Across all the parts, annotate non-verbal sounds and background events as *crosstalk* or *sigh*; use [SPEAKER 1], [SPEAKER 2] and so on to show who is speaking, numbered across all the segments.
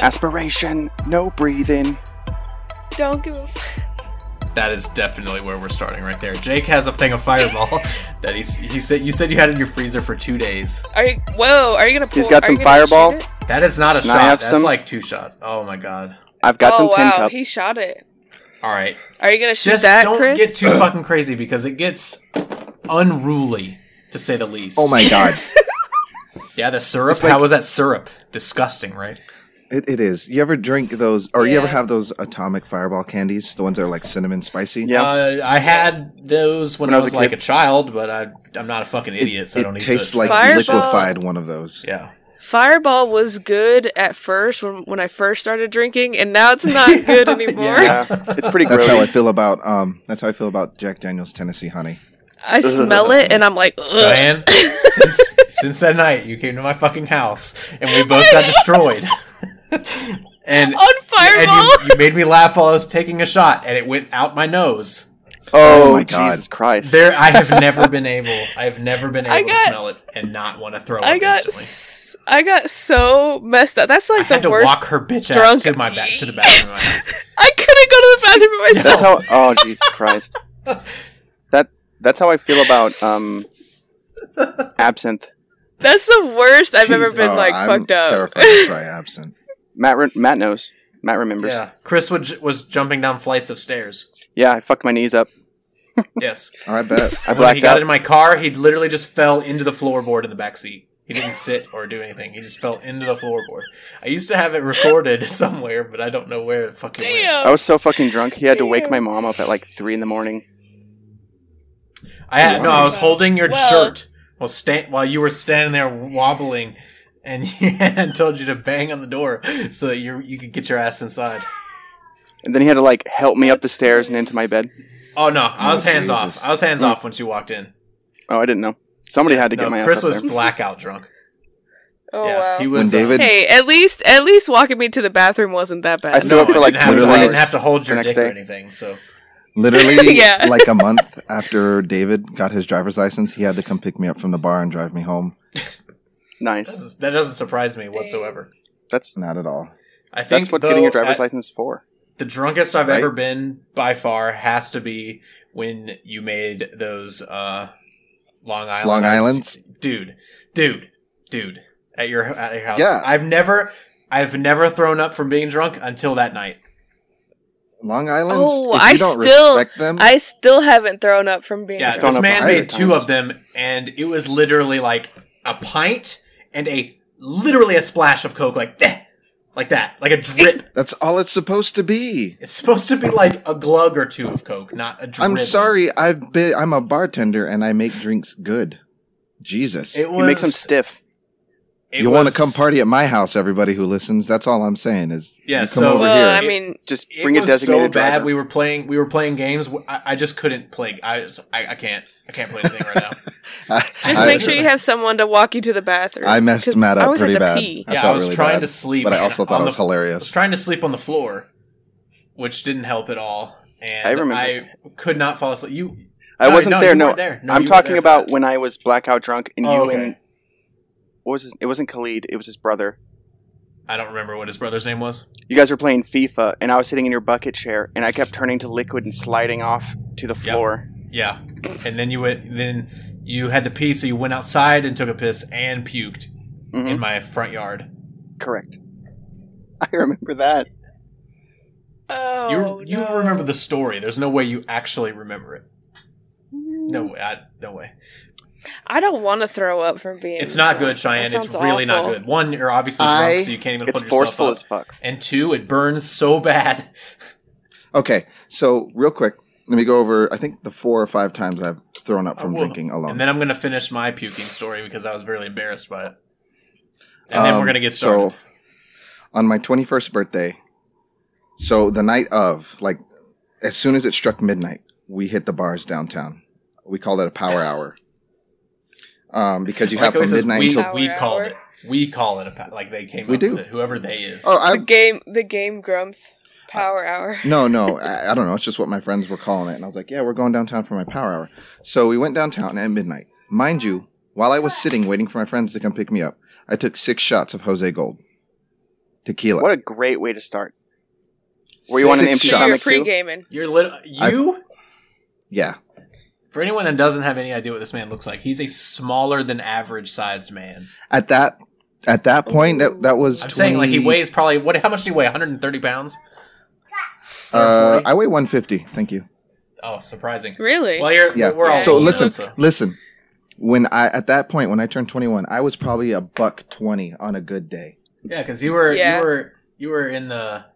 [SPEAKER 1] Aspiration, no breathing.
[SPEAKER 2] Don't give a f-
[SPEAKER 3] That is definitely where we're starting right there. Jake has a thing
[SPEAKER 2] *laughs*
[SPEAKER 3] of fireball that he's he said you said you had in your freezer for two days.
[SPEAKER 2] Are you? Whoa! Are you gonna? Pull,
[SPEAKER 1] He's got
[SPEAKER 2] are
[SPEAKER 1] some
[SPEAKER 2] you gonna
[SPEAKER 1] fireball.
[SPEAKER 2] shoot it?
[SPEAKER 3] That is not a
[SPEAKER 1] Can I
[SPEAKER 3] shot.
[SPEAKER 1] have
[SPEAKER 3] That's
[SPEAKER 1] some?
[SPEAKER 3] like two shots. Oh my god.
[SPEAKER 1] I've got
[SPEAKER 2] oh
[SPEAKER 1] some tin
[SPEAKER 2] wow!
[SPEAKER 1] cup.
[SPEAKER 2] He shot it.
[SPEAKER 3] All right.
[SPEAKER 2] Are you gonna shoot
[SPEAKER 3] Just
[SPEAKER 2] that,
[SPEAKER 3] don't
[SPEAKER 2] Chris?
[SPEAKER 3] get too fucking crazy because it gets unruly to say the least.
[SPEAKER 4] Oh
[SPEAKER 2] *laughs*
[SPEAKER 4] my god.
[SPEAKER 3] Yeah, the syrup.
[SPEAKER 4] It's like-
[SPEAKER 3] How was that syrup? Disgusting, right?
[SPEAKER 4] It, it is. You ever drink those, or you ever
[SPEAKER 2] Yeah.
[SPEAKER 4] have those atomic fireball candies? The ones that are like cinnamon spicy?
[SPEAKER 1] Yeah.
[SPEAKER 3] Uh, I had those when, I was, like
[SPEAKER 1] kid.
[SPEAKER 3] a child, but I, I'm not a fucking
[SPEAKER 4] It,
[SPEAKER 3] idiot, so I
[SPEAKER 4] it
[SPEAKER 3] don't need
[SPEAKER 4] tastes
[SPEAKER 3] to.
[SPEAKER 4] like
[SPEAKER 2] Fireball.
[SPEAKER 4] liquefied one of those.
[SPEAKER 3] yeah.
[SPEAKER 2] Fireball was good at first when, when I first started drinking, and now it's
[SPEAKER 3] *laughs*
[SPEAKER 2] not good anymore.
[SPEAKER 1] Yeah, it's pretty
[SPEAKER 4] That's how I
[SPEAKER 1] gross.
[SPEAKER 4] feel about um. That's how I feel about Jack Daniel's Tennessee Honey.
[SPEAKER 2] I smell it, and I'm like, Ugh.
[SPEAKER 3] Diane, since since that night, you came to my fucking house, and we both got destroyed. *laughs* and
[SPEAKER 2] on
[SPEAKER 3] and
[SPEAKER 2] fireball.
[SPEAKER 3] you, you made me laugh while I was taking a shot, and it went out my nose.
[SPEAKER 1] Oh,
[SPEAKER 4] Oh my God.
[SPEAKER 1] Jesus Christ!
[SPEAKER 3] There, I have never been able. I have never been
[SPEAKER 2] I
[SPEAKER 3] able
[SPEAKER 2] got-
[SPEAKER 3] to smell it and not want to throw
[SPEAKER 2] I
[SPEAKER 3] up
[SPEAKER 2] got,
[SPEAKER 3] instantly.
[SPEAKER 2] s- I got so messed up. That's
[SPEAKER 3] I
[SPEAKER 2] like
[SPEAKER 3] had
[SPEAKER 2] the
[SPEAKER 3] to
[SPEAKER 2] worst.
[SPEAKER 3] walk her bitch
[SPEAKER 2] drunk-
[SPEAKER 3] ass to my back to the bathroom. of my house.
[SPEAKER 2] *laughs* I couldn't go to the bathroom by myself.
[SPEAKER 1] That's how. Oh, Jesus
[SPEAKER 3] *laughs*
[SPEAKER 1] Christ! That that's how I feel about um absinthe.
[SPEAKER 2] That's the worst I've ever
[SPEAKER 3] Jesus.
[SPEAKER 2] been
[SPEAKER 4] Oh,
[SPEAKER 2] like
[SPEAKER 4] I'm
[SPEAKER 2] fucked up.
[SPEAKER 4] Terrified to
[SPEAKER 2] *laughs*
[SPEAKER 4] try absinthe.
[SPEAKER 1] Matt re- Matt knows. Matt remembers. Yeah.
[SPEAKER 3] Yeah, Chris would, was jumping down flights of stairs.
[SPEAKER 1] I fucked my knees up. Uh,
[SPEAKER 3] Yes.
[SPEAKER 4] Oh, I bet.
[SPEAKER 1] I
[SPEAKER 3] When he
[SPEAKER 1] blacked
[SPEAKER 3] got
[SPEAKER 1] out.
[SPEAKER 3] in my car, he literally just fell into the floorboard in the back seat.
[SPEAKER 1] *laughs*
[SPEAKER 3] He didn't sit or do anything. He just fell into the floorboard. I used to have it recorded *laughs* somewhere, but I don't know where it fucking went.
[SPEAKER 1] I
[SPEAKER 2] Damn.
[SPEAKER 1] was so fucking drunk. He had to wake
[SPEAKER 2] Damn.
[SPEAKER 1] my mom up at like three in the morning.
[SPEAKER 3] I had, no, I was holding your
[SPEAKER 2] Well-
[SPEAKER 3] shirt while sta- while you were standing there wobbling, and *laughs* you had told you to bang on the door so that you you could get your ass inside.
[SPEAKER 1] And then he had to like help me up the stairs and into my bed.
[SPEAKER 3] Oh no, I
[SPEAKER 4] Oh,
[SPEAKER 3] was hands
[SPEAKER 4] Jesus.
[SPEAKER 3] off. I was hands
[SPEAKER 1] Mm.
[SPEAKER 3] off once you walked in.
[SPEAKER 1] Oh, I didn't know. Somebody had to
[SPEAKER 3] No,
[SPEAKER 1] get my
[SPEAKER 3] Chris
[SPEAKER 1] ass up
[SPEAKER 3] was
[SPEAKER 1] there.
[SPEAKER 3] blackout drunk.
[SPEAKER 2] Oh
[SPEAKER 3] yeah,
[SPEAKER 2] wow.
[SPEAKER 3] he was.
[SPEAKER 4] When
[SPEAKER 3] uh,
[SPEAKER 4] David-
[SPEAKER 2] hey, at least at least walking me to the bathroom wasn't that bad.
[SPEAKER 1] I threw
[SPEAKER 3] no,
[SPEAKER 1] up for
[SPEAKER 3] I
[SPEAKER 1] like
[SPEAKER 3] didn't have to-
[SPEAKER 1] 24
[SPEAKER 3] I didn't
[SPEAKER 1] hours
[SPEAKER 3] have to hold
[SPEAKER 1] the
[SPEAKER 3] your
[SPEAKER 1] next
[SPEAKER 3] dick
[SPEAKER 1] day.
[SPEAKER 3] or anything. So
[SPEAKER 4] Literally,
[SPEAKER 2] *laughs* Yeah.
[SPEAKER 4] like a month after David got his driver's license, he had to come pick me up from the bar and drive me home.
[SPEAKER 3] That
[SPEAKER 1] Nice.
[SPEAKER 3] doesn't- that doesn't surprise me whatsoever.
[SPEAKER 1] That's
[SPEAKER 4] Not at all.
[SPEAKER 3] I think
[SPEAKER 1] that's what getting your
[SPEAKER 3] though,
[SPEAKER 1] driver's
[SPEAKER 3] I-
[SPEAKER 1] license is for.
[SPEAKER 3] The drunkest I've
[SPEAKER 4] Right?
[SPEAKER 3] ever been by far has to be when you made those uh, Long Island.
[SPEAKER 4] Long Islands?
[SPEAKER 3] dude, dude, dude, at your at your house.
[SPEAKER 4] Yeah.
[SPEAKER 3] I've never, I've never thrown up from being drunk until that night.
[SPEAKER 4] Long Island's.
[SPEAKER 2] Oh,
[SPEAKER 4] if you
[SPEAKER 2] I
[SPEAKER 4] don't
[SPEAKER 2] still-
[SPEAKER 4] respect them.
[SPEAKER 2] I still haven't thrown up from being
[SPEAKER 3] Yeah,
[SPEAKER 1] thrown
[SPEAKER 3] this
[SPEAKER 2] drunk.
[SPEAKER 1] up
[SPEAKER 3] man
[SPEAKER 1] a
[SPEAKER 3] made
[SPEAKER 1] hundred
[SPEAKER 3] two
[SPEAKER 1] times.
[SPEAKER 3] of them, and it was literally like a pint and a literally a splash of coke, like *laughs* that, like that, like a drip.
[SPEAKER 4] that's all it's supposed to be.
[SPEAKER 3] It's supposed to be like a glug or two of coke, not a drip.
[SPEAKER 4] I'm sorry. I've been. I'm a bartender and I make drinks good. Jesus.
[SPEAKER 3] It was.
[SPEAKER 1] You make them stiff.
[SPEAKER 3] it
[SPEAKER 4] you want to
[SPEAKER 3] was-
[SPEAKER 4] come party at my house, everybody who listens. That's all I'm saying is *laughs*
[SPEAKER 3] Yeah,
[SPEAKER 4] you come
[SPEAKER 3] so-
[SPEAKER 4] over
[SPEAKER 2] well,
[SPEAKER 4] here.
[SPEAKER 2] I
[SPEAKER 3] It-
[SPEAKER 2] mean,
[SPEAKER 1] Just
[SPEAKER 3] It
[SPEAKER 1] bring a
[SPEAKER 3] was
[SPEAKER 1] designated
[SPEAKER 3] so bad.
[SPEAKER 1] driver.
[SPEAKER 3] We were playing. We were playing games. I, I just couldn't play. I, was- I I can't. I can't play anything right
[SPEAKER 4] *laughs*
[SPEAKER 3] now.
[SPEAKER 2] just
[SPEAKER 4] I-
[SPEAKER 2] make sure you have someone to walk you to the bathroom.
[SPEAKER 4] I messed
[SPEAKER 2] 'Cause
[SPEAKER 4] Matt
[SPEAKER 2] I
[SPEAKER 4] up
[SPEAKER 2] always had
[SPEAKER 4] pretty
[SPEAKER 2] to
[SPEAKER 4] bad.
[SPEAKER 2] pee.
[SPEAKER 3] yeah, I
[SPEAKER 4] felt
[SPEAKER 3] was
[SPEAKER 4] really
[SPEAKER 3] trying
[SPEAKER 4] bad,
[SPEAKER 3] to sleep,
[SPEAKER 4] *laughs* but I also thought
[SPEAKER 3] on
[SPEAKER 4] it was
[SPEAKER 3] the- I was
[SPEAKER 4] hilarious.
[SPEAKER 3] trying to sleep on the floor, which didn't help at all. And
[SPEAKER 1] I
[SPEAKER 3] I,
[SPEAKER 1] remember.
[SPEAKER 3] could not fall asleep. You,
[SPEAKER 1] I
[SPEAKER 3] no,
[SPEAKER 1] wasn't
[SPEAKER 3] no,
[SPEAKER 1] there.
[SPEAKER 3] you
[SPEAKER 1] No,
[SPEAKER 3] weren't there. No,
[SPEAKER 1] I'm
[SPEAKER 3] you weren't
[SPEAKER 1] talking
[SPEAKER 3] there for
[SPEAKER 1] about
[SPEAKER 3] that.
[SPEAKER 1] when I was blackout drunk and
[SPEAKER 3] Oh,
[SPEAKER 1] you
[SPEAKER 3] okay.
[SPEAKER 1] and what was his, it wasn't Khalid, it was his brother.
[SPEAKER 3] I don't remember what his brother's name was.
[SPEAKER 1] You guys were playing FIFA and I was sitting in your bucket chair and I kept turning to liquid and sliding off to the floor.
[SPEAKER 3] Yeah, and then you went. Then you had to pee, so you went outside and took a piss and puked
[SPEAKER 1] Mhm,
[SPEAKER 4] Hmm?
[SPEAKER 3] in my front yard.
[SPEAKER 1] Correct. *laughs* I remember that.
[SPEAKER 2] Oh,
[SPEAKER 3] you you
[SPEAKER 2] no.
[SPEAKER 3] remember the story. There's no way you actually remember it.
[SPEAKER 2] Mm-hmm.
[SPEAKER 3] No way. I, no way.
[SPEAKER 2] I don't want to throw up from being.
[SPEAKER 3] It's
[SPEAKER 2] drunk.
[SPEAKER 3] not good, Cheyenne.
[SPEAKER 2] That
[SPEAKER 3] It's
[SPEAKER 2] sounds
[SPEAKER 3] really not
[SPEAKER 2] awful.
[SPEAKER 3] good. One, you're obviously drunk,
[SPEAKER 4] I-
[SPEAKER 3] so you can't even
[SPEAKER 1] It's
[SPEAKER 3] hold yourself
[SPEAKER 1] forceful
[SPEAKER 3] up.
[SPEAKER 1] as fuck.
[SPEAKER 3] and two, it burns so
[SPEAKER 4] *laughs*
[SPEAKER 3] bad.
[SPEAKER 4] Okay, so real quick, let me go over. I think the four or five times I've thrown up from
[SPEAKER 3] I will.
[SPEAKER 4] drinking alone.
[SPEAKER 3] And then I'm gonna finish my puking story because I was really embarrassed by it. And then we're gonna get started.
[SPEAKER 4] Um, So, on my 21st birthday, so the night of, like, as soon as it struck midnight, we hit the bars downtown. We called it a power hour. Um, because you
[SPEAKER 3] Like
[SPEAKER 4] have
[SPEAKER 3] always
[SPEAKER 4] from
[SPEAKER 3] says,
[SPEAKER 4] midnight
[SPEAKER 3] we,
[SPEAKER 4] until.
[SPEAKER 2] Power
[SPEAKER 3] we called
[SPEAKER 2] hour.
[SPEAKER 3] it. We call it a pa- like they came
[SPEAKER 4] We
[SPEAKER 3] up
[SPEAKER 4] do.
[SPEAKER 3] with it. Whoever they is.
[SPEAKER 4] Oh,
[SPEAKER 2] The
[SPEAKER 4] I
[SPEAKER 2] game, the game grumps. Power
[SPEAKER 4] *laughs*
[SPEAKER 2] hour.
[SPEAKER 4] no, no, I, I don't know. It's just what my friends were calling it, and I was like, "Yeah, we're going downtown for my power hour." So we went downtown at midnight, mind you. While I was sitting waiting for my friends to come pick me up, I took six shots of Jose Gold. tequila.
[SPEAKER 1] What a great way to start. Were you on an
[SPEAKER 4] Six
[SPEAKER 1] empty
[SPEAKER 4] shots.
[SPEAKER 2] So you're
[SPEAKER 1] stomach
[SPEAKER 2] pre
[SPEAKER 1] too?
[SPEAKER 2] gaming.
[SPEAKER 3] You're lit- you.
[SPEAKER 4] yeah,
[SPEAKER 3] For anyone that doesn't have any idea what this man looks like, he's a smaller than average sized man.
[SPEAKER 4] at that at that point, that that was.
[SPEAKER 3] I'm saying like he
[SPEAKER 4] 20
[SPEAKER 3] weighs probably what? How much do you weigh? 130 pounds.
[SPEAKER 4] Uh,
[SPEAKER 3] 140?
[SPEAKER 4] I weigh 150. Thank you.
[SPEAKER 3] oh, surprising.
[SPEAKER 2] Really?
[SPEAKER 3] Well, you're,
[SPEAKER 4] Yeah.
[SPEAKER 3] we're all
[SPEAKER 4] so
[SPEAKER 3] old now,
[SPEAKER 4] listen,
[SPEAKER 3] so-
[SPEAKER 4] listen. When I at that point when I turned 21, I was probably a buck 20 on a good day.
[SPEAKER 3] Yeah, because you were
[SPEAKER 2] Yeah.
[SPEAKER 3] you were you were in the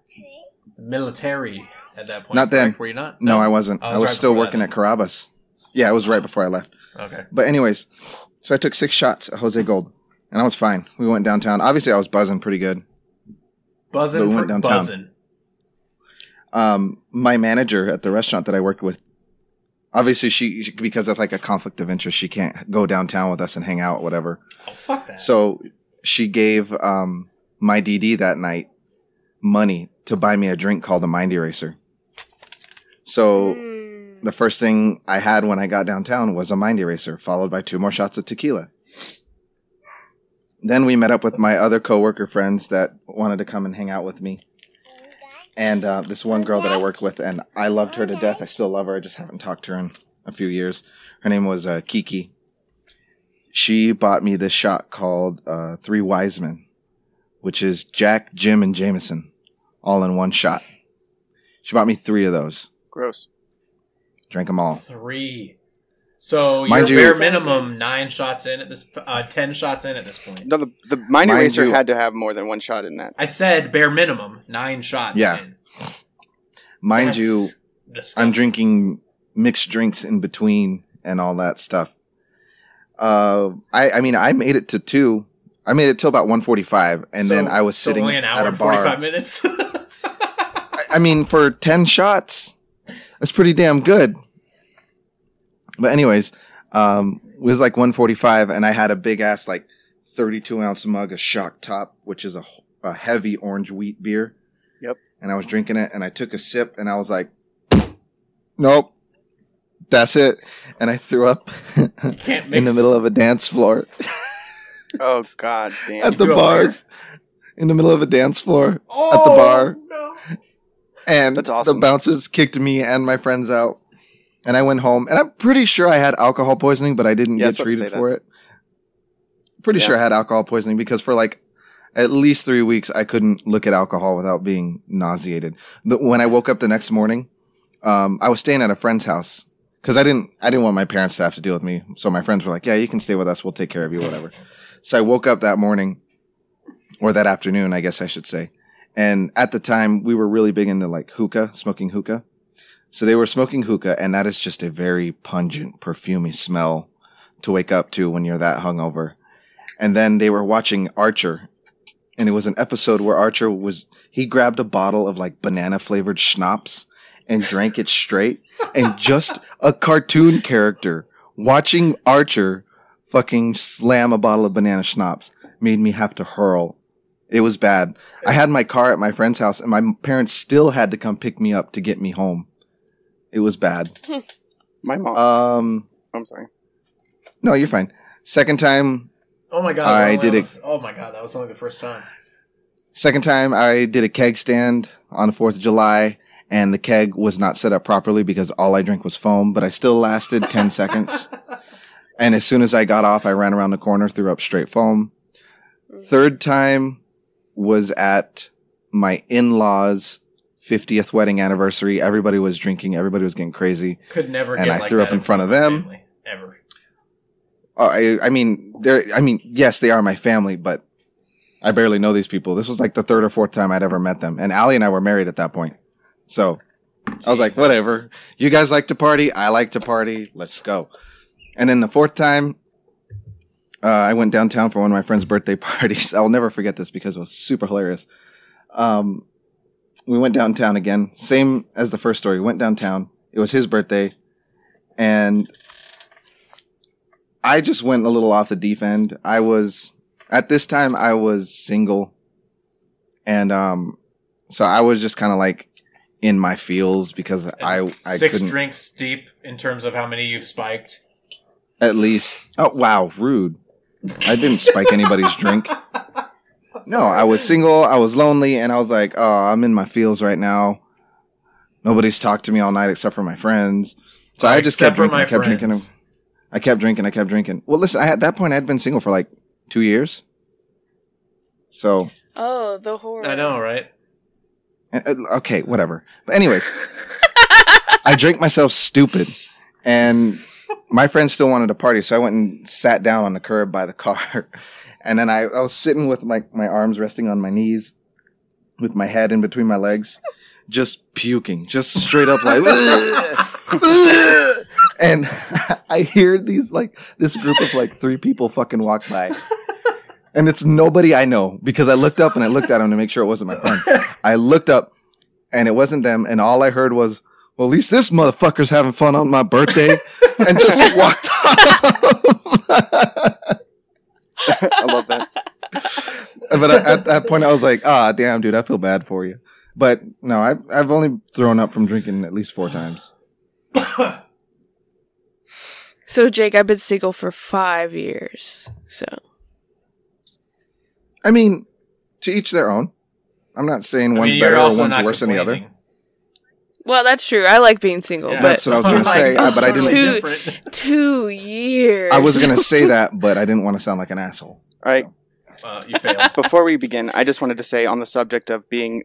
[SPEAKER 3] military at that point.
[SPEAKER 4] Not then.
[SPEAKER 3] correct? Were you not?
[SPEAKER 4] No, I wasn't.
[SPEAKER 3] Oh, it
[SPEAKER 4] I
[SPEAKER 3] was
[SPEAKER 4] was
[SPEAKER 3] right
[SPEAKER 4] still
[SPEAKER 3] before
[SPEAKER 4] working
[SPEAKER 3] that.
[SPEAKER 4] at Carabas. Yeah, it was right before I left.
[SPEAKER 3] Okay.
[SPEAKER 4] But anyways, so I took six shots at Jose Gold, and I was fine. We went downtown. Obviously, I was buzzing pretty good. But
[SPEAKER 3] Buzzing,
[SPEAKER 4] we
[SPEAKER 3] per-
[SPEAKER 4] went downtown.
[SPEAKER 3] buzzing.
[SPEAKER 4] Um, my manager at the restaurant that I worked with, obviously she, she because that's like a conflict of interest, she can't go downtown with us and hang out, whatever.
[SPEAKER 3] Oh fuck that.
[SPEAKER 4] So she gave um, my DD that night money to buy me a drink called a Mind Eraser. So
[SPEAKER 2] Mm.
[SPEAKER 4] the first thing I had when I got downtown was a mind eraser, followed by two more shots of tequila. Then we met up with my other coworker friends that wanted to come and hang out with me, and uh, this one girl that I worked with, and I loved her to death. I still love her. I just haven't talked to her in a few years. Her name was uh, Kiki. She bought me this shot called uh, Three Wise Men, which is Jack, Jim, and Jameson, all in one shot. She bought me three of those.
[SPEAKER 1] Gross.
[SPEAKER 4] Drank them all.
[SPEAKER 3] Three. So
[SPEAKER 4] Mind
[SPEAKER 3] you're
[SPEAKER 4] you-
[SPEAKER 3] bare minimum nine shots in at this, uh, ten shots in at this point.
[SPEAKER 1] No, the, the mind,
[SPEAKER 4] Mind
[SPEAKER 1] eraser
[SPEAKER 4] you-
[SPEAKER 1] had to have more than one shot in that.
[SPEAKER 3] I said bare minimum nine shots.
[SPEAKER 4] Yeah.
[SPEAKER 3] in.
[SPEAKER 4] Mind
[SPEAKER 3] That's
[SPEAKER 4] you,
[SPEAKER 3] disgusting.
[SPEAKER 4] I'm drinking mixed drinks in between and all that stuff. Uh, I, I mean, I made it to two. I made it till about 145, and
[SPEAKER 3] So-
[SPEAKER 4] then I was
[SPEAKER 3] so
[SPEAKER 4] sitting
[SPEAKER 3] only an hour
[SPEAKER 4] at a
[SPEAKER 3] and forty
[SPEAKER 4] bar.
[SPEAKER 3] five minutes. *laughs*
[SPEAKER 4] I, I mean, for 10 shots, that's pretty damn good. But anyways, um, it was like 145, and I had a big ass like 32 ounce mug of Shock Top, which is a, h- a heavy orange wheat beer.
[SPEAKER 1] Yep.
[SPEAKER 4] And I was drinking it, and I took a sip, and I was like, nope, that's it. And I threw up *laughs*
[SPEAKER 3] You can't mix
[SPEAKER 4] in the middle of a dance floor
[SPEAKER 1] Oh *laughs* god damn.
[SPEAKER 4] at the
[SPEAKER 3] threw up
[SPEAKER 4] bars. In the middle of a dance floor,
[SPEAKER 3] oh,
[SPEAKER 4] bar.
[SPEAKER 3] No.
[SPEAKER 4] and
[SPEAKER 1] That's awesome.
[SPEAKER 4] the bouncers kicked me and my friends out and i went home and i'm pretty sure i had alcohol poisoning but i didn't
[SPEAKER 1] Yeah, I was
[SPEAKER 4] get
[SPEAKER 1] about to
[SPEAKER 4] treated
[SPEAKER 1] say
[SPEAKER 4] for it pretty
[SPEAKER 1] Yeah.
[SPEAKER 4] sure i had alcohol poisoning because for like at least three weeks i couldn't look at alcohol without being nauseated the, when i woke up the next morning um, i was staying at a friend's house because i didn't i didn't want my parents to have to deal with me so my friends were like yeah you can stay with us we'll take care of you whatever so i woke up that morning or that afternoon i guess i should say and at the time, we were really big into like hookah, smoking hookah. So they were smoking hookah, and that is just a very pungent, perfumy smell to wake up to when you're that hungover. And then they were watching Archer, and it was an episode where Archer was he grabbed a bottle of like banana flavored schnapps and drank it straight, and just a cartoon character watching Archer fucking slam a bottle of banana schnapps made me have to hurl. It was bad. I had my car at my friend's house, and my parents still had to come pick me up to get me home. It was bad.
[SPEAKER 1] My mom.
[SPEAKER 4] Um,
[SPEAKER 1] I'm sorry.
[SPEAKER 4] no, you're fine. Second time,
[SPEAKER 3] Oh my god!
[SPEAKER 4] I
[SPEAKER 3] that was
[SPEAKER 4] did
[SPEAKER 3] only
[SPEAKER 4] it.
[SPEAKER 3] the f- Oh my god! That was only the first time.
[SPEAKER 4] second time, I did a keg stand on the Fourth of July, and the keg was not set up properly because all I drank was foam. But I still lasted ten seconds. And as soon as I got off, I ran around the corner, threw up straight foam. Third time was at my in laws' 50th wedding anniversary. Everybody was drinking, everybody was getting crazy.
[SPEAKER 3] *laughs* Could never.
[SPEAKER 4] And
[SPEAKER 3] get
[SPEAKER 4] I
[SPEAKER 3] like
[SPEAKER 4] threw
[SPEAKER 3] that
[SPEAKER 4] up in front of them.
[SPEAKER 3] Family, ever.
[SPEAKER 4] Uh, I, I mean, they're, I mean, yes, they are my family, but I barely know these people. This was like the third or fourth time I'd ever met them. And Allie and I were married at that point. So I was like,
[SPEAKER 3] Jesus.
[SPEAKER 4] whatever. You guys like to party. I like to party. Let's go. And then the fourth time, uh, I went downtown for one of my friend's birthday *laughs* parties. I'll never forget this because it was super hilarious. Um, we went downtown again, same as the first story. We went downtown. It was his birthday, and I just went a little off the deep end. I was at this time I was single, and um, so I was just kind of like in my feels because I I
[SPEAKER 3] 6
[SPEAKER 4] couldn't
[SPEAKER 3] drinks deep in terms of how many you've spiked. *laughs*
[SPEAKER 4] at least. Oh wow, rude! I didn't spike anybody's drink.
[SPEAKER 3] I'm
[SPEAKER 4] *laughs* No,
[SPEAKER 3] sorry.
[SPEAKER 4] I was single, I was lonely, and I was like, oh, I'm in my fields right now. Nobody's talked to me all night except for my friends. So I just
[SPEAKER 3] Except
[SPEAKER 4] kept
[SPEAKER 3] for
[SPEAKER 4] drinking,
[SPEAKER 3] my
[SPEAKER 4] I kept
[SPEAKER 3] friends.
[SPEAKER 4] drinking, I kept drinking, I kept drinking. Well, listen, I, at that point, I'd been single for like two years. So,
[SPEAKER 2] Oh, the horror.
[SPEAKER 3] I know, right?
[SPEAKER 4] *coughs* uh, uh, okay, whatever. But, anyways, I drank myself stupid, and my friends still wanted to party, so I went and sat down on the curb by the car, *laughs* and then I, I was sitting with my my arms resting on my knees, with my head in between my legs, just puking, just straight up like. *laughs* and *laughs* I hear these like this group of like three people fucking walk by. And it's nobody I know because I looked up and I looked at them to make sure it wasn't my friend. I looked up and it wasn't them, and all I heard was, "Well, at least this motherfucker's having fun on my birthday," and just walked off. *laughs*
[SPEAKER 1] I love that.
[SPEAKER 4] but I, at that point, I was like, "Ah, damn, dude, I feel bad for you." But no, I've I've only thrown up from drinking at least four times.
[SPEAKER 2] So Jake, I've been single for five years. So
[SPEAKER 4] I mean, to each their own. I'm not saying
[SPEAKER 3] I
[SPEAKER 4] one's
[SPEAKER 3] mean, you're
[SPEAKER 4] better or
[SPEAKER 3] also
[SPEAKER 4] one's
[SPEAKER 3] not
[SPEAKER 4] worse than the other.
[SPEAKER 3] complaining.
[SPEAKER 2] well, that's true. I like being single,
[SPEAKER 3] Yeah,
[SPEAKER 4] That's
[SPEAKER 2] but
[SPEAKER 4] what I was gonna *laughs*
[SPEAKER 3] like,
[SPEAKER 4] say,
[SPEAKER 3] that's
[SPEAKER 2] but I didn't-
[SPEAKER 3] totally
[SPEAKER 2] Dude.
[SPEAKER 3] different.
[SPEAKER 4] *laughs*
[SPEAKER 2] two years.
[SPEAKER 4] I was gonna say that, but I didn't want to sound like an asshole.
[SPEAKER 1] All right.
[SPEAKER 3] Uh, you failed.
[SPEAKER 1] Before we begin, I just wanted to say on the subject of being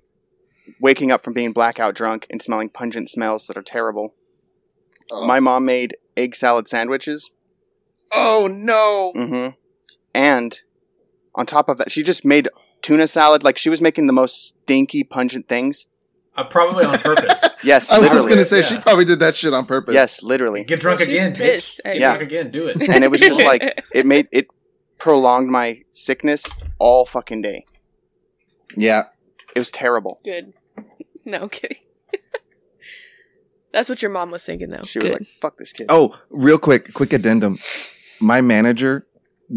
[SPEAKER 1] waking up from being blackout drunk and smelling pungent smells that are terrible. My mom made egg salad sandwiches.
[SPEAKER 4] oh no!
[SPEAKER 1] hmm And on top of that, she just made tuna salad. Like she was making the most stinky, pungent things.
[SPEAKER 3] Uh, probably
[SPEAKER 2] *laughs*
[SPEAKER 3] on purpose.
[SPEAKER 1] Yes,
[SPEAKER 4] I was
[SPEAKER 1] literally.
[SPEAKER 4] just gonna say she
[SPEAKER 3] Yeah.
[SPEAKER 4] probably did that shit on purpose.
[SPEAKER 1] Yes, literally.
[SPEAKER 3] Get drunk
[SPEAKER 2] Well, she's
[SPEAKER 3] again, bitch.
[SPEAKER 2] pissed
[SPEAKER 3] Get
[SPEAKER 2] at
[SPEAKER 1] Yeah.
[SPEAKER 3] drunk again. Do
[SPEAKER 4] *laughs*
[SPEAKER 3] it.
[SPEAKER 1] And it was just like- It made it prolonged my sickness all fucking day.
[SPEAKER 4] Yeah.
[SPEAKER 1] It was terrible.
[SPEAKER 2] good. *laughs* No I'm kidding. *laughs* that's what your mom was thinking, though.
[SPEAKER 1] She was
[SPEAKER 2] Oh, Good.
[SPEAKER 1] like, "Fuck this kid."
[SPEAKER 4] Oh, real quick, quick addendum. My manager,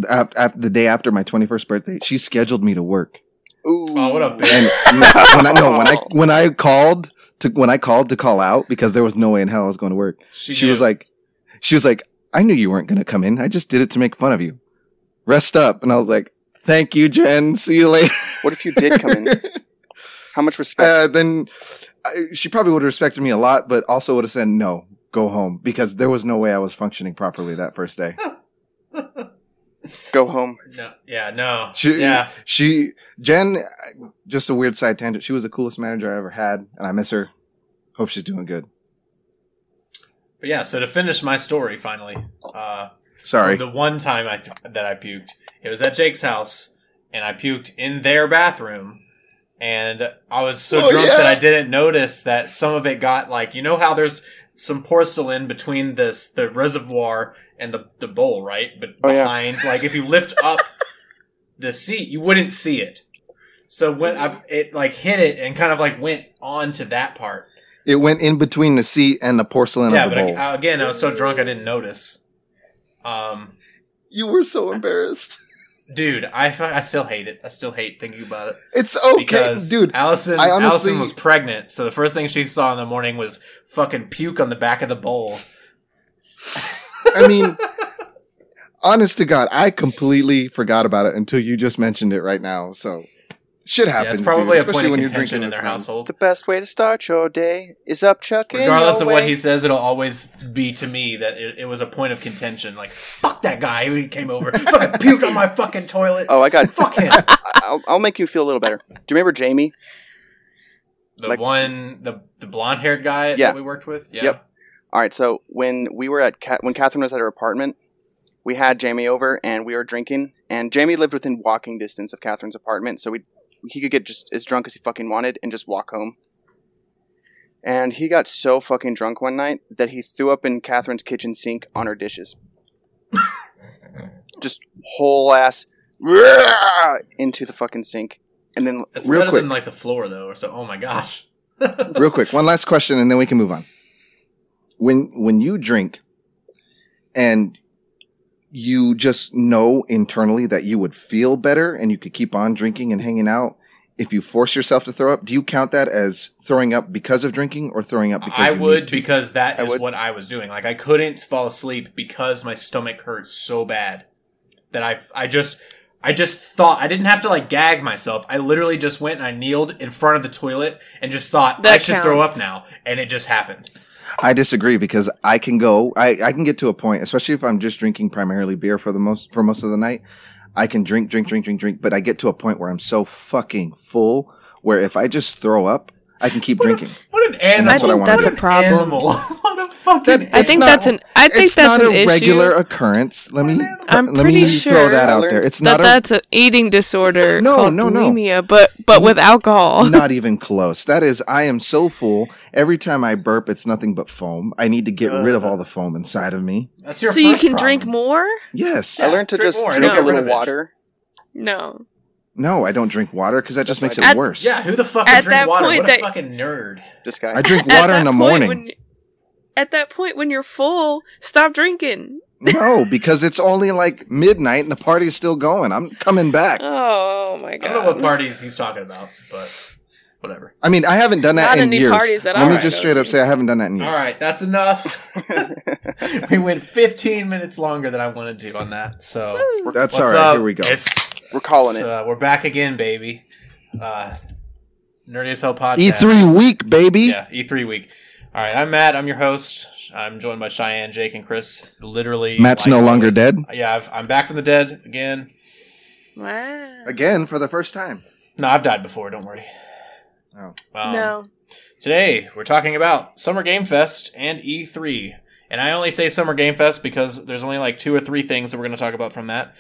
[SPEAKER 4] af- af- the day after my 21st birthday, she scheduled me to work.
[SPEAKER 1] Ooh.
[SPEAKER 3] oh, what up, bitch?
[SPEAKER 4] And when I, no,
[SPEAKER 1] *laughs*
[SPEAKER 4] when I when I called to when I called to call out because there was no way in hell I was going to work. She
[SPEAKER 3] knew.
[SPEAKER 4] was like, she was like, I knew you weren't going to come in. I just did it to make fun of you. Rest up, and I was like, Thank you, Jen. See you later.
[SPEAKER 1] What if you did come in? How much respect?
[SPEAKER 4] *laughs* Uh, then I, she probably would have respected me a lot, but also would have said no, go home because there was no way I was functioning properly that first day.
[SPEAKER 1] Go home.
[SPEAKER 3] no, yeah, no,
[SPEAKER 4] She-
[SPEAKER 3] yeah.
[SPEAKER 4] She, Jen, I- just a weird side tangent. She was the coolest manager I ever had, and I miss her. Hope she's doing good.
[SPEAKER 3] But yeah, so to finish my story, finally, uh,
[SPEAKER 4] Sorry.
[SPEAKER 3] The one time I th- that I puked, it was at Jake's house, and I puked in their bathroom, and I was so
[SPEAKER 4] Oh,
[SPEAKER 3] drunk
[SPEAKER 4] yeah.
[SPEAKER 3] that I didn't notice that some of it got like you know how there's some porcelain between this the reservoir and the the bowl, right? But
[SPEAKER 1] Oh, yeah.
[SPEAKER 3] behind, like if you lift
[SPEAKER 4] *laughs*
[SPEAKER 3] up the seat, you wouldn't see it. So when I it like hit it and kind of like went on to that part.
[SPEAKER 4] It went in between the seat and the porcelain
[SPEAKER 3] yeah,
[SPEAKER 4] of the
[SPEAKER 3] but
[SPEAKER 4] bowl.
[SPEAKER 3] I, again, I was so drunk I didn't notice. Um.
[SPEAKER 4] you were so embarrassed.
[SPEAKER 3] Dude, I, fi- I still hate it. I still hate thinking about it
[SPEAKER 4] It's okay,
[SPEAKER 3] because
[SPEAKER 4] dude.
[SPEAKER 3] Allison
[SPEAKER 4] I honestly-
[SPEAKER 3] Allison was pregnant, so the first thing she saw in the morning was fucking puke on the back of the bowl.
[SPEAKER 4] I mean, honest to God, I completely forgot about it until you just mentioned it right now. So, shit happens.
[SPEAKER 3] yeah, it's
[SPEAKER 4] dude,
[SPEAKER 3] probably a
[SPEAKER 4] especially
[SPEAKER 3] point of
[SPEAKER 4] when you're
[SPEAKER 3] contention
[SPEAKER 4] drinking
[SPEAKER 3] in
[SPEAKER 4] with
[SPEAKER 3] their
[SPEAKER 4] friends.
[SPEAKER 3] household.
[SPEAKER 1] The best way to start your day is up chucking.
[SPEAKER 3] Regardless of
[SPEAKER 1] your
[SPEAKER 3] what
[SPEAKER 1] way.
[SPEAKER 3] he says, it'll always be to me that it, it was a point of contention. Like, fuck that guy who came
[SPEAKER 4] *laughs*
[SPEAKER 3] over, fucking puked on my fucking toilet.
[SPEAKER 1] Oh, I got.
[SPEAKER 3] Fuck him.
[SPEAKER 1] I'll, I'll make you feel a little better. Do you remember Jamie?
[SPEAKER 3] The
[SPEAKER 1] Like-
[SPEAKER 3] one, the the blonde haired guy
[SPEAKER 1] Yeah.
[SPEAKER 3] that we worked with. Yeah.
[SPEAKER 1] Yep. All right. So when we were at Ca- when Catherine was at her apartment, we had Jamie over and we were drinking. And Jamie lived within walking distance of Catherine's apartment, so we he could get just as drunk as he fucking wanted and just walk home. And he got so fucking drunk one night that he threw up in Catherine's kitchen sink on her
[SPEAKER 4] *laughs*
[SPEAKER 1] dishes. just whole ass *laughs* into the fucking sink, and then
[SPEAKER 3] That's
[SPEAKER 4] Real
[SPEAKER 3] better
[SPEAKER 4] quick.
[SPEAKER 3] than like the floor though. So, oh my gosh. *laughs*
[SPEAKER 4] Real quick, one last question, and then we can move on. When when you drink, and you just know internally that you would feel better and you could keep on drinking and hanging out. If you force yourself to throw up, do you count that as throwing up because of drinking or throwing up because
[SPEAKER 3] I
[SPEAKER 4] you need
[SPEAKER 3] would
[SPEAKER 4] to?
[SPEAKER 3] because that
[SPEAKER 1] I
[SPEAKER 3] is
[SPEAKER 1] would.
[SPEAKER 3] what I was doing. Like I couldn't fall asleep because my stomach hurt so bad that I I just I just thought I didn't have to like gag myself. I literally just went and I kneeled in front of the toilet and just thought
[SPEAKER 2] That
[SPEAKER 3] I should throw up
[SPEAKER 2] counts.
[SPEAKER 3] now, and it just happened.
[SPEAKER 4] I disagree because I can go. I, I can get to a point, especially if I'm just drinking primarily beer for the most for most of the night. I can drink, drink, drink, drink, drink, but I get to a point where I'm so fucking full where if I just throw up, I can keep drinking.
[SPEAKER 3] What an animal!
[SPEAKER 4] that's what I wanted
[SPEAKER 2] to-
[SPEAKER 3] an
[SPEAKER 2] That's a problem.
[SPEAKER 3] Animal. *laughs* what a fucking.
[SPEAKER 4] That-
[SPEAKER 2] I
[SPEAKER 4] It's
[SPEAKER 2] think
[SPEAKER 4] not-
[SPEAKER 2] that's an. I think
[SPEAKER 4] it's
[SPEAKER 2] that's
[SPEAKER 4] not
[SPEAKER 2] an
[SPEAKER 4] a
[SPEAKER 2] issue.
[SPEAKER 4] regular occurrence. Let me.
[SPEAKER 2] I'm
[SPEAKER 4] let
[SPEAKER 2] pretty
[SPEAKER 4] me throw
[SPEAKER 2] sure
[SPEAKER 4] that out there. It's
[SPEAKER 2] that
[SPEAKER 4] not a,
[SPEAKER 2] that's an eating disorder
[SPEAKER 4] No,
[SPEAKER 2] called
[SPEAKER 4] no, no.
[SPEAKER 2] bulimia, but but with alcohol.
[SPEAKER 4] not even close. That is, I am so full. Every time I burp, it's nothing but foam. I need to get rid of all the foam inside of me.
[SPEAKER 3] That's
[SPEAKER 2] *laughs*
[SPEAKER 3] your.
[SPEAKER 2] so you
[SPEAKER 3] first
[SPEAKER 2] can
[SPEAKER 3] problem.
[SPEAKER 2] drink more?
[SPEAKER 4] Yes.
[SPEAKER 1] I learned to
[SPEAKER 3] Drink
[SPEAKER 1] just
[SPEAKER 3] more,
[SPEAKER 1] drink
[SPEAKER 2] no.
[SPEAKER 1] a little
[SPEAKER 3] Get rid of it.
[SPEAKER 1] water.
[SPEAKER 2] No.
[SPEAKER 4] No, I don't drink water because that just makes it
[SPEAKER 2] At-
[SPEAKER 4] worse.
[SPEAKER 3] Yeah, who the fuck
[SPEAKER 2] At
[SPEAKER 3] would drink
[SPEAKER 2] that
[SPEAKER 3] water?
[SPEAKER 2] point
[SPEAKER 3] what a
[SPEAKER 2] that-
[SPEAKER 3] fucking nerd.
[SPEAKER 1] This
[SPEAKER 4] I
[SPEAKER 1] guy.
[SPEAKER 2] *laughs*
[SPEAKER 4] drink
[SPEAKER 2] At
[SPEAKER 4] water
[SPEAKER 2] that
[SPEAKER 4] in the
[SPEAKER 2] point
[SPEAKER 4] morning.
[SPEAKER 2] when you- at that point, when you're full, stop drinking.
[SPEAKER 4] No, because it's only like midnight and the party's still going. I'm coming back.
[SPEAKER 2] Oh my
[SPEAKER 3] I
[SPEAKER 2] god!
[SPEAKER 3] don't know what parties he's talking about, but whatever.
[SPEAKER 4] I mean, I haven't done that
[SPEAKER 2] Not
[SPEAKER 4] in
[SPEAKER 2] any
[SPEAKER 4] years.
[SPEAKER 2] parties that
[SPEAKER 4] Let me
[SPEAKER 2] are, I
[SPEAKER 4] just straight
[SPEAKER 2] don't
[SPEAKER 4] up say I haven't done that in years.
[SPEAKER 3] All right, that's enough. *laughs* we went 15 minutes longer than I wanted to on that. So what's
[SPEAKER 4] That's all right.
[SPEAKER 3] up?
[SPEAKER 4] Here we go.
[SPEAKER 3] It's,
[SPEAKER 1] *laughs* We're calling
[SPEAKER 3] it's,
[SPEAKER 1] it.
[SPEAKER 3] uh, we're back again, baby. Uh, Nerdy as Hell podcast.
[SPEAKER 4] E3 E week, baby.
[SPEAKER 3] Yeah, E3 week. All right, I'm Matt. I'm your host. I'm joined by Cheyenne, Jake, and Chris. Literally,
[SPEAKER 4] Matt's no longer dead.
[SPEAKER 3] Yeah, I've, I'm back from the dead again.
[SPEAKER 2] Wow.
[SPEAKER 4] Again for the first time.
[SPEAKER 3] No, I've died before. Don't worry.
[SPEAKER 4] Oh.
[SPEAKER 3] Um,
[SPEAKER 2] no.
[SPEAKER 3] Today, we're talking about Summer Game Fest and E3. And I only say Summer Game Fest because there's only like two or three things that we're going to talk about from that.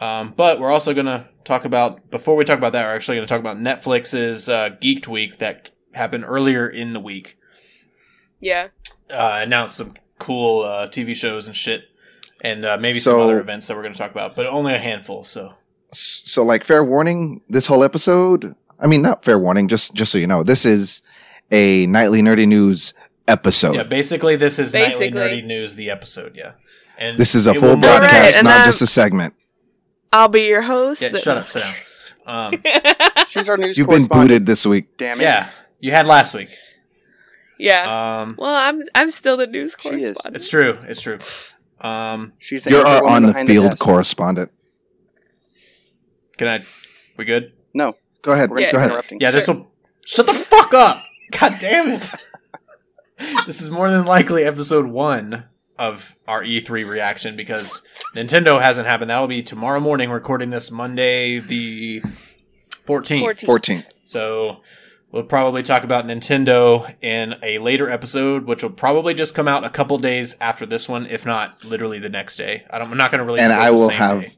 [SPEAKER 3] Um, but we're also going to talk about, before we talk about that, we're actually going to talk about Netflix's uh, Geeked Week that happened earlier in the week.
[SPEAKER 2] Yeah.
[SPEAKER 3] Uh, announced some cool uh, TV shows and shit, and uh, maybe some
[SPEAKER 4] So-
[SPEAKER 3] other events that we're going to talk about, but only a handful. So,
[SPEAKER 4] S- So, like, fair warning. This whole episode. I mean, not fair warning. Just, just so you know, this is a nightly nerdy news episode.
[SPEAKER 3] yeah, basically, this is Nightly
[SPEAKER 2] Basically.
[SPEAKER 3] Nerdy News, the episode. Yeah. And
[SPEAKER 4] This is a
[SPEAKER 3] it
[SPEAKER 4] full
[SPEAKER 3] will not-
[SPEAKER 2] All right,
[SPEAKER 4] broadcast,
[SPEAKER 2] and
[SPEAKER 4] not
[SPEAKER 2] I'm-
[SPEAKER 4] just a segment.
[SPEAKER 2] I'll be your host.
[SPEAKER 3] Yeah, shut up, sit down. Um,
[SPEAKER 1] She's our news
[SPEAKER 4] You've been
[SPEAKER 1] correspondent.
[SPEAKER 4] booted this week.
[SPEAKER 1] Damn it.
[SPEAKER 3] yeah, you had last week.
[SPEAKER 2] *laughs*
[SPEAKER 4] Uh,
[SPEAKER 2] yeah.
[SPEAKER 3] Um,
[SPEAKER 2] well, I'm I'm still the news
[SPEAKER 1] She is.
[SPEAKER 2] correspondent.
[SPEAKER 3] it's true. It's true. Um,
[SPEAKER 1] She's the
[SPEAKER 4] You're
[SPEAKER 1] anchor
[SPEAKER 4] our
[SPEAKER 1] woman
[SPEAKER 4] on the
[SPEAKER 1] behind
[SPEAKER 4] field
[SPEAKER 1] desk.
[SPEAKER 4] correspondent.
[SPEAKER 3] can I? We good?
[SPEAKER 1] No,
[SPEAKER 4] Go ahead.
[SPEAKER 1] we're gonna
[SPEAKER 2] Yeah.
[SPEAKER 4] Go
[SPEAKER 1] keep
[SPEAKER 4] ahead.
[SPEAKER 1] interrupting.
[SPEAKER 3] Yeah. This
[SPEAKER 2] Sure.
[SPEAKER 3] will. Shut the fuck up! God damn it! *laughs* this is more than likely episode one of our E3 reaction because Nintendo hasn't happened. That'll be tomorrow morning. Recording this Monday the 14th.
[SPEAKER 2] 14.
[SPEAKER 4] 14.
[SPEAKER 3] So we'll probably talk about Nintendo in a later episode, which will probably just come out a couple days after this one, if not literally the next day. I don't, I'm not going to release.
[SPEAKER 4] and
[SPEAKER 3] it
[SPEAKER 4] I
[SPEAKER 3] the
[SPEAKER 4] will
[SPEAKER 3] same
[SPEAKER 4] have
[SPEAKER 3] day.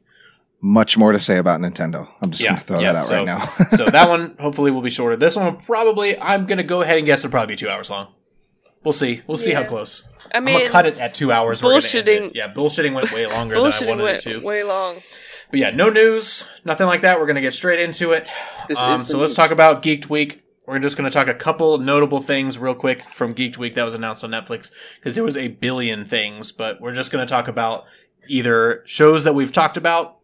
[SPEAKER 4] much more to say about Nintendo. I'm just
[SPEAKER 3] Yeah,
[SPEAKER 4] going to throw
[SPEAKER 3] yeah,
[SPEAKER 4] that out
[SPEAKER 3] so- *laughs*
[SPEAKER 4] right now.
[SPEAKER 3] so that one hopefully will be shorter. This one will probably I'm gonna go ahead and guess it'll probably be two hours long. We'll see. We'll see how
[SPEAKER 2] Yeah.
[SPEAKER 3] close.
[SPEAKER 2] I
[SPEAKER 3] I am
[SPEAKER 2] mean,
[SPEAKER 3] gonna cut it at two hours. We're gonna end it.
[SPEAKER 2] bullshitting-
[SPEAKER 3] Yeah, bullshitting went way longer than I
[SPEAKER 2] bullshitting
[SPEAKER 3] wanted
[SPEAKER 2] went
[SPEAKER 3] it to.
[SPEAKER 2] way long.
[SPEAKER 3] But yeah, no news, nothing like that. We're gonna get straight into it.
[SPEAKER 1] This
[SPEAKER 3] Um,
[SPEAKER 1] is the
[SPEAKER 3] so let's
[SPEAKER 1] news.
[SPEAKER 3] talk about Geeked Week. We're just going to talk a couple notable things real quick from Geeked Week that was announced on Netflix because there was a billion things, but we're just going to talk about either shows that we've talked about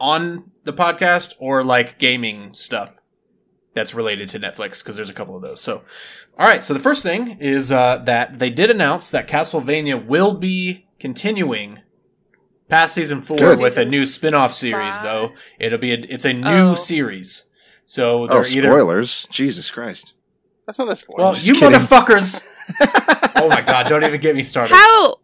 [SPEAKER 3] on the podcast or like gaming stuff that's related to Netflix because there's a couple of those. So, all right. So the first thing is uh, that they did announce that Castlevania will be continuing past season four
[SPEAKER 4] Good.
[SPEAKER 3] with a
[SPEAKER 2] Season
[SPEAKER 3] new spin-off series,
[SPEAKER 2] five?
[SPEAKER 3] though. It'll be a, it's a new
[SPEAKER 2] Oh.
[SPEAKER 3] series. So they're
[SPEAKER 4] oh,
[SPEAKER 3] either
[SPEAKER 4] spoilers.
[SPEAKER 3] *laughs*
[SPEAKER 4] Jesus Christ.
[SPEAKER 1] That's not a spoiler.
[SPEAKER 3] well,
[SPEAKER 4] just
[SPEAKER 3] you
[SPEAKER 4] kidding.
[SPEAKER 3] motherfuckers. *laughs* oh my god! Don't even get me started.
[SPEAKER 2] How?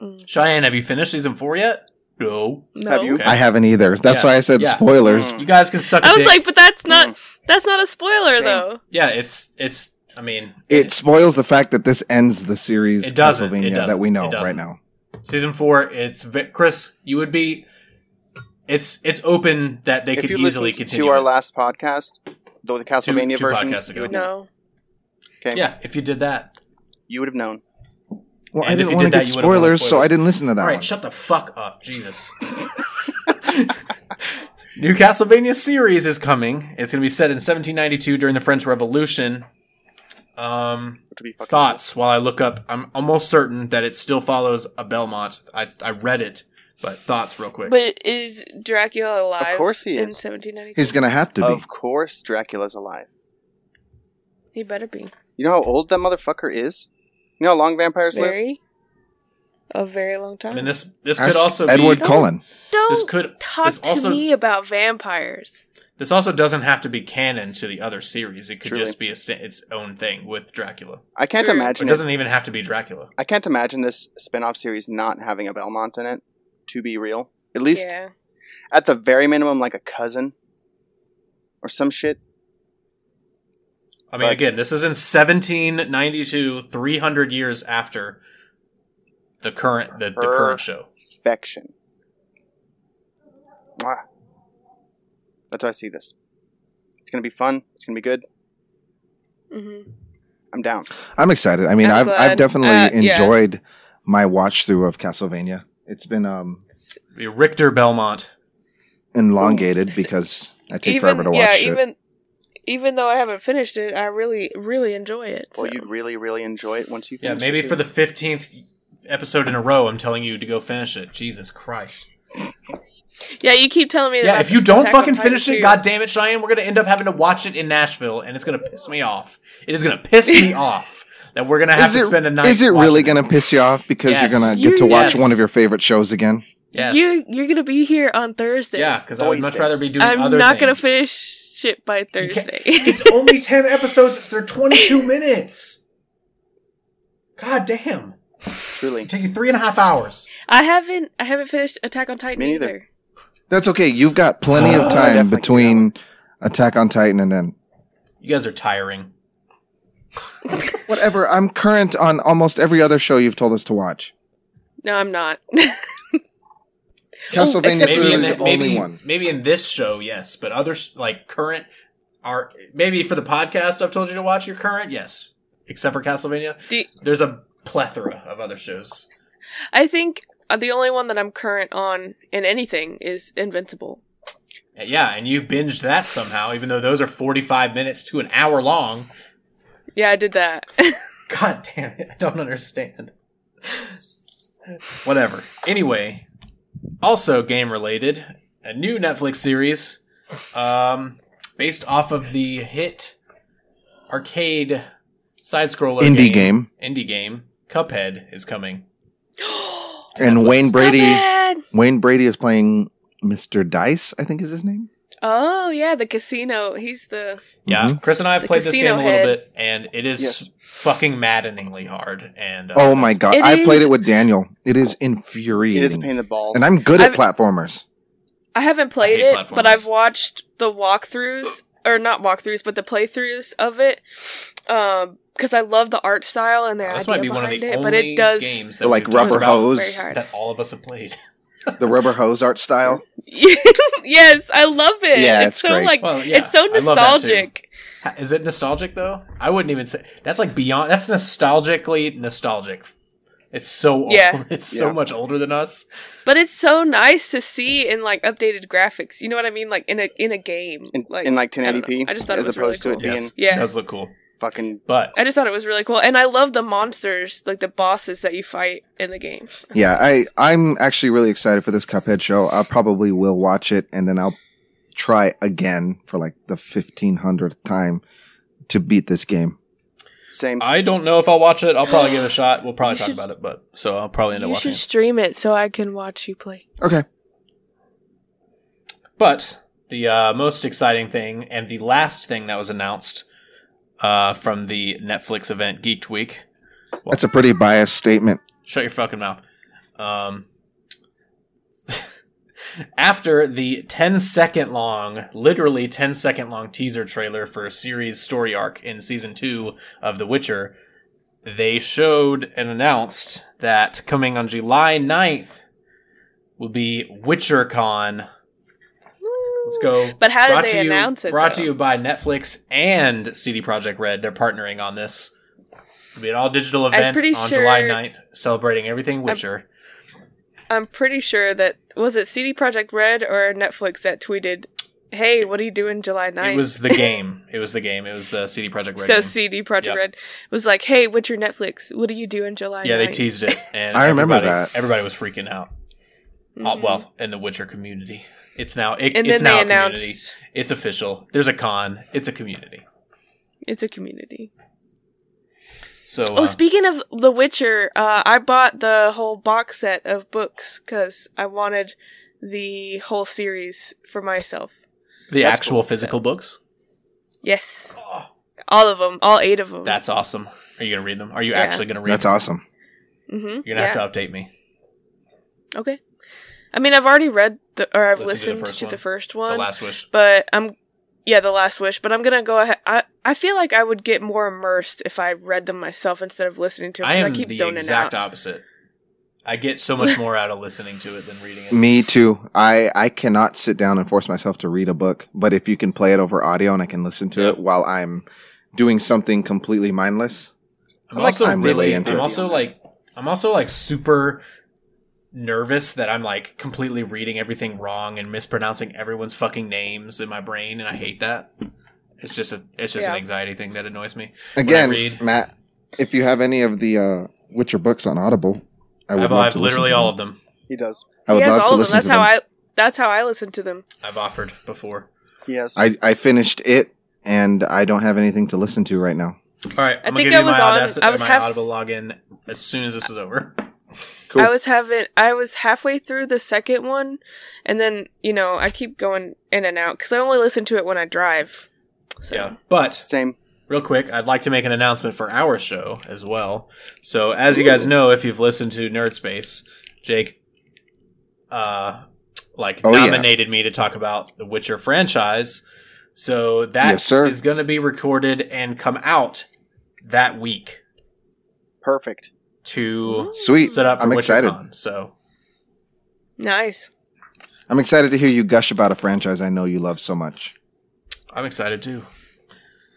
[SPEAKER 2] Mm,
[SPEAKER 3] Cheyenne, have you finished season four yet? No.
[SPEAKER 2] No.
[SPEAKER 1] Have you?
[SPEAKER 3] Okay.
[SPEAKER 4] I haven't either. That's
[SPEAKER 3] Yeah,
[SPEAKER 4] why I said
[SPEAKER 3] yeah.
[SPEAKER 4] spoilers.
[SPEAKER 1] Mm.
[SPEAKER 3] You guys can suck. a
[SPEAKER 2] I was
[SPEAKER 3] dick.
[SPEAKER 2] like, but that's not
[SPEAKER 1] Mm.
[SPEAKER 2] that's not a spoiler
[SPEAKER 1] Shame.
[SPEAKER 2] though.
[SPEAKER 3] yeah, it's it's. I mean,
[SPEAKER 4] It spoils the fact that this ends the series
[SPEAKER 3] It doesn't. It
[SPEAKER 4] Castlevania
[SPEAKER 3] doesn't.
[SPEAKER 4] that we know
[SPEAKER 3] It doesn't.
[SPEAKER 4] right now.
[SPEAKER 3] season four. It's ve- Chris. You would be. It's it's open that they
[SPEAKER 1] if
[SPEAKER 3] could
[SPEAKER 1] you
[SPEAKER 3] easily
[SPEAKER 1] listened
[SPEAKER 3] continue.
[SPEAKER 1] to our
[SPEAKER 3] it.
[SPEAKER 1] last podcast, though the Castlevania
[SPEAKER 3] two
[SPEAKER 1] version,
[SPEAKER 3] podcasts ago.
[SPEAKER 1] you would, know.
[SPEAKER 2] No.
[SPEAKER 1] Okay.
[SPEAKER 3] yeah, if you did that.
[SPEAKER 1] you would have known.
[SPEAKER 4] Well,
[SPEAKER 3] And
[SPEAKER 4] I
[SPEAKER 3] if
[SPEAKER 4] didn't
[SPEAKER 3] you
[SPEAKER 4] want to
[SPEAKER 3] did that,
[SPEAKER 4] get
[SPEAKER 3] you would've wanted
[SPEAKER 4] spoilers, so
[SPEAKER 3] spoilers.
[SPEAKER 4] I didn't listen to that
[SPEAKER 3] All right,
[SPEAKER 4] one.
[SPEAKER 3] shut the fuck up, Jesus. *laughs* New Castlevania series is coming. It's going to be set in 1792 during the French Revolution. Um,
[SPEAKER 1] Which would be fucking
[SPEAKER 3] thoughts while I look up. I'm almost certain that it still follows a Belmont. I, I read it, but thoughts real quick.
[SPEAKER 2] But is Dracula alive?
[SPEAKER 1] Of course he
[SPEAKER 2] In
[SPEAKER 1] is.
[SPEAKER 2] 1792.
[SPEAKER 4] He's going to have to
[SPEAKER 1] cool.
[SPEAKER 4] be.
[SPEAKER 3] Oh,
[SPEAKER 1] Of course, Dracula's alive.
[SPEAKER 2] He better be.
[SPEAKER 1] You know how old that motherfucker is. You know how long vampires live?
[SPEAKER 2] Very. a very long time.
[SPEAKER 3] I mean, this this
[SPEAKER 4] Ask
[SPEAKER 3] could also
[SPEAKER 4] Edward
[SPEAKER 3] be
[SPEAKER 4] Cullen.
[SPEAKER 2] Don't
[SPEAKER 3] this could
[SPEAKER 2] talk
[SPEAKER 3] this
[SPEAKER 2] to
[SPEAKER 3] also-
[SPEAKER 2] me about vampires.
[SPEAKER 3] this also doesn't have to be canon to the other series. It could
[SPEAKER 1] Truly.
[SPEAKER 3] just be a, sa- its own thing with Dracula.
[SPEAKER 1] I can't
[SPEAKER 2] Sure.
[SPEAKER 3] It
[SPEAKER 1] imagine it,
[SPEAKER 3] doesn't even have to be Dracula.
[SPEAKER 1] I can't imagine this spin-off series not having a Belmont in it. To be real, at least
[SPEAKER 2] yeah.
[SPEAKER 1] at the very minimum, like a cousin or some shit.
[SPEAKER 3] I mean,
[SPEAKER 1] But-
[SPEAKER 3] again, this is in 1792, 300 years after the current the, the current show.
[SPEAKER 1] Perfection. Mwah. That's how I see this. It's gonna be fun. It's gonna be good.
[SPEAKER 2] Mm-hmm.
[SPEAKER 1] I'm down.
[SPEAKER 4] I'm excited. I mean,
[SPEAKER 2] I'm
[SPEAKER 4] I've I've
[SPEAKER 2] glad.
[SPEAKER 4] definitely
[SPEAKER 2] Uh, yeah.
[SPEAKER 4] enjoyed my watch through of Castlevania. It's been um
[SPEAKER 3] Richter Belmont.
[SPEAKER 4] elongated because I take forever to watch
[SPEAKER 2] yeah,
[SPEAKER 4] it.
[SPEAKER 2] even even though I haven't finished it, I really really enjoy it.
[SPEAKER 1] Well,
[SPEAKER 2] so.
[SPEAKER 1] you'd really, really enjoy it once you.
[SPEAKER 3] Yeah,
[SPEAKER 1] finish
[SPEAKER 3] maybe
[SPEAKER 1] it,
[SPEAKER 3] for the
[SPEAKER 1] too.
[SPEAKER 3] 15th episode in a row, I'm telling you to go finish it. Jesus Christ.
[SPEAKER 2] yeah, you keep telling me.
[SPEAKER 3] Yeah,
[SPEAKER 2] about
[SPEAKER 3] if you don't
[SPEAKER 2] Attack on
[SPEAKER 3] fucking
[SPEAKER 2] Titan
[SPEAKER 3] finish it,
[SPEAKER 2] 2.
[SPEAKER 3] god damn it, Cheyenne, we're gonna end up having to watch it in Nashville, and it's gonna piss me off. It is gonna piss
[SPEAKER 2] *laughs*
[SPEAKER 3] me off that we're gonna have
[SPEAKER 4] Is
[SPEAKER 3] to
[SPEAKER 4] it-
[SPEAKER 3] spend a night.
[SPEAKER 4] Is it really
[SPEAKER 3] watching
[SPEAKER 4] going to piss you off because
[SPEAKER 3] Yes.
[SPEAKER 4] you're going to get to watch
[SPEAKER 3] Yes.
[SPEAKER 4] one of your favorite shows again?
[SPEAKER 3] Yes.
[SPEAKER 2] you you're gonna be here on Thursday.
[SPEAKER 3] yeah, because I would
[SPEAKER 1] Always
[SPEAKER 3] much
[SPEAKER 1] did.
[SPEAKER 3] rather be doing
[SPEAKER 2] I'm
[SPEAKER 3] other.
[SPEAKER 2] not gonna
[SPEAKER 3] things.
[SPEAKER 2] finish shit by
[SPEAKER 3] can't-
[SPEAKER 2] Thursday.
[SPEAKER 3] *laughs* It's only 10 episodes. They're 22 minutes. God damn.
[SPEAKER 1] truly.
[SPEAKER 3] It took you three and a half hours.
[SPEAKER 2] *laughs* I haven't I haven't finished Attack on Titan
[SPEAKER 1] Me
[SPEAKER 2] either.
[SPEAKER 1] neither.
[SPEAKER 4] That's okay. You've got plenty
[SPEAKER 3] Oh,
[SPEAKER 4] of time
[SPEAKER 1] definitely.
[SPEAKER 4] between Attack on Titan and then
[SPEAKER 3] You guys are tiring.
[SPEAKER 4] whatever. I'm current on almost every other show you've told us to
[SPEAKER 2] Oh,
[SPEAKER 4] watch.
[SPEAKER 2] No, I'm not. *laughs*
[SPEAKER 4] Castlevania
[SPEAKER 2] except-
[SPEAKER 4] is
[SPEAKER 3] Maybe
[SPEAKER 4] literally
[SPEAKER 3] in,
[SPEAKER 4] the
[SPEAKER 3] the, maybe,
[SPEAKER 4] only one.
[SPEAKER 3] maybe in this show, yes, but others like current are maybe for the podcast I've told you to watch your current, yes. Except for Castlevania.
[SPEAKER 2] The-
[SPEAKER 3] There's a plethora of other shows.
[SPEAKER 2] I think uh, the only one that I'm current on in anything is Invincible.
[SPEAKER 3] Yeah, and you binged that somehow, even though those are 45 minutes to an hour long.
[SPEAKER 2] Yeah, I did that. *gasps*
[SPEAKER 3] God damn it, I don't understand. Whatever. Anyway, also game related, a new Netflix series um, based off of the hit arcade side scroller
[SPEAKER 4] Indie game.
[SPEAKER 3] Indie game. Cuphead is coming. to
[SPEAKER 4] And
[SPEAKER 3] Netflix.
[SPEAKER 4] Wayne Brady.
[SPEAKER 2] Cuphead!
[SPEAKER 4] Wayne Brady is playing Mr. Dice. I think is his name.
[SPEAKER 2] Oh yeah, the casino. He's the
[SPEAKER 3] Yeah,
[SPEAKER 4] Mhm.
[SPEAKER 3] Chris and I have
[SPEAKER 2] The
[SPEAKER 3] played this game
[SPEAKER 2] casino
[SPEAKER 3] a little
[SPEAKER 2] head.
[SPEAKER 3] bit, and it is
[SPEAKER 1] Yes.
[SPEAKER 3] fucking maddeningly hard. And uh,
[SPEAKER 4] Oh my
[SPEAKER 3] that's-
[SPEAKER 4] god!
[SPEAKER 2] It
[SPEAKER 4] I played
[SPEAKER 2] is-
[SPEAKER 4] it with Daniel.
[SPEAKER 1] It
[SPEAKER 4] It is
[SPEAKER 1] is a
[SPEAKER 4] infuriating,
[SPEAKER 1] pain in the balls.
[SPEAKER 4] and I'm good at
[SPEAKER 2] I've-
[SPEAKER 4] platformers.
[SPEAKER 2] I haven't played
[SPEAKER 3] hate
[SPEAKER 2] it, but
[SPEAKER 3] platformers.
[SPEAKER 2] I've watched the walkthroughs or not walkthroughs, but the playthroughs of it. Um, because I love the art style and their
[SPEAKER 3] This
[SPEAKER 2] idea
[SPEAKER 3] might be one
[SPEAKER 2] behind
[SPEAKER 3] of the
[SPEAKER 2] it,
[SPEAKER 3] only
[SPEAKER 2] but it does.
[SPEAKER 3] games that
[SPEAKER 4] They're like
[SPEAKER 3] we've talked
[SPEAKER 4] rubber
[SPEAKER 3] about
[SPEAKER 4] hose,
[SPEAKER 2] Very hard.
[SPEAKER 3] that all of us
[SPEAKER 2] *laughs*
[SPEAKER 3] have played.
[SPEAKER 4] the rubber hose art style.
[SPEAKER 2] yes, I love it.
[SPEAKER 4] Yeah,
[SPEAKER 2] it's,
[SPEAKER 4] it's
[SPEAKER 2] so
[SPEAKER 4] great.
[SPEAKER 2] like
[SPEAKER 3] Well, yeah,
[SPEAKER 2] it's so
[SPEAKER 3] I love that too.
[SPEAKER 2] nostalgic.
[SPEAKER 3] Ha- Is it nostalgic though? I wouldn't even say that's like beyond. That's nostalgically nostalgic. It's so old.
[SPEAKER 2] Yeah.
[SPEAKER 3] *laughs* It's
[SPEAKER 4] Yeah.
[SPEAKER 3] so much older than us.
[SPEAKER 2] But it's so nice to see in like updated graphics. You know what I mean? Like in a in a game.
[SPEAKER 1] in,
[SPEAKER 2] like,
[SPEAKER 1] in like
[SPEAKER 2] I don't
[SPEAKER 1] 1080p,
[SPEAKER 2] know. I just thought it
[SPEAKER 1] as
[SPEAKER 2] was
[SPEAKER 1] opposed
[SPEAKER 2] really
[SPEAKER 1] to it being
[SPEAKER 3] Yes,
[SPEAKER 2] Yeah.
[SPEAKER 3] it does look cool.
[SPEAKER 1] fucking.
[SPEAKER 3] But
[SPEAKER 2] I just thought it was really cool, and I love the monsters, like the bosses that you fight in the game.
[SPEAKER 4] Yeah, I I'm actually really excited for this Cuphead show. I probably will watch it and then I'll try again for like the fifteen hundredth time to beat this game.
[SPEAKER 1] Same.
[SPEAKER 3] I don't know if I'll watch it. I'll probably give it a shot. We'll probably
[SPEAKER 2] You
[SPEAKER 3] talk
[SPEAKER 2] should-
[SPEAKER 3] about it. But so I'll probably end up
[SPEAKER 2] You
[SPEAKER 3] watching.
[SPEAKER 2] should
[SPEAKER 3] it.
[SPEAKER 2] stream it so I can watch you play.
[SPEAKER 4] Okay,
[SPEAKER 3] But the uh, most exciting thing and the last thing that was announced uh, from the Netflix event Geeked Week.
[SPEAKER 4] that's a pretty biased statement.
[SPEAKER 3] Shut your fucking mouth. Um, *laughs* after the 10 second long, literally 10 second long teaser trailer for a series story arc in season 2 of The Witcher, they showed and announced that coming on July 9th will be WitcherCon. Let's go.
[SPEAKER 2] But how
[SPEAKER 3] Brought
[SPEAKER 2] did
[SPEAKER 3] to
[SPEAKER 2] they
[SPEAKER 3] you-
[SPEAKER 2] announce it?
[SPEAKER 3] Brought to
[SPEAKER 2] though?
[SPEAKER 3] you by Netflix and CD Projekt Red. They're partnering on this. It'll be an all digital event
[SPEAKER 2] pretty
[SPEAKER 3] on
[SPEAKER 2] sure-
[SPEAKER 3] July 9th, celebrating everything Witcher.
[SPEAKER 2] I'm pretty sure that was it CD Project Red or Netflix that tweeted, "Hey, what are you doing July 9th?
[SPEAKER 3] It
[SPEAKER 2] *laughs*
[SPEAKER 3] was the game. it was the game. It was the CD Projekt Red.
[SPEAKER 2] so
[SPEAKER 3] game.
[SPEAKER 2] CD Project
[SPEAKER 3] Yep.
[SPEAKER 2] Red was like, "Hey, Witcher Netflix, what do you do in July?"
[SPEAKER 3] yeah, they
[SPEAKER 2] 9th?" *laughs*
[SPEAKER 3] teased it, and
[SPEAKER 4] I remember
[SPEAKER 3] everybody-
[SPEAKER 4] that.
[SPEAKER 3] everybody was freaking out. Uh,
[SPEAKER 2] Mhm.
[SPEAKER 3] well, in the Witcher community, it's now it,
[SPEAKER 2] and
[SPEAKER 3] it's
[SPEAKER 2] then
[SPEAKER 3] now
[SPEAKER 2] they
[SPEAKER 3] a
[SPEAKER 2] announced
[SPEAKER 3] community. It's official. There's a con. It's a community.
[SPEAKER 2] it's a community.
[SPEAKER 3] So
[SPEAKER 2] Oh,
[SPEAKER 3] uh,
[SPEAKER 2] speaking of The Witcher, uh, I bought the whole box set of books because I wanted the whole series for myself.
[SPEAKER 3] the
[SPEAKER 1] that's
[SPEAKER 3] actual
[SPEAKER 1] cool.
[SPEAKER 3] physical books. Oh,
[SPEAKER 2] Yes, all of them, all eight of them.
[SPEAKER 3] That's awesome. Are you gonna read them? Are you
[SPEAKER 2] Yeah.
[SPEAKER 3] actually gonna read?
[SPEAKER 4] That's
[SPEAKER 3] them?
[SPEAKER 4] awesome.
[SPEAKER 2] mm-hmm.
[SPEAKER 3] You're gonna have to update me.
[SPEAKER 2] Okay, I mean, I've already read the or I've
[SPEAKER 3] Listen to the
[SPEAKER 2] listened to, the
[SPEAKER 3] first
[SPEAKER 2] first,
[SPEAKER 3] one.
[SPEAKER 2] one,
[SPEAKER 3] The last wish.
[SPEAKER 2] but I'm yeah, the last wish. But I'm gonna go ahead. I I feel like I would get more immersed if I read them myself instead of listening to them.
[SPEAKER 3] I
[SPEAKER 2] 'cause
[SPEAKER 3] am
[SPEAKER 2] keep
[SPEAKER 3] the
[SPEAKER 2] zoning
[SPEAKER 3] exact
[SPEAKER 2] out.
[SPEAKER 3] opposite. I get so much more out of listening to it than reading it.
[SPEAKER 4] Me too. I I cannot sit down and force myself to read a book, but if you can play it over audio and I can listen to
[SPEAKER 3] Yeah.
[SPEAKER 4] it while I'm doing something completely mindless.
[SPEAKER 3] I'm
[SPEAKER 1] I'm, like,
[SPEAKER 3] also
[SPEAKER 4] I'm
[SPEAKER 3] really,
[SPEAKER 4] really into
[SPEAKER 3] I'm
[SPEAKER 4] it.
[SPEAKER 3] also like, I'm also like super nervous that I'm like completely reading everything wrong and mispronouncing everyone's fucking names in my brain, and I hate that. It's just a, it's just an
[SPEAKER 2] Yeah.
[SPEAKER 3] anxiety thing that annoys me.
[SPEAKER 4] Again,
[SPEAKER 3] read-
[SPEAKER 4] Matt, if you have any of the uh, Witcher books on Audible, I would
[SPEAKER 3] I've,
[SPEAKER 4] love
[SPEAKER 3] I've
[SPEAKER 4] to listen
[SPEAKER 3] literally
[SPEAKER 4] to
[SPEAKER 3] all
[SPEAKER 4] them.
[SPEAKER 3] of them.
[SPEAKER 1] He does.
[SPEAKER 4] I would
[SPEAKER 2] He has
[SPEAKER 4] love
[SPEAKER 2] all
[SPEAKER 4] to
[SPEAKER 2] of them.
[SPEAKER 4] listen
[SPEAKER 2] That's
[SPEAKER 4] to
[SPEAKER 2] how
[SPEAKER 4] them.
[SPEAKER 2] I. That's how I listen to them.
[SPEAKER 3] I've offered before.
[SPEAKER 1] He has.
[SPEAKER 4] I, I finished it and I don't have anything to listen to right now.
[SPEAKER 3] All right, I'm gonna
[SPEAKER 2] think
[SPEAKER 3] give
[SPEAKER 2] I
[SPEAKER 3] you my,
[SPEAKER 2] was on-
[SPEAKER 3] Audacity,
[SPEAKER 2] I was
[SPEAKER 3] my
[SPEAKER 2] half-
[SPEAKER 3] Audible login as soon as this is over.
[SPEAKER 4] Cool.
[SPEAKER 2] I was having I was halfway through the second one, and then you know I keep going in and out because I only listen to it when I drive. So.
[SPEAKER 3] Yeah, but
[SPEAKER 1] Same.
[SPEAKER 3] Real quick, I'd like to make an announcement for our show as well. So, as you guys know, if you've listened to Nerd Space, Jake, uh, like
[SPEAKER 4] Oh, yeah.
[SPEAKER 3] nominated me to talk about the Witcher franchise. So that
[SPEAKER 4] Yes, sir.
[SPEAKER 3] going to be recorded and come out that week
[SPEAKER 1] Perfect.
[SPEAKER 2] Mm.
[SPEAKER 3] to
[SPEAKER 4] Sweet.
[SPEAKER 3] set up for
[SPEAKER 4] Mm-hmm. I'm
[SPEAKER 3] WitcherCon.
[SPEAKER 4] excited.
[SPEAKER 3] So
[SPEAKER 2] Nice.
[SPEAKER 4] I'm excited to hear you gush about a franchise I know you love so much.
[SPEAKER 3] I'm excited too.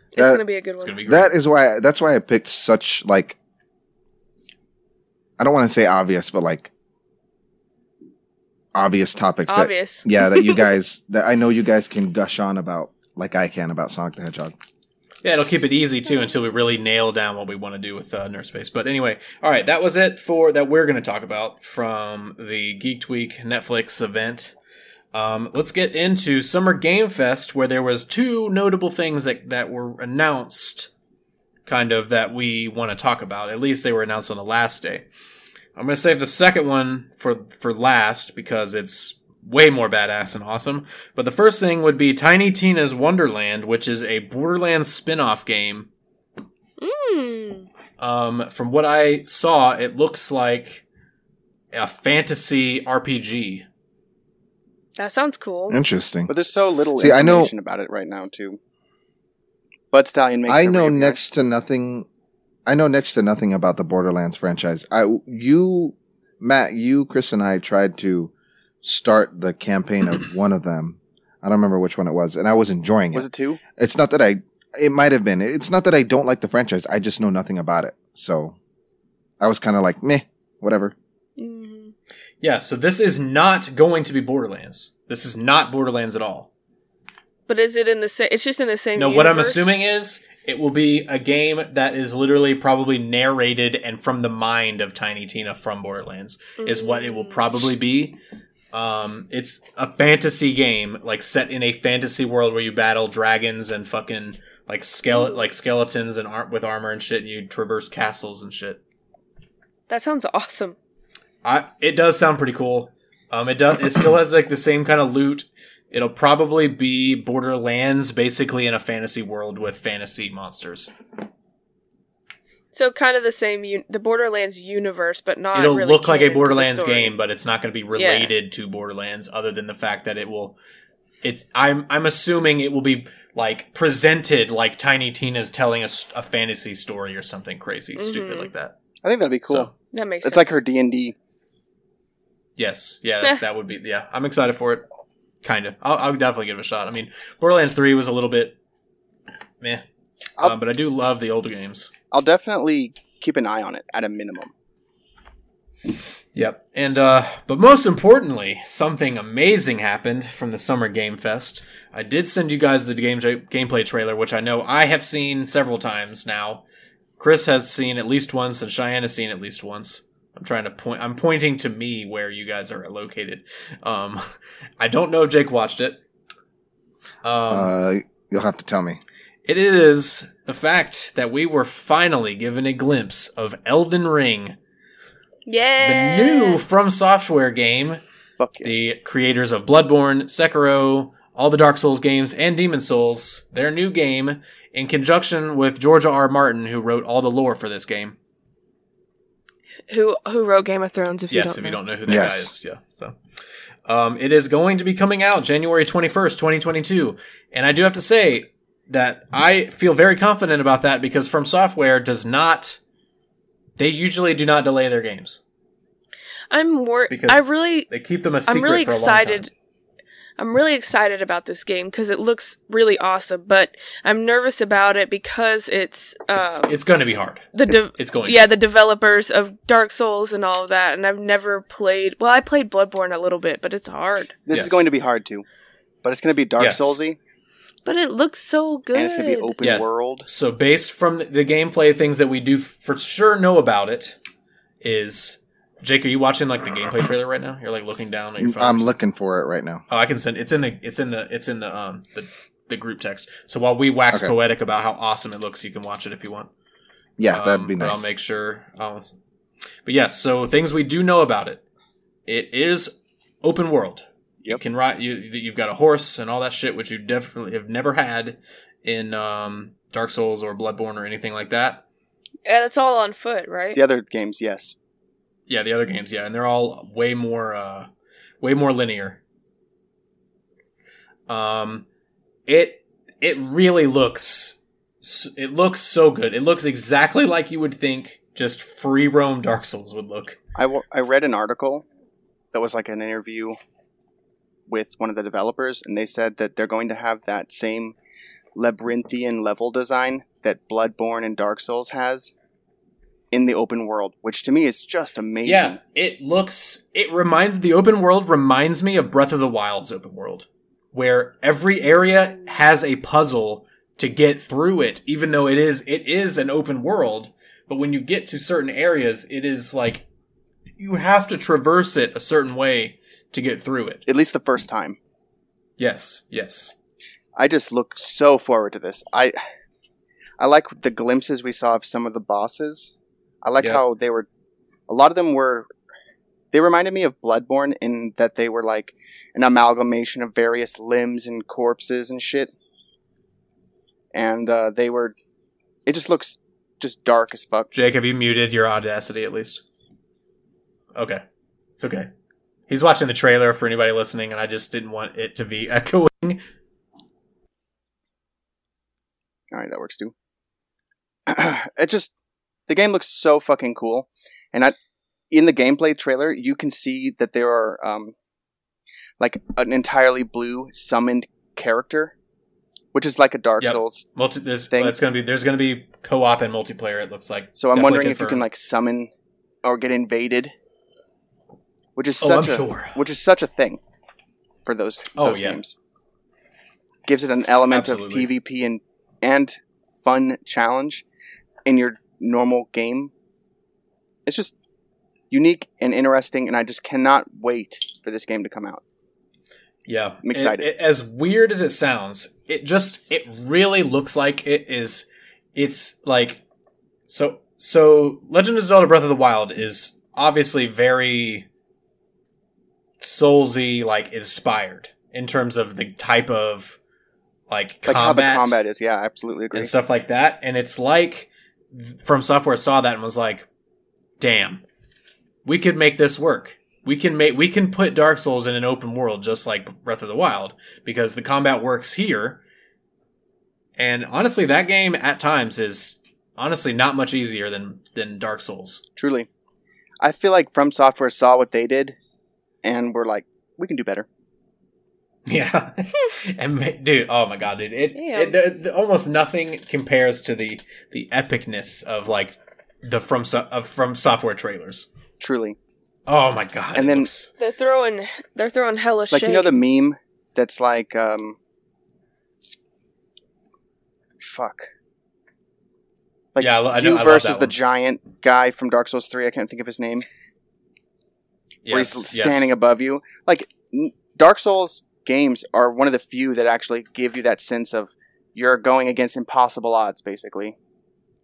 [SPEAKER 2] It's
[SPEAKER 4] That-
[SPEAKER 2] gonna be a good
[SPEAKER 3] It's
[SPEAKER 2] one.
[SPEAKER 3] going to be great.
[SPEAKER 4] That is why that's why I picked such like I don't want to say obvious, but like obvious topics that
[SPEAKER 2] Obvious.
[SPEAKER 4] yeah, that you guys that I know you guys can gush on about like I can about Sonic the Hedgehog.
[SPEAKER 3] Yeah, it'll keep it easy too until we really nail down what we want to do with uh, Nerd Space. But anyway, all right, that was it for that we're going to talk about from the Geeked Week Netflix event. Um, let's get into Summer Game Fest, where there was two notable things that that were announced, kind of that we want to talk about. At least they were announced on the last day. I'm going to save the second one for for last because it's way more badass and awesome. But the first thing would be Tiny Tina's Wonderland, which is a Borderlands spin-off game.
[SPEAKER 2] Mm.
[SPEAKER 3] Um, from what I saw, it looks like a fantasy RPG.
[SPEAKER 2] That sounds cool.
[SPEAKER 4] Interesting.
[SPEAKER 1] But there's so little
[SPEAKER 4] See, I know-
[SPEAKER 1] information about it right now, too. Bud Stallion makes.
[SPEAKER 4] I
[SPEAKER 1] a
[SPEAKER 4] know
[SPEAKER 1] reappearance.
[SPEAKER 4] next to nothing. I know next to nothing about the Borderlands franchise. I you, Matt, you, Chris, and I
[SPEAKER 1] *clears throat*
[SPEAKER 4] tried to start the campaign of one of them. I don't remember which one it was, and I was enjoying
[SPEAKER 1] Was
[SPEAKER 4] it.
[SPEAKER 1] it two?
[SPEAKER 4] It's not that I. It might have been. It's not that I don't like the franchise. I just know nothing about it. So, I was kind of like meh, whatever.
[SPEAKER 2] hmm
[SPEAKER 3] Yeah, so this is not going to be Borderlands. This is not Borderlands at all.
[SPEAKER 2] But is it in the same? It's just in the same.
[SPEAKER 3] No, what I'm
[SPEAKER 2] universe?
[SPEAKER 3] assuming is it will be a game that is literally probably narrated and from the mind of Tiny Tina from Borderlands. is what it will
[SPEAKER 2] Mm.
[SPEAKER 3] probably be. Um, it's a fantasy game, like set in a fantasy world where you battle dragons and fucking like skele- like skeletons and ar- with armor and shit, and you traverse castles and shit.
[SPEAKER 2] That sounds awesome.
[SPEAKER 3] I it does sound pretty cool. Um, it does. It still has like the same kind of loot. It'll probably be Borderlands, basically in a fantasy world with fantasy monsters.
[SPEAKER 2] So kind of the same, un- the Borderlands universe, but not.
[SPEAKER 3] It'll
[SPEAKER 2] really
[SPEAKER 3] look like
[SPEAKER 2] canon to
[SPEAKER 3] a
[SPEAKER 2] the
[SPEAKER 3] Borderlands
[SPEAKER 2] story.
[SPEAKER 3] game, but it's not going to be related to Borderlands, other than the fact that it will. It's I'm I'm assuming it will be like presented like Tiny Tina's telling a, s- a fantasy story or something crazy stupid
[SPEAKER 2] Mhm.
[SPEAKER 3] like that.
[SPEAKER 1] I think that'd be cool.
[SPEAKER 3] So,
[SPEAKER 2] That makes.
[SPEAKER 1] it's
[SPEAKER 2] sense.
[SPEAKER 1] like her D and D.
[SPEAKER 3] yes, yeah, that's,
[SPEAKER 2] Eh.
[SPEAKER 3] that would be yeah. I'm excited for it. Kind of. I'll, I'll definitely give it a shot. I mean, Borderlands Three was a little bit meh,
[SPEAKER 1] I'll-
[SPEAKER 3] um, but I do love the older games.
[SPEAKER 1] I'll definitely keep an eye on it at a minimum.
[SPEAKER 3] Yep. And uh but most importantly, something amazing happened from the Summer Game Fest. I did send you guys the game gameplay trailer, which I know I have seen several times now. Chris has seen at least once and Cheyenne has seen at least once. I'm trying to point I'm pointing to me where you guys are located. Um *laughs* I don't know if Jake watched it. Um
[SPEAKER 4] uh, you'll have to tell me.
[SPEAKER 3] It is the fact that we were finally given a glimpse of Elden Ring,
[SPEAKER 2] Yeah.
[SPEAKER 3] the new From Software game
[SPEAKER 1] Fuck yes.
[SPEAKER 3] the creators of Bloodborne, Sekiro, all the Dark Souls games, and Demon Souls, their new game, in conjunction with Georgia R. Martin, who wrote all the lore for this game.
[SPEAKER 2] who who wrote Game of Thrones? If you
[SPEAKER 3] yes,
[SPEAKER 2] don't
[SPEAKER 3] if
[SPEAKER 2] know.
[SPEAKER 3] you don't know who that
[SPEAKER 4] Yes.
[SPEAKER 3] guy is, yeah. So, um, it is going to be coming out January twenty first, twenty twenty two, and I do have to say that I feel very confident about that because From Software does not. They usually do not delay their games.
[SPEAKER 2] I'm wor-
[SPEAKER 3] Because
[SPEAKER 2] I really
[SPEAKER 3] They keep them a secret.
[SPEAKER 2] I'm really
[SPEAKER 3] for a long
[SPEAKER 2] excited.
[SPEAKER 3] time.
[SPEAKER 2] I'm really excited about this game because it looks really awesome, but I'm nervous about it because it's, uh,
[SPEAKER 3] It's, it's going to be hard.
[SPEAKER 2] the de-
[SPEAKER 3] It's going.
[SPEAKER 2] yeah the developers of Dark Souls and all of that, and I've never played. Well, I played Bloodborne a little bit, but it's hard.
[SPEAKER 1] this
[SPEAKER 3] Yes.
[SPEAKER 1] is going to be hard too, but it's going to be Dark
[SPEAKER 3] Yes.
[SPEAKER 1] Soulsy
[SPEAKER 2] But it looks so good.
[SPEAKER 1] and it's going to be open
[SPEAKER 3] Yes.
[SPEAKER 1] world.
[SPEAKER 3] So based from the gameplay things that we do for sure know about it is Jake, are you watching like the gameplay trailer right now? You're like looking down at your phone. or
[SPEAKER 4] I'm
[SPEAKER 3] something?
[SPEAKER 4] looking for it right now.
[SPEAKER 3] Oh, I can send it's in the it's in the it's in the um the, the group text. So while we wax
[SPEAKER 4] Okay.
[SPEAKER 3] poetic about how awesome it looks, you can watch it if you want.
[SPEAKER 4] Yeah, that'd
[SPEAKER 3] Um,
[SPEAKER 4] be
[SPEAKER 3] but I'll
[SPEAKER 4] nice.
[SPEAKER 3] make sure. I'll, but yes, so things we do know about it. It is open world. You
[SPEAKER 1] Yep.
[SPEAKER 3] can ride. You, you've got a horse and all that shit, which you definitely have never had in um, Dark Souls or Bloodborne or anything like that.
[SPEAKER 2] and it's all on foot, right?
[SPEAKER 1] The other games, yes.
[SPEAKER 3] Yeah, the other games, yeah, and they're all way more, uh, way more linear. Um, it it really looks s- it looks so good. It looks exactly like you would think just free roam Dark Souls would look.
[SPEAKER 1] I, w- I read an article that was like an interview with one of the developers, and they said that they're going to have that same labyrinthian level design that Bloodborne and Dark Souls has in the open world, which to me is just amazing.
[SPEAKER 3] Yeah, it looks. It reminds the open world reminds me of Breath of the Wild's open world, where every area has a puzzle to get through it. Even though it is it is an open world, but when you get to certain areas, it is like you have to traverse it a certain way to get through it.
[SPEAKER 1] At least the first time.
[SPEAKER 3] Yes, yes,
[SPEAKER 1] I just look so forward to this. I I like the glimpses we saw of some of the bosses. I like
[SPEAKER 3] Yeah.
[SPEAKER 1] how they were a lot of them were they reminded me of Bloodborne in that they were like an amalgamation of various limbs and corpses and shit. And uh, they were it just looks just dark as fuck.
[SPEAKER 3] Jake, have you muted your audacity at least? Okay. It's okay. He's watching the trailer for anybody listening, and I just didn't want it to be *laughs* echoing.
[SPEAKER 1] All right, that works too. *clears throat* it just the game looks so fucking cool, and I in the gameplay trailer you can see that there are um like an entirely blue summoned character, which is like a Dark
[SPEAKER 3] Yep.
[SPEAKER 1] Souls.
[SPEAKER 3] Multi, there's
[SPEAKER 1] Thing.
[SPEAKER 3] that's gonna be there's gonna be co-op and multiplayer. It looks like.
[SPEAKER 1] So I'm
[SPEAKER 3] Definitely
[SPEAKER 1] wondering if you
[SPEAKER 3] confirmed.
[SPEAKER 1] can like summon or get invaded, which is
[SPEAKER 3] Oh, I'm
[SPEAKER 1] such a
[SPEAKER 3] sure.
[SPEAKER 1] which is such a thing for those
[SPEAKER 3] Oh,
[SPEAKER 1] those
[SPEAKER 3] yeah.
[SPEAKER 1] games. Gives it an element
[SPEAKER 3] Absolutely.
[SPEAKER 1] of PvP and and fun challenge in your normal game. It's just unique and interesting, and I just cannot wait for this game to come out.
[SPEAKER 3] Yeah,
[SPEAKER 1] I'm excited.
[SPEAKER 3] It- it- as weird as it sounds, it just it really looks like it is. It's like so so. Legend of Zelda: Breath of the Wild is obviously very Soulsy, like inspired in terms of the type of like
[SPEAKER 1] Like how the
[SPEAKER 3] combat,
[SPEAKER 1] combat is, yeah, I absolutely agree.
[SPEAKER 3] and stuff like that. And it's like th- From Software saw that and was like, "Damn, we could make this work. We can make we can put Dark Souls in an open world just like Breath of the Wild because the combat works here." And honestly, that game at times is honestly not much easier than than Dark
[SPEAKER 1] *laughs*
[SPEAKER 3] Souls.
[SPEAKER 1] Truly, I feel like From Software saw what they did, and were like, we can do better.
[SPEAKER 3] Yeah, *laughs* and ma- dude, oh my god, dude, it,
[SPEAKER 2] Damn.
[SPEAKER 3] it the, the- almost nothing compares to the the epicness of like the from so- of from software trailers.
[SPEAKER 1] Truly,
[SPEAKER 3] Oh my god!
[SPEAKER 1] And
[SPEAKER 3] it
[SPEAKER 1] then-
[SPEAKER 3] looks-
[SPEAKER 2] They're throwing they're throwing hella
[SPEAKER 1] like
[SPEAKER 2] shade.
[SPEAKER 1] you know the meme that's like, um, fuck. like,
[SPEAKER 3] yeah, I, lo- I know,
[SPEAKER 1] you
[SPEAKER 3] I love
[SPEAKER 1] versus
[SPEAKER 3] that
[SPEAKER 1] the
[SPEAKER 3] one.
[SPEAKER 1] giant guy from Dark Souls 3. I can't think of his name. where he's
[SPEAKER 3] Yes, yes.
[SPEAKER 1] standing above you. Like, n- Dark Souls games are one of the few that actually give you that sense of you're going against impossible odds, basically.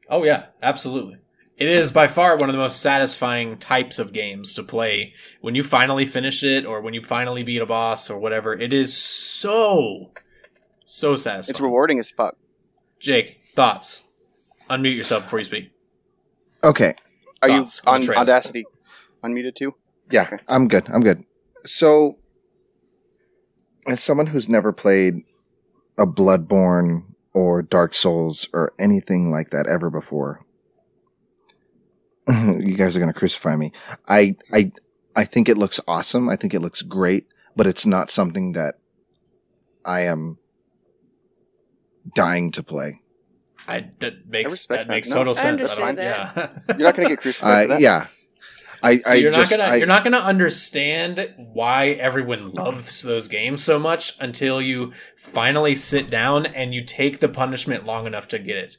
[SPEAKER 3] Oh yeah, absolutely. It is by far one of the most satisfying types of games to play. When you finally finish it or when you finally beat a boss or whatever, it is so so satisfying.
[SPEAKER 1] It's rewarding as fuck.
[SPEAKER 3] Jake, thoughts. Unmute yourself before you speak.
[SPEAKER 4] Okay.
[SPEAKER 1] Are
[SPEAKER 3] Thoughts
[SPEAKER 1] you
[SPEAKER 3] on
[SPEAKER 1] on
[SPEAKER 3] Trail?
[SPEAKER 1] Audacity unmuted too?
[SPEAKER 4] Yeah,
[SPEAKER 1] Okay.
[SPEAKER 4] I'm good. I'm good. So, as someone who's never played a Bloodborne or Dark Souls or anything like that ever before, *laughs* you guys are gonna crucify me. I, I, I think it looks awesome. I think it looks great, but it's not something that I am dying to play.
[SPEAKER 3] I that makes
[SPEAKER 1] respect
[SPEAKER 3] that
[SPEAKER 1] that.
[SPEAKER 3] makes
[SPEAKER 1] No, I
[SPEAKER 3] total sense.
[SPEAKER 2] understand
[SPEAKER 3] Yeah. *laughs*
[SPEAKER 1] You're not going to get crucified. for that.
[SPEAKER 4] I Uh, yeah. I,
[SPEAKER 3] So
[SPEAKER 4] I
[SPEAKER 3] you're
[SPEAKER 4] just
[SPEAKER 3] not gonna
[SPEAKER 4] I,
[SPEAKER 3] you're not gonna understand why everyone loves those games so much until you finally sit down and you take the punishment long enough to get it.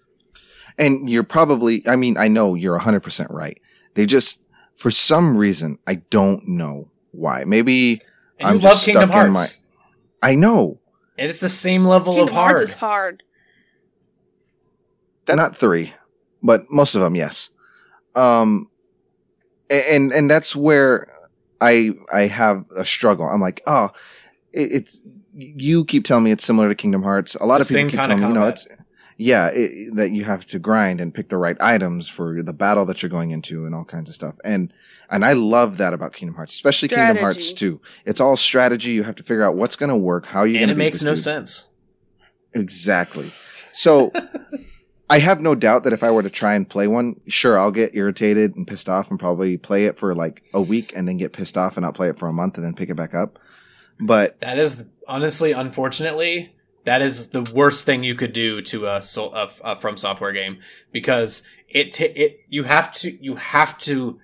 [SPEAKER 4] And you're probably, I mean, I know you're 100% right. They just, for some reason, I don't know why. Maybe
[SPEAKER 3] And
[SPEAKER 4] I'm
[SPEAKER 3] you love
[SPEAKER 4] just
[SPEAKER 3] Kingdom
[SPEAKER 4] stuck in
[SPEAKER 3] Hearts,
[SPEAKER 4] I know,
[SPEAKER 3] and it's the same level
[SPEAKER 2] Kingdom
[SPEAKER 3] of
[SPEAKER 2] Hearts
[SPEAKER 3] hard.
[SPEAKER 2] is hard.
[SPEAKER 1] That-
[SPEAKER 4] not three, but most of them, yes. Um, a- and, and that's where I, I have a struggle. I'm like, oh, it, it's, you keep telling me it's similar to Kingdom Hearts. A lot
[SPEAKER 3] The
[SPEAKER 4] of people
[SPEAKER 3] same
[SPEAKER 4] keep
[SPEAKER 3] kinda
[SPEAKER 4] telling me, you know,
[SPEAKER 3] combat.
[SPEAKER 4] it's, yeah, it, that you have to grind and pick the right items for the battle that you're going into and all kinds of stuff. And and I love that about Kingdom Hearts, especially Kingdom Hearts
[SPEAKER 2] Strategy.
[SPEAKER 4] 2. It's all strategy. You have to figure out what's going to work, how you're going
[SPEAKER 3] and
[SPEAKER 4] to
[SPEAKER 3] it makes no sense.
[SPEAKER 4] Exactly. So I have no doubt that if I were to try and play one, sure, I'll get irritated and pissed off and probably play it for like a week and then get pissed off and not play it for a month and then pick it back up. But
[SPEAKER 3] That is honestly, unfortunately, that is the worst thing you could do to a, Sol- a, a from software game because it ta it you have to you have to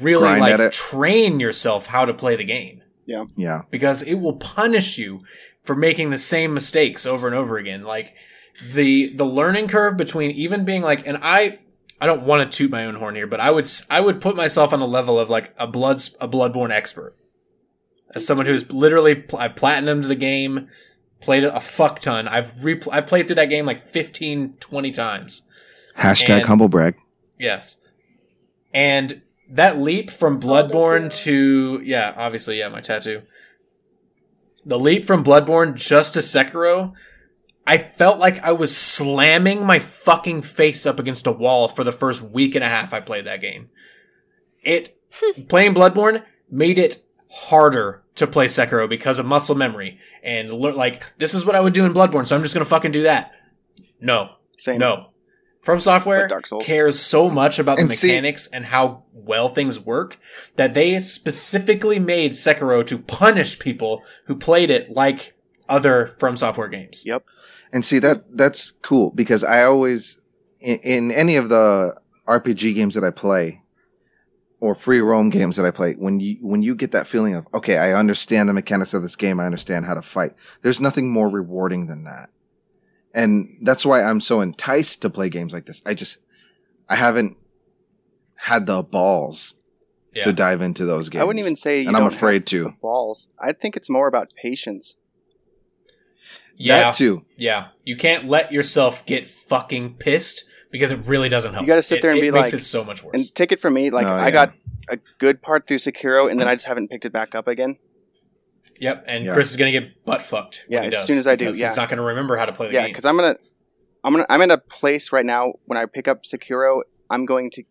[SPEAKER 3] really
[SPEAKER 4] Grind at
[SPEAKER 3] like
[SPEAKER 4] it.
[SPEAKER 3] train yourself how to play the game
[SPEAKER 4] yeah,
[SPEAKER 3] because it will punish you for making the same mistakes over and over again. Like the the learning curve between even being like and I I don't want to toot my own horn here, but I would s- I would put myself on the level of like a blood a bloodborne expert as someone who's literally pl- I platinumed the game, played it a fuck ton. I've re- I played through that game like 15 20 times.
[SPEAKER 4] hashtag
[SPEAKER 3] And-
[SPEAKER 4] humble brag.
[SPEAKER 3] Yes. And that leap from Bloodborne to yeah, obviously yeah, my tattoo. The leap from Bloodborne just to Sekiro, I felt like I was slamming my fucking face up against a wall for the first week and a half I played that game. It playing Bloodborne made it harder to play Sekiro because of muscle memory and lear- like this is what I would do in Bloodborne, so I'm just going to fucking do that. No,
[SPEAKER 1] Same.
[SPEAKER 3] no. From Software
[SPEAKER 1] But Dark Souls.
[SPEAKER 3] cares so much about the
[SPEAKER 4] And see-
[SPEAKER 3] mechanics and how well things work that they specifically made Sekiro to punish people who played it like other From Software games.
[SPEAKER 1] Yeah.
[SPEAKER 4] And see that that's cool because I always in, in any of the RPG games that I play or free roam games that I play, when you when you get that feeling of okay, I understand the mechanics of this game, I understand how to fight. There's nothing more rewarding than that. And that's why I'm so enticed to play games like this. I just I haven't had the balls
[SPEAKER 3] Yeah.
[SPEAKER 4] to dive into those games.
[SPEAKER 1] I wouldn't even say you
[SPEAKER 4] and I'm
[SPEAKER 1] don't have
[SPEAKER 4] afraid to.
[SPEAKER 1] balls. I think it's more about patience.
[SPEAKER 3] Yeah.
[SPEAKER 4] That too.
[SPEAKER 3] yeah. You can't let yourself get fucking pissed because it really doesn't help.
[SPEAKER 1] gotta sit
[SPEAKER 3] It-
[SPEAKER 1] there and
[SPEAKER 3] it
[SPEAKER 1] be
[SPEAKER 3] makes
[SPEAKER 1] like-
[SPEAKER 3] it so much worse.
[SPEAKER 1] And take it from me, like
[SPEAKER 4] No,
[SPEAKER 1] I
[SPEAKER 4] Oh, yeah.
[SPEAKER 1] got a good part through Sekiro, and
[SPEAKER 3] Mm.
[SPEAKER 1] then I just haven't picked it back up again.
[SPEAKER 3] yep. And
[SPEAKER 4] Yeah.
[SPEAKER 3] Chris is gonna get butt fucked. when
[SPEAKER 1] Yeah,
[SPEAKER 3] he
[SPEAKER 1] as
[SPEAKER 3] does,
[SPEAKER 1] soon as I do,
[SPEAKER 3] because
[SPEAKER 1] yeah.
[SPEAKER 3] he's not gonna remember how to play the
[SPEAKER 1] Yeah,
[SPEAKER 3] game.
[SPEAKER 1] because I'm gonna, I'm gonna, I'm in a place right now when I pick up Sekiro, I'm going to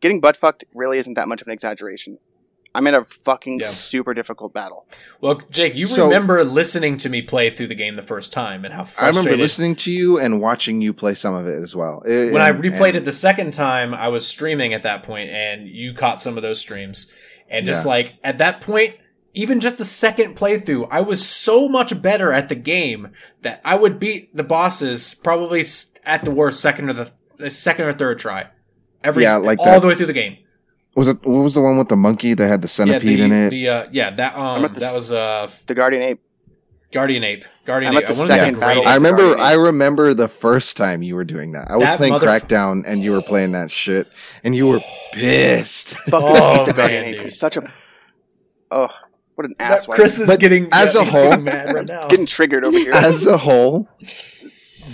[SPEAKER 1] getting butt fucked. Really, isn't that much of an exaggeration. I'm in a fucking
[SPEAKER 3] Yeah.
[SPEAKER 1] super difficult battle.
[SPEAKER 3] Well, Jake, you
[SPEAKER 4] So-
[SPEAKER 3] remember listening to me play through the game the first time and how
[SPEAKER 4] I
[SPEAKER 3] frustrated
[SPEAKER 4] remember listening to you and watching you play some of it as well. It-
[SPEAKER 3] when I
[SPEAKER 4] and-
[SPEAKER 3] replayed
[SPEAKER 4] and-
[SPEAKER 3] it the second time, I was streaming at that point, and you caught some of those streams. And just
[SPEAKER 4] Yeah.
[SPEAKER 3] like at that point, even just the second playthrough, I was so much better at the game that I would beat the bosses probably s- at the worst second or the, the second or third try. Every
[SPEAKER 4] Yeah, like
[SPEAKER 3] all
[SPEAKER 4] that
[SPEAKER 3] the way through the game.
[SPEAKER 4] Was it what was the one with the monkey that had the
[SPEAKER 3] Yeah,
[SPEAKER 4] centipede
[SPEAKER 3] the,
[SPEAKER 4] in it?
[SPEAKER 3] the, uh, yeah that um
[SPEAKER 1] at the
[SPEAKER 3] that
[SPEAKER 1] s-
[SPEAKER 3] was uh
[SPEAKER 1] The Guardian
[SPEAKER 3] *laughs*
[SPEAKER 1] Ape.
[SPEAKER 3] Guardian Ape. Guardian
[SPEAKER 1] I'm at
[SPEAKER 3] Ape.
[SPEAKER 1] the
[SPEAKER 3] I wanted to say
[SPEAKER 1] second
[SPEAKER 3] Great
[SPEAKER 1] battle.
[SPEAKER 3] Ape.
[SPEAKER 4] I remember
[SPEAKER 1] Guardian
[SPEAKER 4] I remember the first time you were doing that. I was
[SPEAKER 3] That
[SPEAKER 4] playing
[SPEAKER 3] motherf-
[SPEAKER 4] Crackdown and you were playing that shit and you were pissed.
[SPEAKER 1] Fucking
[SPEAKER 3] Oh,
[SPEAKER 1] hate the Guardian
[SPEAKER 3] man,
[SPEAKER 1] Ape.
[SPEAKER 3] dude.
[SPEAKER 1] He's such a, oh, what an
[SPEAKER 3] That-
[SPEAKER 1] ass.
[SPEAKER 3] Chris is
[SPEAKER 4] But
[SPEAKER 3] getting
[SPEAKER 4] as
[SPEAKER 3] yeah,
[SPEAKER 4] a
[SPEAKER 3] he's
[SPEAKER 4] whole-
[SPEAKER 3] *laughs*
[SPEAKER 4] *laughs*
[SPEAKER 3] getting mad right now.
[SPEAKER 1] getting triggered over here.
[SPEAKER 4] As a whole,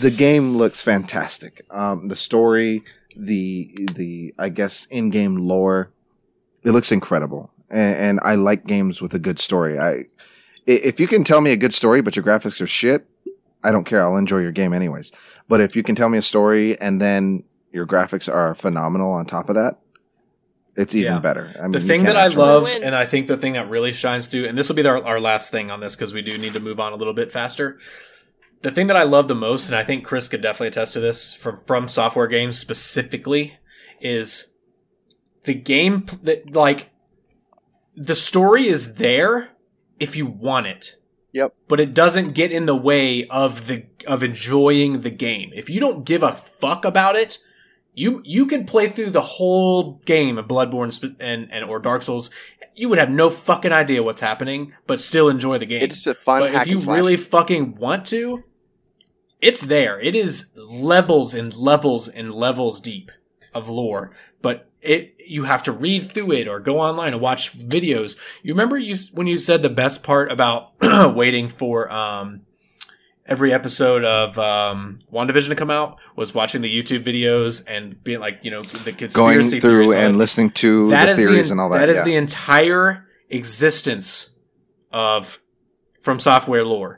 [SPEAKER 4] the game looks fantastic. Um, the story, the the I guess in-game lore, it looks incredible. And, and I like games with a good story. I i- if you can tell me a good story, but your graphics are shit, I don't care. I'll enjoy your game anyways. But if you can tell me a story and then your graphics are phenomenal on top of that, it's even
[SPEAKER 3] Yeah.
[SPEAKER 4] better. I mean,
[SPEAKER 3] the
[SPEAKER 4] you
[SPEAKER 3] thing
[SPEAKER 4] can't
[SPEAKER 3] that I
[SPEAKER 4] ask for
[SPEAKER 3] love,
[SPEAKER 2] Win-win.
[SPEAKER 3] and I think the thing that really shines through, and this will be our, our last thing on this because we do need to move on a little bit faster. The thing that I love the most, and I think Chris could definitely attest to this from from software games specifically, is the game pl- that like the story is there if you want it.
[SPEAKER 1] Yep.
[SPEAKER 3] But it doesn't get in the way of the of enjoying the game. If you don't give a fuck about it, you you could play through the whole game of Bloodborne sp- and and or Dark Souls. You would have no fucking idea what's happening, but still enjoy the game.
[SPEAKER 1] It's just a fun
[SPEAKER 3] but
[SPEAKER 1] hack
[SPEAKER 3] if you
[SPEAKER 1] and slash.
[SPEAKER 3] really fucking want to, it's there. It is levels and levels and levels deep of lore, but it you have to read through it or go online and watch videos. You remember you when you said the best part about *clears throat* waiting for um every episode of um WandaVision to come out was watching the YouTube videos and being like, you know, the conspiracy
[SPEAKER 4] going
[SPEAKER 3] theories
[SPEAKER 4] through
[SPEAKER 3] on it.
[SPEAKER 4] and listening to
[SPEAKER 3] That
[SPEAKER 4] the
[SPEAKER 3] is
[SPEAKER 4] theories
[SPEAKER 3] the,
[SPEAKER 4] and all that.
[SPEAKER 3] That is
[SPEAKER 4] yeah.
[SPEAKER 3] the entire existence of from software lore.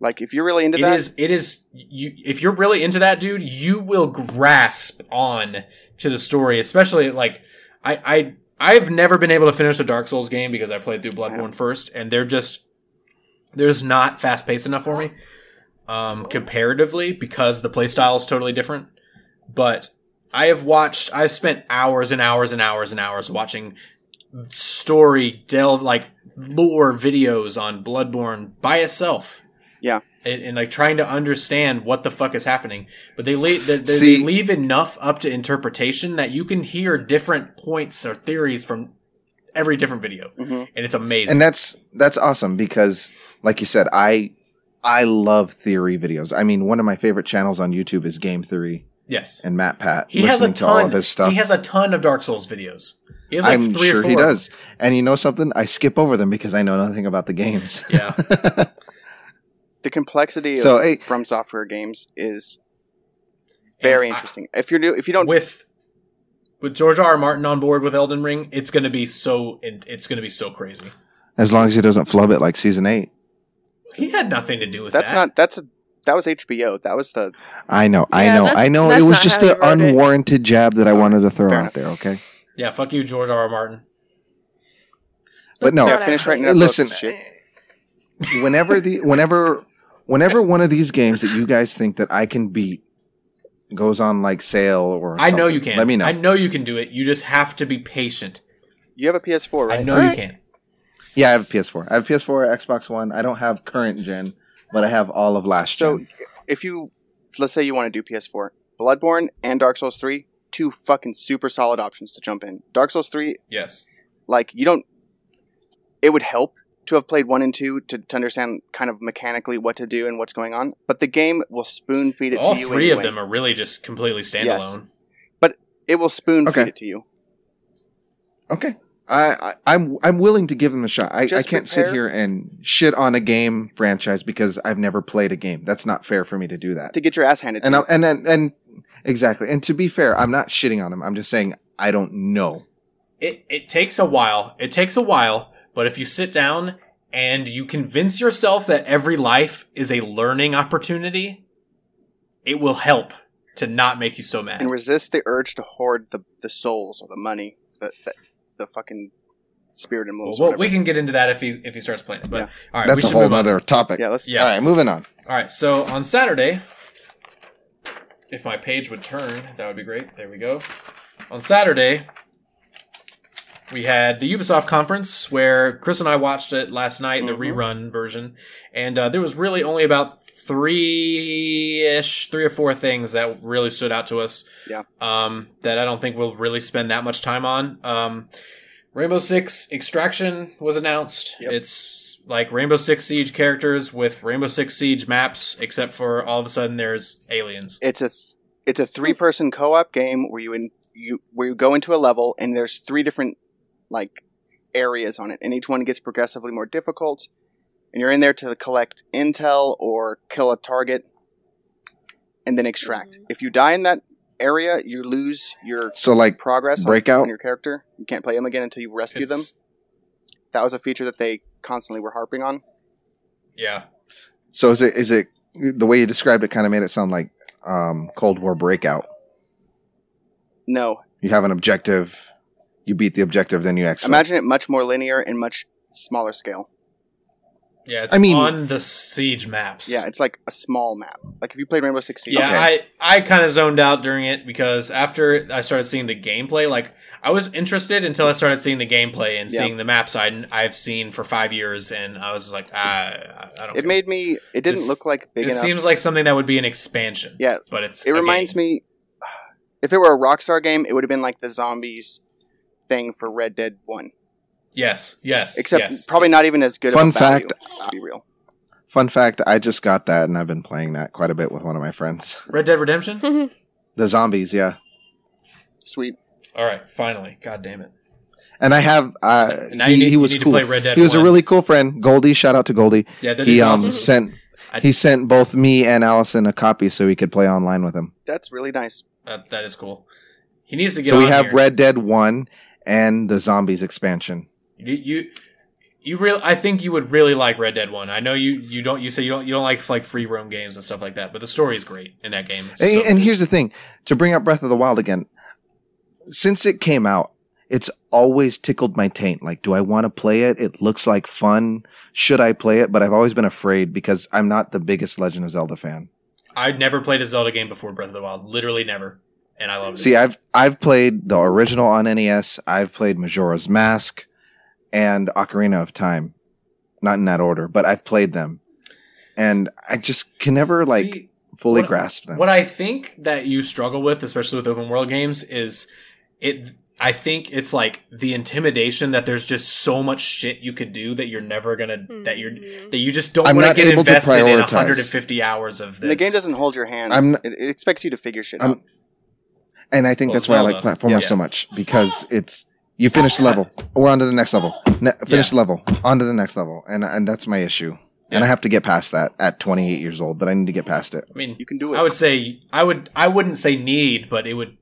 [SPEAKER 1] Like if you're really into
[SPEAKER 3] It
[SPEAKER 1] that,
[SPEAKER 3] is. It is. You, if you're really into that, dude, you will grasp on to the story. Especially like I, I, I've never been able to finish a Dark Souls game because I played through Bloodborne first, and they're just there's not fast paced enough for me, um, comparatively because the playstyle is totally different. But I have watched. I've spent hours and hours and hours and hours watching story delve like lore videos on Bloodborne by itself.
[SPEAKER 1] Yeah.
[SPEAKER 3] And, and, like trying to understand what the fuck is happening, but they leave they, they,
[SPEAKER 4] See-
[SPEAKER 3] they leave enough up to interpretation that you can hear different points or theories from every different video,
[SPEAKER 1] Mhm.
[SPEAKER 3] and it's amazing.
[SPEAKER 4] and that's that's awesome because like you said i i love theory videos i mean one of my favorite channels on youtube is game theory
[SPEAKER 3] yes,
[SPEAKER 4] and matt pat
[SPEAKER 3] he has a
[SPEAKER 4] to all
[SPEAKER 3] ton.
[SPEAKER 4] of his stuff
[SPEAKER 3] He has a ton of Dark Souls videos. He has like
[SPEAKER 4] i'm
[SPEAKER 3] three
[SPEAKER 4] sure
[SPEAKER 3] or four.
[SPEAKER 4] he does and you know something i skip over them because i know nothing about the games *laughs*
[SPEAKER 3] Yeah,
[SPEAKER 1] the complexity
[SPEAKER 4] so
[SPEAKER 1] of
[SPEAKER 4] hey
[SPEAKER 1] from software games is very
[SPEAKER 3] And I-
[SPEAKER 1] interesting. If you're new, if you don't,
[SPEAKER 3] with with George R. R. Martin on board with Elden Ring, it's gonna be so. and It's gonna be so crazy.
[SPEAKER 4] as long as he doesn't flub it like season 8
[SPEAKER 3] He had nothing to do with
[SPEAKER 1] that's
[SPEAKER 3] that.
[SPEAKER 1] not that's a that was HBO. That was the
[SPEAKER 4] i know i
[SPEAKER 2] Yeah,
[SPEAKER 4] know
[SPEAKER 2] that's-
[SPEAKER 4] i know it
[SPEAKER 2] that's
[SPEAKER 4] was
[SPEAKER 2] not
[SPEAKER 4] just
[SPEAKER 2] how
[SPEAKER 4] an
[SPEAKER 2] he wrote it.
[SPEAKER 4] unwarranted jab that i
[SPEAKER 1] All right,
[SPEAKER 4] wanted to throw
[SPEAKER 1] fair
[SPEAKER 4] out there okay
[SPEAKER 3] yeah, fuck you, George R. R. Martin.
[SPEAKER 4] but no
[SPEAKER 1] yeah, finish writing that book,
[SPEAKER 4] listen eh,
[SPEAKER 1] shit.
[SPEAKER 3] eh,
[SPEAKER 4] whenever the whenever whenever one of these games that you guys think that i can beat goes on like sale or
[SPEAKER 3] I know
[SPEAKER 4] something,
[SPEAKER 3] you can.
[SPEAKER 4] let me know
[SPEAKER 3] I know you can do it. You just have to be patient.
[SPEAKER 1] You have a PS4, right?
[SPEAKER 3] I know
[SPEAKER 2] All
[SPEAKER 3] you
[SPEAKER 2] right.
[SPEAKER 3] can.
[SPEAKER 4] yeah i have a ps4 i have ps4 xbox one i don't have current gen but i have all of last
[SPEAKER 1] So
[SPEAKER 4] gen
[SPEAKER 1] if you let's say you want to do PS4, Bloodborne and Dark Souls 3, two fucking super solid options to jump in. Dark Souls 3,
[SPEAKER 3] Yes.
[SPEAKER 1] like you don't it would help to have played 1 and 2 to, to understand kind of mechanically what to do and what's going on, but the game will spoon feed it
[SPEAKER 3] All
[SPEAKER 1] to you
[SPEAKER 3] three of
[SPEAKER 1] anyway.
[SPEAKER 3] them are really just completely standalone.
[SPEAKER 1] It will spoon
[SPEAKER 4] Okay.
[SPEAKER 1] feed it to you.
[SPEAKER 4] okay I, I i'm i'm willing to give them a shot i, I
[SPEAKER 1] Just
[SPEAKER 4] can't sit
[SPEAKER 1] prepare-
[SPEAKER 4] here and shit on a game franchise because i've never played a game that's not fair for me to do that
[SPEAKER 1] To get your ass handed
[SPEAKER 4] and
[SPEAKER 1] to
[SPEAKER 4] I'm, and and and exactly and to be fair i'm not shitting on them i'm just saying i don't know
[SPEAKER 3] It it takes a while. It takes a while, but if you sit down and you convince yourself that every life is a learning opportunity, it will help to not make you so
[SPEAKER 1] you
[SPEAKER 3] mad.
[SPEAKER 1] and resist the urge to hoard the, the souls or the money, the the, the fucking spirit
[SPEAKER 3] well,
[SPEAKER 1] emblems.
[SPEAKER 3] well,
[SPEAKER 1] or
[SPEAKER 3] we
[SPEAKER 1] whatever.
[SPEAKER 3] can get into that if he if he starts playing it. But
[SPEAKER 1] Yeah.
[SPEAKER 3] all right, we
[SPEAKER 4] that's a
[SPEAKER 3] should
[SPEAKER 4] whole
[SPEAKER 3] move on.
[SPEAKER 4] other topic
[SPEAKER 1] yeah, let's
[SPEAKER 3] Yeah.
[SPEAKER 4] all right moving on
[SPEAKER 3] All right, so on Saturday, if my page would turn, that would be great. There we go. On Saturday, we had the Ubisoft conference where Chris and I watched it last night,
[SPEAKER 1] Mhm.
[SPEAKER 3] the rerun version, and uh, there was really only about three ish, three or four things that really stood out to us.
[SPEAKER 1] Yeah.
[SPEAKER 3] Um, that I don't think we'll really spend that much time on. Um, Rainbow Six Extraction was announced.
[SPEAKER 1] Yep.
[SPEAKER 3] It's like Rainbow Six Siege characters with Rainbow Six Siege maps, except for all of a sudden there's aliens.
[SPEAKER 1] it's a th- it's a three person co op game where you in you where you go into a level and there's three different like areas on it and each one gets progressively more difficult and you're in there to collect intel or kill a target and then extract. If you die in that area, you lose your
[SPEAKER 4] So like
[SPEAKER 1] progress on-
[SPEAKER 4] Breakout?
[SPEAKER 1] on your character. You can't play them again until you rescue them.
[SPEAKER 3] It's-
[SPEAKER 1] That was a feature that they constantly were harping on.
[SPEAKER 3] Yeah.
[SPEAKER 4] so is it is it the way you described it kind of made it sound like um, Cold War breakout.
[SPEAKER 1] No,
[SPEAKER 4] You have an objective, you beat the objective, then you exfil.
[SPEAKER 1] imagine it much more linear and much smaller scale.
[SPEAKER 3] Yeah. It's
[SPEAKER 4] I mean-
[SPEAKER 3] on the siege maps.
[SPEAKER 1] Yeah, it's like a small map. Like if you played Rainbow Six Siege,
[SPEAKER 3] Yeah, I, I kind of zoned out during it because after I started seeing the gameplay, like I was interested until I started seeing the gameplay and
[SPEAKER 1] Yeah.
[SPEAKER 3] seeing the maps I, I've seen for five years, and I was just like, ah, I don't.
[SPEAKER 1] it
[SPEAKER 3] care.
[SPEAKER 1] made me. It didn't
[SPEAKER 3] This-
[SPEAKER 1] look like big
[SPEAKER 3] it
[SPEAKER 1] enough.
[SPEAKER 3] seems like something that would be an expansion.
[SPEAKER 1] Yeah,
[SPEAKER 3] but it's
[SPEAKER 1] it reminds me. If it were a Rockstar game, it would have been like the zombies thing for Red Dead One,
[SPEAKER 3] Yes, yes,
[SPEAKER 1] except
[SPEAKER 3] yes.
[SPEAKER 1] probably not even as good.
[SPEAKER 4] Fun
[SPEAKER 1] of a value,
[SPEAKER 4] fact-
[SPEAKER 1] to be real.
[SPEAKER 4] Fun fact: I just got that, and I've been playing that quite a bit with one of my friends.
[SPEAKER 3] Red Dead Redemption.
[SPEAKER 2] *laughs*
[SPEAKER 4] The zombies, yeah.
[SPEAKER 1] Sweet.
[SPEAKER 3] All right, finally, god damn it!
[SPEAKER 4] And I have uh,
[SPEAKER 3] Now
[SPEAKER 4] he,
[SPEAKER 3] you need,
[SPEAKER 4] he was
[SPEAKER 3] you need
[SPEAKER 4] cool.
[SPEAKER 3] to play Red Dead.
[SPEAKER 4] He was a
[SPEAKER 3] 1.
[SPEAKER 4] really cool friend, Goldie. Shout out to Goldie.
[SPEAKER 3] yeah. That
[SPEAKER 4] he
[SPEAKER 3] dude's
[SPEAKER 4] um
[SPEAKER 3] awesome.
[SPEAKER 4] sent
[SPEAKER 3] I-
[SPEAKER 4] he sent both me and Allison a copy so we could play online with him.
[SPEAKER 1] That's really nice.
[SPEAKER 3] That, Uh, that is cool. He needs to get.
[SPEAKER 4] So we
[SPEAKER 3] on
[SPEAKER 4] have
[SPEAKER 3] here.
[SPEAKER 4] Red Dead One and the Zombies expansion.
[SPEAKER 3] You, you, you real. I think you would really like Red Dead One. I know you. You don't. You say you don't. You don't like like free roam games and stuff like that. But the story is great in that game. So-
[SPEAKER 4] And, and here's the thing: to bring up Breath of the Wild again, since it came out, it's always tickled my taint. Like, do I want to play it? It looks like fun. Should I play it? But I've always been afraid because I'm not the biggest Legend of Zelda fan.
[SPEAKER 3] I'd never played a Zelda game before Breath of the Wild. Literally never. And I love it.
[SPEAKER 4] See, I've I've played the original on NES. I've played Majora's Mask and Ocarina of Time, not in that order, but I've played them, and I just can never like
[SPEAKER 3] See,
[SPEAKER 4] fully
[SPEAKER 3] what-
[SPEAKER 4] grasp them.
[SPEAKER 3] What I think that you struggle with, especially with open world games, is it. I think it's like the intimidation that there's just so much shit you could do that you're never gonna *laughs* that you're
[SPEAKER 1] Hmm.
[SPEAKER 3] that you just don't
[SPEAKER 4] I'm
[SPEAKER 3] want to
[SPEAKER 4] not
[SPEAKER 3] get
[SPEAKER 4] able to
[SPEAKER 3] invested in
[SPEAKER 4] prioritize.
[SPEAKER 3] 150 hours of this.
[SPEAKER 1] And the game doesn't hold your hand.
[SPEAKER 4] I'm-
[SPEAKER 1] it, it expects you to figure shit
[SPEAKER 4] I'm-
[SPEAKER 1] out.
[SPEAKER 4] And I think
[SPEAKER 3] Well,
[SPEAKER 4] that's why I like
[SPEAKER 3] Zelda.
[SPEAKER 4] platformers
[SPEAKER 3] Yeah.
[SPEAKER 4] so much because it's you finish the level, we're on to the next level, ne- finish the level, on to the next level, and and that's my issue. And
[SPEAKER 3] Yeah.
[SPEAKER 4] I have to get past that at 28 years old, but I need to get past it.
[SPEAKER 3] I mean,
[SPEAKER 1] You can do it.
[SPEAKER 3] I would say I would I wouldn't say need, but it would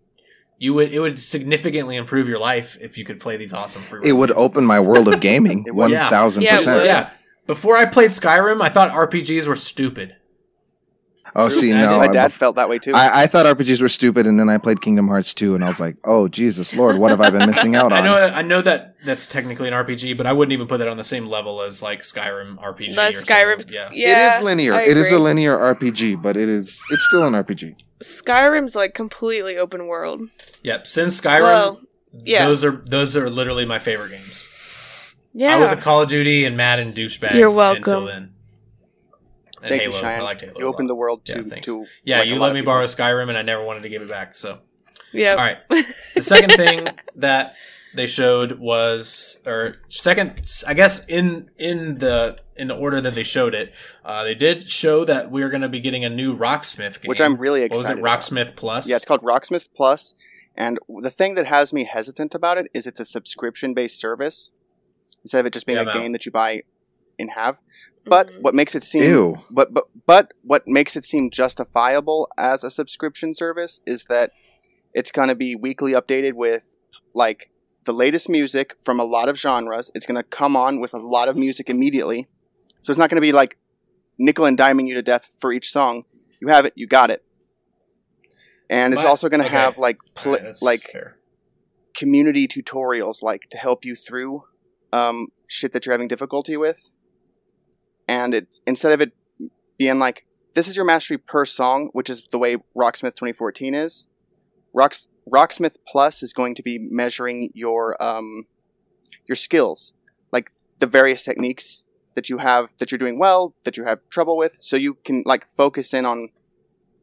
[SPEAKER 3] you would it would significantly improve your life if you could play these awesome free.
[SPEAKER 4] It would
[SPEAKER 3] roam
[SPEAKER 4] open my world
[SPEAKER 3] *laughs*
[SPEAKER 4] of gaming
[SPEAKER 1] It would.
[SPEAKER 3] Yeah.
[SPEAKER 2] Yeah,
[SPEAKER 4] 1000%.
[SPEAKER 2] it
[SPEAKER 3] games.
[SPEAKER 2] open- would.
[SPEAKER 3] yeah. Before I played Skyrim, I thought RPGs were stupid.
[SPEAKER 4] Oh,
[SPEAKER 1] True.
[SPEAKER 4] see,
[SPEAKER 3] And I
[SPEAKER 4] no.
[SPEAKER 3] did-
[SPEAKER 1] My
[SPEAKER 4] I-
[SPEAKER 1] dad felt that way too.
[SPEAKER 4] I, I thought RPGs were stupid, and then I played Kingdom Hearts 2, and I was like, oh, Jesus Lord, what have I been
[SPEAKER 3] *laughs*
[SPEAKER 4] missing out
[SPEAKER 3] I
[SPEAKER 4] on?
[SPEAKER 3] know I know that that's technically an RPG, but I wouldn't even put that on the same level as like Skyrim RPG.
[SPEAKER 2] That's
[SPEAKER 3] or
[SPEAKER 2] Skyrim.
[SPEAKER 3] something. Yeah.
[SPEAKER 4] it is linear.
[SPEAKER 2] I
[SPEAKER 4] It is a
[SPEAKER 2] agree.
[SPEAKER 4] linear RPG, but it is it's still an RPG.
[SPEAKER 2] Skyrim's like completely open world.
[SPEAKER 3] Yep. Since Skyrim,
[SPEAKER 2] Well, yeah.
[SPEAKER 3] those are those are literally my favorite games.
[SPEAKER 2] Yeah.
[SPEAKER 3] I was a Call of Duty and Madden douchebag.
[SPEAKER 2] You're welcome.
[SPEAKER 3] Until then. And
[SPEAKER 1] Thank
[SPEAKER 3] Halo.
[SPEAKER 1] you,
[SPEAKER 3] I
[SPEAKER 1] Cheyenne.
[SPEAKER 3] liked Halo.
[SPEAKER 1] you opened
[SPEAKER 3] a
[SPEAKER 1] the
[SPEAKER 3] lot.
[SPEAKER 1] world
[SPEAKER 3] Yeah,
[SPEAKER 1] to
[SPEAKER 3] thanks.
[SPEAKER 1] to
[SPEAKER 3] Yeah,
[SPEAKER 1] like, a
[SPEAKER 3] you
[SPEAKER 1] lot
[SPEAKER 3] let
[SPEAKER 1] of
[SPEAKER 3] me borrow Skyrim, and I never wanted to give it back. So,
[SPEAKER 2] yeah.
[SPEAKER 3] all right. The
[SPEAKER 2] *laughs*
[SPEAKER 3] second thing that they showed was, or second, I guess in in the in the order that they showed it, uh, they did show that we are going to be getting a new Rocksmith game,
[SPEAKER 1] people, which I'm really
[SPEAKER 3] what was
[SPEAKER 1] excited.
[SPEAKER 3] it,
[SPEAKER 1] about.
[SPEAKER 3] Rocksmith Plus?
[SPEAKER 1] Yeah, it's called Rocksmith Plus, and the thing that has me hesitant about it is it's a subscription-based service instead of it just being
[SPEAKER 3] Yeah,
[SPEAKER 1] a
[SPEAKER 3] no.
[SPEAKER 1] game that you buy and have. But
[SPEAKER 2] Mhm.
[SPEAKER 1] what makes it seem
[SPEAKER 4] Ew.
[SPEAKER 1] but but but what makes it seem justifiable as a subscription service is that it's going to be weekly updated with like the latest music from a lot of genres. It's going to come on with a lot of music immediately, so it's not going to be like nickel and diming you to death for each song. You have it, you got it, and it's
[SPEAKER 3] But-
[SPEAKER 1] also going to
[SPEAKER 3] okay.
[SPEAKER 1] have like
[SPEAKER 3] All
[SPEAKER 1] pl-
[SPEAKER 3] right, that's
[SPEAKER 1] like
[SPEAKER 3] fair.
[SPEAKER 1] community tutorials like to help you through um, shit that you're having difficulty with and it's instead of it being like this is your mastery per song which is the way rocksmith 2014 is Rocks- rocksmith plus is going to be measuring your um, your skills like the various techniques that you have that you're doing well that you have trouble with so you can like focus in on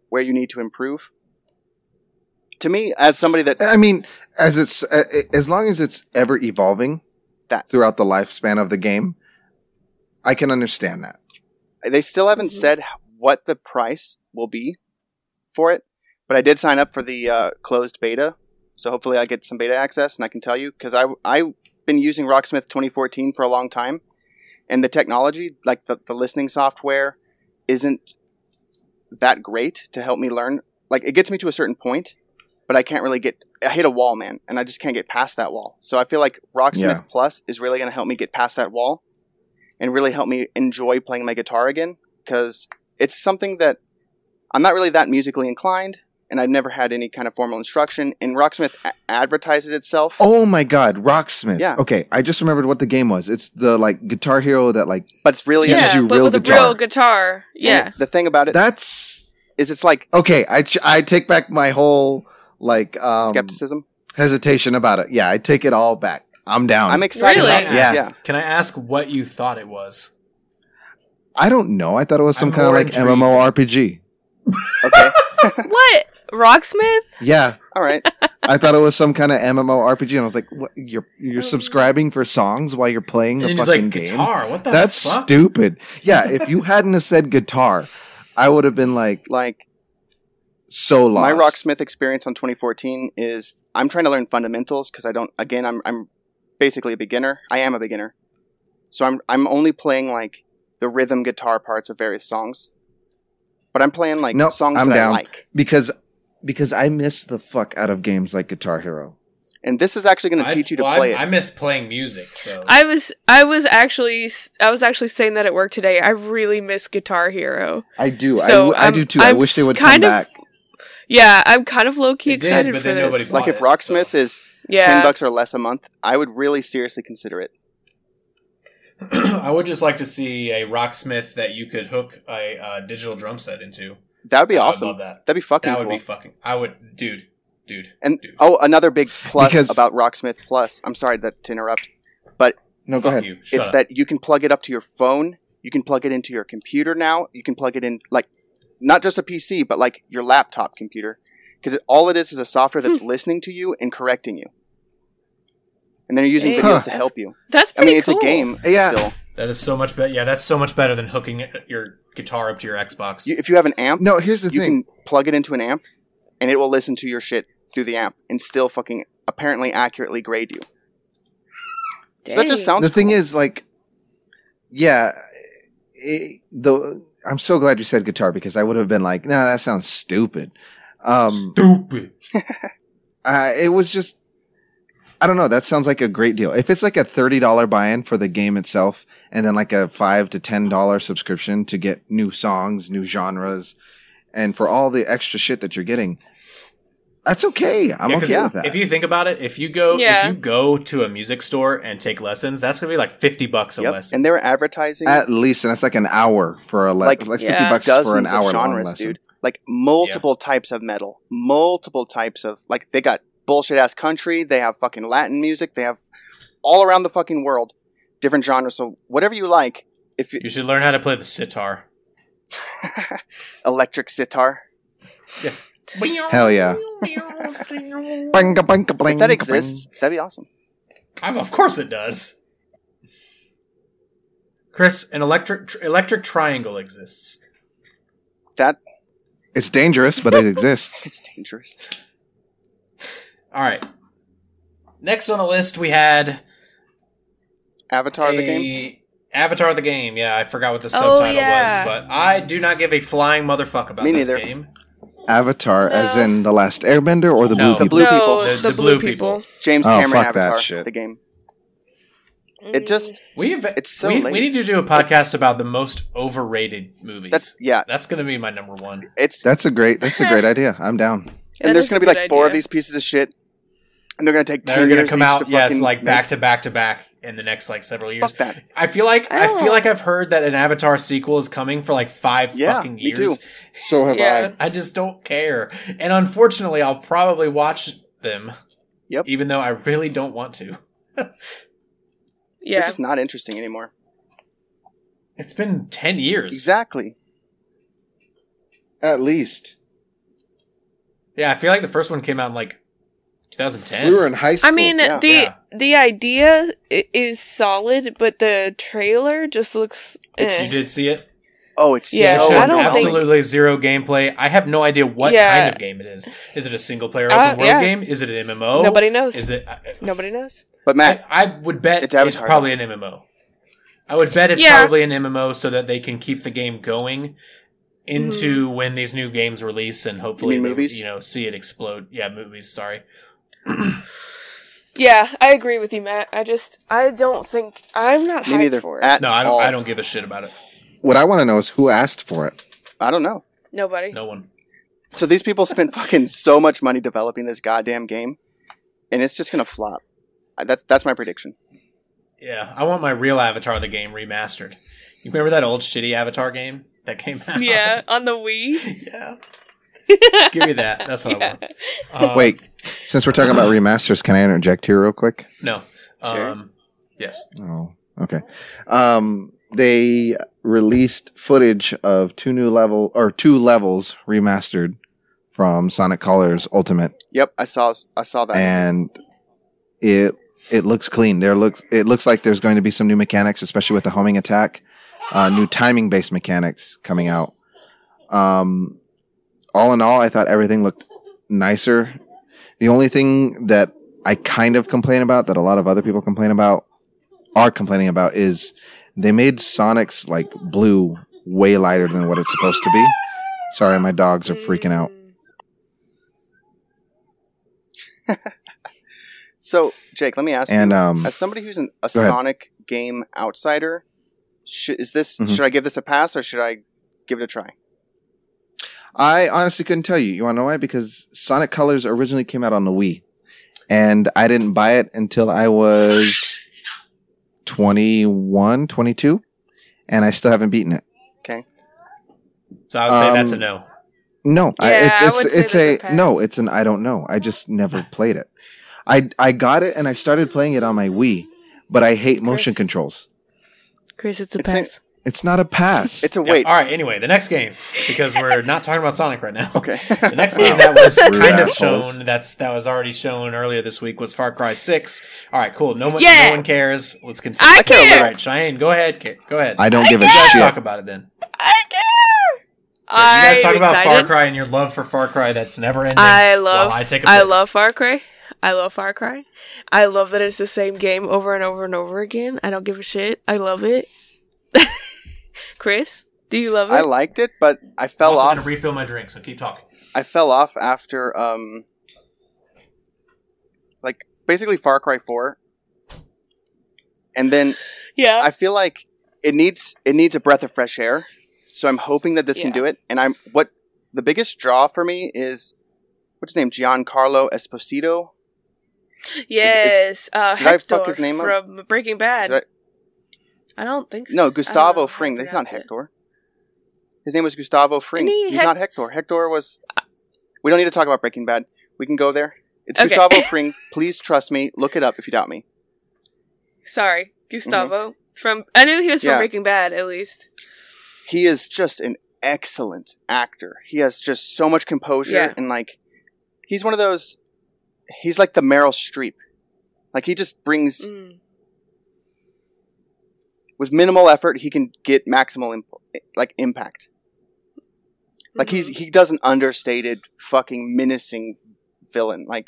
[SPEAKER 1] where you need to improve to me as somebody that
[SPEAKER 4] I mean, as it's uh, as long as it's ever evolving
[SPEAKER 1] That-
[SPEAKER 4] throughout the lifespan of the game, I can understand that.
[SPEAKER 1] they still haven't
[SPEAKER 2] Mhm.
[SPEAKER 1] said what the price will be for it but i did sign up for the uh, closed beta so hopefully i get some beta access and i can tell you because I, i've been using rocksmith 2014 for a long time and the technology like the, the listening software isn't that great to help me learn. Like it gets me to a certain point, but I can't really get. I hit a wall, man, and I just can't get past that wall. So I feel like Rocksmith
[SPEAKER 4] Yeah.
[SPEAKER 1] Plus is really going to help me get past that wall, and really help me enjoy playing my guitar again because it's something that I'm not really that musically inclined, and I've never had any kind of formal instruction. And Rocksmith a- advertises itself.
[SPEAKER 4] Oh my god, Rocksmith.
[SPEAKER 1] Yeah.
[SPEAKER 4] Okay, I just remembered what the game was. It's the like Guitar Hero that like
[SPEAKER 1] but it's really
[SPEAKER 4] Yeah,
[SPEAKER 1] And
[SPEAKER 4] teaches you
[SPEAKER 2] but
[SPEAKER 4] real
[SPEAKER 2] with
[SPEAKER 4] guitar.
[SPEAKER 2] a real guitar. Yeah.
[SPEAKER 1] The thing about it is
[SPEAKER 4] that's
[SPEAKER 1] it's like
[SPEAKER 4] okay. I ch- I take back my whole like um,
[SPEAKER 1] skepticism.
[SPEAKER 4] hesitation about it. Yeah, I take it all back. I'm down.
[SPEAKER 1] I'm excited
[SPEAKER 2] Really?
[SPEAKER 1] about
[SPEAKER 3] Can I
[SPEAKER 1] this.
[SPEAKER 3] ask-
[SPEAKER 1] Yeah.
[SPEAKER 3] Can I ask what you thought it was?
[SPEAKER 4] I don't know. I thought it was some
[SPEAKER 3] I'm
[SPEAKER 4] kind of
[SPEAKER 3] more
[SPEAKER 4] like
[SPEAKER 3] intrigued.
[SPEAKER 4] MMORPG.
[SPEAKER 1] Okay.
[SPEAKER 2] *laughs* What? Rocksmith?
[SPEAKER 4] Yeah,
[SPEAKER 1] All right.
[SPEAKER 4] I thought it was some kind of MMORPG, and I was like, "What? You're
[SPEAKER 2] Oh,
[SPEAKER 4] you're subscribing for songs while you're playing
[SPEAKER 3] And
[SPEAKER 4] the
[SPEAKER 3] he's
[SPEAKER 4] fucking
[SPEAKER 3] like,
[SPEAKER 4] game?
[SPEAKER 3] guitar. What the
[SPEAKER 4] That's
[SPEAKER 3] fuck?
[SPEAKER 4] stupid." Yeah,
[SPEAKER 3] *laughs*
[SPEAKER 4] if you hadn't have said guitar, I would have been like
[SPEAKER 1] Like
[SPEAKER 4] so lost.
[SPEAKER 1] my rocksmith experience on 2014 is I'm trying to learn fundamentals because I don't. Again, I'm I'm basically a beginner. I am a beginner, so I'm I'm only playing like the rhythm guitar parts of various songs. But I'm playing like
[SPEAKER 4] Nope,
[SPEAKER 1] songs
[SPEAKER 4] I'm
[SPEAKER 1] that
[SPEAKER 4] down.
[SPEAKER 1] I like,
[SPEAKER 4] because because I miss the fuck out of games like Guitar Hero.
[SPEAKER 1] and this is actually going to
[SPEAKER 3] I-
[SPEAKER 1] teach you to
[SPEAKER 3] well,
[SPEAKER 1] play
[SPEAKER 3] I,
[SPEAKER 1] it.
[SPEAKER 3] I miss playing music, so
[SPEAKER 2] I was I was actually I was actually saying that at work today. I really miss Guitar Hero.
[SPEAKER 4] I do. I
[SPEAKER 2] So,
[SPEAKER 4] w- I
[SPEAKER 2] I'm-
[SPEAKER 4] do too. i
[SPEAKER 2] I'm
[SPEAKER 4] wish they would
[SPEAKER 2] kind
[SPEAKER 4] come
[SPEAKER 2] of-
[SPEAKER 4] back.
[SPEAKER 2] Yeah, I'm kind of low key
[SPEAKER 3] It did,
[SPEAKER 2] excited
[SPEAKER 3] but
[SPEAKER 2] for
[SPEAKER 3] then
[SPEAKER 2] this.
[SPEAKER 3] nobody bought
[SPEAKER 1] like if
[SPEAKER 3] it,
[SPEAKER 1] Rocksmith
[SPEAKER 3] so-
[SPEAKER 1] is ten
[SPEAKER 2] yeah.
[SPEAKER 1] bucks or less a month, I would really seriously consider it.
[SPEAKER 3] *clears throat* I would just like to see a rocksmith that you could hook a uh, digital drum set into.
[SPEAKER 1] That would be
[SPEAKER 3] I would
[SPEAKER 1] awesome.
[SPEAKER 3] love that.
[SPEAKER 1] That'd be fucking
[SPEAKER 3] That would
[SPEAKER 1] cool.
[SPEAKER 3] be fucking. I would, dude, dude.
[SPEAKER 1] And
[SPEAKER 3] Dude.
[SPEAKER 1] oh, another big plus
[SPEAKER 4] Because-
[SPEAKER 1] about Rocksmith Plus. I'm sorry that to interrupt.
[SPEAKER 4] No, go
[SPEAKER 3] Fuck
[SPEAKER 4] ahead.
[SPEAKER 3] you. Shut
[SPEAKER 1] it's
[SPEAKER 3] up.
[SPEAKER 1] that you can plug it up to your phone. You can plug it into your computer now. You can plug it in like not just a PC, but like your laptop computer, because all it is is a software
[SPEAKER 2] Hmm.
[SPEAKER 1] that's listening to you and correcting you. And then you're using
[SPEAKER 2] Hey.
[SPEAKER 1] videos
[SPEAKER 4] Huh.
[SPEAKER 1] to help you.
[SPEAKER 2] That's
[SPEAKER 1] I
[SPEAKER 2] pretty
[SPEAKER 1] mean, it's
[SPEAKER 2] cool.
[SPEAKER 1] a game.
[SPEAKER 4] Yeah.
[SPEAKER 1] Still,
[SPEAKER 3] That is so much better. Yeah, that's so much better than hooking your guitar up to your Xbox.
[SPEAKER 1] you, if you have an amp,
[SPEAKER 4] No, here's the
[SPEAKER 1] you
[SPEAKER 4] thing.
[SPEAKER 1] can plug it into an amp, and it will listen to your shit through the amp and still fucking apparently accurately grade you. So that just
[SPEAKER 2] Dang.
[SPEAKER 1] sounds.
[SPEAKER 4] the thing
[SPEAKER 1] cool.
[SPEAKER 4] is, like, yeah, it, the I'm so glad you said guitar because I would have been like, nah, that sounds stupid. Um,
[SPEAKER 3] Stupid.
[SPEAKER 4] uh, it was just, I don't know. That sounds like a great deal. If it's like a thirty dollar buy-in for the game itself, and then like a five to ten dollar subscription to get new songs, new genres, and for all the extra shit that you're getting, that's okay. I'm
[SPEAKER 3] Yeah, 'cause
[SPEAKER 4] okay with that.
[SPEAKER 3] If you think about it, if you go
[SPEAKER 2] Yeah.
[SPEAKER 3] if you go to a music store and take lessons, that's gonna be like fifty bucks a
[SPEAKER 1] Yep.
[SPEAKER 3] lesson.
[SPEAKER 1] And they were advertising
[SPEAKER 4] At least, and that's like an hour for a le-
[SPEAKER 1] Like,
[SPEAKER 4] like, like fifty
[SPEAKER 2] yeah.
[SPEAKER 4] bucks
[SPEAKER 1] dozens
[SPEAKER 4] for an hour
[SPEAKER 1] of
[SPEAKER 4] long
[SPEAKER 1] genres,
[SPEAKER 4] lesson.
[SPEAKER 1] dude. Like multiple types of metal, multiple types of like they got bullshit ass country. They have fucking Latin music. They have all around the fucking world, different genres. So whatever you like, if you, *laughs*
[SPEAKER 3] you should learn how to play the sitar.
[SPEAKER 1] electric sitar,
[SPEAKER 4] *laughs* Hell yeah. Banga, banga, banga,
[SPEAKER 1] if that
[SPEAKER 4] banga.
[SPEAKER 1] exists, that'd be awesome. *laughs*
[SPEAKER 3] I'm- of course it does. Chris, an electric tr- electric triangle exists.
[SPEAKER 1] That
[SPEAKER 4] It's
[SPEAKER 1] *laughs*
[SPEAKER 4] dangerous, but it exists.
[SPEAKER 1] it's dangerous.
[SPEAKER 3] All right. Next on the list, we had
[SPEAKER 1] Avatar the game.
[SPEAKER 3] a- Avatar the game. Yeah, I forgot what the
[SPEAKER 2] Oh,
[SPEAKER 3] subtitle
[SPEAKER 2] yeah.
[SPEAKER 3] was, but I do not give a flying motherfuck about
[SPEAKER 1] Me
[SPEAKER 3] this
[SPEAKER 1] neither.
[SPEAKER 3] game.
[SPEAKER 4] Avatar, as
[SPEAKER 2] No.
[SPEAKER 4] in the Last Airbender or the
[SPEAKER 3] No.
[SPEAKER 4] blue
[SPEAKER 1] The
[SPEAKER 4] people.
[SPEAKER 1] blue
[SPEAKER 2] no,
[SPEAKER 1] people.
[SPEAKER 2] The,
[SPEAKER 3] The- the
[SPEAKER 2] blue,
[SPEAKER 3] blue
[SPEAKER 2] people.
[SPEAKER 1] James
[SPEAKER 4] Oh,
[SPEAKER 1] Cameron
[SPEAKER 4] fuck that
[SPEAKER 1] Avatar
[SPEAKER 4] shit.
[SPEAKER 1] the game. It just
[SPEAKER 3] We've
[SPEAKER 1] It's so
[SPEAKER 3] we,
[SPEAKER 1] late.
[SPEAKER 3] we need to do a podcast about the most overrated movies.
[SPEAKER 1] that's
[SPEAKER 3] That's,
[SPEAKER 1] yeah.
[SPEAKER 3] gonna be my number one.
[SPEAKER 1] It's
[SPEAKER 4] That's a great. That's
[SPEAKER 1] *laughs*
[SPEAKER 4] a great idea. I'm down.
[SPEAKER 1] and there's gonna be like four of
[SPEAKER 2] these.
[SPEAKER 1] these pieces of shit, and they're gonna take
[SPEAKER 3] They're
[SPEAKER 1] 10
[SPEAKER 3] gonna
[SPEAKER 1] years
[SPEAKER 3] come
[SPEAKER 1] each
[SPEAKER 3] out
[SPEAKER 1] to
[SPEAKER 3] yes,
[SPEAKER 1] fucking
[SPEAKER 3] like
[SPEAKER 1] make-
[SPEAKER 3] back to back to back in the next like several years.
[SPEAKER 1] Fuck that.
[SPEAKER 3] I feel like I,
[SPEAKER 2] I don't-
[SPEAKER 3] feel like I've heard that an Avatar sequel is coming for like five
[SPEAKER 1] Yeah,
[SPEAKER 3] fucking
[SPEAKER 1] me
[SPEAKER 3] years.
[SPEAKER 1] too.
[SPEAKER 4] So have
[SPEAKER 2] Yeah.
[SPEAKER 3] I just don't care, and unfortunately, I'll probably watch them.
[SPEAKER 1] Yep.
[SPEAKER 3] Even though I really don't want to.
[SPEAKER 1] They're
[SPEAKER 2] Yeah.
[SPEAKER 1] just not interesting anymore.
[SPEAKER 3] It's been ten years.
[SPEAKER 1] Exactly.
[SPEAKER 4] I. At least
[SPEAKER 3] Yeah, I feel like the first one came out in like 2010.
[SPEAKER 4] we were in high school.
[SPEAKER 2] I mean,
[SPEAKER 1] yeah.
[SPEAKER 2] the
[SPEAKER 3] Yeah.
[SPEAKER 2] the idea i- is solid, but the trailer just looks.
[SPEAKER 1] It's-
[SPEAKER 2] eh.
[SPEAKER 3] you did see it.
[SPEAKER 1] Oh, it's
[SPEAKER 2] Yeah,
[SPEAKER 1] so
[SPEAKER 3] Showed
[SPEAKER 2] I don't think-
[SPEAKER 3] absolutely zero gameplay. I have no idea what
[SPEAKER 2] Yeah.
[SPEAKER 3] kind of game it is. Is it a single player open
[SPEAKER 2] Uh,
[SPEAKER 3] world
[SPEAKER 2] yeah.
[SPEAKER 3] game? Is it an MMO?
[SPEAKER 2] Nobody knows.
[SPEAKER 3] oh, Is it? I,
[SPEAKER 2] Nobody knows.
[SPEAKER 1] But Matt,
[SPEAKER 3] I, I would bet
[SPEAKER 1] It's
[SPEAKER 3] it's,
[SPEAKER 1] Avatar.
[SPEAKER 3] probably an MMO. I would bet it's
[SPEAKER 2] Yeah.
[SPEAKER 3] probably an MMO so that they can keep the game going into
[SPEAKER 2] Mm-hmm.
[SPEAKER 3] when these new games release and hopefully
[SPEAKER 1] mean
[SPEAKER 3] they-
[SPEAKER 1] movies?
[SPEAKER 3] you know see it explode. Yeah, movies. Sorry.
[SPEAKER 2] Yeah, I agree with you, Matt. I just I don't think I'm not
[SPEAKER 1] Me
[SPEAKER 2] hyped
[SPEAKER 1] neither.
[SPEAKER 2] for it.
[SPEAKER 1] At
[SPEAKER 3] No, I don't.
[SPEAKER 1] all.
[SPEAKER 3] I don't give a shit about it.
[SPEAKER 4] What I want to know is who asked for it.
[SPEAKER 1] I don't know.
[SPEAKER 2] Nobody.
[SPEAKER 3] No one.
[SPEAKER 1] So these people spent *laughs* fucking so much money developing this goddamn game, and it's just gonna flop. I- That's that's my prediction.
[SPEAKER 3] Yeah, I want my real Avatar the game remastered. You remember that old shitty Avatar game that came
[SPEAKER 2] *laughs*
[SPEAKER 3] out?
[SPEAKER 2] Yeah, on the Wii. *laughs*
[SPEAKER 3] *laughs* yeah. Give me that. That's what
[SPEAKER 2] Yeah.
[SPEAKER 3] I want. Um,
[SPEAKER 4] Wait, since we're talking *clears throat* about remasters, can I interject here real quick?
[SPEAKER 3] No.
[SPEAKER 1] Sure.
[SPEAKER 3] Um, yes.
[SPEAKER 4] Oh, okay. Um, they released footage of two new level or two levels remastered from Sonic Colors Ultimate,
[SPEAKER 1] Yep, I saw I saw that.
[SPEAKER 4] and it it looks clean. There looks it looks like there's going to be some new mechanics, especially with the homing attack, uh, new timing based mechanics coming out. Um, all in all, I thought everything looked nicer. The only thing that I kind of complain about that a lot of other people complain about are complaining about is they made Sonic's like blue way lighter than what it's supposed to be. Sorry, my dogs are freaking out.
[SPEAKER 2] Mm.
[SPEAKER 1] so Jake, let me ask
[SPEAKER 4] And
[SPEAKER 1] you,
[SPEAKER 4] um,
[SPEAKER 1] as somebody who's an, a
[SPEAKER 4] Go ahead.
[SPEAKER 1] Sonic game outsider, sh- is this
[SPEAKER 4] Mhm.
[SPEAKER 1] should I give this a pass or should I give it a try?
[SPEAKER 4] I honestly couldn't tell you. You want to know why? Because Sonic Colors originally came out on the Wii, and I didn't buy it until I was 21, 22, and I still haven't beaten it.
[SPEAKER 3] So I would say
[SPEAKER 4] Um,
[SPEAKER 3] that's a no.
[SPEAKER 4] No, I,
[SPEAKER 2] Yeah,
[SPEAKER 4] it's
[SPEAKER 2] I
[SPEAKER 4] it's
[SPEAKER 2] would say
[SPEAKER 4] it's
[SPEAKER 2] that's a
[SPEAKER 4] a
[SPEAKER 2] pass.
[SPEAKER 4] no. It's an I don't know. I
[SPEAKER 2] *laughs*
[SPEAKER 4] just never played it. I I got it and I started playing it on my Wii, but I hate motion
[SPEAKER 2] Chris.
[SPEAKER 4] controls.
[SPEAKER 2] Chris, it's a
[SPEAKER 1] It's a-
[SPEAKER 2] pass.
[SPEAKER 4] It's not a pass.
[SPEAKER 1] It's a
[SPEAKER 3] Yeah,
[SPEAKER 1] wait.
[SPEAKER 3] All right. Anyway, the next game because we're not talking about Sonic right now.
[SPEAKER 1] Okay.
[SPEAKER 2] *laughs*
[SPEAKER 1] *laughs*
[SPEAKER 3] The next game that was
[SPEAKER 4] Rude
[SPEAKER 3] kind of
[SPEAKER 4] assholes.
[SPEAKER 3] shown that's that was already shown earlier this week was Far Cry Six. All right, cool. No one,
[SPEAKER 2] Yeah.
[SPEAKER 3] no one cares. Let's continue.
[SPEAKER 2] I care.
[SPEAKER 3] All right, Cheyenne, go ahead. Ca- Go ahead.
[SPEAKER 4] I don't give a
[SPEAKER 3] Let's
[SPEAKER 4] shit.
[SPEAKER 3] talk about it then.
[SPEAKER 2] I care.
[SPEAKER 3] Yeah,
[SPEAKER 2] I'm
[SPEAKER 3] you guys talk about
[SPEAKER 2] excited.
[SPEAKER 3] Far Cry and your love for Far Cry that's never ending.
[SPEAKER 2] I love.
[SPEAKER 3] While I
[SPEAKER 2] I,
[SPEAKER 3] take a piss.
[SPEAKER 2] love Far Cry. I love Far Cry. I love that it's the same game over and over and over again. I don't give a shit. I love it. *laughs* Chris, do you love it?
[SPEAKER 1] I liked it, but I
[SPEAKER 3] I'm
[SPEAKER 1] fell
[SPEAKER 3] also
[SPEAKER 1] off.
[SPEAKER 3] gonna refill my drink, so keep talking.
[SPEAKER 1] I fell off after um like basically Far Cry 4. And
[SPEAKER 2] *laughs*
[SPEAKER 1] then
[SPEAKER 2] yeah.
[SPEAKER 1] I feel like it needs it needs a breath of fresh air. So I'm hoping that this can
[SPEAKER 2] Yeah.
[SPEAKER 1] do it. And I'm what the biggest draw for me is what's his name? Giancarlo Esposito.
[SPEAKER 2] yes. uh,
[SPEAKER 1] did I fuck
[SPEAKER 2] Hector
[SPEAKER 1] his name up?
[SPEAKER 2] from Breaking Bad.
[SPEAKER 1] Did
[SPEAKER 2] I, don't think so. Oh, I
[SPEAKER 1] No,
[SPEAKER 2] don't know
[SPEAKER 1] Gustavo
[SPEAKER 2] how to
[SPEAKER 1] Fring. That's not
[SPEAKER 2] pronounce it.
[SPEAKER 1] Hector. His name was Gustavo Fring.
[SPEAKER 2] Isn't he
[SPEAKER 1] He's
[SPEAKER 2] Hec-
[SPEAKER 1] not Hector. Hector was We don't need to talk about Breaking Bad. We can go there. It's
[SPEAKER 2] Okay. *laughs*
[SPEAKER 1] Gustavo Fring. Please trust me. Look it up if you doubt me.
[SPEAKER 2] Sorry, Gustavo from. I knew he was from
[SPEAKER 1] Mm-hmm. Yeah.
[SPEAKER 2] Breaking Bad at least.
[SPEAKER 1] he is just an excellent actor. He has just so much composure
[SPEAKER 2] Yeah.
[SPEAKER 1] and like he's one of those he's like the Meryl Streep. Like he just brings
[SPEAKER 2] Mm.
[SPEAKER 1] with minimal effort he can get maximal imp- like impact. Like he's
[SPEAKER 2] Mhm.
[SPEAKER 1] he does an understated fucking menacing villain. Like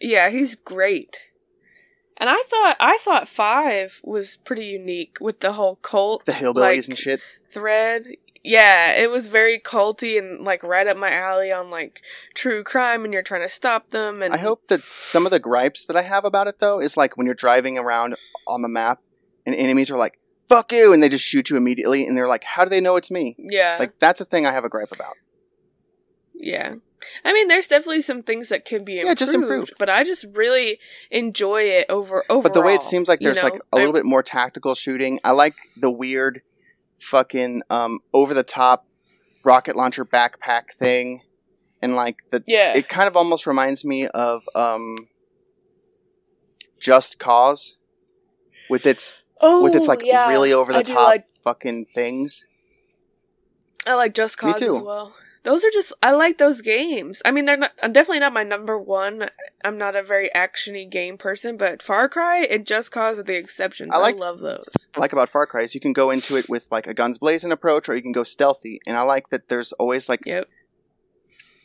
[SPEAKER 2] Yeah, he's great. And I thought I thought five was pretty unique with the whole cult,
[SPEAKER 1] the hillbillies
[SPEAKER 2] like,
[SPEAKER 1] and shit.
[SPEAKER 2] thread. Yeah, it was very culty and like right up my alley on like true crime, and you're trying to stop them. And
[SPEAKER 1] I hope that some of the gripes that I have about it though is like when you're driving around on the map and enemies are like fuck you and they just shoot you immediately and they're like how do they know it's me?
[SPEAKER 2] yeah,
[SPEAKER 1] Like that's a thing I have a gripe about.
[SPEAKER 2] yeah. I mean, there's definitely some things that can be improved,
[SPEAKER 1] Yeah, just improved.
[SPEAKER 2] but I just really enjoy it over overall.
[SPEAKER 1] But the way it seems like
[SPEAKER 2] you
[SPEAKER 1] there's
[SPEAKER 2] know?
[SPEAKER 1] like a little bit more tactical shooting. I like the weird fucking um over the top rocket launcher backpack thing and like the
[SPEAKER 2] yeah,
[SPEAKER 1] it kind of almost reminds me of um Just Cause with its
[SPEAKER 2] oh,
[SPEAKER 1] with its like
[SPEAKER 2] yeah.
[SPEAKER 1] really over the
[SPEAKER 2] I do
[SPEAKER 1] top
[SPEAKER 2] like-
[SPEAKER 1] fucking things.
[SPEAKER 2] I like Just
[SPEAKER 1] Me
[SPEAKER 2] Cause
[SPEAKER 1] too.
[SPEAKER 2] as well. Those are just I like those games. I mean, they're not I'm definitely not my number one. I'm not a very actiony game person, but Far Cry and Just Cause are the exceptions.
[SPEAKER 1] I
[SPEAKER 2] I,
[SPEAKER 1] liked-
[SPEAKER 2] love those.
[SPEAKER 1] I like about Far Cry is you can go into it with like a guns blazing approach or you can go stealthy and I like that there's always like
[SPEAKER 2] Yep.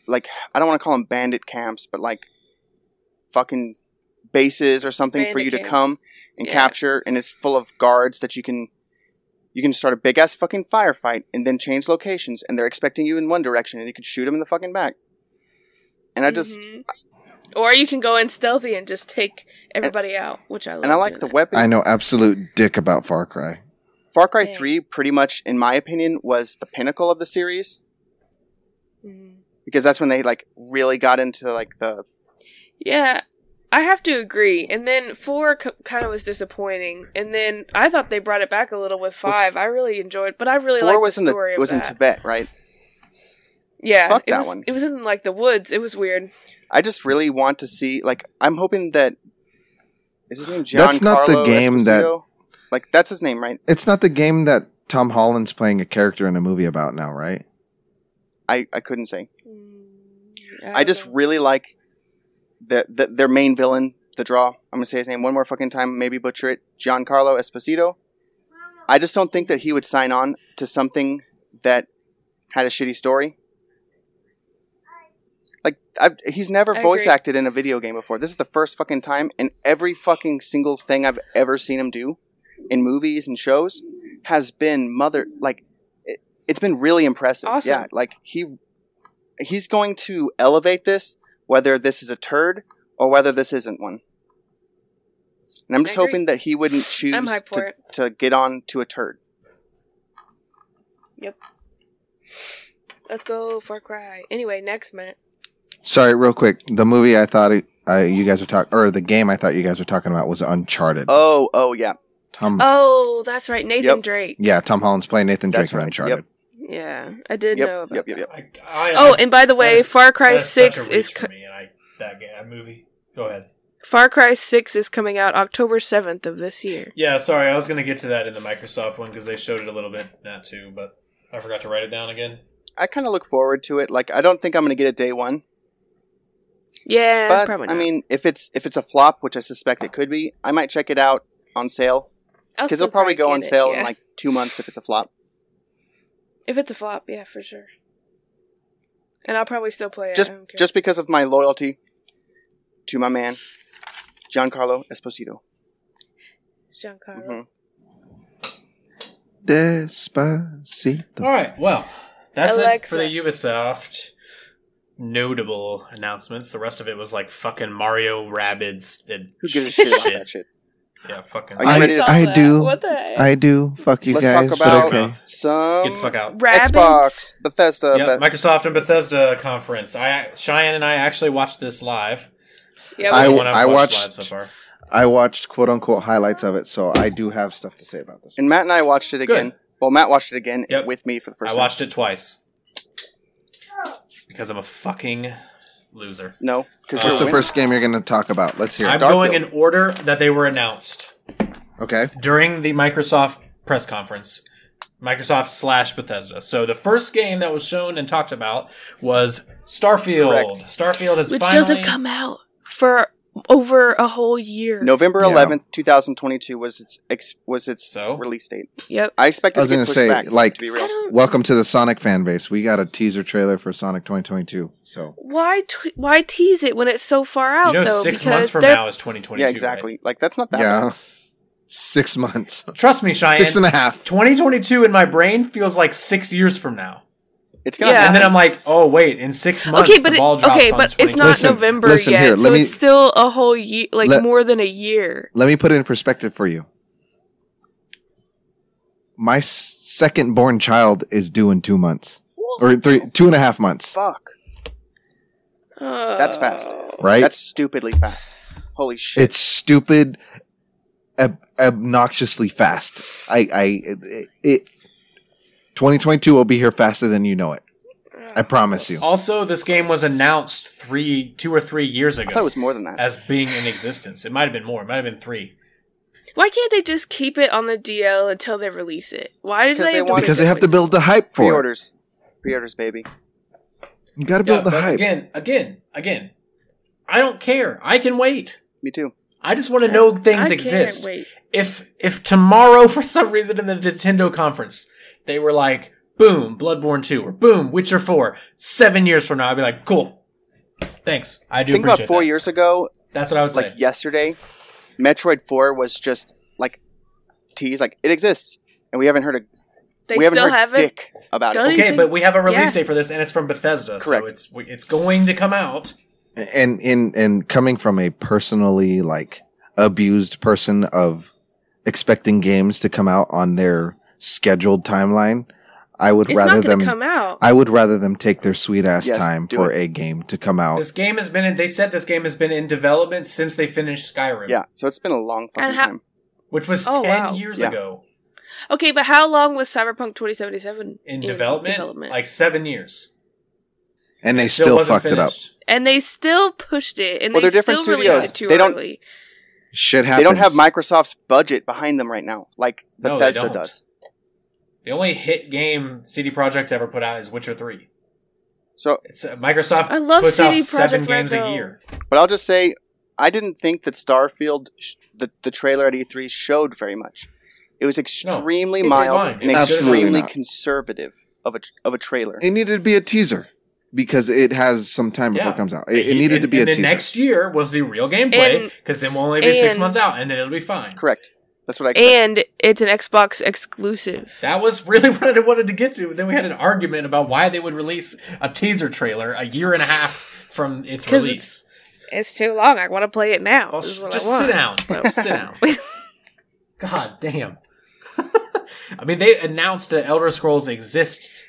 [SPEAKER 1] like I don't want to call them bandit camps, but like fucking bases or something for
[SPEAKER 2] Bandit
[SPEAKER 1] you to
[SPEAKER 2] camps.
[SPEAKER 1] come and
[SPEAKER 2] Yeah.
[SPEAKER 1] capture, and it's full of guards that you can You can start a big ass fucking firefight and then change locations, and they're expecting you in one direction, and you can shoot them in the fucking back. And I just
[SPEAKER 2] Mhm. Or you can go in stealthy and just take everybody out, which I love.
[SPEAKER 1] and I like the
[SPEAKER 2] doing
[SPEAKER 1] weapon.
[SPEAKER 4] I know absolute dick about Far Cry.
[SPEAKER 1] Far Cry
[SPEAKER 2] Dang.
[SPEAKER 1] Three, pretty much, in my opinion, was the pinnacle of the series
[SPEAKER 2] that. Mhm.
[SPEAKER 1] because that's when they like really got into like the
[SPEAKER 2] Yeah, I have to agree. And then four c- kind of was disappointing. And then I thought they brought it back a little with
[SPEAKER 1] Was-
[SPEAKER 2] five. I really enjoyed, but I really
[SPEAKER 1] four
[SPEAKER 2] liked
[SPEAKER 1] was
[SPEAKER 2] the
[SPEAKER 1] in the
[SPEAKER 2] story of
[SPEAKER 1] was in
[SPEAKER 2] that.
[SPEAKER 1] Tibet, right?
[SPEAKER 2] Yeah,
[SPEAKER 1] Fuck
[SPEAKER 2] it
[SPEAKER 1] that
[SPEAKER 2] was,
[SPEAKER 1] one.
[SPEAKER 2] It was in like the woods. It was weird.
[SPEAKER 1] I just really want to see like I'm hoping that is his name John.
[SPEAKER 4] not the game that-
[SPEAKER 1] like that's his name, right?
[SPEAKER 4] It's not the game that Tom Holland's playing a character in a movie about now, right?
[SPEAKER 1] I I couldn't say.
[SPEAKER 2] Mm, I,
[SPEAKER 1] I
[SPEAKER 2] don't
[SPEAKER 1] just
[SPEAKER 2] know.
[SPEAKER 1] really like the, the their main villain, the draw. I'm gonna say his name one more fucking time, maybe butcher it. Giancarlo Esposito. I just don't think that he would sign on to something that had a shitty story. Like I've, he's never
[SPEAKER 2] I
[SPEAKER 1] voice
[SPEAKER 2] agree.
[SPEAKER 1] acted in a video game before. This is the first fucking time, and every fucking single thing I've ever seen him do in movies and shows has been mother like it, it's been really impressive.
[SPEAKER 2] Awesome.
[SPEAKER 1] Yeah, like he he's going to elevate this whether this is a turd or whether this isn't one. And I'm just
[SPEAKER 2] I agree.
[SPEAKER 1] hoping that he wouldn't choose
[SPEAKER 2] I'm hyped for
[SPEAKER 1] to,
[SPEAKER 2] it.
[SPEAKER 1] to get on to a turd.
[SPEAKER 2] Let's go Far Cry. Anyway, next Matt.
[SPEAKER 4] Sorry, real quick. The movie I thought it, I, you guys were talking, or the game I thought you guys were talking about was Uncharted.
[SPEAKER 1] Oh, oh yeah.
[SPEAKER 4] Tom,
[SPEAKER 2] Oh, that's right, Nathan
[SPEAKER 1] Yep.
[SPEAKER 2] Drake.
[SPEAKER 4] yeah, Tom Holland's playing Nathan
[SPEAKER 1] That's
[SPEAKER 4] Drake in
[SPEAKER 1] right,
[SPEAKER 4] Uncharted.
[SPEAKER 1] yep.
[SPEAKER 2] Yeah, I did
[SPEAKER 1] Yep,
[SPEAKER 2] know about.
[SPEAKER 1] yep, yep, yep.
[SPEAKER 3] I, I,
[SPEAKER 2] Oh, and by the
[SPEAKER 3] that
[SPEAKER 2] way,
[SPEAKER 3] is-
[SPEAKER 2] Far Cry
[SPEAKER 3] that is such a
[SPEAKER 2] Six
[SPEAKER 3] reach
[SPEAKER 2] is
[SPEAKER 3] for
[SPEAKER 2] co-
[SPEAKER 3] me, and I that game, that movie. Go ahead.
[SPEAKER 2] Far Cry Six is coming out October seventh of this year.
[SPEAKER 3] Yeah, sorry, I was gonna get to that in the Microsoft one because they showed it a little bit in that too, but I forgot to write it down again.
[SPEAKER 1] I kind of look forward to it. Like I don't think I'm going to get it day 1,
[SPEAKER 2] Yeah,
[SPEAKER 1] but
[SPEAKER 2] probably.
[SPEAKER 1] I
[SPEAKER 2] not.
[SPEAKER 1] mean, if it's if it's a flop, which I suspect it could be, I might check it out on sale
[SPEAKER 2] I'll
[SPEAKER 1] cuz
[SPEAKER 2] still
[SPEAKER 1] it'll probably go
[SPEAKER 2] get
[SPEAKER 1] on
[SPEAKER 2] it,
[SPEAKER 1] sale in
[SPEAKER 2] yeah.
[SPEAKER 1] like 2 months if it's a flop.
[SPEAKER 2] if it's a flop, yeah, for sure. And I'll probably still play it.
[SPEAKER 1] just
[SPEAKER 2] I don't care.
[SPEAKER 1] just because of my loyalty to my man Giancarlo Esposito.
[SPEAKER 2] Giancarlo.
[SPEAKER 1] hmm
[SPEAKER 4] Despacito.
[SPEAKER 3] All right, well, that's it
[SPEAKER 2] Alexa.
[SPEAKER 3] for the Ubisoft notable announcements. The rest of it was like fucking Mario Rabbids. and
[SPEAKER 1] Who gives a shit about
[SPEAKER 3] shit.
[SPEAKER 1] that shit?
[SPEAKER 3] Yeah, fucking.
[SPEAKER 1] Are you ready to-
[SPEAKER 2] saw
[SPEAKER 4] I
[SPEAKER 2] that.
[SPEAKER 4] do.
[SPEAKER 2] What the heck?
[SPEAKER 4] I do. Fuck you
[SPEAKER 1] Let's
[SPEAKER 4] guys.
[SPEAKER 1] talk
[SPEAKER 4] but
[SPEAKER 1] about
[SPEAKER 4] okay.
[SPEAKER 1] some
[SPEAKER 3] Get the fuck out.
[SPEAKER 2] Rabbids?
[SPEAKER 1] Xbox Bethesda.
[SPEAKER 3] Yeah,
[SPEAKER 1] Beth-
[SPEAKER 3] Microsoft and Bethesda conference. I Cheyenne and I actually watched this live.
[SPEAKER 2] Yeah,
[SPEAKER 4] I-
[SPEAKER 2] we-
[SPEAKER 3] The one I've
[SPEAKER 4] I
[SPEAKER 3] live
[SPEAKER 4] watched-
[SPEAKER 3] so far.
[SPEAKER 4] I watched quote unquote highlights of it, so I do have stuff to say about this.
[SPEAKER 1] and Matt and I watched it
[SPEAKER 3] Good.
[SPEAKER 1] again. Well, Matt watched it again
[SPEAKER 3] Yep.
[SPEAKER 1] with me for the first
[SPEAKER 3] I
[SPEAKER 1] time.
[SPEAKER 3] watched it twice because I'm a fucking loser.
[SPEAKER 1] No, because
[SPEAKER 3] Uh,
[SPEAKER 4] What's
[SPEAKER 1] you're
[SPEAKER 4] the
[SPEAKER 1] a win-
[SPEAKER 4] first game you're going to talk about? Let's hear
[SPEAKER 3] I'm
[SPEAKER 4] it.
[SPEAKER 1] Starfield.
[SPEAKER 3] going in order that they were announced
[SPEAKER 4] Okay.
[SPEAKER 3] during the Microsoft press conference. Microsoft slash Bethesda. So the first game that was shown and talked about was Starfield.
[SPEAKER 1] Correct.
[SPEAKER 3] Starfield is
[SPEAKER 2] which
[SPEAKER 3] finally
[SPEAKER 2] doesn't come out for over a whole year.
[SPEAKER 1] November
[SPEAKER 4] Yeah.
[SPEAKER 1] eleventh, two thousand twenty-two was its ex- was its
[SPEAKER 3] So?
[SPEAKER 1] release date.
[SPEAKER 2] Yep.
[SPEAKER 1] I expected.
[SPEAKER 4] I was
[SPEAKER 1] to
[SPEAKER 4] gonna
[SPEAKER 1] get pushed
[SPEAKER 4] say,
[SPEAKER 1] back,
[SPEAKER 4] like-
[SPEAKER 1] to be
[SPEAKER 2] I
[SPEAKER 1] real.
[SPEAKER 2] don't.
[SPEAKER 4] Welcome to the Sonic fan base. We got a teaser trailer for Sonic 2022. So
[SPEAKER 2] Why t- why tease it when it's so far out
[SPEAKER 3] you know
[SPEAKER 2] though?
[SPEAKER 3] six
[SPEAKER 2] because
[SPEAKER 3] months from
[SPEAKER 2] they're-
[SPEAKER 3] now is 2022.
[SPEAKER 1] Yeah,
[SPEAKER 3] right?
[SPEAKER 1] exactly. Like that's not that.
[SPEAKER 4] yeah,
[SPEAKER 1] bad.
[SPEAKER 4] six months,
[SPEAKER 3] Trust me, Cheyenne.
[SPEAKER 4] six and a half.
[SPEAKER 3] 2022 in my brain feels like six years from now.
[SPEAKER 1] It's gonna.
[SPEAKER 2] Yeah.
[SPEAKER 1] happen.
[SPEAKER 3] And then I'm like, oh wait, in six months
[SPEAKER 2] Um, okay, but
[SPEAKER 3] the
[SPEAKER 2] it,
[SPEAKER 3] ball drops
[SPEAKER 2] okay,
[SPEAKER 3] on
[SPEAKER 2] but it's not
[SPEAKER 3] 2022.
[SPEAKER 4] Listen,
[SPEAKER 2] November
[SPEAKER 4] listen
[SPEAKER 2] yet,
[SPEAKER 4] here,
[SPEAKER 2] so
[SPEAKER 4] let me-
[SPEAKER 2] it's still a whole year, like
[SPEAKER 4] Let-
[SPEAKER 2] more than a year.
[SPEAKER 4] Let me put it in perspective for you. My s- second born child is due in two months or three, two and a half months.
[SPEAKER 1] Fuck.
[SPEAKER 2] That's
[SPEAKER 1] fast.
[SPEAKER 4] Right?
[SPEAKER 1] That's stupidly fast. Holy shit.
[SPEAKER 4] it's stupid, ob- obnoxiously fast. I, I, it, it. 2022 will be here faster than you know it. I promise you.
[SPEAKER 3] Also, this game was announced three, two or three years
[SPEAKER 1] I thought it
[SPEAKER 3] ago
[SPEAKER 1] was more than that.
[SPEAKER 3] as being in existence. It might have been more. It might have been three.
[SPEAKER 2] Why can't they just keep it on the DL until they release it? Why did
[SPEAKER 1] Because
[SPEAKER 2] they,
[SPEAKER 1] they
[SPEAKER 2] have to
[SPEAKER 1] want-
[SPEAKER 2] wait
[SPEAKER 4] Because
[SPEAKER 2] that
[SPEAKER 4] they have to
[SPEAKER 2] many-
[SPEAKER 4] build the hype for it.
[SPEAKER 1] Pre-orders. Pre-orders, baby.
[SPEAKER 4] You got to
[SPEAKER 3] Yeah,
[SPEAKER 4] build the
[SPEAKER 3] but
[SPEAKER 4] hype.
[SPEAKER 3] again, again, again. I don't care. I can wait.
[SPEAKER 1] Me too.
[SPEAKER 3] I just want to know
[SPEAKER 2] I
[SPEAKER 3] things
[SPEAKER 2] can't
[SPEAKER 3] exist.
[SPEAKER 2] wait.
[SPEAKER 3] If if tomorrow *laughs* for some reason in the Nintendo conference they were like, boom, Bloodborne two or boom, Witcher four, seven years from now, I'd be like, cool. Thanks. I do
[SPEAKER 1] Think about
[SPEAKER 3] appreciate
[SPEAKER 1] four
[SPEAKER 3] that.
[SPEAKER 1] years ago,
[SPEAKER 3] That's what I would say.
[SPEAKER 1] like yesterday, Metroid Four was just like tease, like it exists. and we haven't heard a
[SPEAKER 2] They
[SPEAKER 1] we haven't
[SPEAKER 2] still
[SPEAKER 1] heard
[SPEAKER 2] haven't.
[SPEAKER 1] dick about
[SPEAKER 2] done
[SPEAKER 1] it.
[SPEAKER 3] Okay,
[SPEAKER 2] Anything-
[SPEAKER 3] but we have a release
[SPEAKER 2] yeah.
[SPEAKER 3] date for this, and it's from Bethesda,
[SPEAKER 1] Correct.
[SPEAKER 3] so it's we- it's going to come out.
[SPEAKER 4] and in and coming from a personally like abused person of expecting games to come out on their scheduled timeline, I would
[SPEAKER 2] It's
[SPEAKER 4] rather
[SPEAKER 2] not going
[SPEAKER 4] them
[SPEAKER 2] to come out.
[SPEAKER 4] I would rather them take their sweet ass
[SPEAKER 1] Yes,
[SPEAKER 4] time
[SPEAKER 1] do
[SPEAKER 4] for a game to come out.
[SPEAKER 3] This game has been in, they said this game has been in development since they finished Skyrim,
[SPEAKER 1] Yeah, so it's been a long fucking
[SPEAKER 2] And how-
[SPEAKER 1] time.
[SPEAKER 3] which was
[SPEAKER 2] Oh,
[SPEAKER 3] 10
[SPEAKER 2] wow.
[SPEAKER 3] years
[SPEAKER 1] Yeah.
[SPEAKER 3] ago
[SPEAKER 2] okay, but how long was Cyberpunk 2077
[SPEAKER 3] in development, like 7 years.
[SPEAKER 4] and they
[SPEAKER 3] It
[SPEAKER 4] still,
[SPEAKER 3] wasn't
[SPEAKER 4] fucked it up.
[SPEAKER 3] finished.
[SPEAKER 2] and they still pushed it, and
[SPEAKER 1] Well,
[SPEAKER 2] they
[SPEAKER 1] they're different
[SPEAKER 2] still released it
[SPEAKER 1] studios.
[SPEAKER 2] too
[SPEAKER 1] They don't-
[SPEAKER 2] early.
[SPEAKER 4] Shit
[SPEAKER 1] They
[SPEAKER 4] happens.
[SPEAKER 1] don't have Microsoft's budget behind them right now, like
[SPEAKER 3] No, they
[SPEAKER 1] Bethesda
[SPEAKER 3] don't.
[SPEAKER 1] does.
[SPEAKER 3] The only hit game CD Projekt ever put out is Witcher 3.
[SPEAKER 1] So,
[SPEAKER 3] It's uh, Microsoft
[SPEAKER 2] I love
[SPEAKER 3] puts out
[SPEAKER 2] CD
[SPEAKER 3] 7
[SPEAKER 2] Projekt
[SPEAKER 3] games a
[SPEAKER 2] Red,
[SPEAKER 3] year.
[SPEAKER 1] but I'll just say, I didn't think that Starfield, sh- the the trailer at E3 showed very much. It was extremely
[SPEAKER 2] It was
[SPEAKER 1] mild
[SPEAKER 3] fine.
[SPEAKER 1] and
[SPEAKER 3] It was
[SPEAKER 4] good. Absolutely
[SPEAKER 1] extremely
[SPEAKER 4] not.
[SPEAKER 1] conservative of a of a trailer.
[SPEAKER 4] It needed to be a teaser because it has some time before
[SPEAKER 3] Yeah.
[SPEAKER 4] it comes out. It, it needed
[SPEAKER 3] And-
[SPEAKER 4] to be
[SPEAKER 3] and
[SPEAKER 4] a
[SPEAKER 3] the
[SPEAKER 4] teaser.
[SPEAKER 3] next year will see real gameplay,
[SPEAKER 2] And-
[SPEAKER 3] because then we'll only be 6
[SPEAKER 2] and-
[SPEAKER 3] months out, and then it'll be fine.
[SPEAKER 1] Correct. That's what I. expected.
[SPEAKER 2] And it's an Xbox exclusive.
[SPEAKER 3] That was really *laughs* what I wanted to get to. Then we had an argument about why they would release a teaser trailer a year and a half from its
[SPEAKER 2] 'Cause
[SPEAKER 3] release.
[SPEAKER 2] It's too long. I want to play it now.
[SPEAKER 3] Well,
[SPEAKER 2] This is what I
[SPEAKER 3] Oh, just
[SPEAKER 2] want.
[SPEAKER 3] sit down.
[SPEAKER 2] *laughs*
[SPEAKER 3] sit down. God damn. *laughs* I mean, they announced that Elder Scrolls exists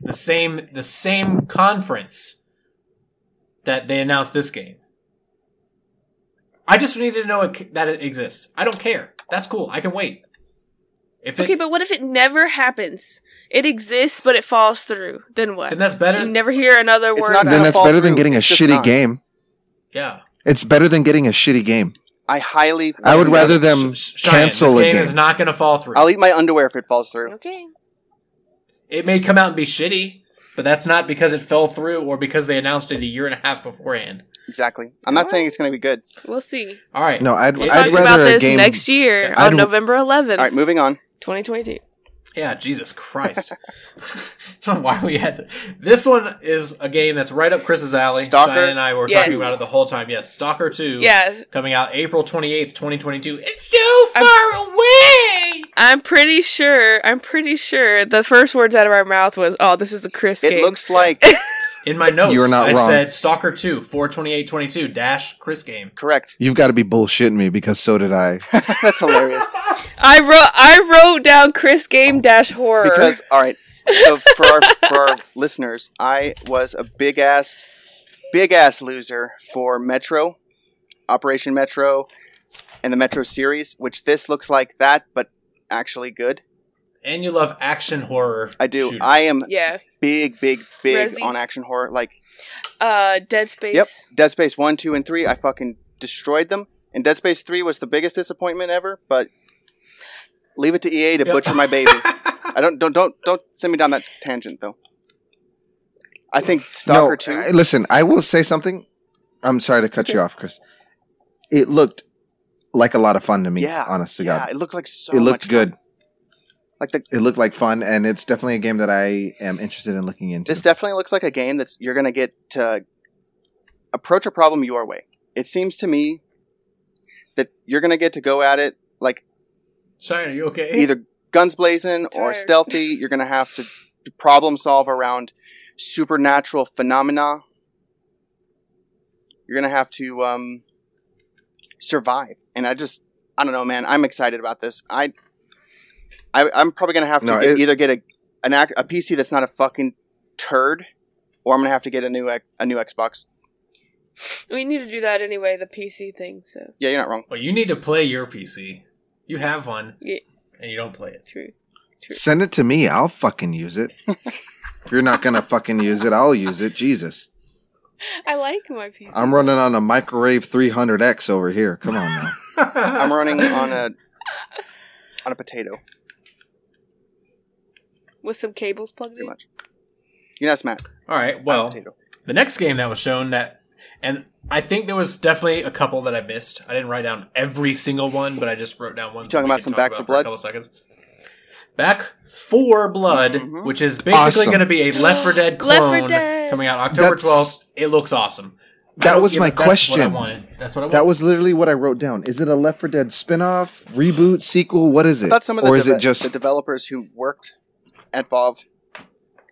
[SPEAKER 3] the same the same conference that they announced this game. I just need to know it, that it exists. I don't care. That's cool. I can wait. If it,
[SPEAKER 2] Okay, but what if it never happens? It exists, but it falls through. Then what?
[SPEAKER 3] then that's better.
[SPEAKER 2] You never hear another
[SPEAKER 1] It's
[SPEAKER 2] word
[SPEAKER 1] not
[SPEAKER 2] about
[SPEAKER 4] then
[SPEAKER 1] gonna
[SPEAKER 2] it.
[SPEAKER 4] that's
[SPEAKER 1] fall
[SPEAKER 4] better than
[SPEAKER 1] through.
[SPEAKER 4] getting a
[SPEAKER 1] It's just
[SPEAKER 4] shitty
[SPEAKER 1] not.
[SPEAKER 4] game.
[SPEAKER 3] yeah.
[SPEAKER 4] It's better than getting a shitty game.
[SPEAKER 1] I highly.
[SPEAKER 4] I would
[SPEAKER 1] recommend-
[SPEAKER 4] rather them
[SPEAKER 3] Sh- sh- Cheyenne,
[SPEAKER 4] cancel
[SPEAKER 3] this
[SPEAKER 4] a
[SPEAKER 3] game,
[SPEAKER 4] game.
[SPEAKER 3] is not going to fall through.
[SPEAKER 1] I'll eat my underwear if it falls through.
[SPEAKER 2] Okay.
[SPEAKER 3] it may come out and be shitty, but that's not because it fell through or because they announced it a year and a half beforehand.
[SPEAKER 1] Exactly. I'm not
[SPEAKER 2] Alright.
[SPEAKER 1] saying it's going to be good.
[SPEAKER 2] We'll see.
[SPEAKER 3] All right.
[SPEAKER 4] No, I'd,
[SPEAKER 3] We'll
[SPEAKER 2] We'll
[SPEAKER 4] I'd
[SPEAKER 2] talk about
[SPEAKER 4] rather a
[SPEAKER 2] this
[SPEAKER 4] game.
[SPEAKER 2] next year
[SPEAKER 4] I'd-
[SPEAKER 2] on November 11th,
[SPEAKER 1] All right, moving on.
[SPEAKER 2] 2022.
[SPEAKER 3] Yeah, Jesus Christ. *laughs* I don't know why we had to. This one is a game that's right up Chris's alley.
[SPEAKER 1] Stalker?
[SPEAKER 3] Cheyenne and I were
[SPEAKER 2] Yes.
[SPEAKER 3] talking about it the whole time. Yes, Stalker 2.
[SPEAKER 2] Yeah,
[SPEAKER 3] Coming out April 28th, 2022. It's too far
[SPEAKER 2] I'm-
[SPEAKER 3] away!
[SPEAKER 2] I'm pretty sure. I'm pretty sure the first words out of our mouth was, "Oh, this is a Chris
[SPEAKER 1] It
[SPEAKER 2] game."
[SPEAKER 1] looks like
[SPEAKER 3] In my notes,
[SPEAKER 4] You are not
[SPEAKER 3] I
[SPEAKER 4] wrong.
[SPEAKER 3] said Stalker 2, 42822, dash Chris game.
[SPEAKER 1] correct. *laughs*
[SPEAKER 4] You've got to be bullshitting me because so did I.
[SPEAKER 1] That's hilarious.
[SPEAKER 2] I wrote. I wrote down Chris
[SPEAKER 4] Oh.
[SPEAKER 2] game dash horror
[SPEAKER 1] Because all right, so for our for our listeners, I was a big ass big ass loser for Metro, Operation Metro, and the Metro series, which this looks like that, but actually good.
[SPEAKER 3] And you love action horror.
[SPEAKER 1] I do.
[SPEAKER 3] shooters.
[SPEAKER 1] I am
[SPEAKER 2] yeah,
[SPEAKER 1] big, big, big
[SPEAKER 2] Resi.
[SPEAKER 1] on action horror. Like
[SPEAKER 2] uh, Dead Space.
[SPEAKER 1] Yep. Dead Space one, two, and three, I fucking destroyed them. And Dead Space three was the biggest disappointment ever, but leave it to EA to
[SPEAKER 3] Yep.
[SPEAKER 1] butcher my
[SPEAKER 4] *laughs*
[SPEAKER 1] baby. I don't don't don't don't send me down that tangent though. I think Stalker
[SPEAKER 4] no,
[SPEAKER 1] two.
[SPEAKER 4] I- listen, I will say something. I'm sorry to cut you off, Chris. It looked like a lot of fun to me.
[SPEAKER 1] Yeah,
[SPEAKER 4] honest to
[SPEAKER 1] yeah,
[SPEAKER 4] God,
[SPEAKER 1] it looked like so.
[SPEAKER 4] it looked
[SPEAKER 1] much
[SPEAKER 4] good.
[SPEAKER 1] Like the
[SPEAKER 4] It looked like fun, and it's definitely a game that I am interested in looking into.
[SPEAKER 1] this definitely looks like a game that's you're gonna get to approach a problem your way. It seems to me that you're gonna get to go at it like
[SPEAKER 3] *laughs* Cheyenne, are you
[SPEAKER 1] *laughs*
[SPEAKER 3] okay?
[SPEAKER 1] either guns blazing or
[SPEAKER 2] Tired.
[SPEAKER 1] stealthy. You're gonna have to problem solve around supernatural phenomena. You're gonna have to um, survive, and I just I don't know, man. I'm excited about this. I, I I'm probably gonna have to
[SPEAKER 4] No,
[SPEAKER 1] get-
[SPEAKER 4] it-
[SPEAKER 1] either get a an ac- a PC that's not a fucking turd, or I'm gonna have to get a new ex- a new Xbox.
[SPEAKER 2] We need to do that anyway. The PC thing. So
[SPEAKER 1] Yeah, you're not wrong.
[SPEAKER 3] Well, you need to play your PC. You have one,
[SPEAKER 2] Yeah.
[SPEAKER 3] and you don't play it.
[SPEAKER 2] true.
[SPEAKER 4] Send it to me. I'll fucking use it. if you're not gonna fucking use it, I'll use it. Jesus,
[SPEAKER 2] I like my PC.
[SPEAKER 4] I'm running on a microwave 300x over here. Come on
[SPEAKER 1] *laughs*
[SPEAKER 4] now.
[SPEAKER 1] *laughs* I'm running on a on a potato.
[SPEAKER 2] with some cables plugged
[SPEAKER 1] Pretty
[SPEAKER 2] in.
[SPEAKER 1] much. You can ask Matt.
[SPEAKER 3] All right.
[SPEAKER 1] I'm a
[SPEAKER 3] Well,
[SPEAKER 1] potato.
[SPEAKER 3] the next game that was shown that, and I think there was definitely a couple that I missed. I didn't write down every single one, but I just wrote down one.
[SPEAKER 1] You talking
[SPEAKER 3] we
[SPEAKER 1] about
[SPEAKER 3] can
[SPEAKER 1] some
[SPEAKER 3] talk
[SPEAKER 1] Back for
[SPEAKER 3] a
[SPEAKER 1] Blood?
[SPEAKER 3] couple seconds. Back for Blood,
[SPEAKER 1] Mhm.
[SPEAKER 3] which is basically
[SPEAKER 2] *gasps*
[SPEAKER 4] Awesome.
[SPEAKER 3] going to be a Left 4 Dead
[SPEAKER 2] Left 4
[SPEAKER 3] clone
[SPEAKER 2] Dead.
[SPEAKER 3] coming out October
[SPEAKER 4] That's-
[SPEAKER 3] 12th. It looks awesome.
[SPEAKER 4] That was my
[SPEAKER 3] That's
[SPEAKER 4] question.
[SPEAKER 3] what I wanted. That's what I wanted.
[SPEAKER 4] That was literally what I wrote down. Is it a Left 4 Dead spinoff, reboot, sequel? What is
[SPEAKER 1] I
[SPEAKER 4] it?
[SPEAKER 1] thought some of the,
[SPEAKER 4] or is
[SPEAKER 1] deve-
[SPEAKER 4] it just
[SPEAKER 1] the developers who worked at Valve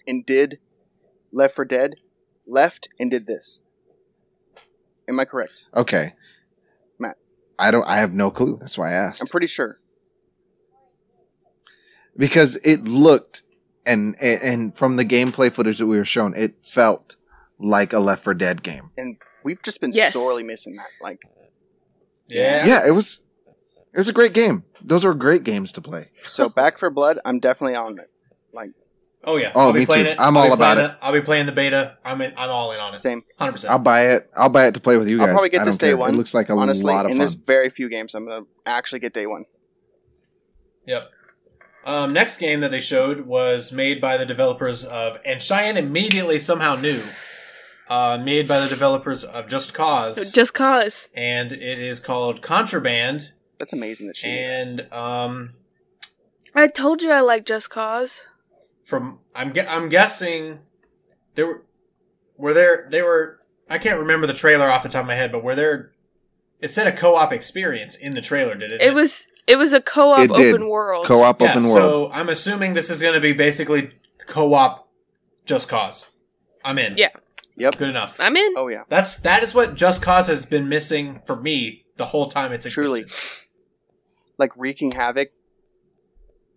[SPEAKER 1] and did Left for Dead left and did this. Am I correct?
[SPEAKER 4] okay?
[SPEAKER 1] Matt.
[SPEAKER 4] I don't. I have no clue. That's why I asked.
[SPEAKER 1] I'm pretty sure.
[SPEAKER 4] because it looked and and- and from the gameplay footage that we were shown, it felt like a Left 4 Dead game.
[SPEAKER 1] We've just been
[SPEAKER 2] Yes.
[SPEAKER 1] sorely missing that. Like
[SPEAKER 3] yeah.
[SPEAKER 4] Yeah, it was. It was a great game. Those were great games to play.
[SPEAKER 1] so Back for Blood, I'm definitely on it.
[SPEAKER 3] Oh yeah.
[SPEAKER 4] Oh,
[SPEAKER 3] I'll be
[SPEAKER 4] me
[SPEAKER 3] playing
[SPEAKER 4] too.
[SPEAKER 3] It.
[SPEAKER 4] I'm
[SPEAKER 3] I'll be
[SPEAKER 4] all about
[SPEAKER 3] playing I'll be playing the beta. I'm in, I'm all in on it.
[SPEAKER 1] Same.
[SPEAKER 3] 100.
[SPEAKER 4] I'll
[SPEAKER 3] percent
[SPEAKER 4] buy it. I'll buy it to play with you
[SPEAKER 1] I'll
[SPEAKER 4] guys.
[SPEAKER 1] probably get
[SPEAKER 4] I
[SPEAKER 1] this
[SPEAKER 4] don't
[SPEAKER 1] day
[SPEAKER 4] care.
[SPEAKER 1] one,
[SPEAKER 4] It looks like a
[SPEAKER 1] Honestly,
[SPEAKER 4] lot of
[SPEAKER 1] and
[SPEAKER 4] fun.
[SPEAKER 1] there's very few games I'm gonna actually get day one.
[SPEAKER 3] Yep. Um, next game that they showed was made by the developers of, and Cheyenne immediately somehow knew, uh, made by the developers of Just Cause,
[SPEAKER 2] Just cause.
[SPEAKER 3] and it is called Contraband,
[SPEAKER 1] That's amazing that she.
[SPEAKER 3] and um,
[SPEAKER 2] I told you I like Just Cause.
[SPEAKER 3] from I'm gue- I'm guessing there were were there they were I can't remember the trailer off the top of my head, but were there it said a co-op experience in the trailer, did it?
[SPEAKER 2] It was it was a co-op
[SPEAKER 4] It did.
[SPEAKER 2] open world.
[SPEAKER 4] Co-op
[SPEAKER 3] yeah,
[SPEAKER 4] open world.
[SPEAKER 3] so I'm assuming this is going to be basically co-op Just Cause. I'm in.
[SPEAKER 2] Yeah.
[SPEAKER 1] Yep.
[SPEAKER 3] Good enough.
[SPEAKER 2] I'm in.
[SPEAKER 1] Oh yeah,
[SPEAKER 3] That's that is what Just Cause has been missing for me the whole time it's existed.
[SPEAKER 1] Truly. like wreaking havoc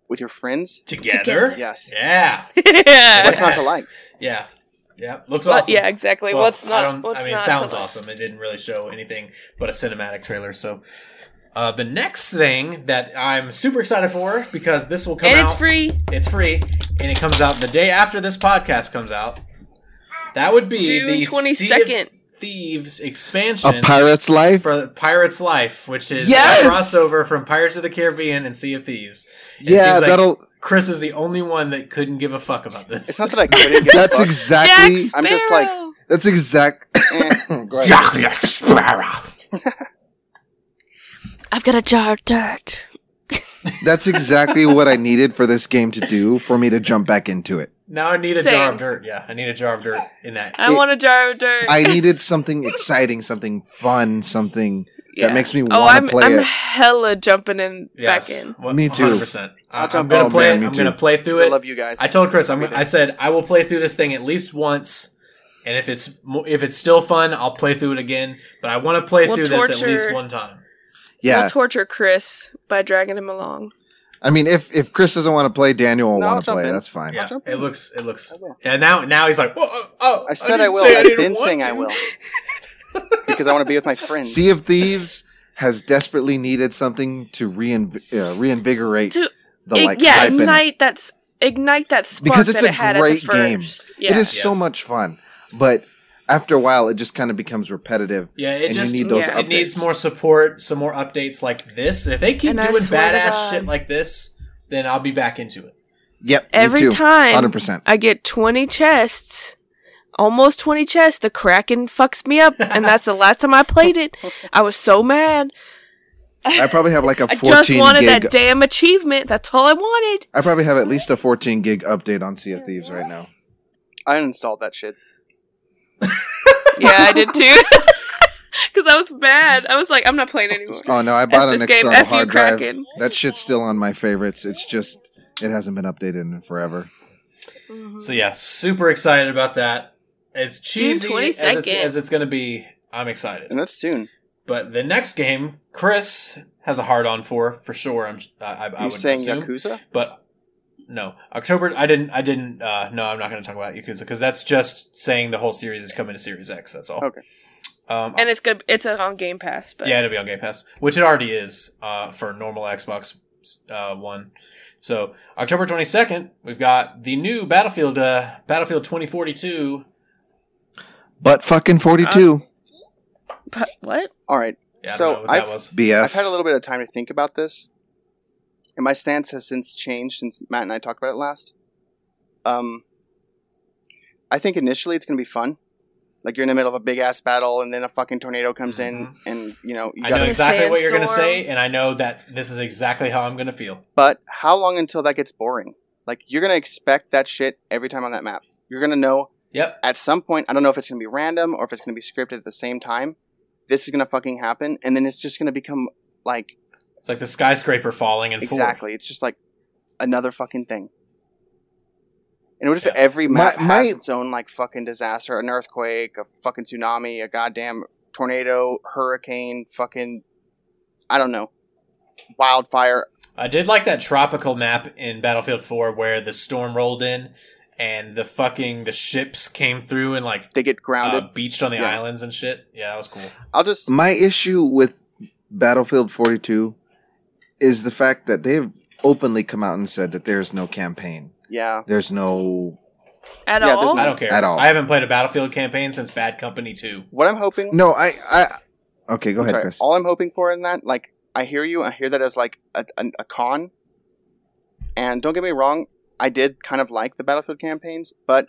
[SPEAKER 1] with your friends.
[SPEAKER 3] Together.
[SPEAKER 1] Yes.
[SPEAKER 3] Yeah.
[SPEAKER 2] *laughs* yeah.
[SPEAKER 1] What's not to like?
[SPEAKER 3] Yeah. Yeah. Looks
[SPEAKER 2] Well,
[SPEAKER 3] awesome.
[SPEAKER 2] yeah, exactly.
[SPEAKER 3] Well,
[SPEAKER 2] what's
[SPEAKER 3] I
[SPEAKER 2] not?
[SPEAKER 3] don't.
[SPEAKER 2] what's
[SPEAKER 3] I mean,
[SPEAKER 2] not
[SPEAKER 3] it sounds
[SPEAKER 2] to like?
[SPEAKER 3] awesome. It didn't really show anything but a cinematic trailer. So, uh, the next thing that I'm super excited for because this will come
[SPEAKER 2] And
[SPEAKER 3] out.
[SPEAKER 2] it's free.
[SPEAKER 3] It's free, and it comes out the day after this podcast comes out. That would be
[SPEAKER 2] June
[SPEAKER 3] the
[SPEAKER 2] 22nd.
[SPEAKER 3] Sea of Thieves expansion
[SPEAKER 4] A pirate's life.
[SPEAKER 3] for Pirates Life, which is
[SPEAKER 4] Yes!
[SPEAKER 3] a crossover from Pirates of the Caribbean and Sea of Thieves. It
[SPEAKER 4] yeah,
[SPEAKER 3] seems like
[SPEAKER 4] that'll.
[SPEAKER 3] Chris is the only one that couldn't give a fuck about this.
[SPEAKER 1] It's not that I couldn't get.
[SPEAKER 4] That's
[SPEAKER 1] the fuck.
[SPEAKER 4] exactly.
[SPEAKER 2] Jack
[SPEAKER 1] I'm just like-
[SPEAKER 2] Sparrow.
[SPEAKER 4] That's exact.
[SPEAKER 1] Eh,
[SPEAKER 4] Go ahead.
[SPEAKER 3] Jack Sparrow.
[SPEAKER 2] I've got a jar of dirt.
[SPEAKER 4] *laughs* That's exactly what I needed for this game to do for me to jump back into it.
[SPEAKER 3] Now I need a jar
[SPEAKER 2] Same.
[SPEAKER 3] of dirt. Yeah, I need a jar of dirt in that.
[SPEAKER 2] I
[SPEAKER 4] It-
[SPEAKER 2] want a jar of dirt.
[SPEAKER 4] I needed something exciting, something fun, something
[SPEAKER 2] Yeah.
[SPEAKER 4] that makes me
[SPEAKER 2] Oh,
[SPEAKER 4] want to
[SPEAKER 2] I'm
[SPEAKER 4] play
[SPEAKER 2] I'm
[SPEAKER 4] it.
[SPEAKER 2] hella jumping in
[SPEAKER 3] Yes,
[SPEAKER 2] back in.
[SPEAKER 3] Well,
[SPEAKER 4] Me too.
[SPEAKER 3] 100%.
[SPEAKER 1] I'll
[SPEAKER 3] I, am
[SPEAKER 1] jump
[SPEAKER 3] gonna
[SPEAKER 4] in.
[SPEAKER 3] play.
[SPEAKER 4] Oh,
[SPEAKER 3] it.
[SPEAKER 4] man, me
[SPEAKER 3] I'm gonna
[SPEAKER 4] too.
[SPEAKER 3] play through
[SPEAKER 1] I
[SPEAKER 3] it.
[SPEAKER 1] love you guys.
[SPEAKER 3] I told Chris. I'm, I said I will play through this thing at least once, and if it's mo- if it's still fun, I'll play through it again. But I want to play
[SPEAKER 2] We'll
[SPEAKER 3] through this at
[SPEAKER 2] torture-
[SPEAKER 3] least one time.
[SPEAKER 4] Yeah,
[SPEAKER 2] We'll torture Chris by dragging him along.
[SPEAKER 4] I mean, if if Chris doesn't want to play, Daniel will
[SPEAKER 1] No, I'll
[SPEAKER 4] want to
[SPEAKER 1] jump
[SPEAKER 4] play.
[SPEAKER 1] in.
[SPEAKER 4] That's fine.
[SPEAKER 3] Yeah,
[SPEAKER 1] jump
[SPEAKER 3] it
[SPEAKER 1] in.
[SPEAKER 3] looks it looks.
[SPEAKER 1] I will.
[SPEAKER 3] And now now he's like, Whoa, oh, oh,
[SPEAKER 1] I said I,
[SPEAKER 3] didn't
[SPEAKER 1] will.
[SPEAKER 3] say
[SPEAKER 1] I've
[SPEAKER 3] didn't
[SPEAKER 1] been
[SPEAKER 3] want
[SPEAKER 1] saying I
[SPEAKER 3] to."
[SPEAKER 1] will
[SPEAKER 3] *laughs*
[SPEAKER 1] because I want to be with my friends.
[SPEAKER 4] Sea of Thieves has desperately needed something to reinv- uh, reinvigorate
[SPEAKER 2] To
[SPEAKER 4] the
[SPEAKER 2] Ig-
[SPEAKER 4] like
[SPEAKER 2] yeah,
[SPEAKER 4] hype in it.
[SPEAKER 2] ignite that s- ignite that spark
[SPEAKER 4] Because it's
[SPEAKER 2] that
[SPEAKER 4] a
[SPEAKER 2] it had
[SPEAKER 4] great
[SPEAKER 2] at the first. Yeah.
[SPEAKER 4] It is so
[SPEAKER 3] Yes.
[SPEAKER 4] much fun, but after a while, it just kind of becomes repetitive.
[SPEAKER 3] Yeah, it
[SPEAKER 4] And you
[SPEAKER 3] just
[SPEAKER 4] need those
[SPEAKER 2] Yeah.
[SPEAKER 3] it needs
[SPEAKER 4] updates.
[SPEAKER 3] more support, some more updates like this. If they keep
[SPEAKER 2] And I
[SPEAKER 3] doing
[SPEAKER 2] swear to
[SPEAKER 3] badass
[SPEAKER 2] God.
[SPEAKER 3] shit like this, then I'll be back into it.
[SPEAKER 4] Yep, me
[SPEAKER 2] Every
[SPEAKER 4] too.
[SPEAKER 2] time
[SPEAKER 4] 100%.
[SPEAKER 2] I get 20 chests, almost 20 chests. The Kraken fucks me up, and that's the last time I played
[SPEAKER 4] *laughs*
[SPEAKER 2] it. I was so mad.
[SPEAKER 4] I probably have like
[SPEAKER 2] *laughs*
[SPEAKER 4] a
[SPEAKER 2] I just
[SPEAKER 4] 14
[SPEAKER 2] wanted
[SPEAKER 4] gig.
[SPEAKER 2] that damn achievement. That's all I wanted.
[SPEAKER 4] I probably have at least a 14 gig update on Sea of Thieves right now.
[SPEAKER 1] I uninstalled that shit.
[SPEAKER 2] yeah, I did too. *laughs* Because I was mad. I was like, I'm not playing anymore.
[SPEAKER 4] Oh no, I
[SPEAKER 2] F
[SPEAKER 4] bought an
[SPEAKER 2] this game,
[SPEAKER 4] external
[SPEAKER 2] F you,
[SPEAKER 4] hard drive.
[SPEAKER 2] Kraken.
[SPEAKER 4] That shit's still on my favorites. It's just it hasn't been updated in forever.
[SPEAKER 3] So yeah, super excited about that. As cheesy as it's,
[SPEAKER 2] 22nd.
[SPEAKER 3] as it's going to be, I'm excited.
[SPEAKER 1] And that's soon.
[SPEAKER 3] But the next game, Chris has a hard on for for sure. I'm I, I, I
[SPEAKER 1] Are you
[SPEAKER 3] would
[SPEAKER 1] saying
[SPEAKER 3] assume,
[SPEAKER 1] Yakuza?
[SPEAKER 3] but no, October. I didn't. I didn't. Uh, no, I'm not going to talk about Yakuza because that's just saying the whole series is coming to Series X. That's all.
[SPEAKER 1] Okay.
[SPEAKER 3] Um, uh,
[SPEAKER 2] And it's good. It's on Game Pass, but
[SPEAKER 3] yeah, it'll be on Game Pass, which it already is uh, for normal Xbox uh, One. So October 22nd, we've got the new Battlefield uh, Battlefield 2042.
[SPEAKER 4] But fucking 42
[SPEAKER 1] Uh,
[SPEAKER 2] but what?
[SPEAKER 1] All right.
[SPEAKER 3] Yeah, I
[SPEAKER 1] So
[SPEAKER 3] don't know what
[SPEAKER 1] I've-
[SPEAKER 3] that was.
[SPEAKER 4] BF.
[SPEAKER 1] I've had a little bit of time to think about this, and my stance has since changed since Matt and I talked about it last. Um, I think initially it's going to be fun. Like you're in the middle of a big ass battle, and then a fucking tornado comes
[SPEAKER 3] Mhm.
[SPEAKER 1] in, and you know you
[SPEAKER 3] I know
[SPEAKER 1] gotta.
[SPEAKER 3] exactly what you're going to
[SPEAKER 2] sandstorm.
[SPEAKER 3] say, and I know that this is exactly how I'm going to feel.
[SPEAKER 1] But how long until that gets boring? Like you're going to expect that shit every time on that map. You're going to know
[SPEAKER 3] Yep.
[SPEAKER 1] At some point, I don't know if it's going to be random or if it's going to be scripted at the same time. This is going to fucking happen, and then it's just going to become like
[SPEAKER 3] It's like the skyscraper falling in four.
[SPEAKER 1] exactly. It's just like another fucking thing. And what if
[SPEAKER 3] Yeah.
[SPEAKER 1] every
[SPEAKER 4] My-
[SPEAKER 1] map has
[SPEAKER 4] my-
[SPEAKER 1] its own like fucking disaster, an earthquake, a fucking tsunami, a goddamn tornado, hurricane, fucking I don't know, wildfire,
[SPEAKER 3] I did like that tropical map in Battlefield 4 where the storm rolled in and the fucking the ships came through and like
[SPEAKER 1] they get grounded.
[SPEAKER 3] uh, beached on the
[SPEAKER 1] Yeah.
[SPEAKER 3] islands and shit. Yeah, that was cool.
[SPEAKER 1] I'll just
[SPEAKER 4] My issue with Battlefield 42 is the fact that they've openly come out and said that there's no campaign.
[SPEAKER 1] yeah.
[SPEAKER 4] There's no
[SPEAKER 2] At
[SPEAKER 1] Yeah, there's
[SPEAKER 2] all?
[SPEAKER 3] I don't care
[SPEAKER 4] At all.
[SPEAKER 3] I haven't played a Battlefield campaign since Bad Company 2.
[SPEAKER 1] What I'm hoping
[SPEAKER 4] No, I I Okay, go
[SPEAKER 1] I'm
[SPEAKER 4] ahead,
[SPEAKER 1] sorry,
[SPEAKER 4] Chris.
[SPEAKER 1] All I'm hoping for in that, like, I hear you. I hear that as like a, a, a con. And don't get me wrong, I did kind of like the Battlefield campaigns, but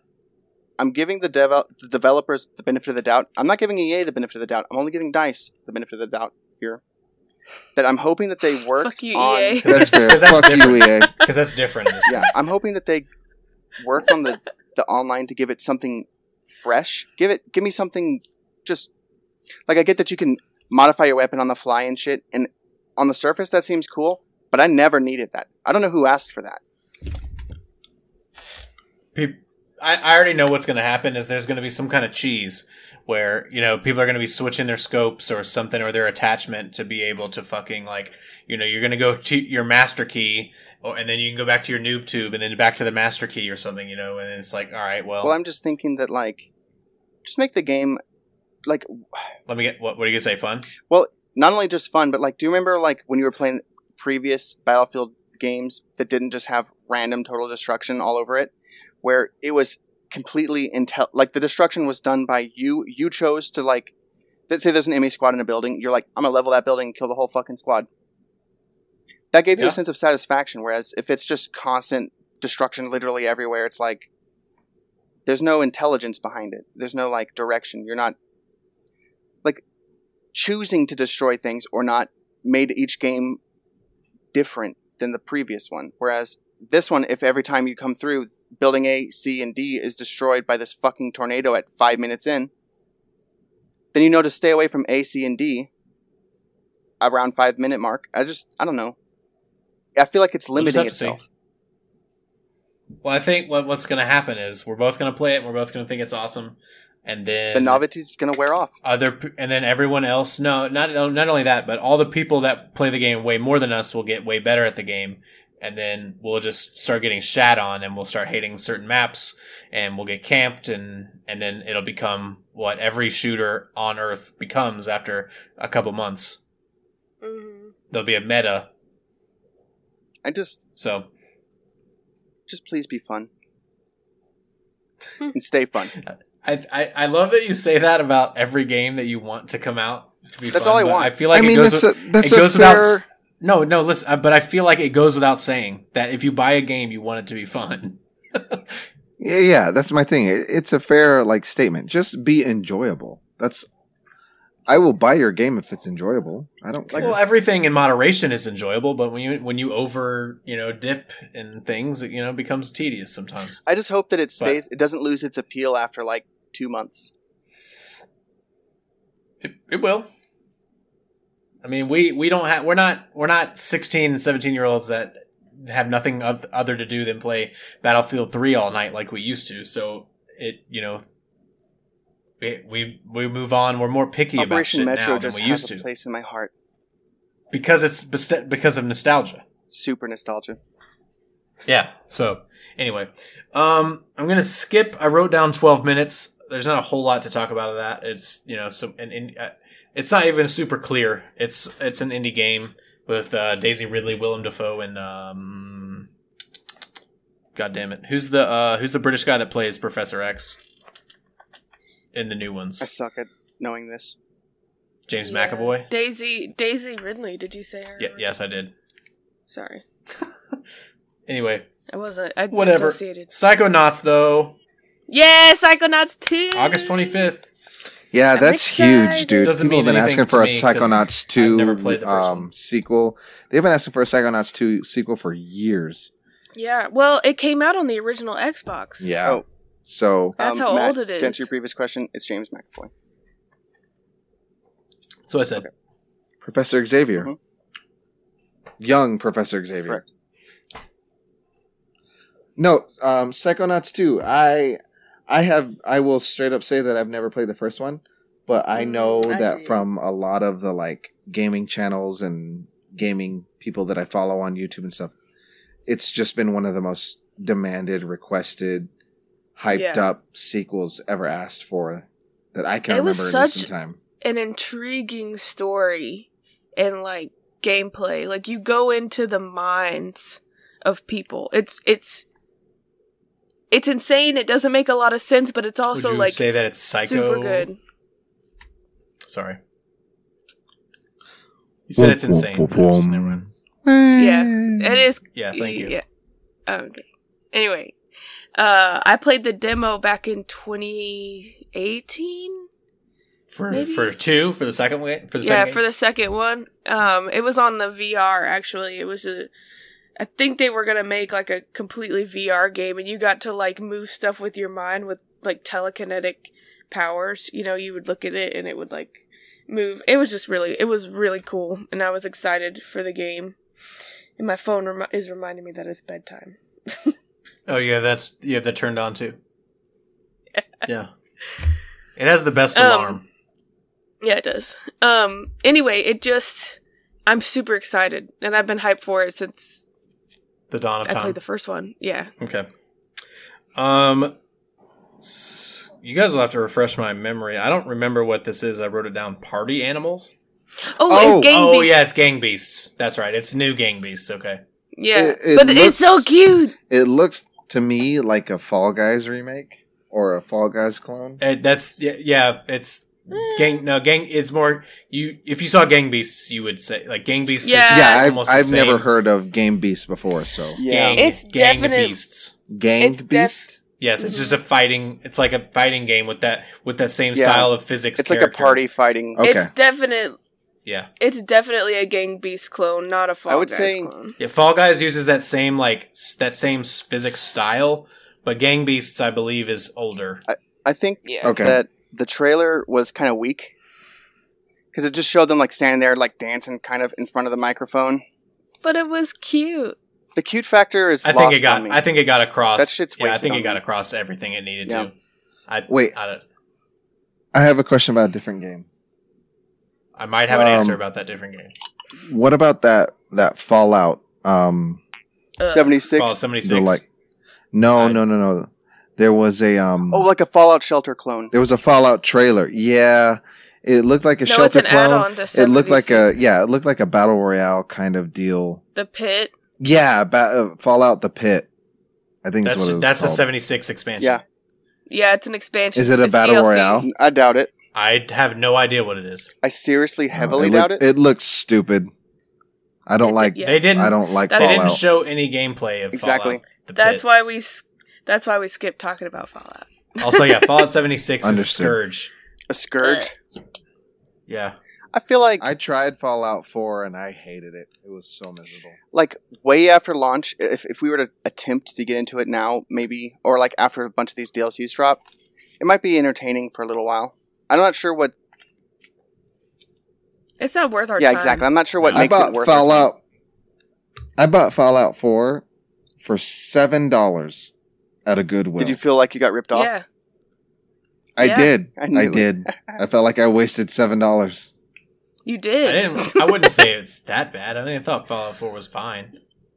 [SPEAKER 1] I'm giving the, devel- the developers the benefit of the doubt. I'm not giving EA the benefit of the doubt. I'm only giving Dice the benefit of the doubt here. That I'm hoping that they worked
[SPEAKER 2] Fuck you, E
[SPEAKER 1] on. *laughs*
[SPEAKER 2] *laughs* EA.
[SPEAKER 3] *laughs*
[SPEAKER 4] That's fair.
[SPEAKER 3] 'Cause that's
[SPEAKER 4] Fuck you, E EA.
[SPEAKER 3] Because that's different.
[SPEAKER 1] yeah, I'm hoping that they work on the the online to give it something fresh. Give it, give me something just like I get that you can modify your weapon on the fly and shit, and on the surface that seems cool, but I never needed that. I don't know who asked for that.
[SPEAKER 3] Peop I, I already know what's going to happen is there's going to be some kind of cheese where you know people are going to be switching their scopes or something or their attachment to be able to fucking like you know you're going to go to your master key or, and then you can go back to your noob tube and then back to the master key or something you know and then it's like all right well,
[SPEAKER 1] Well, I'm just thinking that like, just make the game like
[SPEAKER 3] let me get what what are you going to say fun
[SPEAKER 1] not only just fun, but like, do you remember like when you were playing previous Battlefield games that didn't just have random total destruction all over it, where it was completely intel like the destruction was done by you. You chose to like, let's say there's an enemy squad in a building. You're like, I'm gonna level that building and kill the whole fucking squad. That gave you
[SPEAKER 3] Yeah.
[SPEAKER 1] a sense of satisfaction. Whereas if it's just constant destruction literally everywhere, it's like there's no intelligence behind it. There's no like direction. You're not like choosing to destroy things or not made each game different than the previous one. Whereas this one, if every time you come through, building A, C, and D is destroyed by this fucking tornado at five minutes in, then you know to stay away from A, C, and D around five minute mark. I just I don't know. I feel like it's
[SPEAKER 3] We'll just
[SPEAKER 1] limiting
[SPEAKER 3] have to see.
[SPEAKER 1] itself.
[SPEAKER 3] well I think what, what's going to happen is we're both going to play it and we're both going to think it's awesome and then
[SPEAKER 1] The novelty's gonna wear off.
[SPEAKER 3] other p- and then everyone else no not not only that but all the people that play the game way more than us will get way better at the game and then we'll just start getting shat on and we'll start hating certain maps and we'll get camped and and then it'll become what every shooter on earth becomes after a couple months
[SPEAKER 2] Mhm.
[SPEAKER 3] there'll be a meta
[SPEAKER 1] I just
[SPEAKER 3] so
[SPEAKER 1] just please be
[SPEAKER 3] *laughs*
[SPEAKER 1] fun. and stay fun.
[SPEAKER 3] I, I i love that you say that about every game that you want to come out to be
[SPEAKER 1] That's
[SPEAKER 3] fun,
[SPEAKER 1] all I
[SPEAKER 3] but
[SPEAKER 1] want.
[SPEAKER 3] i feel like
[SPEAKER 4] I mean,
[SPEAKER 3] it goes
[SPEAKER 4] that's
[SPEAKER 3] with-
[SPEAKER 4] a that's
[SPEAKER 3] it
[SPEAKER 4] a
[SPEAKER 3] goes without
[SPEAKER 4] fair.
[SPEAKER 3] s- No, no, listen, uh, but I feel like it goes without saying that if you buy a game, you want it to be fun.
[SPEAKER 4] Yeah, yeah, that's my thing. It, it's a fair like statement. Just be enjoyable. That's. I will buy your game if it's enjoyable. I don't care.
[SPEAKER 3] well, everything in moderation is enjoyable, but when you when you over, you know, dip in things, it, you know, becomes tedious sometimes.
[SPEAKER 1] I just hope that it
[SPEAKER 3] But-
[SPEAKER 1] stays. it doesn't lose its appeal after like two months.
[SPEAKER 3] It, it will. I mean, we we don't have we're not we're not 16 and 17 year olds that have nothing oth- other to do than play Battlefield 3 all night like we used to. So, it, you know, we we, we move on. We're more picky
[SPEAKER 1] Operation
[SPEAKER 3] about shit
[SPEAKER 1] Metro
[SPEAKER 3] now than
[SPEAKER 1] just
[SPEAKER 3] we
[SPEAKER 1] has
[SPEAKER 3] used
[SPEAKER 1] a
[SPEAKER 3] to.
[SPEAKER 1] place in my heart.
[SPEAKER 3] because it's best- because of nostalgia.
[SPEAKER 1] Super nostalgia.
[SPEAKER 3] Yeah. So anyway, um, I'm gonna skip. I wrote down 12 minutes. There's not a whole lot to talk about of that. It's you know some and, and uh, it's not even super clear. It's it's an indie game with uh, Daisy Ridley, Willem Dafoe, and um, God damn it, who's the uh, who's the British guy that plays Professor X in the new
[SPEAKER 1] I
[SPEAKER 3] ones?
[SPEAKER 1] suck at knowing this.
[SPEAKER 3] James
[SPEAKER 2] Yeah.
[SPEAKER 3] McAvoy.
[SPEAKER 2] Daisy Daisy Ridley, did you say her?
[SPEAKER 3] Yeah, yes, I did.
[SPEAKER 2] Sorry.
[SPEAKER 3] Anyway,
[SPEAKER 2] I wasn't I
[SPEAKER 3] Whatever.
[SPEAKER 2] Whatever. associated.
[SPEAKER 3] Psychonauts though,
[SPEAKER 2] Yeah, Psychonauts 2.
[SPEAKER 3] August 25th.
[SPEAKER 4] yeah,
[SPEAKER 2] I'm
[SPEAKER 4] that's huge,
[SPEAKER 2] excited.
[SPEAKER 4] dude.
[SPEAKER 3] Doesn't
[SPEAKER 4] People
[SPEAKER 3] mean
[SPEAKER 4] have been
[SPEAKER 3] anything
[SPEAKER 4] asking
[SPEAKER 3] to
[SPEAKER 4] for a
[SPEAKER 3] me 'cause
[SPEAKER 4] Psychonauts
[SPEAKER 3] I've never played
[SPEAKER 4] two
[SPEAKER 3] the first
[SPEAKER 4] um,
[SPEAKER 3] one.
[SPEAKER 4] sequel. They've been asking for a Psychonauts two sequel for years.
[SPEAKER 2] Yeah. Well, it came out on the original Xbox.
[SPEAKER 4] Yeah.
[SPEAKER 1] Oh.
[SPEAKER 4] So
[SPEAKER 2] That's how
[SPEAKER 1] Matt,
[SPEAKER 2] old it
[SPEAKER 1] To
[SPEAKER 2] is.
[SPEAKER 1] answer your previous question, it's James McAvoy.
[SPEAKER 3] That's what I said.
[SPEAKER 4] Professor Xavier,
[SPEAKER 2] Mm-hmm.
[SPEAKER 1] Mhm.
[SPEAKER 4] young Professor Xavier.
[SPEAKER 1] Correct.
[SPEAKER 4] No, um, Psychonauts two. I, I have. I will straight up say that I've never played the first one, but I
[SPEAKER 2] Mm,
[SPEAKER 4] know
[SPEAKER 2] I
[SPEAKER 4] that
[SPEAKER 2] did.
[SPEAKER 4] from a lot of the like gaming channels and gaming people that I follow on YouTube and stuff. It's just been one of the most demanded, requested,
[SPEAKER 2] Yeah.
[SPEAKER 4] hyped up sequels ever asked for that I can
[SPEAKER 2] It was
[SPEAKER 4] remember in
[SPEAKER 2] such-
[SPEAKER 4] recent time.
[SPEAKER 2] an intriguing story and like gameplay. Like you go into the minds of people. It's it's it's insane. It doesn't make a lot of sense, but it's also
[SPEAKER 3] Would you
[SPEAKER 2] like
[SPEAKER 3] say that it's psycho?
[SPEAKER 2] super good.
[SPEAKER 3] Sorry. You said it's insane. Never mind.
[SPEAKER 2] Yeah, It is.
[SPEAKER 3] Yeah, thank you.
[SPEAKER 2] Yeah. Okay. Anyway, uh, I played the demo back in 2018.
[SPEAKER 3] For
[SPEAKER 2] Maybe-
[SPEAKER 3] for two for the second way for the
[SPEAKER 2] yeah,
[SPEAKER 3] second
[SPEAKER 2] for the second one. Um, it was on the VR actually. It was a. I think they were gonna make like a completely VR game, and you got to like move stuff with your mind with like telekinetic powers. You know, you would look at it and it would like move. It was just really, it was really cool, and I was excited for the game. And my phone remi- is reminding me that it's bedtime.
[SPEAKER 3] oh yeah, that's yeah that turned on
[SPEAKER 2] *laughs*
[SPEAKER 3] too. yeah, it has the best
[SPEAKER 2] Um,
[SPEAKER 3] alarm.
[SPEAKER 2] Yeah, it does. Um. Anyway, it just, I'm super excited, and I've been hyped for it since
[SPEAKER 3] The dawn of
[SPEAKER 2] I
[SPEAKER 3] time.
[SPEAKER 2] played the first one. Yeah.
[SPEAKER 3] Okay. Um, s- you guys will have to refresh my memory. I don't remember what this is. I wrote it down. Party animals.
[SPEAKER 2] Oh,
[SPEAKER 4] Oh,
[SPEAKER 2] it's Gang
[SPEAKER 3] oh
[SPEAKER 2] Beasts.
[SPEAKER 3] yeah, it's gang beasts. That's right. It's new gang beasts. Okay.
[SPEAKER 2] Yeah.
[SPEAKER 4] It- it
[SPEAKER 2] but it's so
[SPEAKER 4] looks-
[SPEAKER 2] cute.
[SPEAKER 4] It looks to me like a Fall Guys remake or a Fall Guys clone.
[SPEAKER 3] Uh, that's yeah, yeah. It's gang. No gang. It's more you. If you saw gang beasts, you would say like gang beasts. is
[SPEAKER 2] Yeah.
[SPEAKER 4] yeah, I've,
[SPEAKER 3] almost the
[SPEAKER 4] I've never
[SPEAKER 3] same.
[SPEAKER 4] heard of Game Beast before. So
[SPEAKER 1] Yeah.
[SPEAKER 3] Gang,
[SPEAKER 2] It's
[SPEAKER 3] gang
[SPEAKER 2] definite- Mhm.
[SPEAKER 3] beasts.
[SPEAKER 4] Gang
[SPEAKER 2] It's
[SPEAKER 4] Beast.
[SPEAKER 2] def-
[SPEAKER 3] Yes, it's just a fighting. It's like a fighting game with that with that same
[SPEAKER 1] Yeah.
[SPEAKER 3] style of physics.
[SPEAKER 1] It's like a
[SPEAKER 3] character. Oh.
[SPEAKER 1] party fighting.
[SPEAKER 4] Okay.
[SPEAKER 2] It's definite.
[SPEAKER 3] Yeah,
[SPEAKER 2] It's definitely a Gang Beast clone, not a Fall
[SPEAKER 1] I would
[SPEAKER 2] Guys
[SPEAKER 1] say-
[SPEAKER 2] clone.
[SPEAKER 3] yeah. Fall Guys uses that same like s- that same s- physics style, but Gang Beasts, I believe, is older.
[SPEAKER 1] I think
[SPEAKER 2] Yeah.
[SPEAKER 4] okay,
[SPEAKER 1] that the trailer was kind of weak because it just showed them like standing there, like dancing, kind of in front of the microphone.
[SPEAKER 2] But it was cute.
[SPEAKER 1] The cute factor is
[SPEAKER 3] I
[SPEAKER 1] lost
[SPEAKER 3] think it
[SPEAKER 1] on
[SPEAKER 3] got.
[SPEAKER 1] me.
[SPEAKER 3] I think it got across.
[SPEAKER 1] That shit's
[SPEAKER 3] yeah, I
[SPEAKER 1] wasted
[SPEAKER 3] think
[SPEAKER 1] on
[SPEAKER 3] it got
[SPEAKER 1] me.
[SPEAKER 3] across everything it needed
[SPEAKER 1] Yeah.
[SPEAKER 3] to. I,
[SPEAKER 4] Wait.
[SPEAKER 3] I, don't-
[SPEAKER 4] I have a question about a different game.
[SPEAKER 3] I might have an
[SPEAKER 4] Um,
[SPEAKER 3] answer about that different game.
[SPEAKER 4] What about that that Fallout? Um,
[SPEAKER 2] Ugh.
[SPEAKER 1] Seventy
[SPEAKER 3] Fall
[SPEAKER 1] six.
[SPEAKER 3] seventy
[SPEAKER 4] the
[SPEAKER 3] six.
[SPEAKER 4] like, no,
[SPEAKER 3] I-
[SPEAKER 4] no, no, no. There was a um.
[SPEAKER 1] Oh, like a Fallout Shelter clone.
[SPEAKER 4] there was a Fallout trailer. Yeah, it looked like a
[SPEAKER 2] no, it's
[SPEAKER 4] shelter
[SPEAKER 2] an
[SPEAKER 4] clone.
[SPEAKER 2] add-on to
[SPEAKER 4] It looked like a
[SPEAKER 2] 76.
[SPEAKER 4] yeah, it looked like a battle royale kind of deal.
[SPEAKER 2] the pit.
[SPEAKER 4] Yeah, ba- uh, Fallout the Pit. I think that's
[SPEAKER 3] that's
[SPEAKER 4] what it was
[SPEAKER 3] that's a
[SPEAKER 4] called.
[SPEAKER 3] seventy six expansion.
[SPEAKER 1] Yeah.
[SPEAKER 2] Yeah, it's an expansion.
[SPEAKER 4] Is it a
[SPEAKER 2] It's
[SPEAKER 4] battle
[SPEAKER 2] DLC.
[SPEAKER 4] royale?
[SPEAKER 1] I doubt it.
[SPEAKER 3] I have no idea what it is.
[SPEAKER 1] I seriously
[SPEAKER 4] No,
[SPEAKER 1] heavily
[SPEAKER 4] Oh, it
[SPEAKER 1] doubt
[SPEAKER 4] looked-
[SPEAKER 1] it.
[SPEAKER 4] It looks stupid. I don't
[SPEAKER 2] It-
[SPEAKER 4] like.
[SPEAKER 2] yeah.
[SPEAKER 3] They didn't.
[SPEAKER 4] I don't like
[SPEAKER 2] That
[SPEAKER 3] They
[SPEAKER 2] Fallout.
[SPEAKER 3] didn't
[SPEAKER 4] Fallout.
[SPEAKER 3] show any gameplay of
[SPEAKER 1] Exactly.
[SPEAKER 3] Fallout. The
[SPEAKER 2] That's
[SPEAKER 3] pit.
[SPEAKER 2] why we. s- That's why we skipped talking about Fallout. *laughs*
[SPEAKER 3] Also, yeah, Fallout 76 is
[SPEAKER 4] Understood.
[SPEAKER 3] Scourge.
[SPEAKER 1] A scourge.
[SPEAKER 3] Yeah.
[SPEAKER 1] I feel like
[SPEAKER 4] I tried Fallout Four and I hated it. It was so miserable.
[SPEAKER 1] like way after launch, if, if we were to attempt to get into it now, maybe, or like after a bunch of these DLCs drop, it might be entertaining for a little while. I'm not sure what.
[SPEAKER 2] It's not worth our
[SPEAKER 1] yeah,
[SPEAKER 2] time.
[SPEAKER 1] exactly. I'm not sure what
[SPEAKER 3] No.
[SPEAKER 4] I
[SPEAKER 1] makes
[SPEAKER 4] bought
[SPEAKER 1] it worth. it.
[SPEAKER 4] Fallout. I bought Fallout Four for seven dollars at a Goodwill.
[SPEAKER 1] Did you feel like you got ripped off?
[SPEAKER 2] Yeah.
[SPEAKER 4] I
[SPEAKER 2] Yeah.
[SPEAKER 4] did.
[SPEAKER 1] I knew
[SPEAKER 4] I
[SPEAKER 1] it.
[SPEAKER 4] did. I felt like I wasted seven dollars.
[SPEAKER 2] You
[SPEAKER 3] I
[SPEAKER 2] did. *laughs*
[SPEAKER 3] didn't. I wouldn't say it's that bad. I mean, I thought Fallout 4 was fine.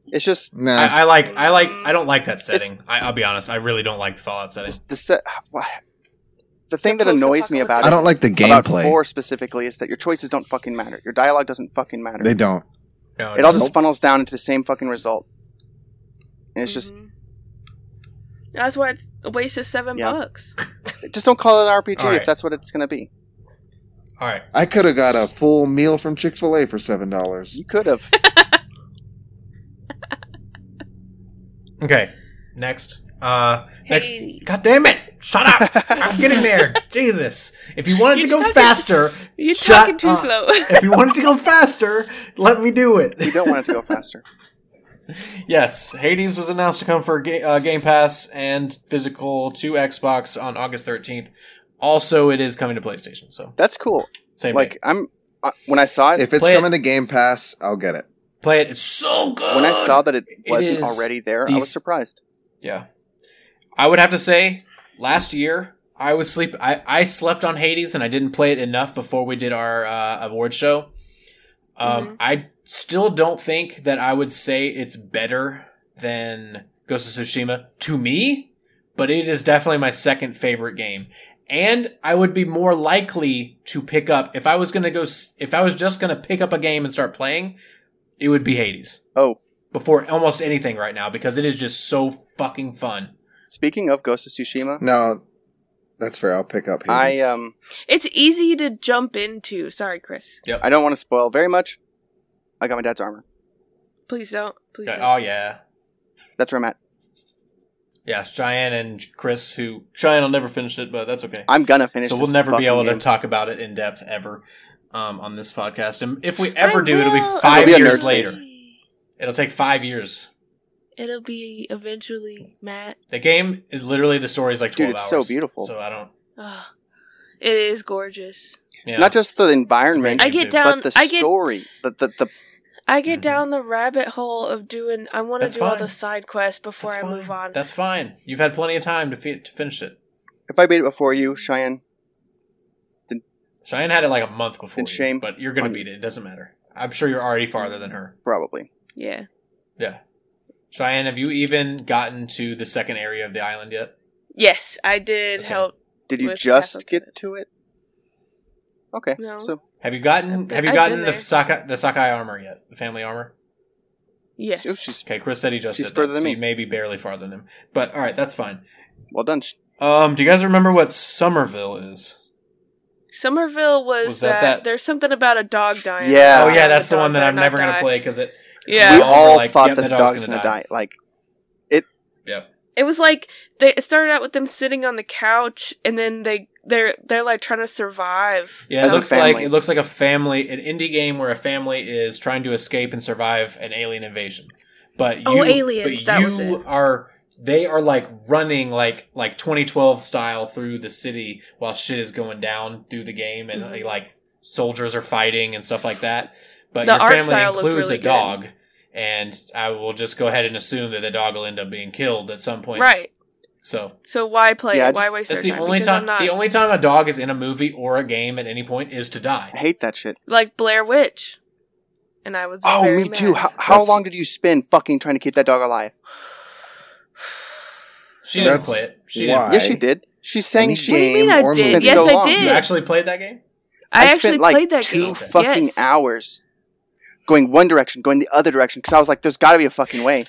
[SPEAKER 1] It's just
[SPEAKER 4] Nah.
[SPEAKER 3] I, I like. I like.
[SPEAKER 2] Mm.
[SPEAKER 3] I don't like that setting. I, I'll be honest. I really don't like the Fallout setting.
[SPEAKER 1] the set. wha- *sighs* The thing
[SPEAKER 2] The
[SPEAKER 1] that annoys me about
[SPEAKER 4] I don't like the
[SPEAKER 1] it, about
[SPEAKER 4] gameplay.
[SPEAKER 1] four specifically, is that your choices don't fucking matter. Your dialogue doesn't fucking matter.
[SPEAKER 4] They don't.
[SPEAKER 3] No,
[SPEAKER 1] it
[SPEAKER 3] no.
[SPEAKER 1] all just funnels down into the same fucking result. And it's just,
[SPEAKER 2] Mhm. That's why it's a waste of seven
[SPEAKER 1] Yeah.
[SPEAKER 2] bucks.
[SPEAKER 1] just don't call it an RPG
[SPEAKER 3] Alright.
[SPEAKER 1] if that's what it's gonna be.
[SPEAKER 3] All right.
[SPEAKER 4] I could have got a full meal from Chick Fil A for seven dollars.
[SPEAKER 1] You could have.
[SPEAKER 3] Okay. Next. Uh. Next.
[SPEAKER 2] Hey.
[SPEAKER 3] God damn it! Shut up! I'm getting there. Jesus! If you wanted to
[SPEAKER 2] You're
[SPEAKER 3] go
[SPEAKER 2] talking-
[SPEAKER 3] faster,
[SPEAKER 2] You're
[SPEAKER 3] Shut
[SPEAKER 2] talking too
[SPEAKER 3] up.
[SPEAKER 2] slow. *laughs*
[SPEAKER 3] if you wanted to go faster, let me do it. *laughs*
[SPEAKER 2] *laughs*
[SPEAKER 1] you don't want it to go faster.
[SPEAKER 3] yes, Hades was announced to come for ga- uh, Game Pass and physical to Xbox on August 13th. Also, it is coming to PlayStation, so
[SPEAKER 1] That's cool.
[SPEAKER 3] same
[SPEAKER 1] Like
[SPEAKER 3] day.
[SPEAKER 1] I'm uh, when I saw it,
[SPEAKER 4] If it's
[SPEAKER 3] Play it.
[SPEAKER 4] coming to Game Pass, I'll get it.
[SPEAKER 3] Play it. It's so good.
[SPEAKER 1] when I saw that it
[SPEAKER 3] It
[SPEAKER 1] wasn't
[SPEAKER 3] is
[SPEAKER 1] already there, I
[SPEAKER 3] these-
[SPEAKER 1] was surprised.
[SPEAKER 3] Yeah. I would have to say last year I was sleep I, I slept on Hades and I didn't play it enough before we did our uh, award show. Um, I still don't think that I would say it's better than Ghost of Tsushima to me, but it is definitely my second favorite game. And I would be more likely to pick up if I was going to go s- if I was just going to pick up a game and start playing, it would be Hades
[SPEAKER 1] Oh,
[SPEAKER 3] before almost anything right now because it is just so fucking fun.
[SPEAKER 1] speaking of Ghost of Tsushima,
[SPEAKER 4] No, that's fair. I'll pick up.
[SPEAKER 1] I
[SPEAKER 4] Hades.
[SPEAKER 1] um
[SPEAKER 2] It's easy to jump into. Sorry, Chris.
[SPEAKER 1] I don't want to spoil very much. I got my dad's armor.
[SPEAKER 2] Please don't. Please
[SPEAKER 3] Yeah,
[SPEAKER 2] don't.
[SPEAKER 3] Oh yeah,
[SPEAKER 1] That's where I'm at.
[SPEAKER 3] yeah. Cheyenne and Chris, who Cheyenne will never finish it, but that's okay.
[SPEAKER 1] I'm gonna finish.
[SPEAKER 3] So
[SPEAKER 1] this
[SPEAKER 3] we'll never be
[SPEAKER 1] fucking
[SPEAKER 3] able
[SPEAKER 1] game.
[SPEAKER 3] to talk about it in depth ever um, on this podcast. And if we ever
[SPEAKER 2] I
[SPEAKER 3] do, it'll
[SPEAKER 2] will
[SPEAKER 3] be five
[SPEAKER 1] It'll be a
[SPEAKER 3] years
[SPEAKER 1] nerd
[SPEAKER 3] later.
[SPEAKER 1] space.
[SPEAKER 3] It'll take five years.
[SPEAKER 2] It'll be eventually, Matt.
[SPEAKER 3] The game is literally the story is like
[SPEAKER 1] Dude,
[SPEAKER 3] twelve
[SPEAKER 1] it's so
[SPEAKER 3] hours.
[SPEAKER 1] beautiful.
[SPEAKER 3] So I don't.
[SPEAKER 2] Ugh. It is gorgeous.
[SPEAKER 3] Yeah.
[SPEAKER 1] Not just the environment,
[SPEAKER 3] It's
[SPEAKER 2] I
[SPEAKER 3] a
[SPEAKER 2] get
[SPEAKER 3] But
[SPEAKER 2] down.
[SPEAKER 1] but the
[SPEAKER 2] I get.
[SPEAKER 1] story. The, the the
[SPEAKER 2] I get
[SPEAKER 3] Mhm.
[SPEAKER 2] down the rabbit hole of doing. I want to
[SPEAKER 3] That's
[SPEAKER 2] do all
[SPEAKER 3] fine.
[SPEAKER 2] the side quests before
[SPEAKER 3] that's
[SPEAKER 2] I
[SPEAKER 3] fine.
[SPEAKER 2] move on.
[SPEAKER 3] That's fine. You've had plenty of time to, fi- to finish it.
[SPEAKER 1] if I beat it before you, Cheyenne,
[SPEAKER 3] Cheyenne had it like a month before.
[SPEAKER 1] Then
[SPEAKER 3] you,
[SPEAKER 1] shame
[SPEAKER 3] but you're gonna
[SPEAKER 1] on you.
[SPEAKER 3] beat it. It doesn't matter. I'm sure you're already farther than her.
[SPEAKER 1] probably.
[SPEAKER 2] yeah.
[SPEAKER 3] Yeah. Cheyenne, have you even gotten to the second area of the island yet?
[SPEAKER 2] Yes, I did
[SPEAKER 3] Okay.
[SPEAKER 2] help.
[SPEAKER 1] Did you
[SPEAKER 2] With
[SPEAKER 1] just
[SPEAKER 2] Castle
[SPEAKER 1] get
[SPEAKER 2] Cadet.
[SPEAKER 1] to it? Okay.
[SPEAKER 2] No.
[SPEAKER 1] So
[SPEAKER 3] Have you gotten
[SPEAKER 2] I've been-
[SPEAKER 3] have you
[SPEAKER 2] I've
[SPEAKER 3] gotten
[SPEAKER 2] been
[SPEAKER 3] the
[SPEAKER 2] there.
[SPEAKER 3] Sakai the Sakai armor yet? The family armor?
[SPEAKER 2] Yes.
[SPEAKER 1] ooh, oh, she's
[SPEAKER 3] Okay, Chris said he just
[SPEAKER 1] She's
[SPEAKER 3] did
[SPEAKER 1] further
[SPEAKER 3] that,
[SPEAKER 1] than
[SPEAKER 3] so
[SPEAKER 1] me.
[SPEAKER 3] you may be barely farther than him. But alright, that's fine.
[SPEAKER 1] well done. Sh-
[SPEAKER 3] Um, do you guys remember what Somerville is?
[SPEAKER 2] Somerville was,
[SPEAKER 3] Was that
[SPEAKER 2] that,
[SPEAKER 3] that-
[SPEAKER 2] there's something about a dog dying.
[SPEAKER 1] Yeah.
[SPEAKER 3] oh yeah,
[SPEAKER 2] Uh,
[SPEAKER 3] that's the
[SPEAKER 2] dog
[SPEAKER 3] one that
[SPEAKER 2] better
[SPEAKER 3] I'm
[SPEAKER 2] not
[SPEAKER 3] never
[SPEAKER 2] die.
[SPEAKER 3] gonna play because it it's
[SPEAKER 2] Yeah.
[SPEAKER 1] we
[SPEAKER 3] all
[SPEAKER 1] all
[SPEAKER 3] like,
[SPEAKER 1] thought
[SPEAKER 3] yep,
[SPEAKER 1] that the dog's, gonna, die. Like
[SPEAKER 2] It was like they it started out with them sitting on the couch, and then they they're they're like trying to survive.
[SPEAKER 3] Yeah,
[SPEAKER 1] As
[SPEAKER 3] it
[SPEAKER 1] a
[SPEAKER 3] looks like
[SPEAKER 1] family.
[SPEAKER 3] it looks like a family an indie game where a family is trying to escape and survive an alien invasion. But you,
[SPEAKER 2] Oh, aliens,
[SPEAKER 3] but
[SPEAKER 2] that
[SPEAKER 3] you
[SPEAKER 2] was it.
[SPEAKER 3] are they are like running like like 2012 style through the city while shit is going down through the game and
[SPEAKER 2] Mhm.
[SPEAKER 3] like soldiers are fighting and stuff like that. But
[SPEAKER 2] The
[SPEAKER 3] your
[SPEAKER 2] art
[SPEAKER 3] family
[SPEAKER 2] style looked
[SPEAKER 3] includes
[SPEAKER 2] really
[SPEAKER 3] a dog and I will just go ahead and assume that the dog will end up being killed at some point.
[SPEAKER 2] Right.
[SPEAKER 3] So
[SPEAKER 2] So why play?
[SPEAKER 1] Yeah, I
[SPEAKER 2] it? Why
[SPEAKER 1] just-
[SPEAKER 2] waste
[SPEAKER 3] that's
[SPEAKER 2] their
[SPEAKER 3] the
[SPEAKER 2] time?
[SPEAKER 3] only
[SPEAKER 2] Because
[SPEAKER 3] time
[SPEAKER 2] I'm not,
[SPEAKER 3] the only time a dog is in a movie or a game at any point is to die.
[SPEAKER 1] I hate that shit.
[SPEAKER 2] like Blair Witch, and I was.
[SPEAKER 1] Oh,
[SPEAKER 2] very
[SPEAKER 1] me too.
[SPEAKER 2] mad.
[SPEAKER 1] How, how
[SPEAKER 3] That's-
[SPEAKER 1] long did you spend fucking trying to keep that dog alive?
[SPEAKER 3] She didn't
[SPEAKER 4] That's
[SPEAKER 3] play it. She
[SPEAKER 4] why-
[SPEAKER 3] didn't.
[SPEAKER 1] Yes, she did. She sang.
[SPEAKER 4] Any
[SPEAKER 1] She
[SPEAKER 2] what do you mean
[SPEAKER 4] game
[SPEAKER 2] I
[SPEAKER 4] or
[SPEAKER 2] did?
[SPEAKER 4] movie.
[SPEAKER 2] Yes,
[SPEAKER 1] So
[SPEAKER 2] I
[SPEAKER 1] long.
[SPEAKER 2] did.
[SPEAKER 3] You actually played that game?
[SPEAKER 2] I, actually
[SPEAKER 1] spent like
[SPEAKER 2] played that
[SPEAKER 1] two
[SPEAKER 2] game.
[SPEAKER 1] fucking
[SPEAKER 2] yes.
[SPEAKER 1] hours going one direction, going the other direction, because I was like, "There's got to be a fucking way."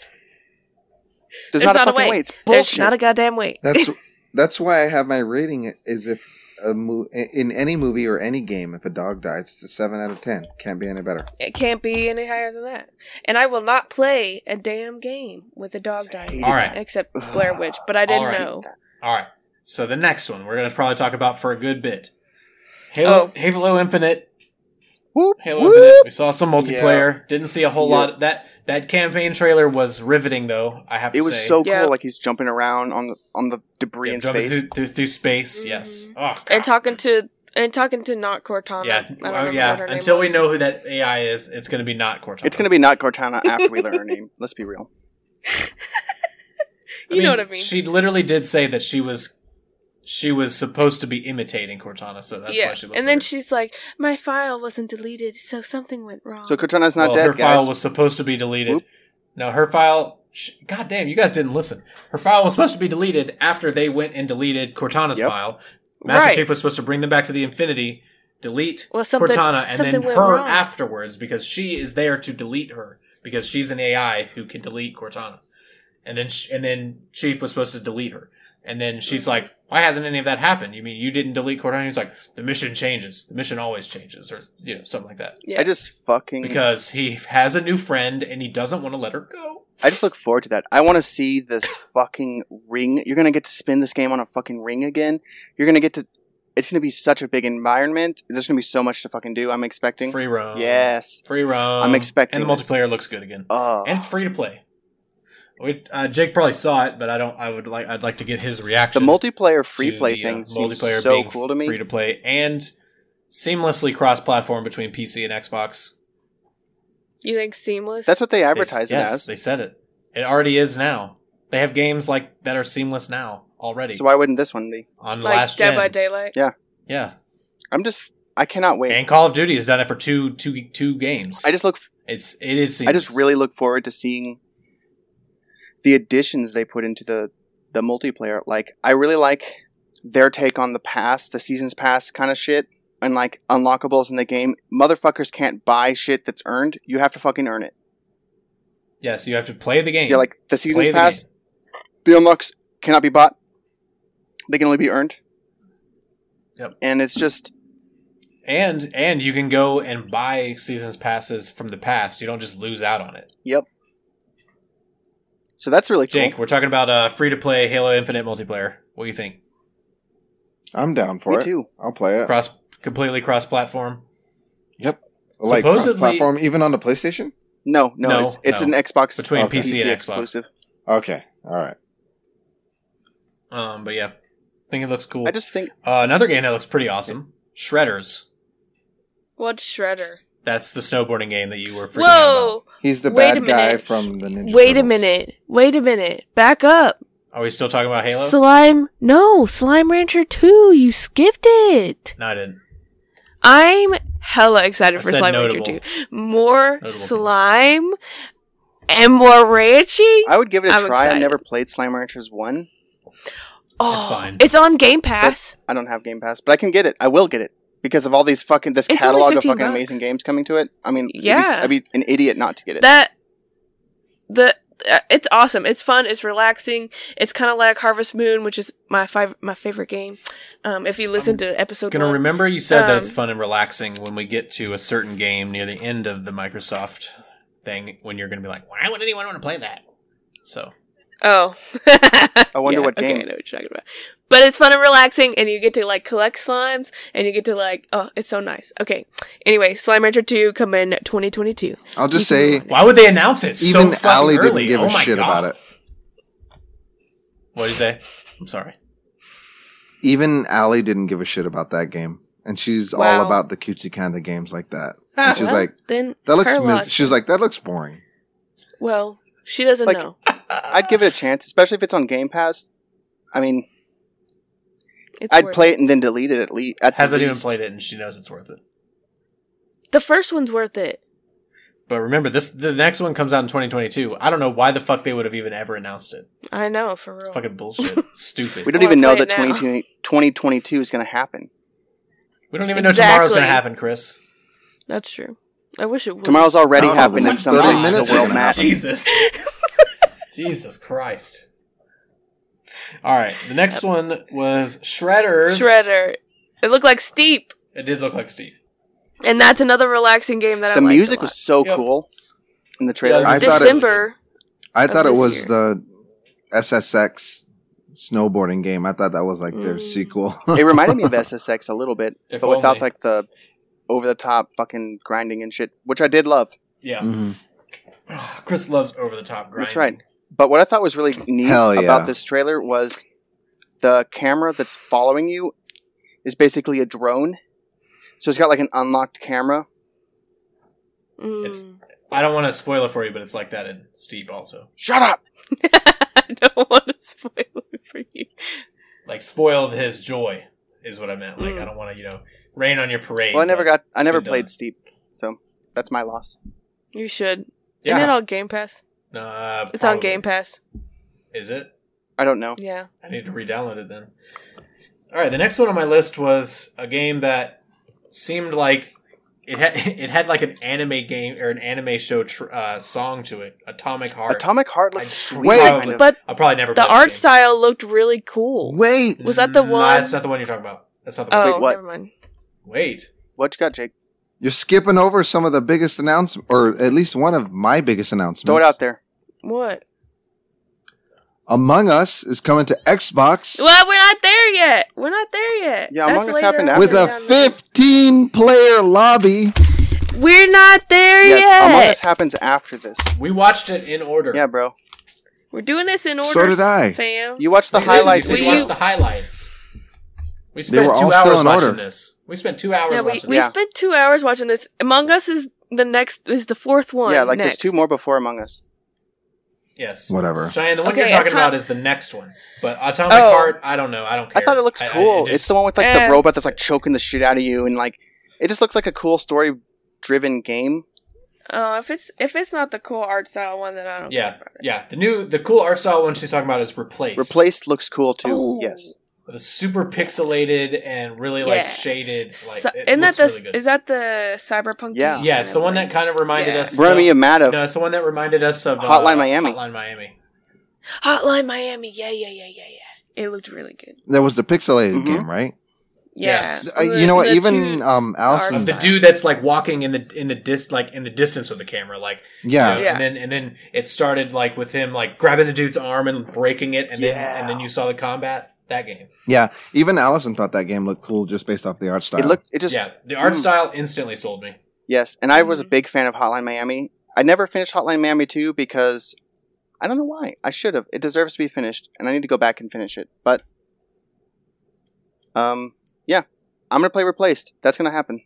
[SPEAKER 1] There's, not, a fucking way. It's
[SPEAKER 2] There's
[SPEAKER 1] bullshit.
[SPEAKER 2] not a goddamn way.
[SPEAKER 4] *laughs* That's that's why I have my rating is if a mo- in any movie or any game if a dog dies, it's a seven out of ten. Can't be any better.
[SPEAKER 2] It can't be any higher than that. And I will not play a damn game with a dog dying.
[SPEAKER 1] All
[SPEAKER 3] right.
[SPEAKER 2] Except Blair Witch, but I didn't
[SPEAKER 3] All right.
[SPEAKER 2] know.
[SPEAKER 3] All right. So the next one we're going to probably talk about for a good bit.
[SPEAKER 2] Oh.
[SPEAKER 3] Halo, Halo Infinite.
[SPEAKER 1] Whoop,
[SPEAKER 3] Halo
[SPEAKER 1] whoop.
[SPEAKER 3] Infinite. We saw some multiplayer. Didn't see a whole
[SPEAKER 4] Yeah.
[SPEAKER 3] lot. That that campaign trailer was riveting, though. I have to
[SPEAKER 1] It
[SPEAKER 3] say.
[SPEAKER 1] was so cool.
[SPEAKER 2] Yeah.
[SPEAKER 1] Like he's jumping around on the on the debris
[SPEAKER 3] Yeah,
[SPEAKER 1] in
[SPEAKER 3] jumping
[SPEAKER 1] space.
[SPEAKER 3] Through, through, through space. Yes.
[SPEAKER 2] Mhm.
[SPEAKER 3] Oh,
[SPEAKER 2] And
[SPEAKER 3] God.
[SPEAKER 2] talking to and talking to not Cortana. I
[SPEAKER 3] yeah.
[SPEAKER 2] don't
[SPEAKER 3] Oh,
[SPEAKER 2] remember what
[SPEAKER 3] yeah.
[SPEAKER 2] her name
[SPEAKER 3] Until we
[SPEAKER 2] was.
[SPEAKER 3] know who that AI is, it's going to be not Cortana.
[SPEAKER 1] It's gonna be not Cortana after we learn her name. Let's be real.
[SPEAKER 2] You know what I mean?
[SPEAKER 3] She literally did say that she was she was supposed to be imitating Cortana, so that's
[SPEAKER 2] yeah.
[SPEAKER 3] why she looks.
[SPEAKER 2] and then
[SPEAKER 3] like her.
[SPEAKER 2] she's like, "My file wasn't deleted, so something went wrong."
[SPEAKER 1] So Cortana's not
[SPEAKER 3] well,
[SPEAKER 1] dead,
[SPEAKER 3] her
[SPEAKER 1] guys.
[SPEAKER 3] file was supposed to be deleted.
[SPEAKER 1] Whoop.
[SPEAKER 3] No, her file. Sh- God damn, you guys didn't listen. Her file was supposed to be deleted after they went and deleted Cortana's
[SPEAKER 1] Yep.
[SPEAKER 3] file. Master
[SPEAKER 2] Right.
[SPEAKER 3] Chief was supposed to bring them back to the Infinity, delete
[SPEAKER 2] Well, something-
[SPEAKER 3] Cortana, and then
[SPEAKER 2] something went
[SPEAKER 3] her
[SPEAKER 2] wrong.
[SPEAKER 3] afterwards because she is there to delete her because she's an AI who can delete Cortana. And then sh- and then Chief was supposed to delete her. And then she's like, "Why hasn't any of that happened? You mean you didn't delete Cortana?" He's like, "The mission changes. The mission always changes, or you know, something like that."
[SPEAKER 2] yeah.
[SPEAKER 1] I just fucking.
[SPEAKER 3] because he has a new friend and he doesn't want to let her go.
[SPEAKER 1] I just look forward to that. I want to see this fucking ring. You're gonna get to spin this game on a fucking ring again. You're gonna get to. It's gonna be such a big environment. There's gonna be so much to fucking do. I'm
[SPEAKER 3] It's
[SPEAKER 1] expecting.
[SPEAKER 3] free um, roam.
[SPEAKER 1] Yes.
[SPEAKER 3] Free roam.
[SPEAKER 1] I'm expecting
[SPEAKER 3] And the
[SPEAKER 1] this.
[SPEAKER 3] multiplayer looks good again.
[SPEAKER 1] Oh.
[SPEAKER 3] And it's free to play. We, uh, Jake probably saw it, but I don't. I would like. I'd like to get his
[SPEAKER 1] The
[SPEAKER 3] reaction.
[SPEAKER 1] multiplayer free
[SPEAKER 3] to
[SPEAKER 1] play
[SPEAKER 3] the, uh,
[SPEAKER 1] thing seems so cool to me.
[SPEAKER 3] Free to play and seamlessly cross-platform between PC and Xbox.
[SPEAKER 2] You think seamless?
[SPEAKER 1] That's what they
[SPEAKER 3] They s-
[SPEAKER 1] advertise it
[SPEAKER 3] yes,
[SPEAKER 1] as.
[SPEAKER 3] They said it. It already is now. They have games like that are seamless now already
[SPEAKER 1] So why wouldn't this one be?
[SPEAKER 3] on
[SPEAKER 2] like
[SPEAKER 3] last
[SPEAKER 2] Dead
[SPEAKER 3] gen.
[SPEAKER 2] by Daylight.
[SPEAKER 1] Yeah.
[SPEAKER 3] Yeah,
[SPEAKER 1] I'm just I cannot wait.
[SPEAKER 3] and Call of Duty has done it for two two two games.
[SPEAKER 1] I just look
[SPEAKER 3] it's it is.
[SPEAKER 1] I
[SPEAKER 3] Seamless.
[SPEAKER 1] just really look forward to seeing the additions they put into the the multiplayer. Like I really like their take on the pass, the seasons pass kind of shit, and like unlockables in the game. Motherfuckers can't buy shit that's earned. You have to fucking earn it.
[SPEAKER 3] yeah. So you have to play the game.
[SPEAKER 1] Yeah, like the seasons
[SPEAKER 3] Play the
[SPEAKER 1] pass, the, unlocks cannot be bought. They can only be earned.
[SPEAKER 3] Yep.
[SPEAKER 1] And it's just
[SPEAKER 3] and and you can go and buy seasons passes from the past. You don't just lose out on it.
[SPEAKER 1] so that's really cool.
[SPEAKER 3] Jake, we're talking about uh, free to play Halo Infinite multiplayer. What do you think?
[SPEAKER 4] I'm down for
[SPEAKER 1] Me
[SPEAKER 4] it.
[SPEAKER 1] too.
[SPEAKER 4] I'll play it.
[SPEAKER 3] Cross completely cross platform.
[SPEAKER 4] like
[SPEAKER 3] Supposedly-
[SPEAKER 4] platform, even on the PlayStation.
[SPEAKER 1] No, no,
[SPEAKER 3] No,
[SPEAKER 1] it's, it's
[SPEAKER 3] no.
[SPEAKER 1] an Xbox
[SPEAKER 3] Between
[SPEAKER 1] uh,
[SPEAKER 3] PC and Xbox.
[SPEAKER 4] Okay, all right.
[SPEAKER 3] Um, but yeah, I think it looks cool.
[SPEAKER 1] I just think
[SPEAKER 3] uh, another game that looks pretty awesome. Shredders.
[SPEAKER 2] What's Shredder?
[SPEAKER 3] That's the snowboarding game that you were freaking out about.
[SPEAKER 2] Whoa!
[SPEAKER 4] He's the
[SPEAKER 2] Wait a
[SPEAKER 4] bad guy
[SPEAKER 2] minute.
[SPEAKER 4] from the Ninja.
[SPEAKER 2] Wait a
[SPEAKER 4] Turtles.
[SPEAKER 2] minute. Wait a minute. Back up.
[SPEAKER 3] Are we still talking about Halo?
[SPEAKER 2] Slime. No, Slime Rancher 2. You skipped it.
[SPEAKER 3] no, I didn't.
[SPEAKER 2] I'm hella excited
[SPEAKER 3] I
[SPEAKER 2] for
[SPEAKER 3] said
[SPEAKER 2] Slime
[SPEAKER 3] notable.
[SPEAKER 2] Ranger 2. More
[SPEAKER 3] Notable things.
[SPEAKER 2] slime and more ranching.
[SPEAKER 1] I would give it a
[SPEAKER 2] I'm
[SPEAKER 1] try. I
[SPEAKER 2] excited.
[SPEAKER 1] never played Slime Ranchers one.
[SPEAKER 2] Oh,
[SPEAKER 3] fine.
[SPEAKER 2] It's on Game Pass.
[SPEAKER 1] I don't have Game Pass, but I can get it. I will get it because of all these fucking this
[SPEAKER 2] It's only
[SPEAKER 1] catalog of
[SPEAKER 2] 15
[SPEAKER 1] fucking
[SPEAKER 2] bucks.
[SPEAKER 1] amazing games coming to it. I mean, it'd be-
[SPEAKER 2] Yeah.
[SPEAKER 1] I'd be, an idiot not to get it.
[SPEAKER 2] That the uh, it's awesome. It's fun. It's relaxing. It's kind of like Harvest Moon, which is my five, my favorite game. Um, if you listen to episode
[SPEAKER 3] Gonna
[SPEAKER 2] one,
[SPEAKER 3] remember you said that it's
[SPEAKER 2] Um,
[SPEAKER 3] fun and relaxing when we get to a certain game near the end of the Microsoft thing when you're gonna be like, why would anyone want to play that? So
[SPEAKER 2] Oh.
[SPEAKER 1] *laughs* I wonder
[SPEAKER 2] Yeah,
[SPEAKER 1] what
[SPEAKER 2] okay,
[SPEAKER 1] game.
[SPEAKER 2] I know what you're talking about. But it's fun and relaxing, and you get to like collect slimes, and you get to like, oh, it's so nice. Okay. Anyway, Slime Rancher 2 come in 2022.
[SPEAKER 4] I'll just
[SPEAKER 2] You can
[SPEAKER 4] say,
[SPEAKER 2] go on
[SPEAKER 3] why would they announce it? so
[SPEAKER 4] even
[SPEAKER 3] fucking
[SPEAKER 4] Allie
[SPEAKER 3] early?
[SPEAKER 4] didn't give
[SPEAKER 3] oh
[SPEAKER 4] a shit about it.
[SPEAKER 3] What do you say? I'm sorry.
[SPEAKER 4] Even Allie didn't give a shit about that game, and she's all
[SPEAKER 2] Wow.
[SPEAKER 4] about the cutesy kind of games like that. And she's
[SPEAKER 2] Well,
[SPEAKER 4] like,
[SPEAKER 2] then
[SPEAKER 4] that looks.
[SPEAKER 2] her
[SPEAKER 4] Mi-
[SPEAKER 2] loss.
[SPEAKER 4] she's like, that looks boring.
[SPEAKER 2] well, she doesn't
[SPEAKER 1] Like-
[SPEAKER 2] know.
[SPEAKER 4] Uh,
[SPEAKER 1] I'd give it a chance, especially if it's on Game Pass. I mean,
[SPEAKER 2] It's
[SPEAKER 1] I'd
[SPEAKER 2] worth
[SPEAKER 1] play it and then delete it at least.
[SPEAKER 3] Uh, Hasn't even played it, and she knows it's worth it.
[SPEAKER 2] it. The first one's worth it.
[SPEAKER 3] But remember, this the next one comes out in 2022. I don't know why the fuck they would have even ever announced it.
[SPEAKER 2] I know, for real.
[SPEAKER 3] It's fucking
[SPEAKER 4] *laughs*
[SPEAKER 3] bullshit. It's Stupid.
[SPEAKER 1] We
[SPEAKER 3] We
[SPEAKER 1] don't
[SPEAKER 2] Well,
[SPEAKER 1] even
[SPEAKER 2] I
[SPEAKER 1] know
[SPEAKER 2] play
[SPEAKER 1] that
[SPEAKER 2] it now.
[SPEAKER 1] 2020 2022 is going to happen.
[SPEAKER 3] don't, even know tomorrow's
[SPEAKER 2] Exactly.
[SPEAKER 3] gonna happen, Chris.
[SPEAKER 2] That's true. I wish it would.
[SPEAKER 1] Tomorrow's already
[SPEAKER 4] Oh, the
[SPEAKER 1] happened, and
[SPEAKER 4] next
[SPEAKER 1] some
[SPEAKER 4] 30
[SPEAKER 1] days
[SPEAKER 4] minutes
[SPEAKER 1] the
[SPEAKER 4] are
[SPEAKER 1] world
[SPEAKER 4] gonna
[SPEAKER 1] map.
[SPEAKER 4] happen.
[SPEAKER 3] Jesus. *laughs* Jesus Christ. All right, the next one was Shredders.
[SPEAKER 2] Shredder. It looked like Steep,
[SPEAKER 3] It did look like Steve.
[SPEAKER 2] and that's another relaxing game that I
[SPEAKER 1] The
[SPEAKER 2] liked a
[SPEAKER 1] music
[SPEAKER 2] lot.
[SPEAKER 1] was so
[SPEAKER 3] Yep.
[SPEAKER 1] cool in the trailer.
[SPEAKER 4] I thought it-
[SPEAKER 2] December.
[SPEAKER 4] I
[SPEAKER 2] Of
[SPEAKER 4] thought it
[SPEAKER 2] this
[SPEAKER 4] was
[SPEAKER 2] year.
[SPEAKER 4] the SSX snowboarding game. I thought that was like their
[SPEAKER 1] *laughs*
[SPEAKER 2] Mm.
[SPEAKER 4] sequel. *laughs*
[SPEAKER 1] it reminded me of SSX a little bit,
[SPEAKER 3] If
[SPEAKER 1] but without
[SPEAKER 3] only.
[SPEAKER 1] like the over the top fucking grinding and shit, which I did love.
[SPEAKER 3] Yeah. *sighs*
[SPEAKER 4] Mhm.
[SPEAKER 3] Chris loves over the top grind.
[SPEAKER 1] That's right. But what I thought was really neat
[SPEAKER 4] Hell yeah.
[SPEAKER 1] about this trailer was the camera that's following you is basically a drone. So it's got like an unlocked camera.
[SPEAKER 3] It's-
[SPEAKER 2] Mm.
[SPEAKER 3] I don't want to spoil it for you, but it's like that in Steve also.
[SPEAKER 1] Shut up!
[SPEAKER 2] *laughs* I don't want to spoil it for you.
[SPEAKER 3] Like spoil his joy is what I meant. Like
[SPEAKER 2] Mm.
[SPEAKER 3] I don't want to, you know, rain on your parade.
[SPEAKER 1] Well, I never
[SPEAKER 3] but-
[SPEAKER 1] got, I never
[SPEAKER 3] been
[SPEAKER 1] played
[SPEAKER 3] done.
[SPEAKER 1] Steep, so that's my loss.
[SPEAKER 2] You should.
[SPEAKER 3] Yeah.
[SPEAKER 2] Isn't it on Game Pass?
[SPEAKER 3] Uh,
[SPEAKER 2] It's on
[SPEAKER 3] probably.
[SPEAKER 2] Game Pass.
[SPEAKER 3] Is it?
[SPEAKER 1] I don't know.
[SPEAKER 2] Yeah.
[SPEAKER 3] I need to re-download it then. All right, the next one on my list was a game that seemed like it had *laughs* it had like an anime game or an anime show tr- uh, song to it. Atomic Heart.
[SPEAKER 1] Atomic Heart
[SPEAKER 3] I
[SPEAKER 1] looks sweet.
[SPEAKER 3] Wait,
[SPEAKER 1] kind of-
[SPEAKER 2] But
[SPEAKER 3] I'll probably never. play
[SPEAKER 2] the
[SPEAKER 3] this
[SPEAKER 2] art
[SPEAKER 3] game.
[SPEAKER 2] style looked really cool.
[SPEAKER 4] Wait,
[SPEAKER 2] was that the
[SPEAKER 3] No,
[SPEAKER 2] one-
[SPEAKER 3] that's not the one you're talking about. That's not the
[SPEAKER 2] Oh,
[SPEAKER 3] one.
[SPEAKER 1] Wait, what?
[SPEAKER 2] never mind.
[SPEAKER 3] Wait,
[SPEAKER 1] what you got, Jake?
[SPEAKER 4] you're skipping over some of the biggest announcements, or at least one of my biggest announcements.
[SPEAKER 1] Throw it out there.
[SPEAKER 2] What?
[SPEAKER 4] Among Us is coming to Xbox
[SPEAKER 2] Well, we're not there yet. We're not there yet.
[SPEAKER 1] Yeah, Among Us
[SPEAKER 2] later
[SPEAKER 1] happened
[SPEAKER 2] on
[SPEAKER 1] after.
[SPEAKER 4] with a
[SPEAKER 2] down the-
[SPEAKER 4] 15 player lobby.
[SPEAKER 2] We're not there
[SPEAKER 1] Yeah, Among
[SPEAKER 2] yet.
[SPEAKER 1] Us happens after this.
[SPEAKER 3] we watched it in order.
[SPEAKER 1] Yeah, bro.
[SPEAKER 2] We're doing this in order.
[SPEAKER 4] So did I.
[SPEAKER 2] Fam.
[SPEAKER 1] You watch the
[SPEAKER 3] Wait,
[SPEAKER 1] highlights.
[SPEAKER 3] You
[SPEAKER 1] and you
[SPEAKER 3] said you
[SPEAKER 2] Will
[SPEAKER 1] watch
[SPEAKER 3] watched
[SPEAKER 2] you-
[SPEAKER 3] the highlights. We spent
[SPEAKER 4] were
[SPEAKER 3] two
[SPEAKER 4] all still
[SPEAKER 3] hours
[SPEAKER 4] in
[SPEAKER 3] watching
[SPEAKER 4] order.
[SPEAKER 3] this. We spent two hours
[SPEAKER 2] yeah, we,
[SPEAKER 3] watching
[SPEAKER 2] we
[SPEAKER 3] this.
[SPEAKER 2] spent two hours watching this. Among Us is the next, is the fourth one.
[SPEAKER 1] yeah, like
[SPEAKER 2] next.
[SPEAKER 1] there's two more before Among Us.
[SPEAKER 3] Yes.
[SPEAKER 4] Whatever.
[SPEAKER 3] Cheyenne, the one
[SPEAKER 2] Okay,
[SPEAKER 3] you're talking
[SPEAKER 2] Atom-
[SPEAKER 3] about is the next one. But Atomic
[SPEAKER 2] Oh.
[SPEAKER 3] Heart, I don't know. I don't care.
[SPEAKER 1] I thought it looked
[SPEAKER 3] I- I-
[SPEAKER 1] cool.
[SPEAKER 3] it
[SPEAKER 1] it's
[SPEAKER 3] just-
[SPEAKER 1] the one with like
[SPEAKER 2] Eh.
[SPEAKER 1] the robot that's like choking the shit out of you, and like it just looks like a cool story-driven game.
[SPEAKER 2] Uh, if it's if it's not the cool art style one, then I don't.
[SPEAKER 3] Yeah,
[SPEAKER 2] care about it.
[SPEAKER 3] yeah. The new, the cool art style one she's talking about is replaced.
[SPEAKER 1] Replaced looks cool too.
[SPEAKER 2] Oh.
[SPEAKER 1] Yes.
[SPEAKER 3] The super pixelated and really
[SPEAKER 2] Yeah.
[SPEAKER 3] like shaded. Like,
[SPEAKER 2] Ci-
[SPEAKER 3] it
[SPEAKER 2] isn't that
[SPEAKER 3] looks
[SPEAKER 2] the
[SPEAKER 3] really good.
[SPEAKER 2] is that the cyberpunk?
[SPEAKER 1] Yeah.
[SPEAKER 3] yeah, it's the one that kind of reminded
[SPEAKER 2] Yeah.
[SPEAKER 3] us.
[SPEAKER 1] Run me a mad of
[SPEAKER 3] no, it's the one that reminded us of uh,
[SPEAKER 1] Hotline Miami.
[SPEAKER 3] Hotline Miami.
[SPEAKER 2] Hotline Miami. Yeah, yeah, yeah, yeah, yeah. It looked really good.
[SPEAKER 4] That was the pixelated
[SPEAKER 1] Mhm.
[SPEAKER 4] game, right?
[SPEAKER 2] Yeah.
[SPEAKER 3] Yes.
[SPEAKER 4] Uh,
[SPEAKER 2] The-
[SPEAKER 4] you know what?
[SPEAKER 2] the
[SPEAKER 4] Even
[SPEAKER 2] two-
[SPEAKER 4] um, Allison.
[SPEAKER 3] Of the
[SPEAKER 2] Style.
[SPEAKER 3] dude that's like walking in the in the dis like in the distance of the camera, like you
[SPEAKER 4] Yeah.
[SPEAKER 3] know,
[SPEAKER 2] Yeah.
[SPEAKER 3] and then and then it started like with him like grabbing the dude's arm and breaking it, and then
[SPEAKER 1] Yeah.
[SPEAKER 3] and then you saw the combat that game.
[SPEAKER 4] Yeah. Even Allison thought that game looked cool just based off the art style.
[SPEAKER 1] It looked. It just
[SPEAKER 3] yeah, the art
[SPEAKER 1] mm.
[SPEAKER 3] style instantly sold me.
[SPEAKER 1] yes. And I was a
[SPEAKER 2] Mhm.
[SPEAKER 1] big fan of Hotline Miami. I never finished Hotline Miami two because I don't know why. I should have. It deserves to be finished, and I need to go back and finish it. But um, yeah, I'm gonna play Replaced. That's gonna happen.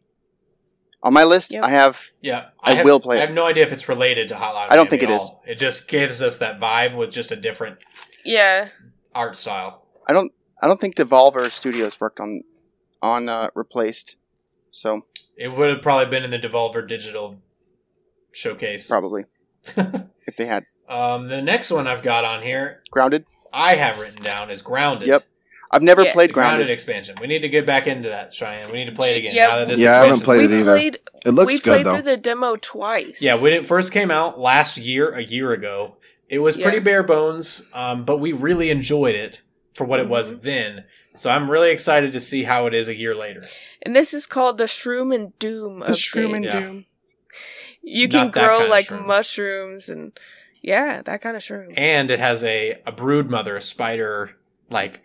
[SPEAKER 1] On my list,
[SPEAKER 2] Yep.
[SPEAKER 1] I have
[SPEAKER 3] Yeah,
[SPEAKER 1] I
[SPEAKER 3] have-
[SPEAKER 1] will play
[SPEAKER 3] I
[SPEAKER 1] it.
[SPEAKER 3] have no idea if it's related to Hotline.
[SPEAKER 1] I don't
[SPEAKER 3] Miami
[SPEAKER 1] think
[SPEAKER 3] at
[SPEAKER 1] it is.
[SPEAKER 3] all. It just gives us that vibe with just a different
[SPEAKER 2] Yeah.
[SPEAKER 3] art style.
[SPEAKER 1] I don't I don't think Devolver Studios worked on on uh, replaced. So
[SPEAKER 3] It would have probably been in the Devolver Digital showcase. *laughs*
[SPEAKER 1] probably if they had
[SPEAKER 3] Um, the next one I've got on here,
[SPEAKER 1] grounded.
[SPEAKER 3] I have written down is Grounded.
[SPEAKER 1] Yep. I've never
[SPEAKER 2] Yes.
[SPEAKER 1] played
[SPEAKER 3] The Grounded,
[SPEAKER 1] grounded.
[SPEAKER 3] expansion. We need to get back into that, Cheyenne. We need to play it again.
[SPEAKER 2] Yeah.
[SPEAKER 3] now that this
[SPEAKER 4] Yeah, I haven't
[SPEAKER 3] expansion's
[SPEAKER 4] played
[SPEAKER 2] we
[SPEAKER 4] it
[SPEAKER 3] out.
[SPEAKER 4] either.
[SPEAKER 2] played.
[SPEAKER 4] It looks
[SPEAKER 2] we
[SPEAKER 4] good
[SPEAKER 2] played
[SPEAKER 4] though.
[SPEAKER 2] through the demo twice.
[SPEAKER 3] Yeah, when it first came out last year, a year ago, it was pretty
[SPEAKER 2] Yeah.
[SPEAKER 3] bare bones, um, but we really enjoyed it for what it
[SPEAKER 1] Mm-hmm.
[SPEAKER 3] was then. So I'm really excited to see how it is a year later.
[SPEAKER 2] and this is called the Shroom and Doom.
[SPEAKER 1] The Shroom and
[SPEAKER 2] update.
[SPEAKER 3] Yeah.
[SPEAKER 1] Doom.
[SPEAKER 2] You can
[SPEAKER 3] Not that
[SPEAKER 2] grow
[SPEAKER 3] kinda
[SPEAKER 2] like
[SPEAKER 3] shroom.
[SPEAKER 2] mushrooms and yeah, that kind of shroom.
[SPEAKER 3] And it has a, a brood mother, a spider like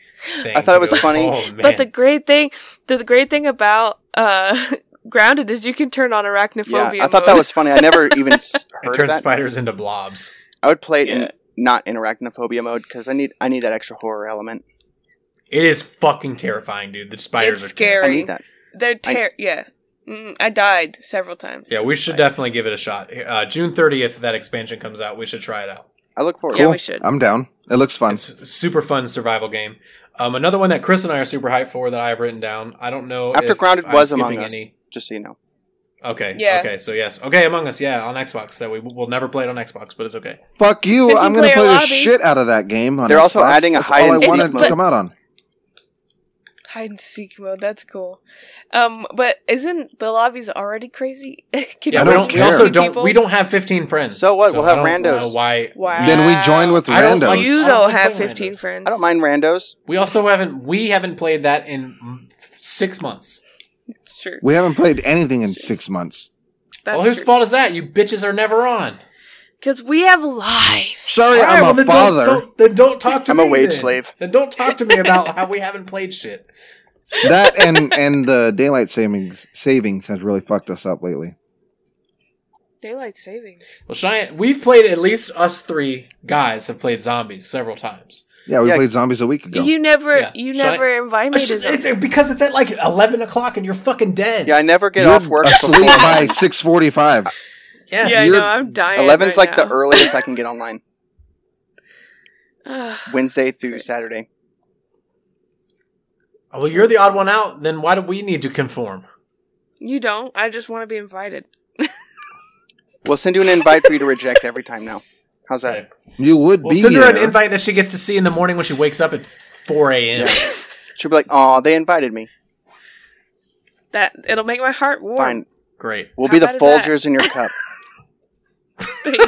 [SPEAKER 1] *gasps*
[SPEAKER 3] thing.
[SPEAKER 1] I thought
[SPEAKER 3] to
[SPEAKER 1] it was
[SPEAKER 3] go-
[SPEAKER 1] funny,
[SPEAKER 3] Oh, man.
[SPEAKER 2] But the great thing, the, the great thing about uh, *laughs* Grounded is you can turn on
[SPEAKER 1] Yeah,
[SPEAKER 2] arachnophobia.
[SPEAKER 1] I thought that was funny. I
[SPEAKER 2] *laughs*
[SPEAKER 1] never even s-
[SPEAKER 3] it
[SPEAKER 1] heard of
[SPEAKER 3] turns
[SPEAKER 1] that.
[SPEAKER 3] spiders into blobs.
[SPEAKER 1] I would play it in
[SPEAKER 2] Yeah.
[SPEAKER 1] not in arachnophobia mode because I need I need that extra horror element.
[SPEAKER 3] It is fucking terrifying, dude. The spiders
[SPEAKER 2] It's
[SPEAKER 3] are terrifying.
[SPEAKER 1] I
[SPEAKER 2] Very.
[SPEAKER 1] need that.
[SPEAKER 2] They're ter- yeah. Mm, I died several times.
[SPEAKER 3] Yeah, we should definitely give it a shot. Uh, June 30th, that expansion comes out. We should try it out.
[SPEAKER 1] I look forward.
[SPEAKER 2] Yeah,
[SPEAKER 1] to
[SPEAKER 2] we
[SPEAKER 1] it.
[SPEAKER 2] should.
[SPEAKER 4] I'm down. It looks fun.
[SPEAKER 3] It's a super fun survival game. Um, another one that Chris and I are super hyped for that I have written down. I don't know
[SPEAKER 1] After
[SPEAKER 3] if
[SPEAKER 1] grounded
[SPEAKER 3] I'm
[SPEAKER 1] was
[SPEAKER 3] skipping
[SPEAKER 1] Among Us.
[SPEAKER 3] any-
[SPEAKER 1] Just so you know,
[SPEAKER 3] Okay.
[SPEAKER 2] Yeah.
[SPEAKER 3] Okay. So yes. Okay, Among Us. Yeah, on Xbox. That we will never play it on Xbox, but it's okay.
[SPEAKER 4] Fuck you!
[SPEAKER 2] 15
[SPEAKER 4] I'm gonna
[SPEAKER 2] player
[SPEAKER 4] play the
[SPEAKER 2] lobby.
[SPEAKER 4] shit out of that game. On
[SPEAKER 1] They're also
[SPEAKER 4] Xbox.
[SPEAKER 1] adding a
[SPEAKER 4] That's
[SPEAKER 1] hide
[SPEAKER 4] all
[SPEAKER 1] and
[SPEAKER 4] I
[SPEAKER 2] seek
[SPEAKER 4] wanted to
[SPEAKER 2] mode.
[SPEAKER 4] come out on.
[SPEAKER 2] Hide and seek mode. That's cool. Um, but isn't the lobby's already crazy? *laughs* Can
[SPEAKER 3] Yeah, we
[SPEAKER 4] I don't
[SPEAKER 3] don't. We
[SPEAKER 4] care.
[SPEAKER 3] also
[SPEAKER 2] Two
[SPEAKER 3] don't.
[SPEAKER 2] people?
[SPEAKER 3] We don't have 15 friends.
[SPEAKER 1] So what? We'll
[SPEAKER 3] I
[SPEAKER 1] have
[SPEAKER 3] don't
[SPEAKER 1] randos.
[SPEAKER 3] know why?
[SPEAKER 2] Wow.
[SPEAKER 4] Then we join with
[SPEAKER 3] I don't like-
[SPEAKER 4] randos.
[SPEAKER 2] You
[SPEAKER 3] I
[SPEAKER 2] don't
[SPEAKER 3] don't
[SPEAKER 2] have
[SPEAKER 3] play
[SPEAKER 2] fifteen
[SPEAKER 3] randos.
[SPEAKER 2] friends.
[SPEAKER 1] I don't mind
[SPEAKER 3] *laughs*
[SPEAKER 1] randos.
[SPEAKER 3] We also haven't. We haven't played that in mm, six months.
[SPEAKER 2] It's true.
[SPEAKER 4] We haven't played anything in six months.
[SPEAKER 2] That's
[SPEAKER 3] well, whose fault is that? You bitches are never on.
[SPEAKER 2] Because we have lives.
[SPEAKER 1] Oh,
[SPEAKER 4] Sorry,
[SPEAKER 3] All right, well,
[SPEAKER 4] I'm a
[SPEAKER 3] then
[SPEAKER 4] father.
[SPEAKER 3] Don't, don't, then don't talk to
[SPEAKER 1] I'm
[SPEAKER 3] me.
[SPEAKER 1] a wage
[SPEAKER 3] then.
[SPEAKER 1] slave.
[SPEAKER 3] Then don't talk to me about how we haven't played shit. *laughs*
[SPEAKER 4] That and and the daylight savings savings has really fucked us up lately.
[SPEAKER 2] Daylight savings.
[SPEAKER 3] Well, Cheyenne, we've played at least us three guys have played zombies several times.
[SPEAKER 4] Yeah, we
[SPEAKER 1] Yeah.
[SPEAKER 4] played zombies a week ago.
[SPEAKER 2] You never,
[SPEAKER 3] Yeah.
[SPEAKER 2] you
[SPEAKER 3] Shall I-
[SPEAKER 2] never invite me to
[SPEAKER 3] It's-
[SPEAKER 2] them.
[SPEAKER 3] it's because it's at like eleven o'clock and you're fucking dead.
[SPEAKER 1] Yeah, I never get
[SPEAKER 4] You're
[SPEAKER 1] off work
[SPEAKER 4] asleep
[SPEAKER 1] before
[SPEAKER 4] by six forty-five.
[SPEAKER 3] Yes.
[SPEAKER 2] yeah, *laughs* I
[SPEAKER 4] you're-
[SPEAKER 2] know. I'm dying.
[SPEAKER 1] eleven's
[SPEAKER 2] right
[SPEAKER 1] like the
[SPEAKER 2] now.
[SPEAKER 1] earliest I can get online.
[SPEAKER 2] Ugh.
[SPEAKER 1] Wednesday through
[SPEAKER 2] Great.
[SPEAKER 1] Saturday.
[SPEAKER 3] Well, you're the odd one out. Then why do we need to conform?
[SPEAKER 2] you don't. I just want to be invited.
[SPEAKER 1] We'll send you an invite for you to reject every time now. How's that?
[SPEAKER 3] Okay.
[SPEAKER 4] You would
[SPEAKER 3] Well,
[SPEAKER 4] be
[SPEAKER 3] send her an
[SPEAKER 4] there.
[SPEAKER 3] invite that she gets to see in the morning when she wakes up at four a.m.
[SPEAKER 1] Yeah. She'll be like, "Oh, they invited me.
[SPEAKER 2] That it'll make my heart warm.
[SPEAKER 1] Fine,
[SPEAKER 3] Great.
[SPEAKER 1] we'll
[SPEAKER 2] How
[SPEAKER 1] be the
[SPEAKER 2] bad is that?
[SPEAKER 1] Folgers in your
[SPEAKER 2] *laughs*
[SPEAKER 1] cup.
[SPEAKER 2] Thank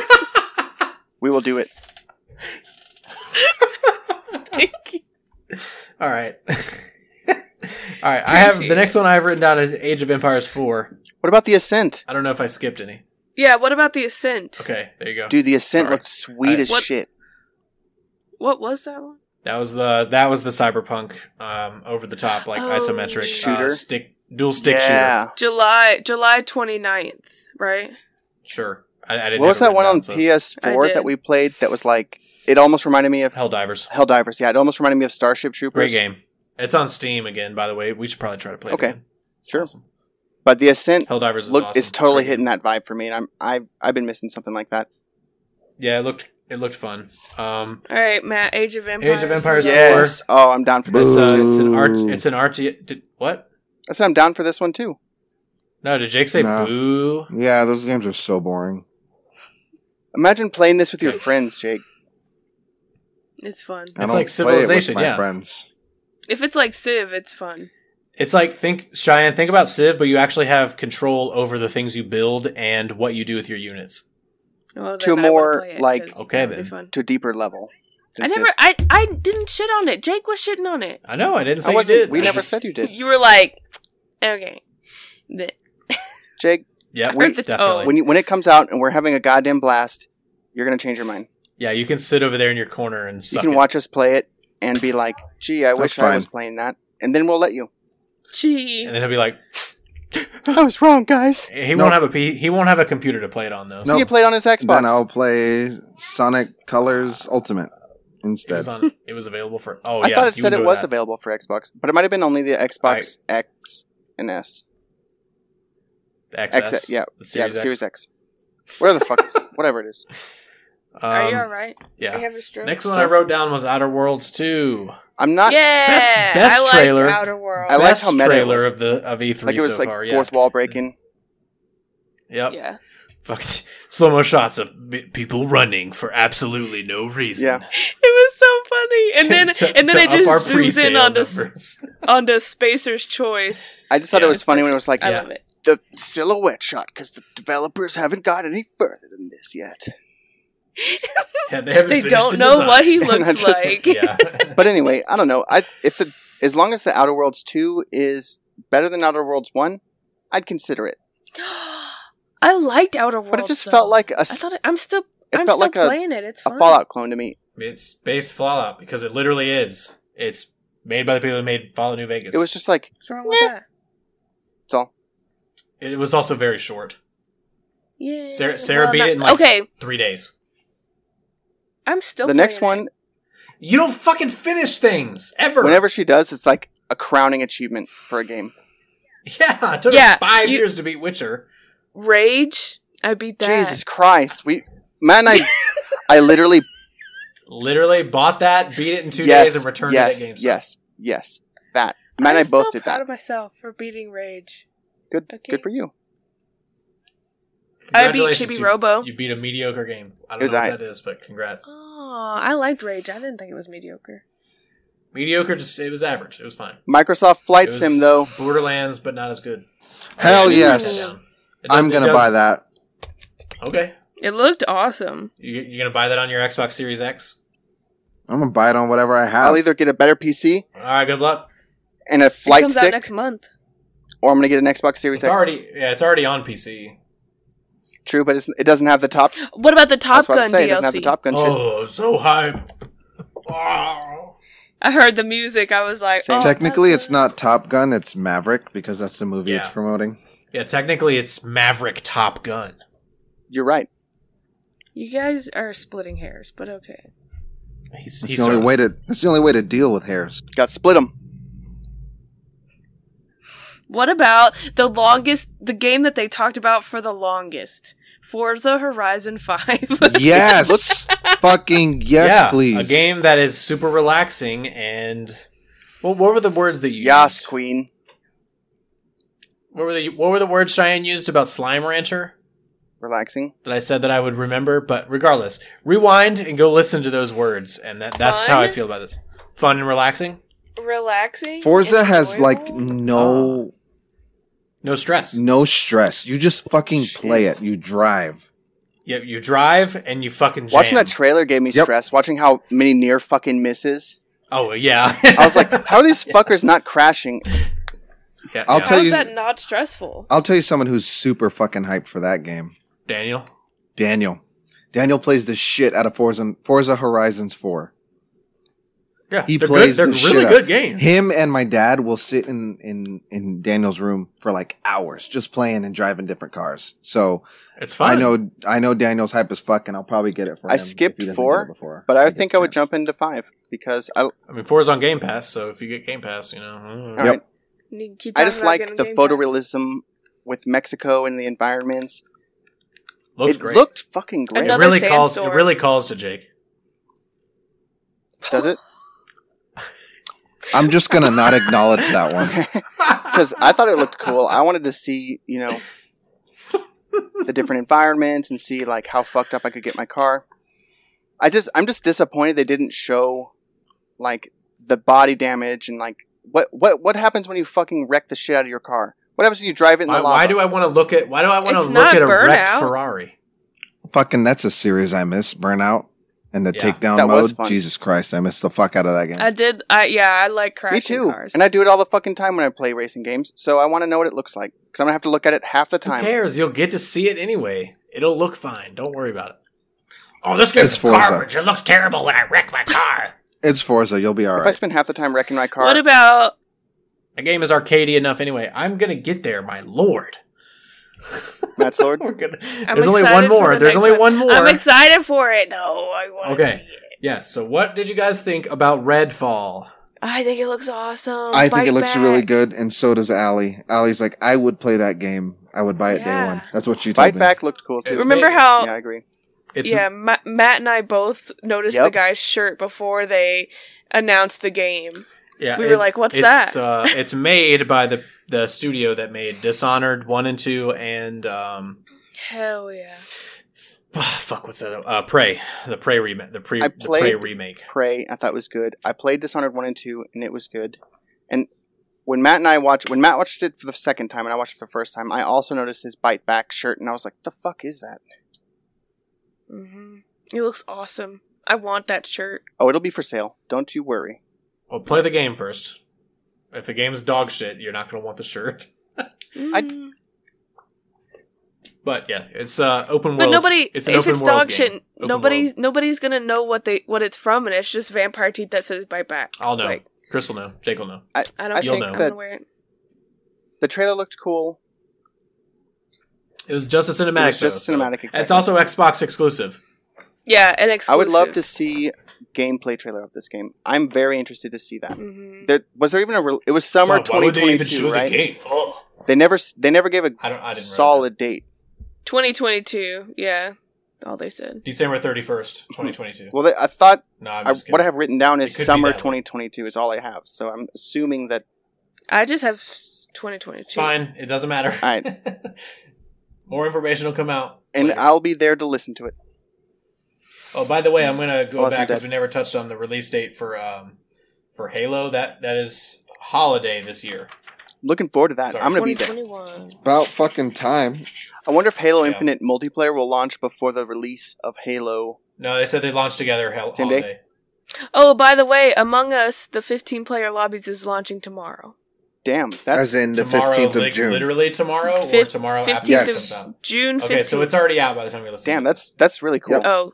[SPEAKER 1] We will do it."
[SPEAKER 2] you.
[SPEAKER 3] All right. *laughs* All right. I have the next one I've written down is Age of Empires four.
[SPEAKER 1] What about the Ascent?
[SPEAKER 3] I don't know if I skipped any.
[SPEAKER 2] Yeah. What about the ascent?
[SPEAKER 3] Okay, there you go.
[SPEAKER 1] Dude, the Ascent
[SPEAKER 3] Sorry.
[SPEAKER 1] looked sweet
[SPEAKER 3] I-
[SPEAKER 1] as
[SPEAKER 2] What-
[SPEAKER 1] shit.
[SPEAKER 2] What was that one?
[SPEAKER 3] That was the that was the cyberpunk um, over the top like
[SPEAKER 2] Oh.
[SPEAKER 3] isometric
[SPEAKER 1] Shooter?
[SPEAKER 3] uh, stick dual stick shooter.
[SPEAKER 1] yeah,
[SPEAKER 2] July July 29th, right?
[SPEAKER 3] Sure. I, I didn't.
[SPEAKER 1] What was
[SPEAKER 3] have it
[SPEAKER 1] that one
[SPEAKER 3] written
[SPEAKER 1] on
[SPEAKER 3] down, so-
[SPEAKER 1] PS4
[SPEAKER 2] I
[SPEAKER 1] that
[SPEAKER 2] did.
[SPEAKER 1] we played that was like it almost reminded me of
[SPEAKER 3] Helldivers.
[SPEAKER 1] Helldivers. Yeah, it almost reminded me of Starship Troopers.
[SPEAKER 3] Great game. It's on Steam again, by the way. We should probably try to play.
[SPEAKER 1] Okay.
[SPEAKER 3] it again. It's
[SPEAKER 1] Sure.
[SPEAKER 3] Awesome.
[SPEAKER 1] But the Ascent
[SPEAKER 3] Helldivers is
[SPEAKER 1] look
[SPEAKER 3] awesome.
[SPEAKER 1] it's totally
[SPEAKER 3] great.
[SPEAKER 1] hitting that vibe for me, and I'm I've I've been missing something like that.
[SPEAKER 3] Yeah, it looked it looked fun. Um,
[SPEAKER 2] All right, Matt. Age of Empires.
[SPEAKER 3] Empires
[SPEAKER 2] Yeah.
[SPEAKER 3] four.
[SPEAKER 1] Yes. Oh, I'm down for this.
[SPEAKER 3] it's, uh, it's an
[SPEAKER 4] Boo.
[SPEAKER 3] art. It's an RT. Did, what?
[SPEAKER 1] I said I'm down for this one too.
[SPEAKER 3] No, did Jake say
[SPEAKER 4] No.
[SPEAKER 3] boo?
[SPEAKER 4] Yeah, those games are so boring.
[SPEAKER 1] Imagine playing this with your
[SPEAKER 3] Okay.
[SPEAKER 1] friends, Jake.
[SPEAKER 2] It's fun.
[SPEAKER 4] I
[SPEAKER 3] It's
[SPEAKER 4] don't
[SPEAKER 3] like
[SPEAKER 4] play it with
[SPEAKER 3] Civilization,
[SPEAKER 4] my
[SPEAKER 3] yeah.
[SPEAKER 4] friends.
[SPEAKER 2] If it's like Civ, it's fun.
[SPEAKER 3] It's like think Cheyenne. Think about Civ, but you actually have control over the things you build and what you do with your units.
[SPEAKER 2] Well,
[SPEAKER 1] To a
[SPEAKER 2] then I would
[SPEAKER 1] more,
[SPEAKER 2] play it,
[SPEAKER 1] like-
[SPEAKER 2] 'cause
[SPEAKER 3] Okay,
[SPEAKER 2] that would be
[SPEAKER 3] then.
[SPEAKER 2] fun.
[SPEAKER 1] To a deeper level.
[SPEAKER 2] I
[SPEAKER 1] That's it.
[SPEAKER 2] never. I I didn't shit on it. Jake was shitting on it.
[SPEAKER 3] I know. I didn't
[SPEAKER 1] I
[SPEAKER 3] say you
[SPEAKER 1] wasn't-
[SPEAKER 3] did.
[SPEAKER 1] We
[SPEAKER 3] I
[SPEAKER 1] never
[SPEAKER 3] just-
[SPEAKER 1] said you
[SPEAKER 3] *laughs*
[SPEAKER 1] did,
[SPEAKER 2] You were like, okay. Th-
[SPEAKER 1] Jake.
[SPEAKER 3] Yeah,
[SPEAKER 2] I heard the
[SPEAKER 3] definitely.
[SPEAKER 2] tone.
[SPEAKER 1] When you when it comes out and we're having a goddamn blast, you're gonna change your mind.
[SPEAKER 3] yeah, you can sit over there in your corner and
[SPEAKER 1] you
[SPEAKER 3] suck
[SPEAKER 1] can
[SPEAKER 3] it.
[SPEAKER 1] watch us play it and be like, "Gee, I
[SPEAKER 4] That's
[SPEAKER 1] wish I was
[SPEAKER 4] fine.
[SPEAKER 1] playing that," and then we'll let you. *laughs*
[SPEAKER 2] oh, Gee.
[SPEAKER 3] and then he'll be like,
[SPEAKER 1] I was wrong, guys.
[SPEAKER 3] he
[SPEAKER 4] No.
[SPEAKER 3] won't have a P- he won't have a computer to play it on though.
[SPEAKER 1] So
[SPEAKER 4] No.
[SPEAKER 1] you played on his Xbox.
[SPEAKER 4] Then I'll play Sonic Colors Ultimate
[SPEAKER 3] it was
[SPEAKER 4] instead.
[SPEAKER 3] on. It was available for. Oh
[SPEAKER 1] I
[SPEAKER 3] yeah,
[SPEAKER 1] thought it
[SPEAKER 3] you
[SPEAKER 1] said it
[SPEAKER 3] enjoy
[SPEAKER 1] was
[SPEAKER 3] that.
[SPEAKER 1] available for Xbox, but it might have been only the Xbox X and S.
[SPEAKER 3] XS,
[SPEAKER 1] X, yeah, yeah,
[SPEAKER 3] the Series
[SPEAKER 1] the Series
[SPEAKER 3] X.
[SPEAKER 1] X. Whatever the fuck,
[SPEAKER 3] *laughs*
[SPEAKER 1] it's, whatever it is.
[SPEAKER 2] Are you
[SPEAKER 3] Um,
[SPEAKER 2] all right? I
[SPEAKER 3] Yeah.
[SPEAKER 2] have a stroke.
[SPEAKER 3] Next one I wrote down was Outer Worlds two.
[SPEAKER 1] I'm not
[SPEAKER 2] yeah.
[SPEAKER 3] Best- best
[SPEAKER 2] I liked
[SPEAKER 3] trailer.
[SPEAKER 2] Outer World.
[SPEAKER 1] I like
[SPEAKER 3] Best
[SPEAKER 1] how meta it
[SPEAKER 3] trailer
[SPEAKER 1] was.
[SPEAKER 3] of the of E three
[SPEAKER 1] like it was
[SPEAKER 3] so
[SPEAKER 1] like
[SPEAKER 3] far. Yeah.
[SPEAKER 1] fourth wall breaking.
[SPEAKER 3] Yep.
[SPEAKER 2] Yeah. *laughs*
[SPEAKER 3] Fuck slow mo shots of b- people running for absolutely no reason.
[SPEAKER 1] Yeah.
[SPEAKER 2] It was so funny. And then
[SPEAKER 3] To-
[SPEAKER 2] and then
[SPEAKER 3] to
[SPEAKER 2] it
[SPEAKER 3] up our
[SPEAKER 2] just zooms in
[SPEAKER 3] pre-sale
[SPEAKER 2] onto
[SPEAKER 3] numbers. *laughs*
[SPEAKER 2] onto Spacer's choice.
[SPEAKER 1] I just thought
[SPEAKER 3] Yeah.
[SPEAKER 1] it was funny when it was like
[SPEAKER 2] I
[SPEAKER 3] Yeah.
[SPEAKER 2] love it.
[SPEAKER 1] the silhouette shot because the developers haven't got any further than this yet.
[SPEAKER 2] *laughs*
[SPEAKER 3] Yeah, they haven't
[SPEAKER 2] They
[SPEAKER 3] finished
[SPEAKER 2] don't
[SPEAKER 3] the
[SPEAKER 2] know
[SPEAKER 3] design. *laughs*
[SPEAKER 2] what
[SPEAKER 1] *laughs*
[SPEAKER 2] he
[SPEAKER 1] And I
[SPEAKER 2] looks
[SPEAKER 1] just-
[SPEAKER 2] like.
[SPEAKER 3] Yeah. *laughs*
[SPEAKER 1] But anyway, I don't know. I if the as long as the Outer Worlds two is better than Outer Worlds one, I'd consider it.
[SPEAKER 2] *gasps* I liked Outer Worlds,
[SPEAKER 1] But it just
[SPEAKER 2] though.
[SPEAKER 1] felt like a
[SPEAKER 2] I
[SPEAKER 1] s-
[SPEAKER 2] thought it, I'm still
[SPEAKER 1] it
[SPEAKER 2] I'm
[SPEAKER 1] felt
[SPEAKER 2] still
[SPEAKER 1] like a,
[SPEAKER 2] playing it. It's
[SPEAKER 1] a
[SPEAKER 2] fun.
[SPEAKER 1] Fallout clone to me.
[SPEAKER 3] it's space Fallout because it literally is. It's made by the people who made Fallout New Vegas.
[SPEAKER 1] It was just like
[SPEAKER 2] What's wrong with
[SPEAKER 1] Meh.
[SPEAKER 2] that?
[SPEAKER 1] it's all.
[SPEAKER 3] It was also very short.
[SPEAKER 2] Yeah.
[SPEAKER 3] Sarah- Sarah beat it in, like-
[SPEAKER 2] Okay,
[SPEAKER 3] Three days.
[SPEAKER 2] I'm still.
[SPEAKER 1] the next
[SPEAKER 2] playing
[SPEAKER 1] one,
[SPEAKER 2] it.
[SPEAKER 3] You don't fucking finish things ever.
[SPEAKER 1] whenever she does, it's like a crowning achievement for a game.
[SPEAKER 3] *laughs* yeah, it took
[SPEAKER 2] Yeah,
[SPEAKER 3] us five
[SPEAKER 2] you-
[SPEAKER 3] years to beat Witcher.
[SPEAKER 2] Rage. I beat that.
[SPEAKER 1] Jesus Christ, we man, I I literally
[SPEAKER 3] Literally bought that, beat it in *laughs* two
[SPEAKER 1] yes,
[SPEAKER 3] days, and returned
[SPEAKER 1] yes,
[SPEAKER 3] it at GameStop.
[SPEAKER 1] yes, yes, that man,
[SPEAKER 2] I'm
[SPEAKER 1] i both
[SPEAKER 2] still
[SPEAKER 1] did
[SPEAKER 2] proud
[SPEAKER 1] that.
[SPEAKER 2] of myself for beating Rage.
[SPEAKER 1] Good,
[SPEAKER 2] Okay.
[SPEAKER 1] good for you.
[SPEAKER 2] I beat
[SPEAKER 3] Congratulations,
[SPEAKER 2] Chibi
[SPEAKER 3] you-
[SPEAKER 2] Robo.
[SPEAKER 3] You beat a mediocre game. I
[SPEAKER 1] It
[SPEAKER 3] don't
[SPEAKER 1] was
[SPEAKER 3] know what
[SPEAKER 1] aight.
[SPEAKER 3] that is, but congrats.
[SPEAKER 2] Oh, I liked Rage. I didn't think it was mediocre.
[SPEAKER 3] Mediocre, just it was average. It was fine.
[SPEAKER 1] Microsoft Flight
[SPEAKER 3] It was
[SPEAKER 1] Sim though,
[SPEAKER 3] Borderlands, but not as good.
[SPEAKER 4] Hell
[SPEAKER 3] Okay,
[SPEAKER 4] yes.
[SPEAKER 3] write that down. It does-
[SPEAKER 4] I'm
[SPEAKER 3] it
[SPEAKER 4] gonna
[SPEAKER 3] does-
[SPEAKER 4] buy that.
[SPEAKER 3] Okay,
[SPEAKER 2] It looked awesome.
[SPEAKER 3] you, you're gonna buy that on your Xbox Series X.
[SPEAKER 4] I'm gonna buy it on whatever I have.
[SPEAKER 1] I'll either get a better PC
[SPEAKER 3] All right, good luck.
[SPEAKER 1] and a
[SPEAKER 2] it
[SPEAKER 1] flight
[SPEAKER 2] comes
[SPEAKER 1] stick,
[SPEAKER 2] out next month.
[SPEAKER 1] or I'm gonna get an Xbox Series
[SPEAKER 3] It's
[SPEAKER 1] X.
[SPEAKER 3] already yeah, it's already on PC.
[SPEAKER 1] True, but it's, it doesn't have the top.
[SPEAKER 2] What about the Top
[SPEAKER 1] that's what
[SPEAKER 2] Gun
[SPEAKER 1] I'm saying. It
[SPEAKER 2] DLC?
[SPEAKER 1] doesn't have the Top Gun shit.
[SPEAKER 3] Oh, so hype! Ah. Wow.
[SPEAKER 2] I heard the music. I was like,
[SPEAKER 1] Same.
[SPEAKER 2] oh,
[SPEAKER 4] Technically,
[SPEAKER 2] that's
[SPEAKER 4] it's not Top Gun; it's Maverick because that's the movie
[SPEAKER 3] Yeah.
[SPEAKER 4] it's promoting.
[SPEAKER 3] Yeah, technically it's Maverick Top Gun.
[SPEAKER 1] You're right.
[SPEAKER 2] a- You guys are splitting hairs, but okay.
[SPEAKER 3] He's,
[SPEAKER 4] That's
[SPEAKER 3] he's
[SPEAKER 4] the only
[SPEAKER 3] sorry.
[SPEAKER 4] way to. That's the only way to deal
[SPEAKER 3] *laughs*
[SPEAKER 4] with hairs.
[SPEAKER 1] Got split them.
[SPEAKER 2] What about the longest? The game that they talked about for the longest, Forza Horizon *laughs* Five.
[SPEAKER 4] yes, fucking yes,
[SPEAKER 3] yeah,
[SPEAKER 4] please.
[SPEAKER 3] a game that is super relaxing and. Well, what were the words that you
[SPEAKER 1] Yas,
[SPEAKER 3] used?
[SPEAKER 1] Queen.
[SPEAKER 3] What were the What were the words Cheyenne used about Slime Rancher
[SPEAKER 1] Relaxing.
[SPEAKER 3] that I said that I would remember? But regardless, rewind and go listen to those words, and that that's how I
[SPEAKER 2] Fun?
[SPEAKER 3] feel about this. Fun and relaxing,
[SPEAKER 2] Relaxing.
[SPEAKER 4] Forza has like
[SPEAKER 2] enjoyable.
[SPEAKER 4] no
[SPEAKER 3] no stress.
[SPEAKER 4] no stress. You just fucking play
[SPEAKER 1] Shit.
[SPEAKER 4] it. You drive.
[SPEAKER 3] You, you drive and you fucking jam.
[SPEAKER 1] Watching that trailer gave me
[SPEAKER 4] Yep.
[SPEAKER 1] stress. Watching how many near fucking misses.
[SPEAKER 3] oh yeah,
[SPEAKER 1] I was like, how are these
[SPEAKER 2] *laughs*
[SPEAKER 1] fuckers not crashing?
[SPEAKER 3] *laughs* yeah,
[SPEAKER 4] I'll
[SPEAKER 3] yeah.
[SPEAKER 2] How
[SPEAKER 4] tell
[SPEAKER 2] is
[SPEAKER 4] you-
[SPEAKER 2] that not stressful?
[SPEAKER 4] I'll tell you someone who's super fucking hyped for that game.
[SPEAKER 3] Daniel.
[SPEAKER 4] Daniel. Daniel plays the shit out of Forza Forza Horizons 4.
[SPEAKER 3] Yeah,
[SPEAKER 4] He
[SPEAKER 3] they're Good.
[SPEAKER 4] plays
[SPEAKER 3] They're
[SPEAKER 4] the shit
[SPEAKER 3] really
[SPEAKER 4] out-
[SPEAKER 3] good games.
[SPEAKER 4] Him and my dad will sit in in in Daniel's room for like hours, just playing and driving different cars. So
[SPEAKER 3] It's fun.
[SPEAKER 4] I know I know Daniel's hype as fuck, and I'll probably get it for
[SPEAKER 1] I
[SPEAKER 4] him if he
[SPEAKER 1] skipped
[SPEAKER 4] doesn't
[SPEAKER 1] four,
[SPEAKER 4] get it before
[SPEAKER 1] But I
[SPEAKER 4] get
[SPEAKER 1] think
[SPEAKER 4] the
[SPEAKER 1] I would
[SPEAKER 4] chance.
[SPEAKER 1] jump into five because I
[SPEAKER 3] I mean, four is on Game Pass, so if you get Game Pass, you know. mm,
[SPEAKER 1] all right.
[SPEAKER 2] You can keep
[SPEAKER 1] I
[SPEAKER 2] talking
[SPEAKER 1] just
[SPEAKER 2] about
[SPEAKER 1] like
[SPEAKER 2] getting
[SPEAKER 1] the
[SPEAKER 2] Game Pass.
[SPEAKER 1] photorealism with Mexico and the environments.
[SPEAKER 3] Looks
[SPEAKER 1] it
[SPEAKER 3] great.
[SPEAKER 1] looked fucking great.
[SPEAKER 3] it
[SPEAKER 2] Another
[SPEAKER 3] really calls.
[SPEAKER 2] sandstorm.
[SPEAKER 3] It really calls to Jake.
[SPEAKER 1] Does it?
[SPEAKER 4] I'm just gonna not acknowledge that one. *laughs*
[SPEAKER 1] Because I thought it looked cool. I wanted to see, you know, the different environments and see like how fucked up I could get my car. I just I'm just disappointed they didn't show like the body damage and like what what what happens when you fucking wreck the shit out of your car? What happens when you drive it in
[SPEAKER 3] Why,
[SPEAKER 1] the lava?
[SPEAKER 3] why do I want to look at? Why do I want to
[SPEAKER 2] It's
[SPEAKER 3] look
[SPEAKER 2] not
[SPEAKER 3] at a wrecked
[SPEAKER 2] Burnout.
[SPEAKER 3] Ferrari?
[SPEAKER 4] Fucking, that's a series I miss. Burnout and the
[SPEAKER 3] Yeah.
[SPEAKER 4] takedown
[SPEAKER 1] That was
[SPEAKER 4] mode.
[SPEAKER 1] fun.
[SPEAKER 4] Jesus Christ, I missed the fuck out of that game.
[SPEAKER 2] I did. I yeah. I like crashing
[SPEAKER 1] Me too.
[SPEAKER 2] cars.
[SPEAKER 1] And I do it all the fucking time when I play racing games. So I want to know what it looks like because I'm gonna have to look at it half the
[SPEAKER 3] Who
[SPEAKER 1] time.
[SPEAKER 3] cares? You'll get to see it anyway. It'll look fine. Don't worry about it. Oh, this
[SPEAKER 4] game's It's Forza. garbage.
[SPEAKER 3] It looks terrible when I wreck my car.
[SPEAKER 4] it's Forza. You'll be all
[SPEAKER 1] If I
[SPEAKER 4] right.
[SPEAKER 1] spend half the time wrecking my car,
[SPEAKER 2] what about
[SPEAKER 3] the game is arcadey enough anyway. I'm gonna get there, my lord.
[SPEAKER 1] Matt's
[SPEAKER 2] *laughs*
[SPEAKER 1] Lord.
[SPEAKER 3] We're gonna-
[SPEAKER 2] I'm
[SPEAKER 3] There's only
[SPEAKER 2] excited
[SPEAKER 3] one
[SPEAKER 2] for
[SPEAKER 3] more.
[SPEAKER 2] the
[SPEAKER 3] There's
[SPEAKER 2] next
[SPEAKER 3] only one, more.
[SPEAKER 2] I'm excited for it though. I wanna
[SPEAKER 3] Okay.
[SPEAKER 2] see it.
[SPEAKER 3] yeah. So, what did you guys think about Redfall?
[SPEAKER 2] I think it looks awesome.
[SPEAKER 4] I think it
[SPEAKER 2] Fight
[SPEAKER 4] looks really
[SPEAKER 2] back.
[SPEAKER 4] good, and so does Allie. Allie's like, I would play that game. I would buy it day
[SPEAKER 2] Yeah.
[SPEAKER 4] one. That's what she told
[SPEAKER 1] Fight
[SPEAKER 4] me.
[SPEAKER 1] back looked cool too.
[SPEAKER 3] It's
[SPEAKER 2] Remember
[SPEAKER 3] made-
[SPEAKER 2] how
[SPEAKER 1] yeah, I agree.
[SPEAKER 3] It's
[SPEAKER 2] yeah, Ma- Matt and I both noticed the
[SPEAKER 1] Yep.
[SPEAKER 2] guy's shirt before they announced the game.
[SPEAKER 3] yeah,
[SPEAKER 2] we were like, "What's that?"
[SPEAKER 3] It's uh,
[SPEAKER 2] *laughs*
[SPEAKER 3] it's made by the the studio that made Dishonored one and two, and um,
[SPEAKER 2] Hell yeah!
[SPEAKER 3] ah, *sighs* fuck, what's that? Uh, Prey, the Prey remake, the pre
[SPEAKER 1] I
[SPEAKER 3] the Prey
[SPEAKER 1] played-
[SPEAKER 3] remake.
[SPEAKER 1] Prey, I thought was good. I played Dishonored one and two, and it was good. And when Matt and I watched, when Matt watched it for the second time, and I watched it for the first time, I also noticed his bite back shirt, and I was like, "The fuck is that?"
[SPEAKER 2] hmm It looks awesome. I want that shirt.
[SPEAKER 1] Oh, it'll be for sale. Don't you worry.
[SPEAKER 3] Well, play the game first. If the game's dog shit, you're not gonna want the shirt. *laughs*
[SPEAKER 2] Mm.
[SPEAKER 3] But yeah, it's uh, open world.
[SPEAKER 2] But nobody,
[SPEAKER 3] it's an
[SPEAKER 2] if
[SPEAKER 3] open
[SPEAKER 2] it's
[SPEAKER 3] world
[SPEAKER 2] dog
[SPEAKER 3] game.
[SPEAKER 2] shit,
[SPEAKER 3] Open
[SPEAKER 2] nobody's
[SPEAKER 3] world.
[SPEAKER 2] nobody's gonna know what they what it's from, and it's just vampire teeth that says bite back.
[SPEAKER 3] I'll know.
[SPEAKER 2] Like,
[SPEAKER 3] Chris will know. Jake will know.
[SPEAKER 2] I don't.
[SPEAKER 1] I
[SPEAKER 2] care.
[SPEAKER 3] think
[SPEAKER 2] I'm
[SPEAKER 1] that-
[SPEAKER 2] gonna wear it.
[SPEAKER 1] The trailer looked cool.
[SPEAKER 3] It was just a cinematic.
[SPEAKER 1] It was just
[SPEAKER 3] though, so-
[SPEAKER 1] cinematic. Exactly.
[SPEAKER 3] It's also Xbox exclusive.
[SPEAKER 2] Yeah, an exclusive.
[SPEAKER 1] I would love to see gameplay trailer of this game. I'm very interested to see that.
[SPEAKER 2] Mhm.
[SPEAKER 1] There, was there even a? Re- it was summer
[SPEAKER 3] Wow, why would they even
[SPEAKER 1] 2022,
[SPEAKER 3] show
[SPEAKER 1] right?
[SPEAKER 3] the game? Ugh.
[SPEAKER 1] They never, s- they never gave a
[SPEAKER 3] I don't. I didn't. realize
[SPEAKER 1] solid date.
[SPEAKER 2] 2022. Yeah, all they said.
[SPEAKER 3] that. December thirty first, twenty twenty two.
[SPEAKER 1] Well, they, I thought
[SPEAKER 3] No, I'm
[SPEAKER 1] I,
[SPEAKER 3] just
[SPEAKER 1] what I
[SPEAKER 3] kidding.
[SPEAKER 1] have written down is
[SPEAKER 3] It could be
[SPEAKER 1] summer
[SPEAKER 3] that one.
[SPEAKER 1] 2022 is all I have. So I'm assuming that
[SPEAKER 2] I just have 2022.
[SPEAKER 3] It's fine. It doesn't matter.
[SPEAKER 1] All right.
[SPEAKER 3] *laughs* More information will come out.
[SPEAKER 1] and
[SPEAKER 3] later.
[SPEAKER 1] I'll be there to listen to it.
[SPEAKER 3] oh, by the way, I'm gonna go
[SPEAKER 1] Unless I'm
[SPEAKER 3] back
[SPEAKER 1] dead.
[SPEAKER 3] because we never touched on the release date for um for Halo. That that is holiday this year.
[SPEAKER 1] Looking forward to that.
[SPEAKER 3] Sorry.
[SPEAKER 1] I'm going to be there.
[SPEAKER 2] 2021.
[SPEAKER 4] About fucking time.
[SPEAKER 1] I wonder if Halo
[SPEAKER 3] Yeah.
[SPEAKER 1] Infinite multiplayer will launch before the release of Halo.
[SPEAKER 3] No, they said they launched together. Hel-
[SPEAKER 1] Same day?
[SPEAKER 3] holiday.
[SPEAKER 2] Oh, by the way, Among Us, the 15 player lobbies is launching tomorrow.
[SPEAKER 1] Damn,
[SPEAKER 4] As
[SPEAKER 1] that's
[SPEAKER 4] in the
[SPEAKER 3] tomorrow,
[SPEAKER 4] 15th of
[SPEAKER 3] like,
[SPEAKER 4] June.
[SPEAKER 3] Literally tomorrow or
[SPEAKER 2] Fif-
[SPEAKER 3] tomorrow after
[SPEAKER 2] 15th
[SPEAKER 3] this
[SPEAKER 4] of-
[SPEAKER 3] comes out.
[SPEAKER 2] June 15th.
[SPEAKER 3] Okay, so it's already out by the time you listen.
[SPEAKER 1] damn.
[SPEAKER 3] to
[SPEAKER 1] That's that's really cool.
[SPEAKER 2] Oh.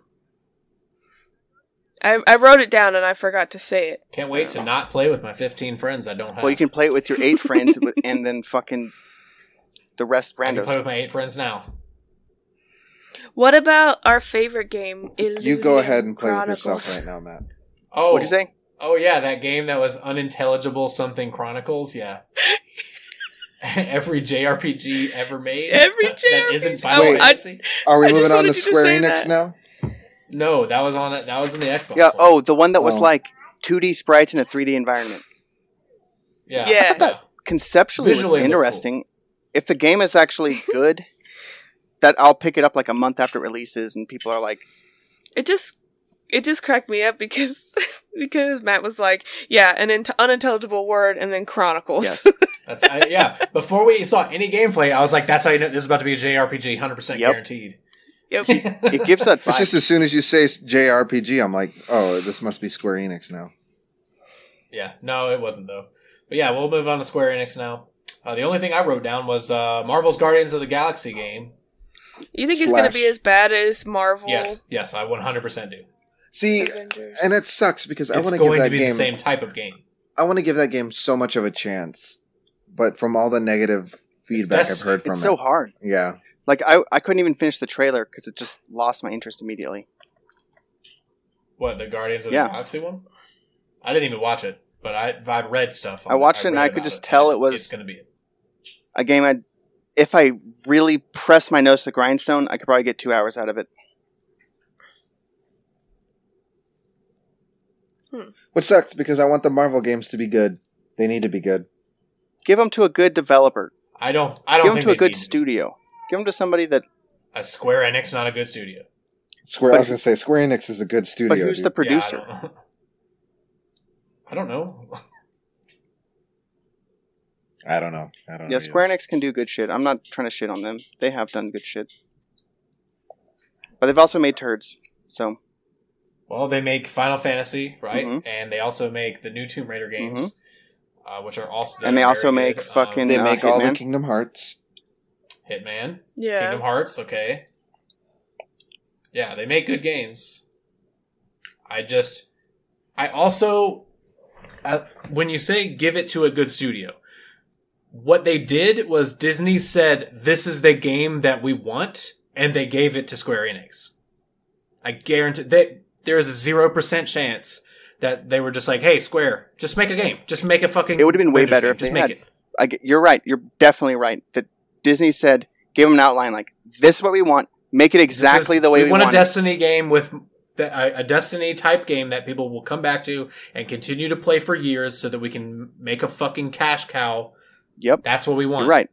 [SPEAKER 2] I, I wrote it down and I forgot to say it.
[SPEAKER 3] Can't wait to not play with my 15 friends I don't have.
[SPEAKER 1] Well, you can play it with your eight friends wi- and then fucking the rest
[SPEAKER 3] I can play
[SPEAKER 1] randos.
[SPEAKER 3] with my eight friends now.
[SPEAKER 2] What about our favorite game?
[SPEAKER 4] You go ahead and play
[SPEAKER 2] Chronicles?
[SPEAKER 4] with yourself right now, Matt.
[SPEAKER 3] Oh,
[SPEAKER 1] What'd you say?
[SPEAKER 3] Oh yeah, that game that was unintelligible something chronicles. Yeah. *laughs* Every JRPG ever made.
[SPEAKER 2] Every
[SPEAKER 3] *laughs* that isn't
[SPEAKER 2] JRPG.
[SPEAKER 3] Final
[SPEAKER 4] Wait.
[SPEAKER 3] Fantasy.
[SPEAKER 4] Are we
[SPEAKER 2] I just
[SPEAKER 4] moving on
[SPEAKER 2] wanted
[SPEAKER 4] to
[SPEAKER 2] you to
[SPEAKER 4] Square
[SPEAKER 2] say
[SPEAKER 4] Enix
[SPEAKER 2] that.
[SPEAKER 4] now?
[SPEAKER 3] No, that was on it. That was in the Xbox.
[SPEAKER 1] Yeah.
[SPEAKER 3] one.
[SPEAKER 1] Oh, the one that was
[SPEAKER 4] Oh.
[SPEAKER 1] like 2D sprites in a 3D environment.
[SPEAKER 3] yeah.
[SPEAKER 2] Yeah. I
[SPEAKER 1] thought that- Conceptually, it
[SPEAKER 3] Visually
[SPEAKER 1] was
[SPEAKER 3] it looked
[SPEAKER 1] interesting. If the game is actually good, that I'll pick it up like a month after it releases, and people are like,
[SPEAKER 2] It just it just cracked me up because *laughs* because Matt was like, yeah, an int- unintelligible word and then Chronicles.
[SPEAKER 1] "Yes,
[SPEAKER 3] That's, I, yeah. Before we saw any gameplay, I was like, "That's how you know this is about to be a JRPG, hundred percent
[SPEAKER 1] Yep.
[SPEAKER 3] guaranteed."
[SPEAKER 2] *laughs* Yep.
[SPEAKER 1] it gives that
[SPEAKER 4] It's
[SPEAKER 1] vibe."
[SPEAKER 4] just as soon as you say JRPG, I'm like, oh, this must be Square Enix now.
[SPEAKER 3] Yeah, no, it wasn't though. But yeah, we'll move on to Square Enix now. Uh, the only thing I wrote down was uh, Marvel's Guardians of the Galaxy game.
[SPEAKER 2] You think it's gonna
[SPEAKER 4] Slash.
[SPEAKER 2] be as bad as Marvel?
[SPEAKER 3] Yes, yes, I 100% do.
[SPEAKER 4] See,
[SPEAKER 2] Avengers.
[SPEAKER 4] and it sucks because I
[SPEAKER 3] it's
[SPEAKER 4] want to give
[SPEAKER 3] going
[SPEAKER 4] that
[SPEAKER 3] to be
[SPEAKER 4] game.
[SPEAKER 3] the same type of game.
[SPEAKER 4] I want to give that game so much of a chance, but from all the negative feedback I've
[SPEAKER 3] Destiny.
[SPEAKER 4] heard from
[SPEAKER 1] It's
[SPEAKER 4] it,
[SPEAKER 1] so hard.
[SPEAKER 4] yeah,
[SPEAKER 1] Like I, I couldn't even finish the trailer because it just lost my interest immediately.
[SPEAKER 3] What the Guardians of
[SPEAKER 1] Yeah.
[SPEAKER 3] the Galaxy one? I didn't even watch it, but I I read stuff.
[SPEAKER 1] I watched it and
[SPEAKER 3] read
[SPEAKER 1] I could
[SPEAKER 3] about
[SPEAKER 1] just
[SPEAKER 3] and
[SPEAKER 1] tell
[SPEAKER 3] it's-
[SPEAKER 1] it was-
[SPEAKER 3] it's going to be.
[SPEAKER 1] A game I, if I really press my nose to the grindstone, I could probably get two hours out of it.
[SPEAKER 4] which sucks because I want the Marvel games to be good. They need to be good.
[SPEAKER 1] Give them to a good developer.
[SPEAKER 3] I don't. I don't
[SPEAKER 1] Give them
[SPEAKER 3] think
[SPEAKER 1] to a
[SPEAKER 3] they
[SPEAKER 1] good
[SPEAKER 3] need
[SPEAKER 1] studio. Give them to somebody that.
[SPEAKER 3] A Square Enix, not a good studio.
[SPEAKER 4] Square. I
[SPEAKER 1] But-
[SPEAKER 4] was gonna say Square Enix is a good studio.
[SPEAKER 1] But who's
[SPEAKER 4] dude.
[SPEAKER 1] the producer?
[SPEAKER 3] Yeah, *laughs* I don't know. I don't know.
[SPEAKER 4] I don't know. I don't know.
[SPEAKER 1] yeah, Square Enix can do good shit. I'm not trying to shit on them. They have done good shit. But they've also made turds. So
[SPEAKER 3] Well, they make Final Fantasy, right?
[SPEAKER 1] Mhm.
[SPEAKER 3] And they also make the new Tomb Raider games, uh, which are also
[SPEAKER 1] Mm-hmm. And they
[SPEAKER 3] that are
[SPEAKER 1] also
[SPEAKER 3] very um,
[SPEAKER 1] make fucking-
[SPEAKER 4] They
[SPEAKER 1] Uh,
[SPEAKER 4] make all the
[SPEAKER 1] Hitman.
[SPEAKER 4] Kingdom Hearts.
[SPEAKER 3] Hitman,
[SPEAKER 2] yeah.
[SPEAKER 3] Kingdom Hearts. Okay, yeah, they make good games. I just, I also, uh, when you say give it to a good studio, what they did was Disney said this is the game that we want, and they gave it to Square Enix. I guarantee that there is a zero percent chance that they were just like, "Hey, Square, just make a game, just make a fucking."
[SPEAKER 1] It would've been way
[SPEAKER 3] Avengers
[SPEAKER 1] better
[SPEAKER 3] game.
[SPEAKER 1] if
[SPEAKER 3] just
[SPEAKER 1] they
[SPEAKER 3] make
[SPEAKER 1] had.
[SPEAKER 3] it.
[SPEAKER 1] I get- you're right. You're definitely right. That Disney said, give them an outline like this is what we want. Make it
[SPEAKER 3] This is-
[SPEAKER 1] exactly the way we,
[SPEAKER 3] want
[SPEAKER 1] want.
[SPEAKER 3] a Destiny game with the, a, a Destiny type game that people will come back to and continue to play for years, so that we can make a fucking cash cow.
[SPEAKER 1] it. Yep,
[SPEAKER 3] That's what we want.
[SPEAKER 1] you're right.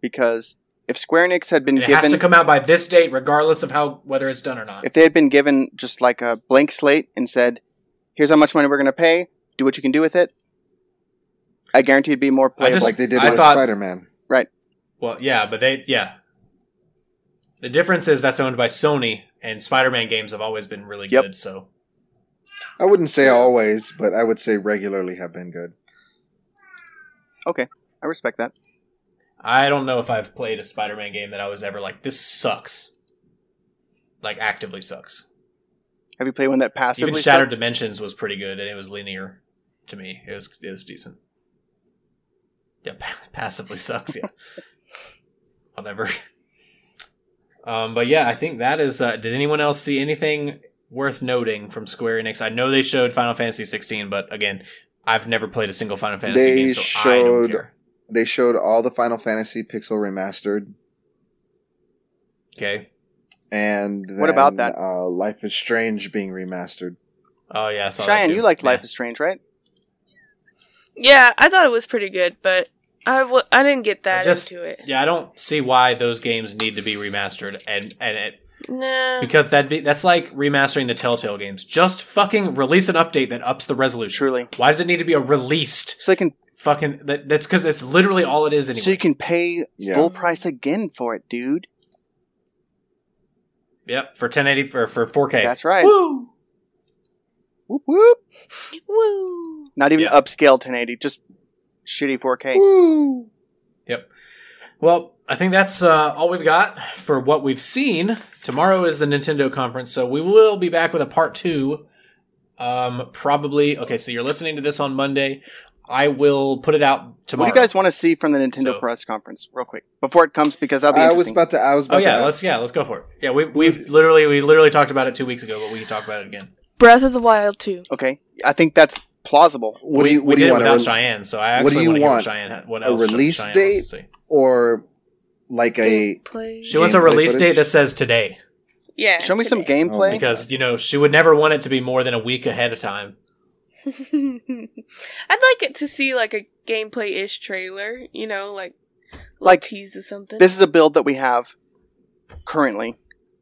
[SPEAKER 1] Because if Square Enix had been
[SPEAKER 3] And it has to
[SPEAKER 1] given,
[SPEAKER 3] come out by this date, regardless of how whether it's done or not.
[SPEAKER 1] if they had been given just like a blank slate and said, here's how much money we're going to pay. Do what you can do with it. I guarantee it'd be more
[SPEAKER 3] I
[SPEAKER 1] playable.
[SPEAKER 3] just-
[SPEAKER 4] Like they did
[SPEAKER 3] I
[SPEAKER 4] with
[SPEAKER 3] thought-
[SPEAKER 4] Spider Man.
[SPEAKER 3] well, yeah, but they yeah. The difference is that's owned by Sony, and Spider-Man games have always been really
[SPEAKER 1] Yep.
[SPEAKER 3] good. So
[SPEAKER 4] I wouldn't say always, but I would say regularly have been good.
[SPEAKER 1] I respect that.
[SPEAKER 3] I don't know if I've played a Spider-Man game that I was ever like, this sucks. Like actively sucks.
[SPEAKER 1] Have you played one that
[SPEAKER 3] Even
[SPEAKER 1] passively?
[SPEAKER 3] Shattered
[SPEAKER 1] sucked?
[SPEAKER 3] Dimensions was pretty good, and it was linear to me. It was it was decent. Yeah, *laughs* pa- passively
[SPEAKER 1] *laughs*
[SPEAKER 3] sucks. Yeah, I'll never. Um, but yeah, I think that is. Uh, did anyone else see anything worth noting from Square Enix? I know they showed Final Fantasy 16, but again, I've never played a single Final Fantasy
[SPEAKER 4] They
[SPEAKER 3] game, so I don't
[SPEAKER 4] showed-
[SPEAKER 3] care.
[SPEAKER 4] They showed all the Final Fantasy Pixel remastered,
[SPEAKER 3] Okay.
[SPEAKER 4] and then,
[SPEAKER 1] What about that?
[SPEAKER 4] Uh, Life is Strange being remastered.
[SPEAKER 3] Oh yeah, I saw that
[SPEAKER 1] Cheyenne,
[SPEAKER 3] too.
[SPEAKER 1] you liked
[SPEAKER 3] Yeah.
[SPEAKER 1] Life is Strange, right?
[SPEAKER 2] Yeah, I thought it was pretty good, but I w- I didn't get
[SPEAKER 3] I
[SPEAKER 2] that
[SPEAKER 3] just-
[SPEAKER 2] into it.
[SPEAKER 3] Yeah, I don't see why those games need to be remastered, and and it
[SPEAKER 2] Nah.
[SPEAKER 3] Because that'd be that's like remastering the Telltale games. Just fucking release an update that ups the resolution.
[SPEAKER 1] Truly.
[SPEAKER 3] Why does it need to be a released
[SPEAKER 1] So they can,
[SPEAKER 3] fucking? That, that's because it's literally all it is anyway.
[SPEAKER 1] so you can pay
[SPEAKER 4] Yeah.
[SPEAKER 1] full price again for it, dude.
[SPEAKER 3] yep, for 1080 for for 4K.
[SPEAKER 1] That's right.
[SPEAKER 3] Woo!
[SPEAKER 1] Whoop whoop.
[SPEAKER 2] Woo.
[SPEAKER 1] Not even
[SPEAKER 3] Yeah.
[SPEAKER 1] upscale 1080, just shitty 4K.
[SPEAKER 4] Woo!
[SPEAKER 3] Well, I think that's uh, all we've got for what we've seen. Tomorrow is the Nintendo conference, so we will be back with a part two. Um, probably. Okay, so you're listening to this on Monday. I will put it out tomorrow.
[SPEAKER 1] What do you guys want to see from the Nintendo
[SPEAKER 3] So-
[SPEAKER 1] press conference, real quick, before it comes? Because that'll be
[SPEAKER 4] I was
[SPEAKER 1] interesting.
[SPEAKER 4] about to. I was about
[SPEAKER 3] Oh yeah,
[SPEAKER 4] to. ask-
[SPEAKER 3] let's yeah, let's go for it. Yeah, we we've literally we literally talked about it two weeks ago, but we can talk about it again.
[SPEAKER 2] Breath of the Wild 2.
[SPEAKER 1] okay, I think that's plausible.
[SPEAKER 4] what do
[SPEAKER 3] we,
[SPEAKER 4] you
[SPEAKER 3] we
[SPEAKER 4] What do
[SPEAKER 3] did
[SPEAKER 4] you
[SPEAKER 3] it
[SPEAKER 4] want?
[SPEAKER 3] without
[SPEAKER 4] A, re-
[SPEAKER 3] Cheyenne, so I
[SPEAKER 4] what do
[SPEAKER 3] actually want to
[SPEAKER 4] you
[SPEAKER 3] hear what
[SPEAKER 4] want?
[SPEAKER 3] Cheyenne ha- what
[SPEAKER 4] A
[SPEAKER 3] else
[SPEAKER 4] release
[SPEAKER 3] Cheyenne wants to
[SPEAKER 4] date?
[SPEAKER 3] say.
[SPEAKER 4] or like a
[SPEAKER 2] Play.
[SPEAKER 3] She wants a
[SPEAKER 4] gameplay
[SPEAKER 3] release
[SPEAKER 4] footage?
[SPEAKER 3] date that says today
[SPEAKER 2] Yeah.
[SPEAKER 1] Show me some
[SPEAKER 2] today.
[SPEAKER 1] gameplay.
[SPEAKER 4] my
[SPEAKER 3] because you know she would never want it to be more than a week ahead of time.
[SPEAKER 2] *laughs* I'd like it to see like a gameplay ish trailer, you know, like
[SPEAKER 1] Like,
[SPEAKER 2] like tease or something.
[SPEAKER 1] this is a build that we have currently.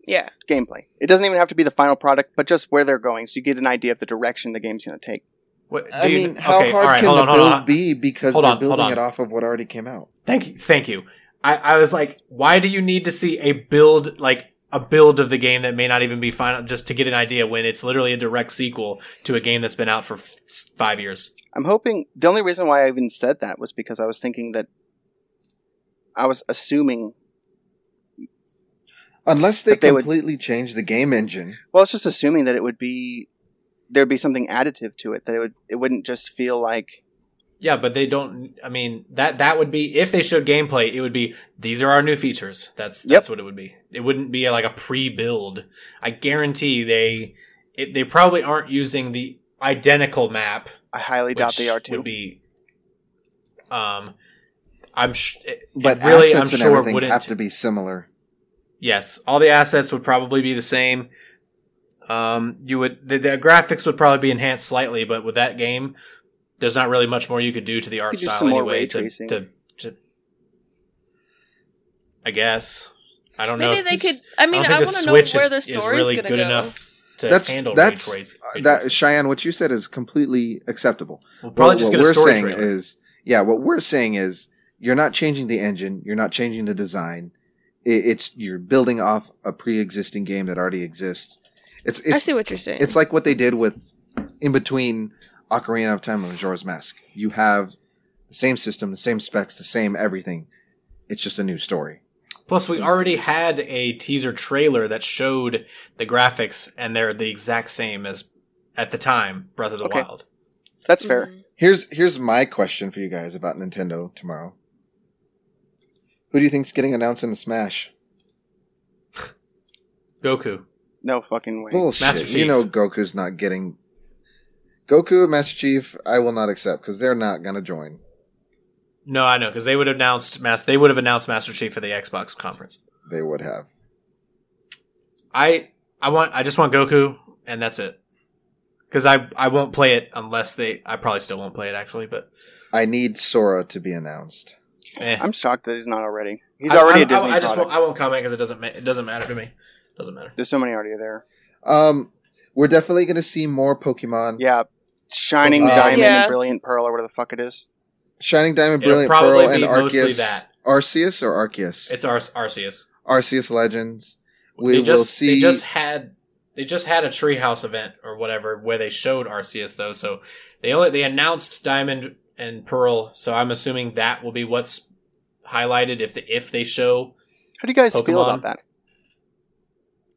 [SPEAKER 2] yeah,
[SPEAKER 1] Gameplay. It doesn't even have to be the final product, but just where they're going, so you get an idea of the direction the game's going to take.
[SPEAKER 3] What,
[SPEAKER 4] I
[SPEAKER 3] do you-
[SPEAKER 4] mean, how hard can the build be? Because
[SPEAKER 3] Hold
[SPEAKER 4] they're
[SPEAKER 3] on, hold
[SPEAKER 4] building
[SPEAKER 3] on.
[SPEAKER 4] it off of what already came out.
[SPEAKER 3] Thank you, thank you. I, I was like, why do you need to see a build like a build of the game that may not even be final just to get an idea when it's literally a direct sequel to a game that's been out for f- five years?
[SPEAKER 1] I'm hoping the only reason why I even said that was because I was thinking that I was assuming.
[SPEAKER 4] Unless they,
[SPEAKER 1] But they would-
[SPEAKER 4] completely change the game engine.
[SPEAKER 1] Well, it's just assuming that it would be there'd be something additive to it that it would it wouldn't just feel like
[SPEAKER 3] Yeah, but they don't. I mean, that that would be if they showed gameplay, it would be these are our new features. That's
[SPEAKER 1] Yep.
[SPEAKER 3] that's what it would be. It wouldn't be like a pre-build. I guarantee they it, they probably aren't using the identical map.
[SPEAKER 1] I highly doubt they
[SPEAKER 3] which
[SPEAKER 1] are too.
[SPEAKER 3] Would be. Um, I'm. Sh- it,
[SPEAKER 4] But
[SPEAKER 3] but really, I'm
[SPEAKER 4] assets and
[SPEAKER 3] sure
[SPEAKER 4] everything
[SPEAKER 3] wouldn't.
[SPEAKER 4] have to be similar.
[SPEAKER 3] Yes, all the assets would probably be the same. Um, you would the, the graphics would probably be enhanced slightly, but with that game, there's not really much more you could do to the art
[SPEAKER 1] Could do
[SPEAKER 3] style
[SPEAKER 1] some more
[SPEAKER 3] anyway.
[SPEAKER 1] ray
[SPEAKER 3] To,
[SPEAKER 1] tracing.
[SPEAKER 3] to, to, I guess I don't know.
[SPEAKER 2] Maybe
[SPEAKER 3] if
[SPEAKER 2] they
[SPEAKER 3] this-
[SPEAKER 2] could. I mean,
[SPEAKER 3] don't
[SPEAKER 2] I,
[SPEAKER 3] think
[SPEAKER 2] want
[SPEAKER 3] the
[SPEAKER 2] to know
[SPEAKER 3] Switch
[SPEAKER 2] where
[SPEAKER 3] is-
[SPEAKER 2] the
[SPEAKER 3] is
[SPEAKER 2] story's
[SPEAKER 3] really
[SPEAKER 2] going to
[SPEAKER 3] good
[SPEAKER 2] go.
[SPEAKER 3] enough to
[SPEAKER 4] That's-
[SPEAKER 3] handle
[SPEAKER 4] that's- uh,
[SPEAKER 3] ray trace- ray
[SPEAKER 4] That
[SPEAKER 3] tracing.
[SPEAKER 4] Cheyenne, what you said is completely acceptable.
[SPEAKER 3] We'll probably just
[SPEAKER 4] what
[SPEAKER 3] get a
[SPEAKER 4] we're
[SPEAKER 3] story
[SPEAKER 4] saying
[SPEAKER 3] trailer.
[SPEAKER 4] is yeah what we're saying is you're not changing the engine you're not changing the design it, it's you're building off a pre-existing game that already exists it's
[SPEAKER 2] I
[SPEAKER 4] it's
[SPEAKER 2] see what you're saying.
[SPEAKER 4] it's like what they did with in between Ocarina of Time and Majora's Mask you have the same system the same specs the same everything it's just a new story
[SPEAKER 3] Plus, we already had a teaser trailer that showed the graphics, and they're the exact same as at the time Breath of the
[SPEAKER 1] Okay.
[SPEAKER 3] Wild.
[SPEAKER 1] That's fair.
[SPEAKER 2] Mhm.
[SPEAKER 4] here's here's my question for you guys about Nintendo tomorrow who do you think's getting announced in the smash
[SPEAKER 3] Goku.
[SPEAKER 1] No fucking way.
[SPEAKER 4] Bullshit.
[SPEAKER 3] Master
[SPEAKER 4] You
[SPEAKER 3] Chief.
[SPEAKER 4] know Goku's not getting Goku and Master Chief. I will not accept because they're not gonna join.
[SPEAKER 3] No, I know because they would have announced Mas- They would have announced Master Chief for the Xbox conference.
[SPEAKER 4] They would have.
[SPEAKER 3] I I want. I just want Goku, and that's it. Because I I won't play it unless they. I probably still won't play it actually, but
[SPEAKER 4] I need Sora to be announced.
[SPEAKER 3] eh.
[SPEAKER 1] I'm shocked that he's not already. He's
[SPEAKER 3] I-
[SPEAKER 1] already
[SPEAKER 3] I-
[SPEAKER 1] a Disney
[SPEAKER 3] I, I just
[SPEAKER 1] product.
[SPEAKER 3] won't, I won't comment because it doesn't ma- it doesn't matter to me. Doesn't matter.
[SPEAKER 1] There's so many already there.
[SPEAKER 4] Um, we're definitely gonna see more Pokemon.
[SPEAKER 1] Yeah, shining
[SPEAKER 4] Uh,
[SPEAKER 1] diamond
[SPEAKER 2] Yeah.
[SPEAKER 1] and brilliant pearl or whatever the fuck it is.
[SPEAKER 4] Shining Diamond,
[SPEAKER 3] It'll
[SPEAKER 4] Brilliant
[SPEAKER 3] probably
[SPEAKER 4] Pearl,
[SPEAKER 3] be
[SPEAKER 4] and
[SPEAKER 3] mostly
[SPEAKER 4] Arceus.
[SPEAKER 3] that.
[SPEAKER 4] Arceus or Arceus.
[SPEAKER 3] It's Ar- Arceus.
[SPEAKER 4] Arceus Legends. We
[SPEAKER 3] they just,
[SPEAKER 4] will see.
[SPEAKER 3] They just had they just had a treehouse event or whatever where they showed Arceus though. So they only they announced Diamond and Pearl. So I'm assuming that will be what's highlighted if the, if they show.
[SPEAKER 1] How do you guys feel
[SPEAKER 3] Pokemon.
[SPEAKER 1] about that?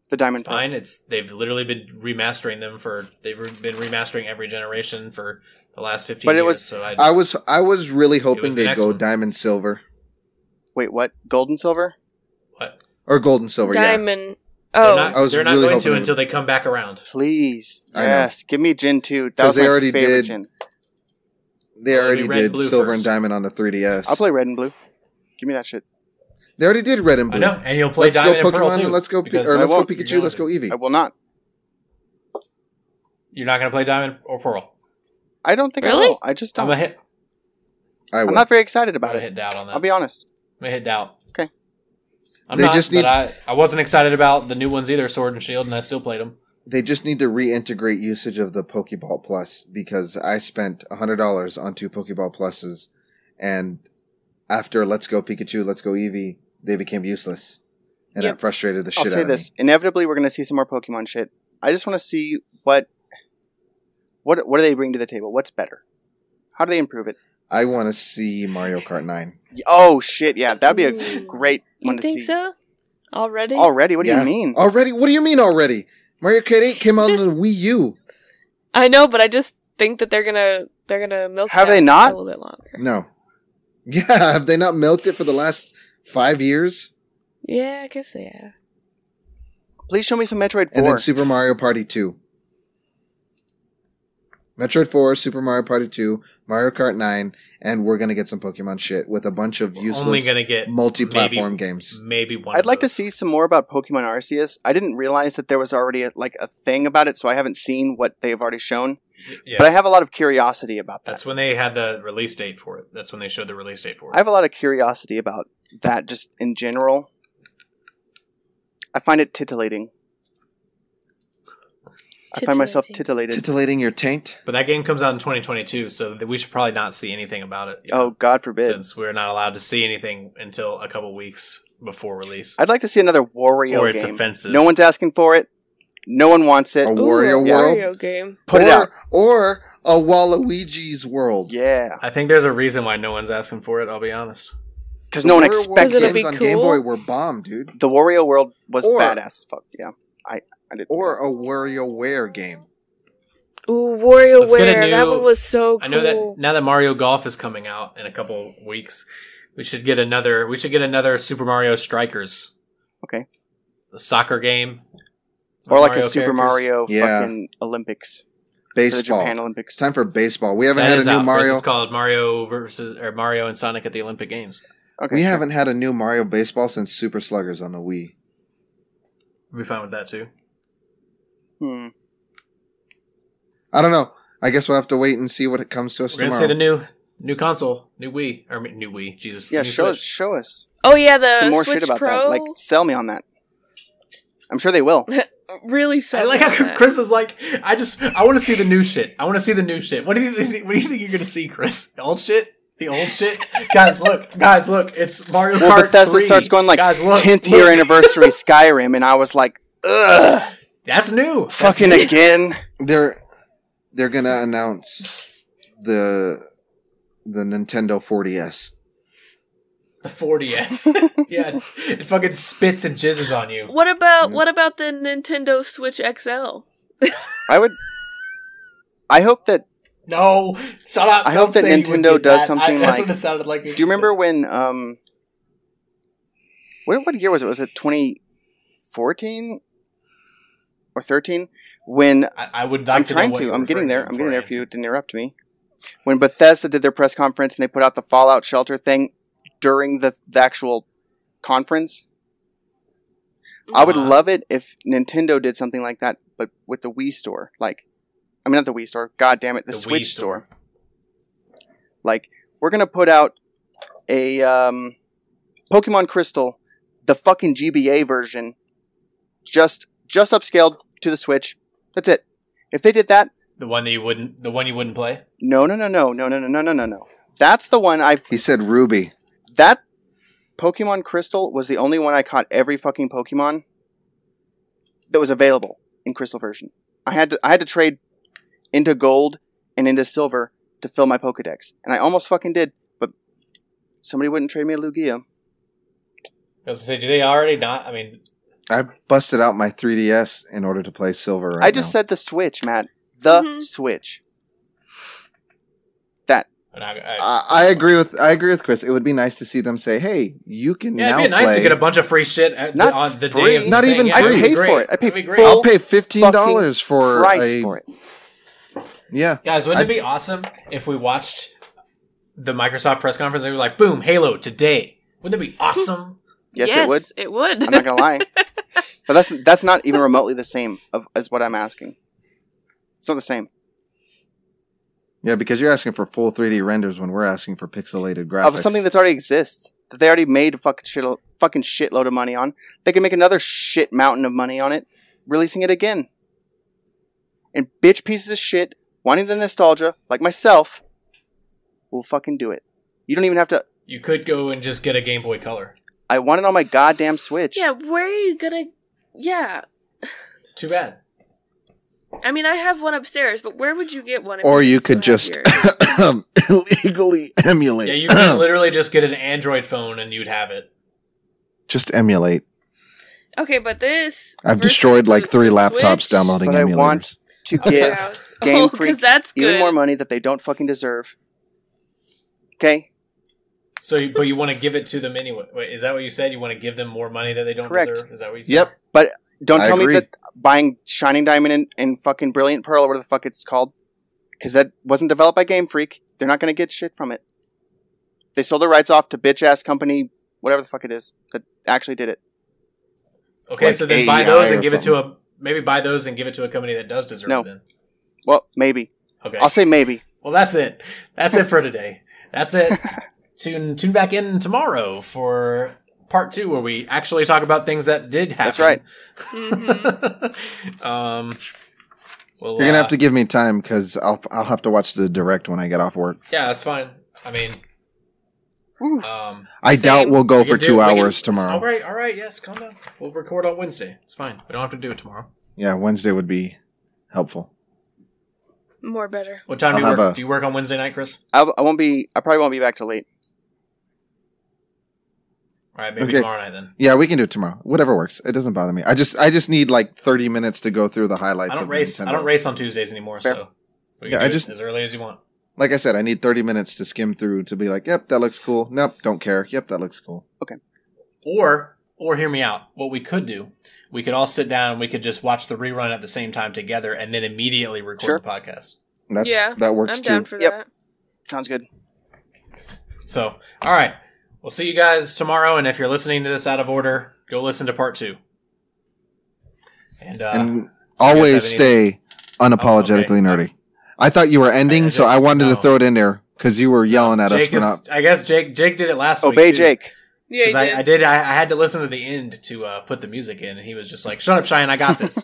[SPEAKER 1] The
[SPEAKER 3] It's
[SPEAKER 1] diamond pearl.
[SPEAKER 3] fine. It's they've literally been remastering them for they've re- been remastering every generation for the last 15
[SPEAKER 1] But it
[SPEAKER 3] years.
[SPEAKER 1] was-
[SPEAKER 3] so I,
[SPEAKER 4] I was I was really
[SPEAKER 3] It was
[SPEAKER 4] hoping
[SPEAKER 3] the
[SPEAKER 4] they'd
[SPEAKER 3] next
[SPEAKER 4] go
[SPEAKER 3] one.
[SPEAKER 4] Diamond Silver
[SPEAKER 1] Wait, what? Gold and silver?
[SPEAKER 3] what?
[SPEAKER 4] or Gold and Silver.
[SPEAKER 2] Diamond.
[SPEAKER 3] They're
[SPEAKER 2] Oh,
[SPEAKER 3] not,
[SPEAKER 4] I was
[SPEAKER 3] they're not
[SPEAKER 4] really
[SPEAKER 3] going to
[SPEAKER 4] hoping-
[SPEAKER 3] until they come back around.
[SPEAKER 1] Please,
[SPEAKER 4] I know.
[SPEAKER 1] yes, give me Gen two. That
[SPEAKER 4] 'Cause
[SPEAKER 1] was
[SPEAKER 4] they
[SPEAKER 1] my
[SPEAKER 4] already
[SPEAKER 1] favorite
[SPEAKER 4] did-
[SPEAKER 1] Gen.
[SPEAKER 4] yeah.
[SPEAKER 3] Well, it'll
[SPEAKER 4] They
[SPEAKER 3] be
[SPEAKER 4] already
[SPEAKER 3] red and
[SPEAKER 4] did
[SPEAKER 3] blue
[SPEAKER 4] Silver
[SPEAKER 3] first.
[SPEAKER 4] and Diamond on the 3DS.
[SPEAKER 1] I'll play red and blue. Give me that shit.
[SPEAKER 4] They already did Red and
[SPEAKER 3] I
[SPEAKER 4] Blue.
[SPEAKER 3] know, and you'll play
[SPEAKER 4] let's
[SPEAKER 3] Diamond
[SPEAKER 4] go
[SPEAKER 3] and Pearl
[SPEAKER 4] Pokemon.
[SPEAKER 3] too.
[SPEAKER 4] let's go, Pi-
[SPEAKER 3] because
[SPEAKER 4] or
[SPEAKER 1] I
[SPEAKER 4] let's go
[SPEAKER 1] won't.
[SPEAKER 4] Pikachu. Let's go Eevee.
[SPEAKER 1] I will not.
[SPEAKER 3] You're not going to play Diamond or Pearl.
[SPEAKER 1] I don't think I
[SPEAKER 2] Really?
[SPEAKER 1] will. I just
[SPEAKER 3] I'm
[SPEAKER 1] don't.
[SPEAKER 3] gonna
[SPEAKER 1] I'm,
[SPEAKER 3] hit.
[SPEAKER 4] I will.
[SPEAKER 1] not very excited
[SPEAKER 3] I'm
[SPEAKER 1] about
[SPEAKER 3] gonna
[SPEAKER 1] it.
[SPEAKER 3] hit doubt on that.
[SPEAKER 1] I'll be honest.
[SPEAKER 3] I'm gonna hit doubt.
[SPEAKER 1] Okay.
[SPEAKER 3] I'm
[SPEAKER 4] They
[SPEAKER 3] not,
[SPEAKER 4] just
[SPEAKER 3] but
[SPEAKER 4] need-
[SPEAKER 3] I, I wasn't excited about the new ones either, Sword and Shield, and I still played them.
[SPEAKER 4] they just need to reintegrate usage of the Pokeball Plus because I spent hundred dollars on two Pokeball Pluses, and after Let's Go Pikachu, Let's Go Eevee, they became useless, and
[SPEAKER 2] Yep.
[SPEAKER 4] it frustrated the shit
[SPEAKER 1] I'll
[SPEAKER 4] out
[SPEAKER 1] say
[SPEAKER 4] of
[SPEAKER 1] this: inevitably, we're going to see some more Pokemon shit. I just want to see what what what do they bring to the table? What's better? How do they improve it?
[SPEAKER 4] me. I want to see Mario Kart Nine.
[SPEAKER 1] Y- Oh shit! Yeah, that'd be a g-
[SPEAKER 2] Ooh.
[SPEAKER 1] great one
[SPEAKER 2] you
[SPEAKER 1] to
[SPEAKER 2] think
[SPEAKER 1] see.
[SPEAKER 2] so? Already?
[SPEAKER 1] Already? What do
[SPEAKER 4] Yeah. Oh.
[SPEAKER 1] you mean?
[SPEAKER 4] Already? What do you mean already? Mario Kart Eight came out
[SPEAKER 2] Just-
[SPEAKER 4] on the Wii U.
[SPEAKER 2] I know, but I just think that they're gonna they're gonna milk.
[SPEAKER 1] Have
[SPEAKER 2] that
[SPEAKER 1] they not?
[SPEAKER 2] a little bit longer?
[SPEAKER 4] No. *laughs* Yeah, have they not milked it for the last five years?
[SPEAKER 2] Yeah, I guess they have.
[SPEAKER 1] Please show me some Metroid Four.
[SPEAKER 4] And then Super Mario Party 2. Metroid 4, Super Mario Party 2, Mario Kart 9, and we're going to get some Pokemon shit with a bunch of
[SPEAKER 3] We're
[SPEAKER 4] useless
[SPEAKER 3] only gonna get
[SPEAKER 4] multi platform
[SPEAKER 3] maybe-
[SPEAKER 4] games.
[SPEAKER 3] Maybe one.
[SPEAKER 1] I'd
[SPEAKER 3] of
[SPEAKER 1] like to
[SPEAKER 3] those.
[SPEAKER 1] see some more about Pokemon Arceus. I didn't realize that there was already a, like a thing about it, so I haven't seen what they've already shown.
[SPEAKER 3] Yeah,
[SPEAKER 1] But I have a lot of curiosity about that.
[SPEAKER 3] that's when they had the release date for it. That's when they showed the release date for it.
[SPEAKER 1] I have a lot of curiosity about that, just in general. I find it titillating. I find myself titillated.
[SPEAKER 4] Titillating your taint?
[SPEAKER 3] but that game comes out in 2022, so that we should probably not see anything about it. you
[SPEAKER 1] Oh,
[SPEAKER 3] know,
[SPEAKER 1] God forbid.
[SPEAKER 3] since we're not allowed to see anything until a couple weeks before release,
[SPEAKER 1] I'd like to see another Wario
[SPEAKER 3] or it's
[SPEAKER 1] game.
[SPEAKER 3] offensive.
[SPEAKER 1] No one's asking for it. No one wants it.
[SPEAKER 4] A
[SPEAKER 2] Ooh,
[SPEAKER 4] Wario
[SPEAKER 2] a
[SPEAKER 4] World?
[SPEAKER 2] Wario game.
[SPEAKER 1] Put
[SPEAKER 4] or,
[SPEAKER 1] it out.
[SPEAKER 4] Or a Waluigi's World.
[SPEAKER 1] Yeah,
[SPEAKER 3] I think there's a reason why no one's asking for it. I'll be honest.
[SPEAKER 1] because no one
[SPEAKER 4] Wario World
[SPEAKER 1] expects
[SPEAKER 2] Is it
[SPEAKER 1] it.
[SPEAKER 2] a-
[SPEAKER 4] games on
[SPEAKER 2] be
[SPEAKER 4] Game
[SPEAKER 2] cool?
[SPEAKER 4] Boy were bomb, dude.
[SPEAKER 1] The Wario world was
[SPEAKER 4] Or-
[SPEAKER 1] badass. Fuck yeah, I, I did.
[SPEAKER 4] Or a WarioWare game.
[SPEAKER 2] Ooh, WarioWare.
[SPEAKER 3] Let's get a
[SPEAKER 2] that
[SPEAKER 3] new-
[SPEAKER 2] one was so cool.
[SPEAKER 3] I know that now that Mario Golf is coming out in a couple weeks, we should get another. We should get another Super Mario Strikers.
[SPEAKER 1] Okay.
[SPEAKER 3] The soccer game.
[SPEAKER 1] or like
[SPEAKER 3] Mario
[SPEAKER 1] a Super
[SPEAKER 3] characters.
[SPEAKER 1] Mario
[SPEAKER 4] Yeah.
[SPEAKER 1] fucking Olympics, or the Japan
[SPEAKER 4] Baseball.
[SPEAKER 1] Olympics.
[SPEAKER 4] It's time for baseball. We haven't
[SPEAKER 3] That
[SPEAKER 4] had a
[SPEAKER 3] is
[SPEAKER 4] new
[SPEAKER 3] out, Chris.
[SPEAKER 4] Mario.
[SPEAKER 3] It's called Mario versus or Mario and Sonic at the Olympic Games.
[SPEAKER 1] Okay,
[SPEAKER 4] We
[SPEAKER 1] sure.
[SPEAKER 4] haven't had a new Mario baseball since Super Sluggers on the Wii.
[SPEAKER 3] We'll be fine with that too.
[SPEAKER 1] Hmm.
[SPEAKER 4] I don't know. I guess we'll have to wait and see what it comes to us
[SPEAKER 3] We're gonna
[SPEAKER 4] tomorrow.
[SPEAKER 3] see the new new console, new Wii or I mean, new Wii. Jesus,
[SPEAKER 1] Yeah,
[SPEAKER 3] new
[SPEAKER 1] show us,
[SPEAKER 3] Switch.
[SPEAKER 1] show us
[SPEAKER 2] Oh yeah, the
[SPEAKER 1] some more
[SPEAKER 2] Switch
[SPEAKER 1] shit about
[SPEAKER 2] Pro
[SPEAKER 1] that. Like, sell me on that. I'm sure they
[SPEAKER 2] *laughs*
[SPEAKER 1] will.
[SPEAKER 2] really so.
[SPEAKER 3] I like how Chris is like, I just I want to see the new shit. I want to see the new shit. What do you think, what do you think you're gonna see, Chris? The old shit. The old shit, guys. Look, guys, look. It's Mario
[SPEAKER 1] Well,
[SPEAKER 3] Kart.
[SPEAKER 1] Bethesda
[SPEAKER 3] 3.
[SPEAKER 1] starts going like
[SPEAKER 3] guys, look,
[SPEAKER 1] 10th
[SPEAKER 3] look."
[SPEAKER 1] year
[SPEAKER 2] *laughs*
[SPEAKER 1] anniversary Skyrim, and I was like, ugh,
[SPEAKER 3] That's new. That's
[SPEAKER 1] fucking
[SPEAKER 3] new.
[SPEAKER 1] again.
[SPEAKER 4] they're they're gonna announce the the Nintendo 40s.
[SPEAKER 1] *laughs*
[SPEAKER 3] the 40s. yeah, it fucking spits and jizzes on you.
[SPEAKER 2] What about
[SPEAKER 1] Mm-hmm.
[SPEAKER 4] Mm.
[SPEAKER 2] what about the Nintendo Switch XL?
[SPEAKER 1] I would. I hope that.
[SPEAKER 3] No, shut up.
[SPEAKER 1] I
[SPEAKER 3] Don't
[SPEAKER 1] hope that
[SPEAKER 3] say you would
[SPEAKER 1] Nintendo
[SPEAKER 3] get
[SPEAKER 1] does
[SPEAKER 3] that.
[SPEAKER 1] something
[SPEAKER 3] I, that's
[SPEAKER 1] like-
[SPEAKER 3] what it sounded like.
[SPEAKER 1] Do you remember when? Um, what what year was it? Was it 2014 or 13? When
[SPEAKER 3] I, I would. Like
[SPEAKER 1] I'm
[SPEAKER 3] to know
[SPEAKER 1] trying
[SPEAKER 3] what
[SPEAKER 1] to.
[SPEAKER 3] you're
[SPEAKER 1] I'm getting
[SPEAKER 3] referring to
[SPEAKER 1] there. I'm
[SPEAKER 3] before
[SPEAKER 1] getting there.
[SPEAKER 3] I
[SPEAKER 1] If you
[SPEAKER 3] answer.
[SPEAKER 1] didn't interrupt me, when Bethesda did their press conference and they put out the Fallout Shelter thing during the, the actual conference, I would
[SPEAKER 3] Uh-huh.
[SPEAKER 1] love it if Nintendo did something like that, but with the Wii Store. Like, I mean, not the Wii Store. God damn it, the,
[SPEAKER 3] The Wii
[SPEAKER 1] Switch store.
[SPEAKER 3] Store.
[SPEAKER 1] Like, we're gonna put out a um, Pokemon Crystal, the fucking GBA version, just just upscaled to the Switch. That's it. If they did that,
[SPEAKER 3] the one that you wouldn't. The one you wouldn't play.
[SPEAKER 1] no, no, no, no, no, no, no, no, no, no, no. That's the one I.
[SPEAKER 4] He said Ruby.
[SPEAKER 1] That Pokemon Crystal was the only one I caught every fucking Pokemon that was available in Crystal version. I had to I had to trade into gold and into silver to fill my Pokedex, and I almost fucking did, but somebody wouldn't trade me a Lugia.
[SPEAKER 3] I was gonna say, do they already not? I mean,
[SPEAKER 4] I busted out my 3DS in order to play Silver. Right
[SPEAKER 1] I just
[SPEAKER 4] now.
[SPEAKER 1] said the Switch, Matt. The
[SPEAKER 2] Mhm.
[SPEAKER 1] Switch.
[SPEAKER 3] I, I,
[SPEAKER 4] I, I agree with I agree with Chris. It would be nice to see them say, "Hey, you can
[SPEAKER 3] yeah,
[SPEAKER 4] now
[SPEAKER 3] it'd be nice
[SPEAKER 4] play-
[SPEAKER 3] to get a bunch of free shit at,
[SPEAKER 1] Not
[SPEAKER 3] on the day.
[SPEAKER 1] free.
[SPEAKER 3] Of the
[SPEAKER 4] Not
[SPEAKER 3] thing.
[SPEAKER 4] even
[SPEAKER 3] yeah, that'd
[SPEAKER 4] free.
[SPEAKER 3] be
[SPEAKER 1] Pay
[SPEAKER 3] great.
[SPEAKER 1] for it. I pay
[SPEAKER 3] That'd
[SPEAKER 1] full
[SPEAKER 3] be great.
[SPEAKER 4] I'll pay fifteen dollars for
[SPEAKER 1] Price
[SPEAKER 4] a-
[SPEAKER 1] for it.
[SPEAKER 4] Yeah,
[SPEAKER 3] Guys, wouldn't it
[SPEAKER 4] I-
[SPEAKER 3] be awesome if we watched the Microsoft press conference and we were like, boom, Halo today? Wouldn't it be awesome?
[SPEAKER 1] Yes, it would.
[SPEAKER 2] It would.
[SPEAKER 1] I'm not gonna lie, but that's that's not even remotely the same of, as what I'm asking. It's not the same.
[SPEAKER 4] yeah, because you're asking for full 3D renders when we're asking for pixelated graphics.
[SPEAKER 1] of something that's already exists that they already made a fucking shit fucking shitload of money on. They can make another shit mountain of money on it, releasing it again. And bitch pieces of shit wanting the nostalgia, like myself, will fucking do it. You don't even have to.
[SPEAKER 3] You could go and just get a Game Boy Color.
[SPEAKER 1] I want it on my goddamn Switch.
[SPEAKER 2] yeah, where are you gonna? Yeah,
[SPEAKER 3] Too bad.
[SPEAKER 2] I mean, I have one upstairs, but where would you get one? if
[SPEAKER 4] or you
[SPEAKER 2] still
[SPEAKER 4] could
[SPEAKER 2] have
[SPEAKER 4] *laughs* just
[SPEAKER 2] yours?
[SPEAKER 4] *coughs* illegally emulate.
[SPEAKER 3] Yeah,
[SPEAKER 4] *coughs*
[SPEAKER 3] you
[SPEAKER 4] *clears throat*
[SPEAKER 3] could literally just get an Android phone and you'd have it.
[SPEAKER 4] just emulate.
[SPEAKER 2] okay, but this
[SPEAKER 4] I've
[SPEAKER 2] versus
[SPEAKER 4] destroyed like
[SPEAKER 2] the-
[SPEAKER 4] three
[SPEAKER 2] the
[SPEAKER 4] laptops
[SPEAKER 2] Switch?
[SPEAKER 4] downloading
[SPEAKER 1] But I
[SPEAKER 4] emulators.
[SPEAKER 1] want to
[SPEAKER 3] Okay.
[SPEAKER 1] give
[SPEAKER 2] Yeah.
[SPEAKER 1] *laughs* Game
[SPEAKER 2] oh,
[SPEAKER 1] Freak
[SPEAKER 2] because that's *laughs* good.
[SPEAKER 1] even more money that they don't fucking deserve. Okay,
[SPEAKER 3] So, you- but you want to give it to them anyway. Wait, is that what you said? You want to give them more money that they don't
[SPEAKER 1] Correct.
[SPEAKER 3] deserve? Is that what you said?
[SPEAKER 4] Yep.
[SPEAKER 1] don't
[SPEAKER 4] I
[SPEAKER 1] tell
[SPEAKER 4] agree.
[SPEAKER 1] me that buying Shining Diamond and, and fucking Brilliant Pearl, or whatever the fuck it's called, because that wasn't developed by Game Freak. They're not going to get shit from it. They sold their rights off to bitch ass company, whatever the fuck it is that actually did it.
[SPEAKER 3] Okay,
[SPEAKER 4] Like
[SPEAKER 3] so then buy
[SPEAKER 4] AI
[SPEAKER 3] those
[SPEAKER 4] or
[SPEAKER 3] and give it to a maybe buy those and give it to a company that does deserve
[SPEAKER 1] No.
[SPEAKER 3] it. Then
[SPEAKER 1] Well, maybe.
[SPEAKER 3] okay.
[SPEAKER 1] I'll say maybe.
[SPEAKER 3] Well, that's it. That's it for today. That's
[SPEAKER 4] *laughs*
[SPEAKER 3] it. tune tune back in tomorrow for part two, where we actually talk about things that did happen.
[SPEAKER 1] That's right.
[SPEAKER 2] Mhm.
[SPEAKER 3] *laughs* um, well,
[SPEAKER 4] You're gonna
[SPEAKER 3] uh,
[SPEAKER 4] have to give me time because I'll I'll have to watch the direct when I get off work.
[SPEAKER 3] Yeah, that's fine. I mean,
[SPEAKER 1] Whew.
[SPEAKER 3] um,
[SPEAKER 4] I
[SPEAKER 2] Same.
[SPEAKER 4] doubt we'll go
[SPEAKER 3] we
[SPEAKER 4] for
[SPEAKER 3] can do-
[SPEAKER 4] two
[SPEAKER 3] we can-
[SPEAKER 4] hours
[SPEAKER 3] All
[SPEAKER 4] tomorrow.
[SPEAKER 3] right, all right. Yes, calm down. We'll record on Wednesday. It's fine. We don't have to do it tomorrow.
[SPEAKER 4] Yeah, Wednesday would be helpful.
[SPEAKER 2] more better.
[SPEAKER 3] What time do
[SPEAKER 4] I'll
[SPEAKER 3] you
[SPEAKER 4] have
[SPEAKER 3] work?
[SPEAKER 4] a-
[SPEAKER 3] Do you work on Wednesday night, Chris?
[SPEAKER 1] I'll, I won't be. I probably won't be back till late.
[SPEAKER 3] All right, maybe
[SPEAKER 4] Okay.
[SPEAKER 3] tomorrow night then.
[SPEAKER 4] Yeah, we can do it tomorrow. Whatever works. It doesn't bother me. I just I just need like 30 minutes to go through the highlights.
[SPEAKER 3] I don't
[SPEAKER 4] of
[SPEAKER 3] race.
[SPEAKER 4] Nintendo.
[SPEAKER 3] I don't race on Tuesdays anymore,
[SPEAKER 1] Fair.
[SPEAKER 3] so We can
[SPEAKER 4] Yeah,
[SPEAKER 3] do
[SPEAKER 4] I
[SPEAKER 3] it
[SPEAKER 4] just-
[SPEAKER 3] as early as you want.
[SPEAKER 4] Like I said, I need 30 minutes to skim through to be like, yep, that looks cool. Nope, don't care. Yep, that looks cool.
[SPEAKER 3] Or or hear me out. What we could do, we could all sit down and we could just watch the rerun at the same time together and then immediately record
[SPEAKER 1] Sure.
[SPEAKER 3] the podcast.
[SPEAKER 4] That's
[SPEAKER 2] Yeah,
[SPEAKER 4] that works
[SPEAKER 2] I'm down
[SPEAKER 4] too.
[SPEAKER 2] for
[SPEAKER 1] Yep.
[SPEAKER 2] that.
[SPEAKER 1] Sounds good.
[SPEAKER 3] So, all right. We'll see you guys tomorrow and if you're listening to this out of order, go listen to part 2. And uh
[SPEAKER 4] and
[SPEAKER 3] have
[SPEAKER 4] always
[SPEAKER 3] any-
[SPEAKER 4] stay unapologetically
[SPEAKER 3] Oh,
[SPEAKER 4] nerdy. I thought you were ending,
[SPEAKER 3] I- I
[SPEAKER 4] so
[SPEAKER 3] did-
[SPEAKER 4] I wanted
[SPEAKER 3] no.
[SPEAKER 4] to throw it in there because you were yelling at us
[SPEAKER 3] Jake
[SPEAKER 4] for
[SPEAKER 3] is,
[SPEAKER 4] not.
[SPEAKER 3] I guess Jake Jake did it last week.
[SPEAKER 1] Obey
[SPEAKER 3] too.
[SPEAKER 1] Oh, Jake.
[SPEAKER 2] Yeah, you
[SPEAKER 3] Because I, I
[SPEAKER 2] did.
[SPEAKER 3] did. I, I had to listen to the end to uh, put the music in, and he was just like, "Shut up, Cheyenne. I got this."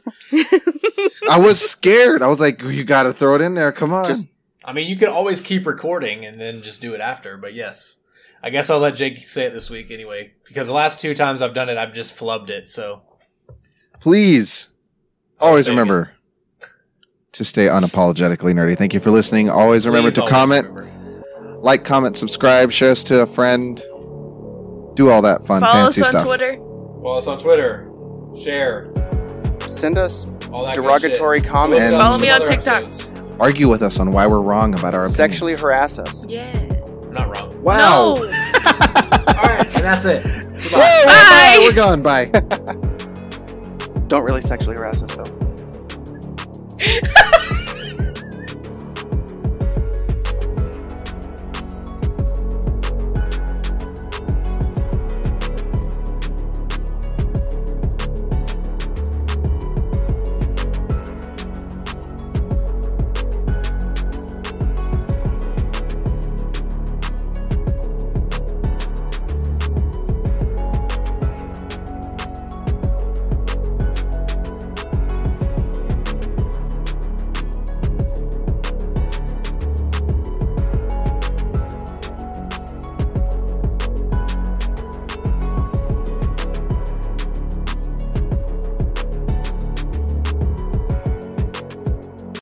[SPEAKER 4] I was scared. I was like, you got to throw it in there. Come on.
[SPEAKER 1] Just-
[SPEAKER 3] I mean, you could always keep recording and then just do it after. But yes, I guess I'll let Jake say it this week anyway. Because the last two times I've done it, I've just flubbed it. So
[SPEAKER 4] Please always
[SPEAKER 3] Say it
[SPEAKER 4] remember to stay unapologetically nerdy. Thank you for listening. Always remember
[SPEAKER 3] please
[SPEAKER 4] to
[SPEAKER 3] always
[SPEAKER 4] comment,
[SPEAKER 3] remember.
[SPEAKER 4] like, comment, subscribe, share us to a friend. Do all that
[SPEAKER 2] *laughs*
[SPEAKER 4] fun,
[SPEAKER 2] Follow us
[SPEAKER 4] fancy
[SPEAKER 2] on
[SPEAKER 4] stuff.
[SPEAKER 2] Twitter.
[SPEAKER 3] Follow us on Twitter, share
[SPEAKER 1] Send us
[SPEAKER 3] all that good
[SPEAKER 1] derogatory
[SPEAKER 3] shit.
[SPEAKER 1] comments.
[SPEAKER 3] Look up
[SPEAKER 2] Follow
[SPEAKER 3] some
[SPEAKER 2] me on
[SPEAKER 3] other
[SPEAKER 2] TikTok.
[SPEAKER 3] episodes.
[SPEAKER 4] Argue with us on why we're wrong about our
[SPEAKER 1] Sexually
[SPEAKER 4] opinions.
[SPEAKER 1] harass us.
[SPEAKER 2] Yeah.
[SPEAKER 3] I'm not wrong.
[SPEAKER 1] *laughs*
[SPEAKER 4] Wow.
[SPEAKER 2] No.
[SPEAKER 3] all right, and that's it. Goodbye.
[SPEAKER 2] Bye.
[SPEAKER 4] Whoa, We're gone. Bye.
[SPEAKER 1] Don't really sexually harass us though.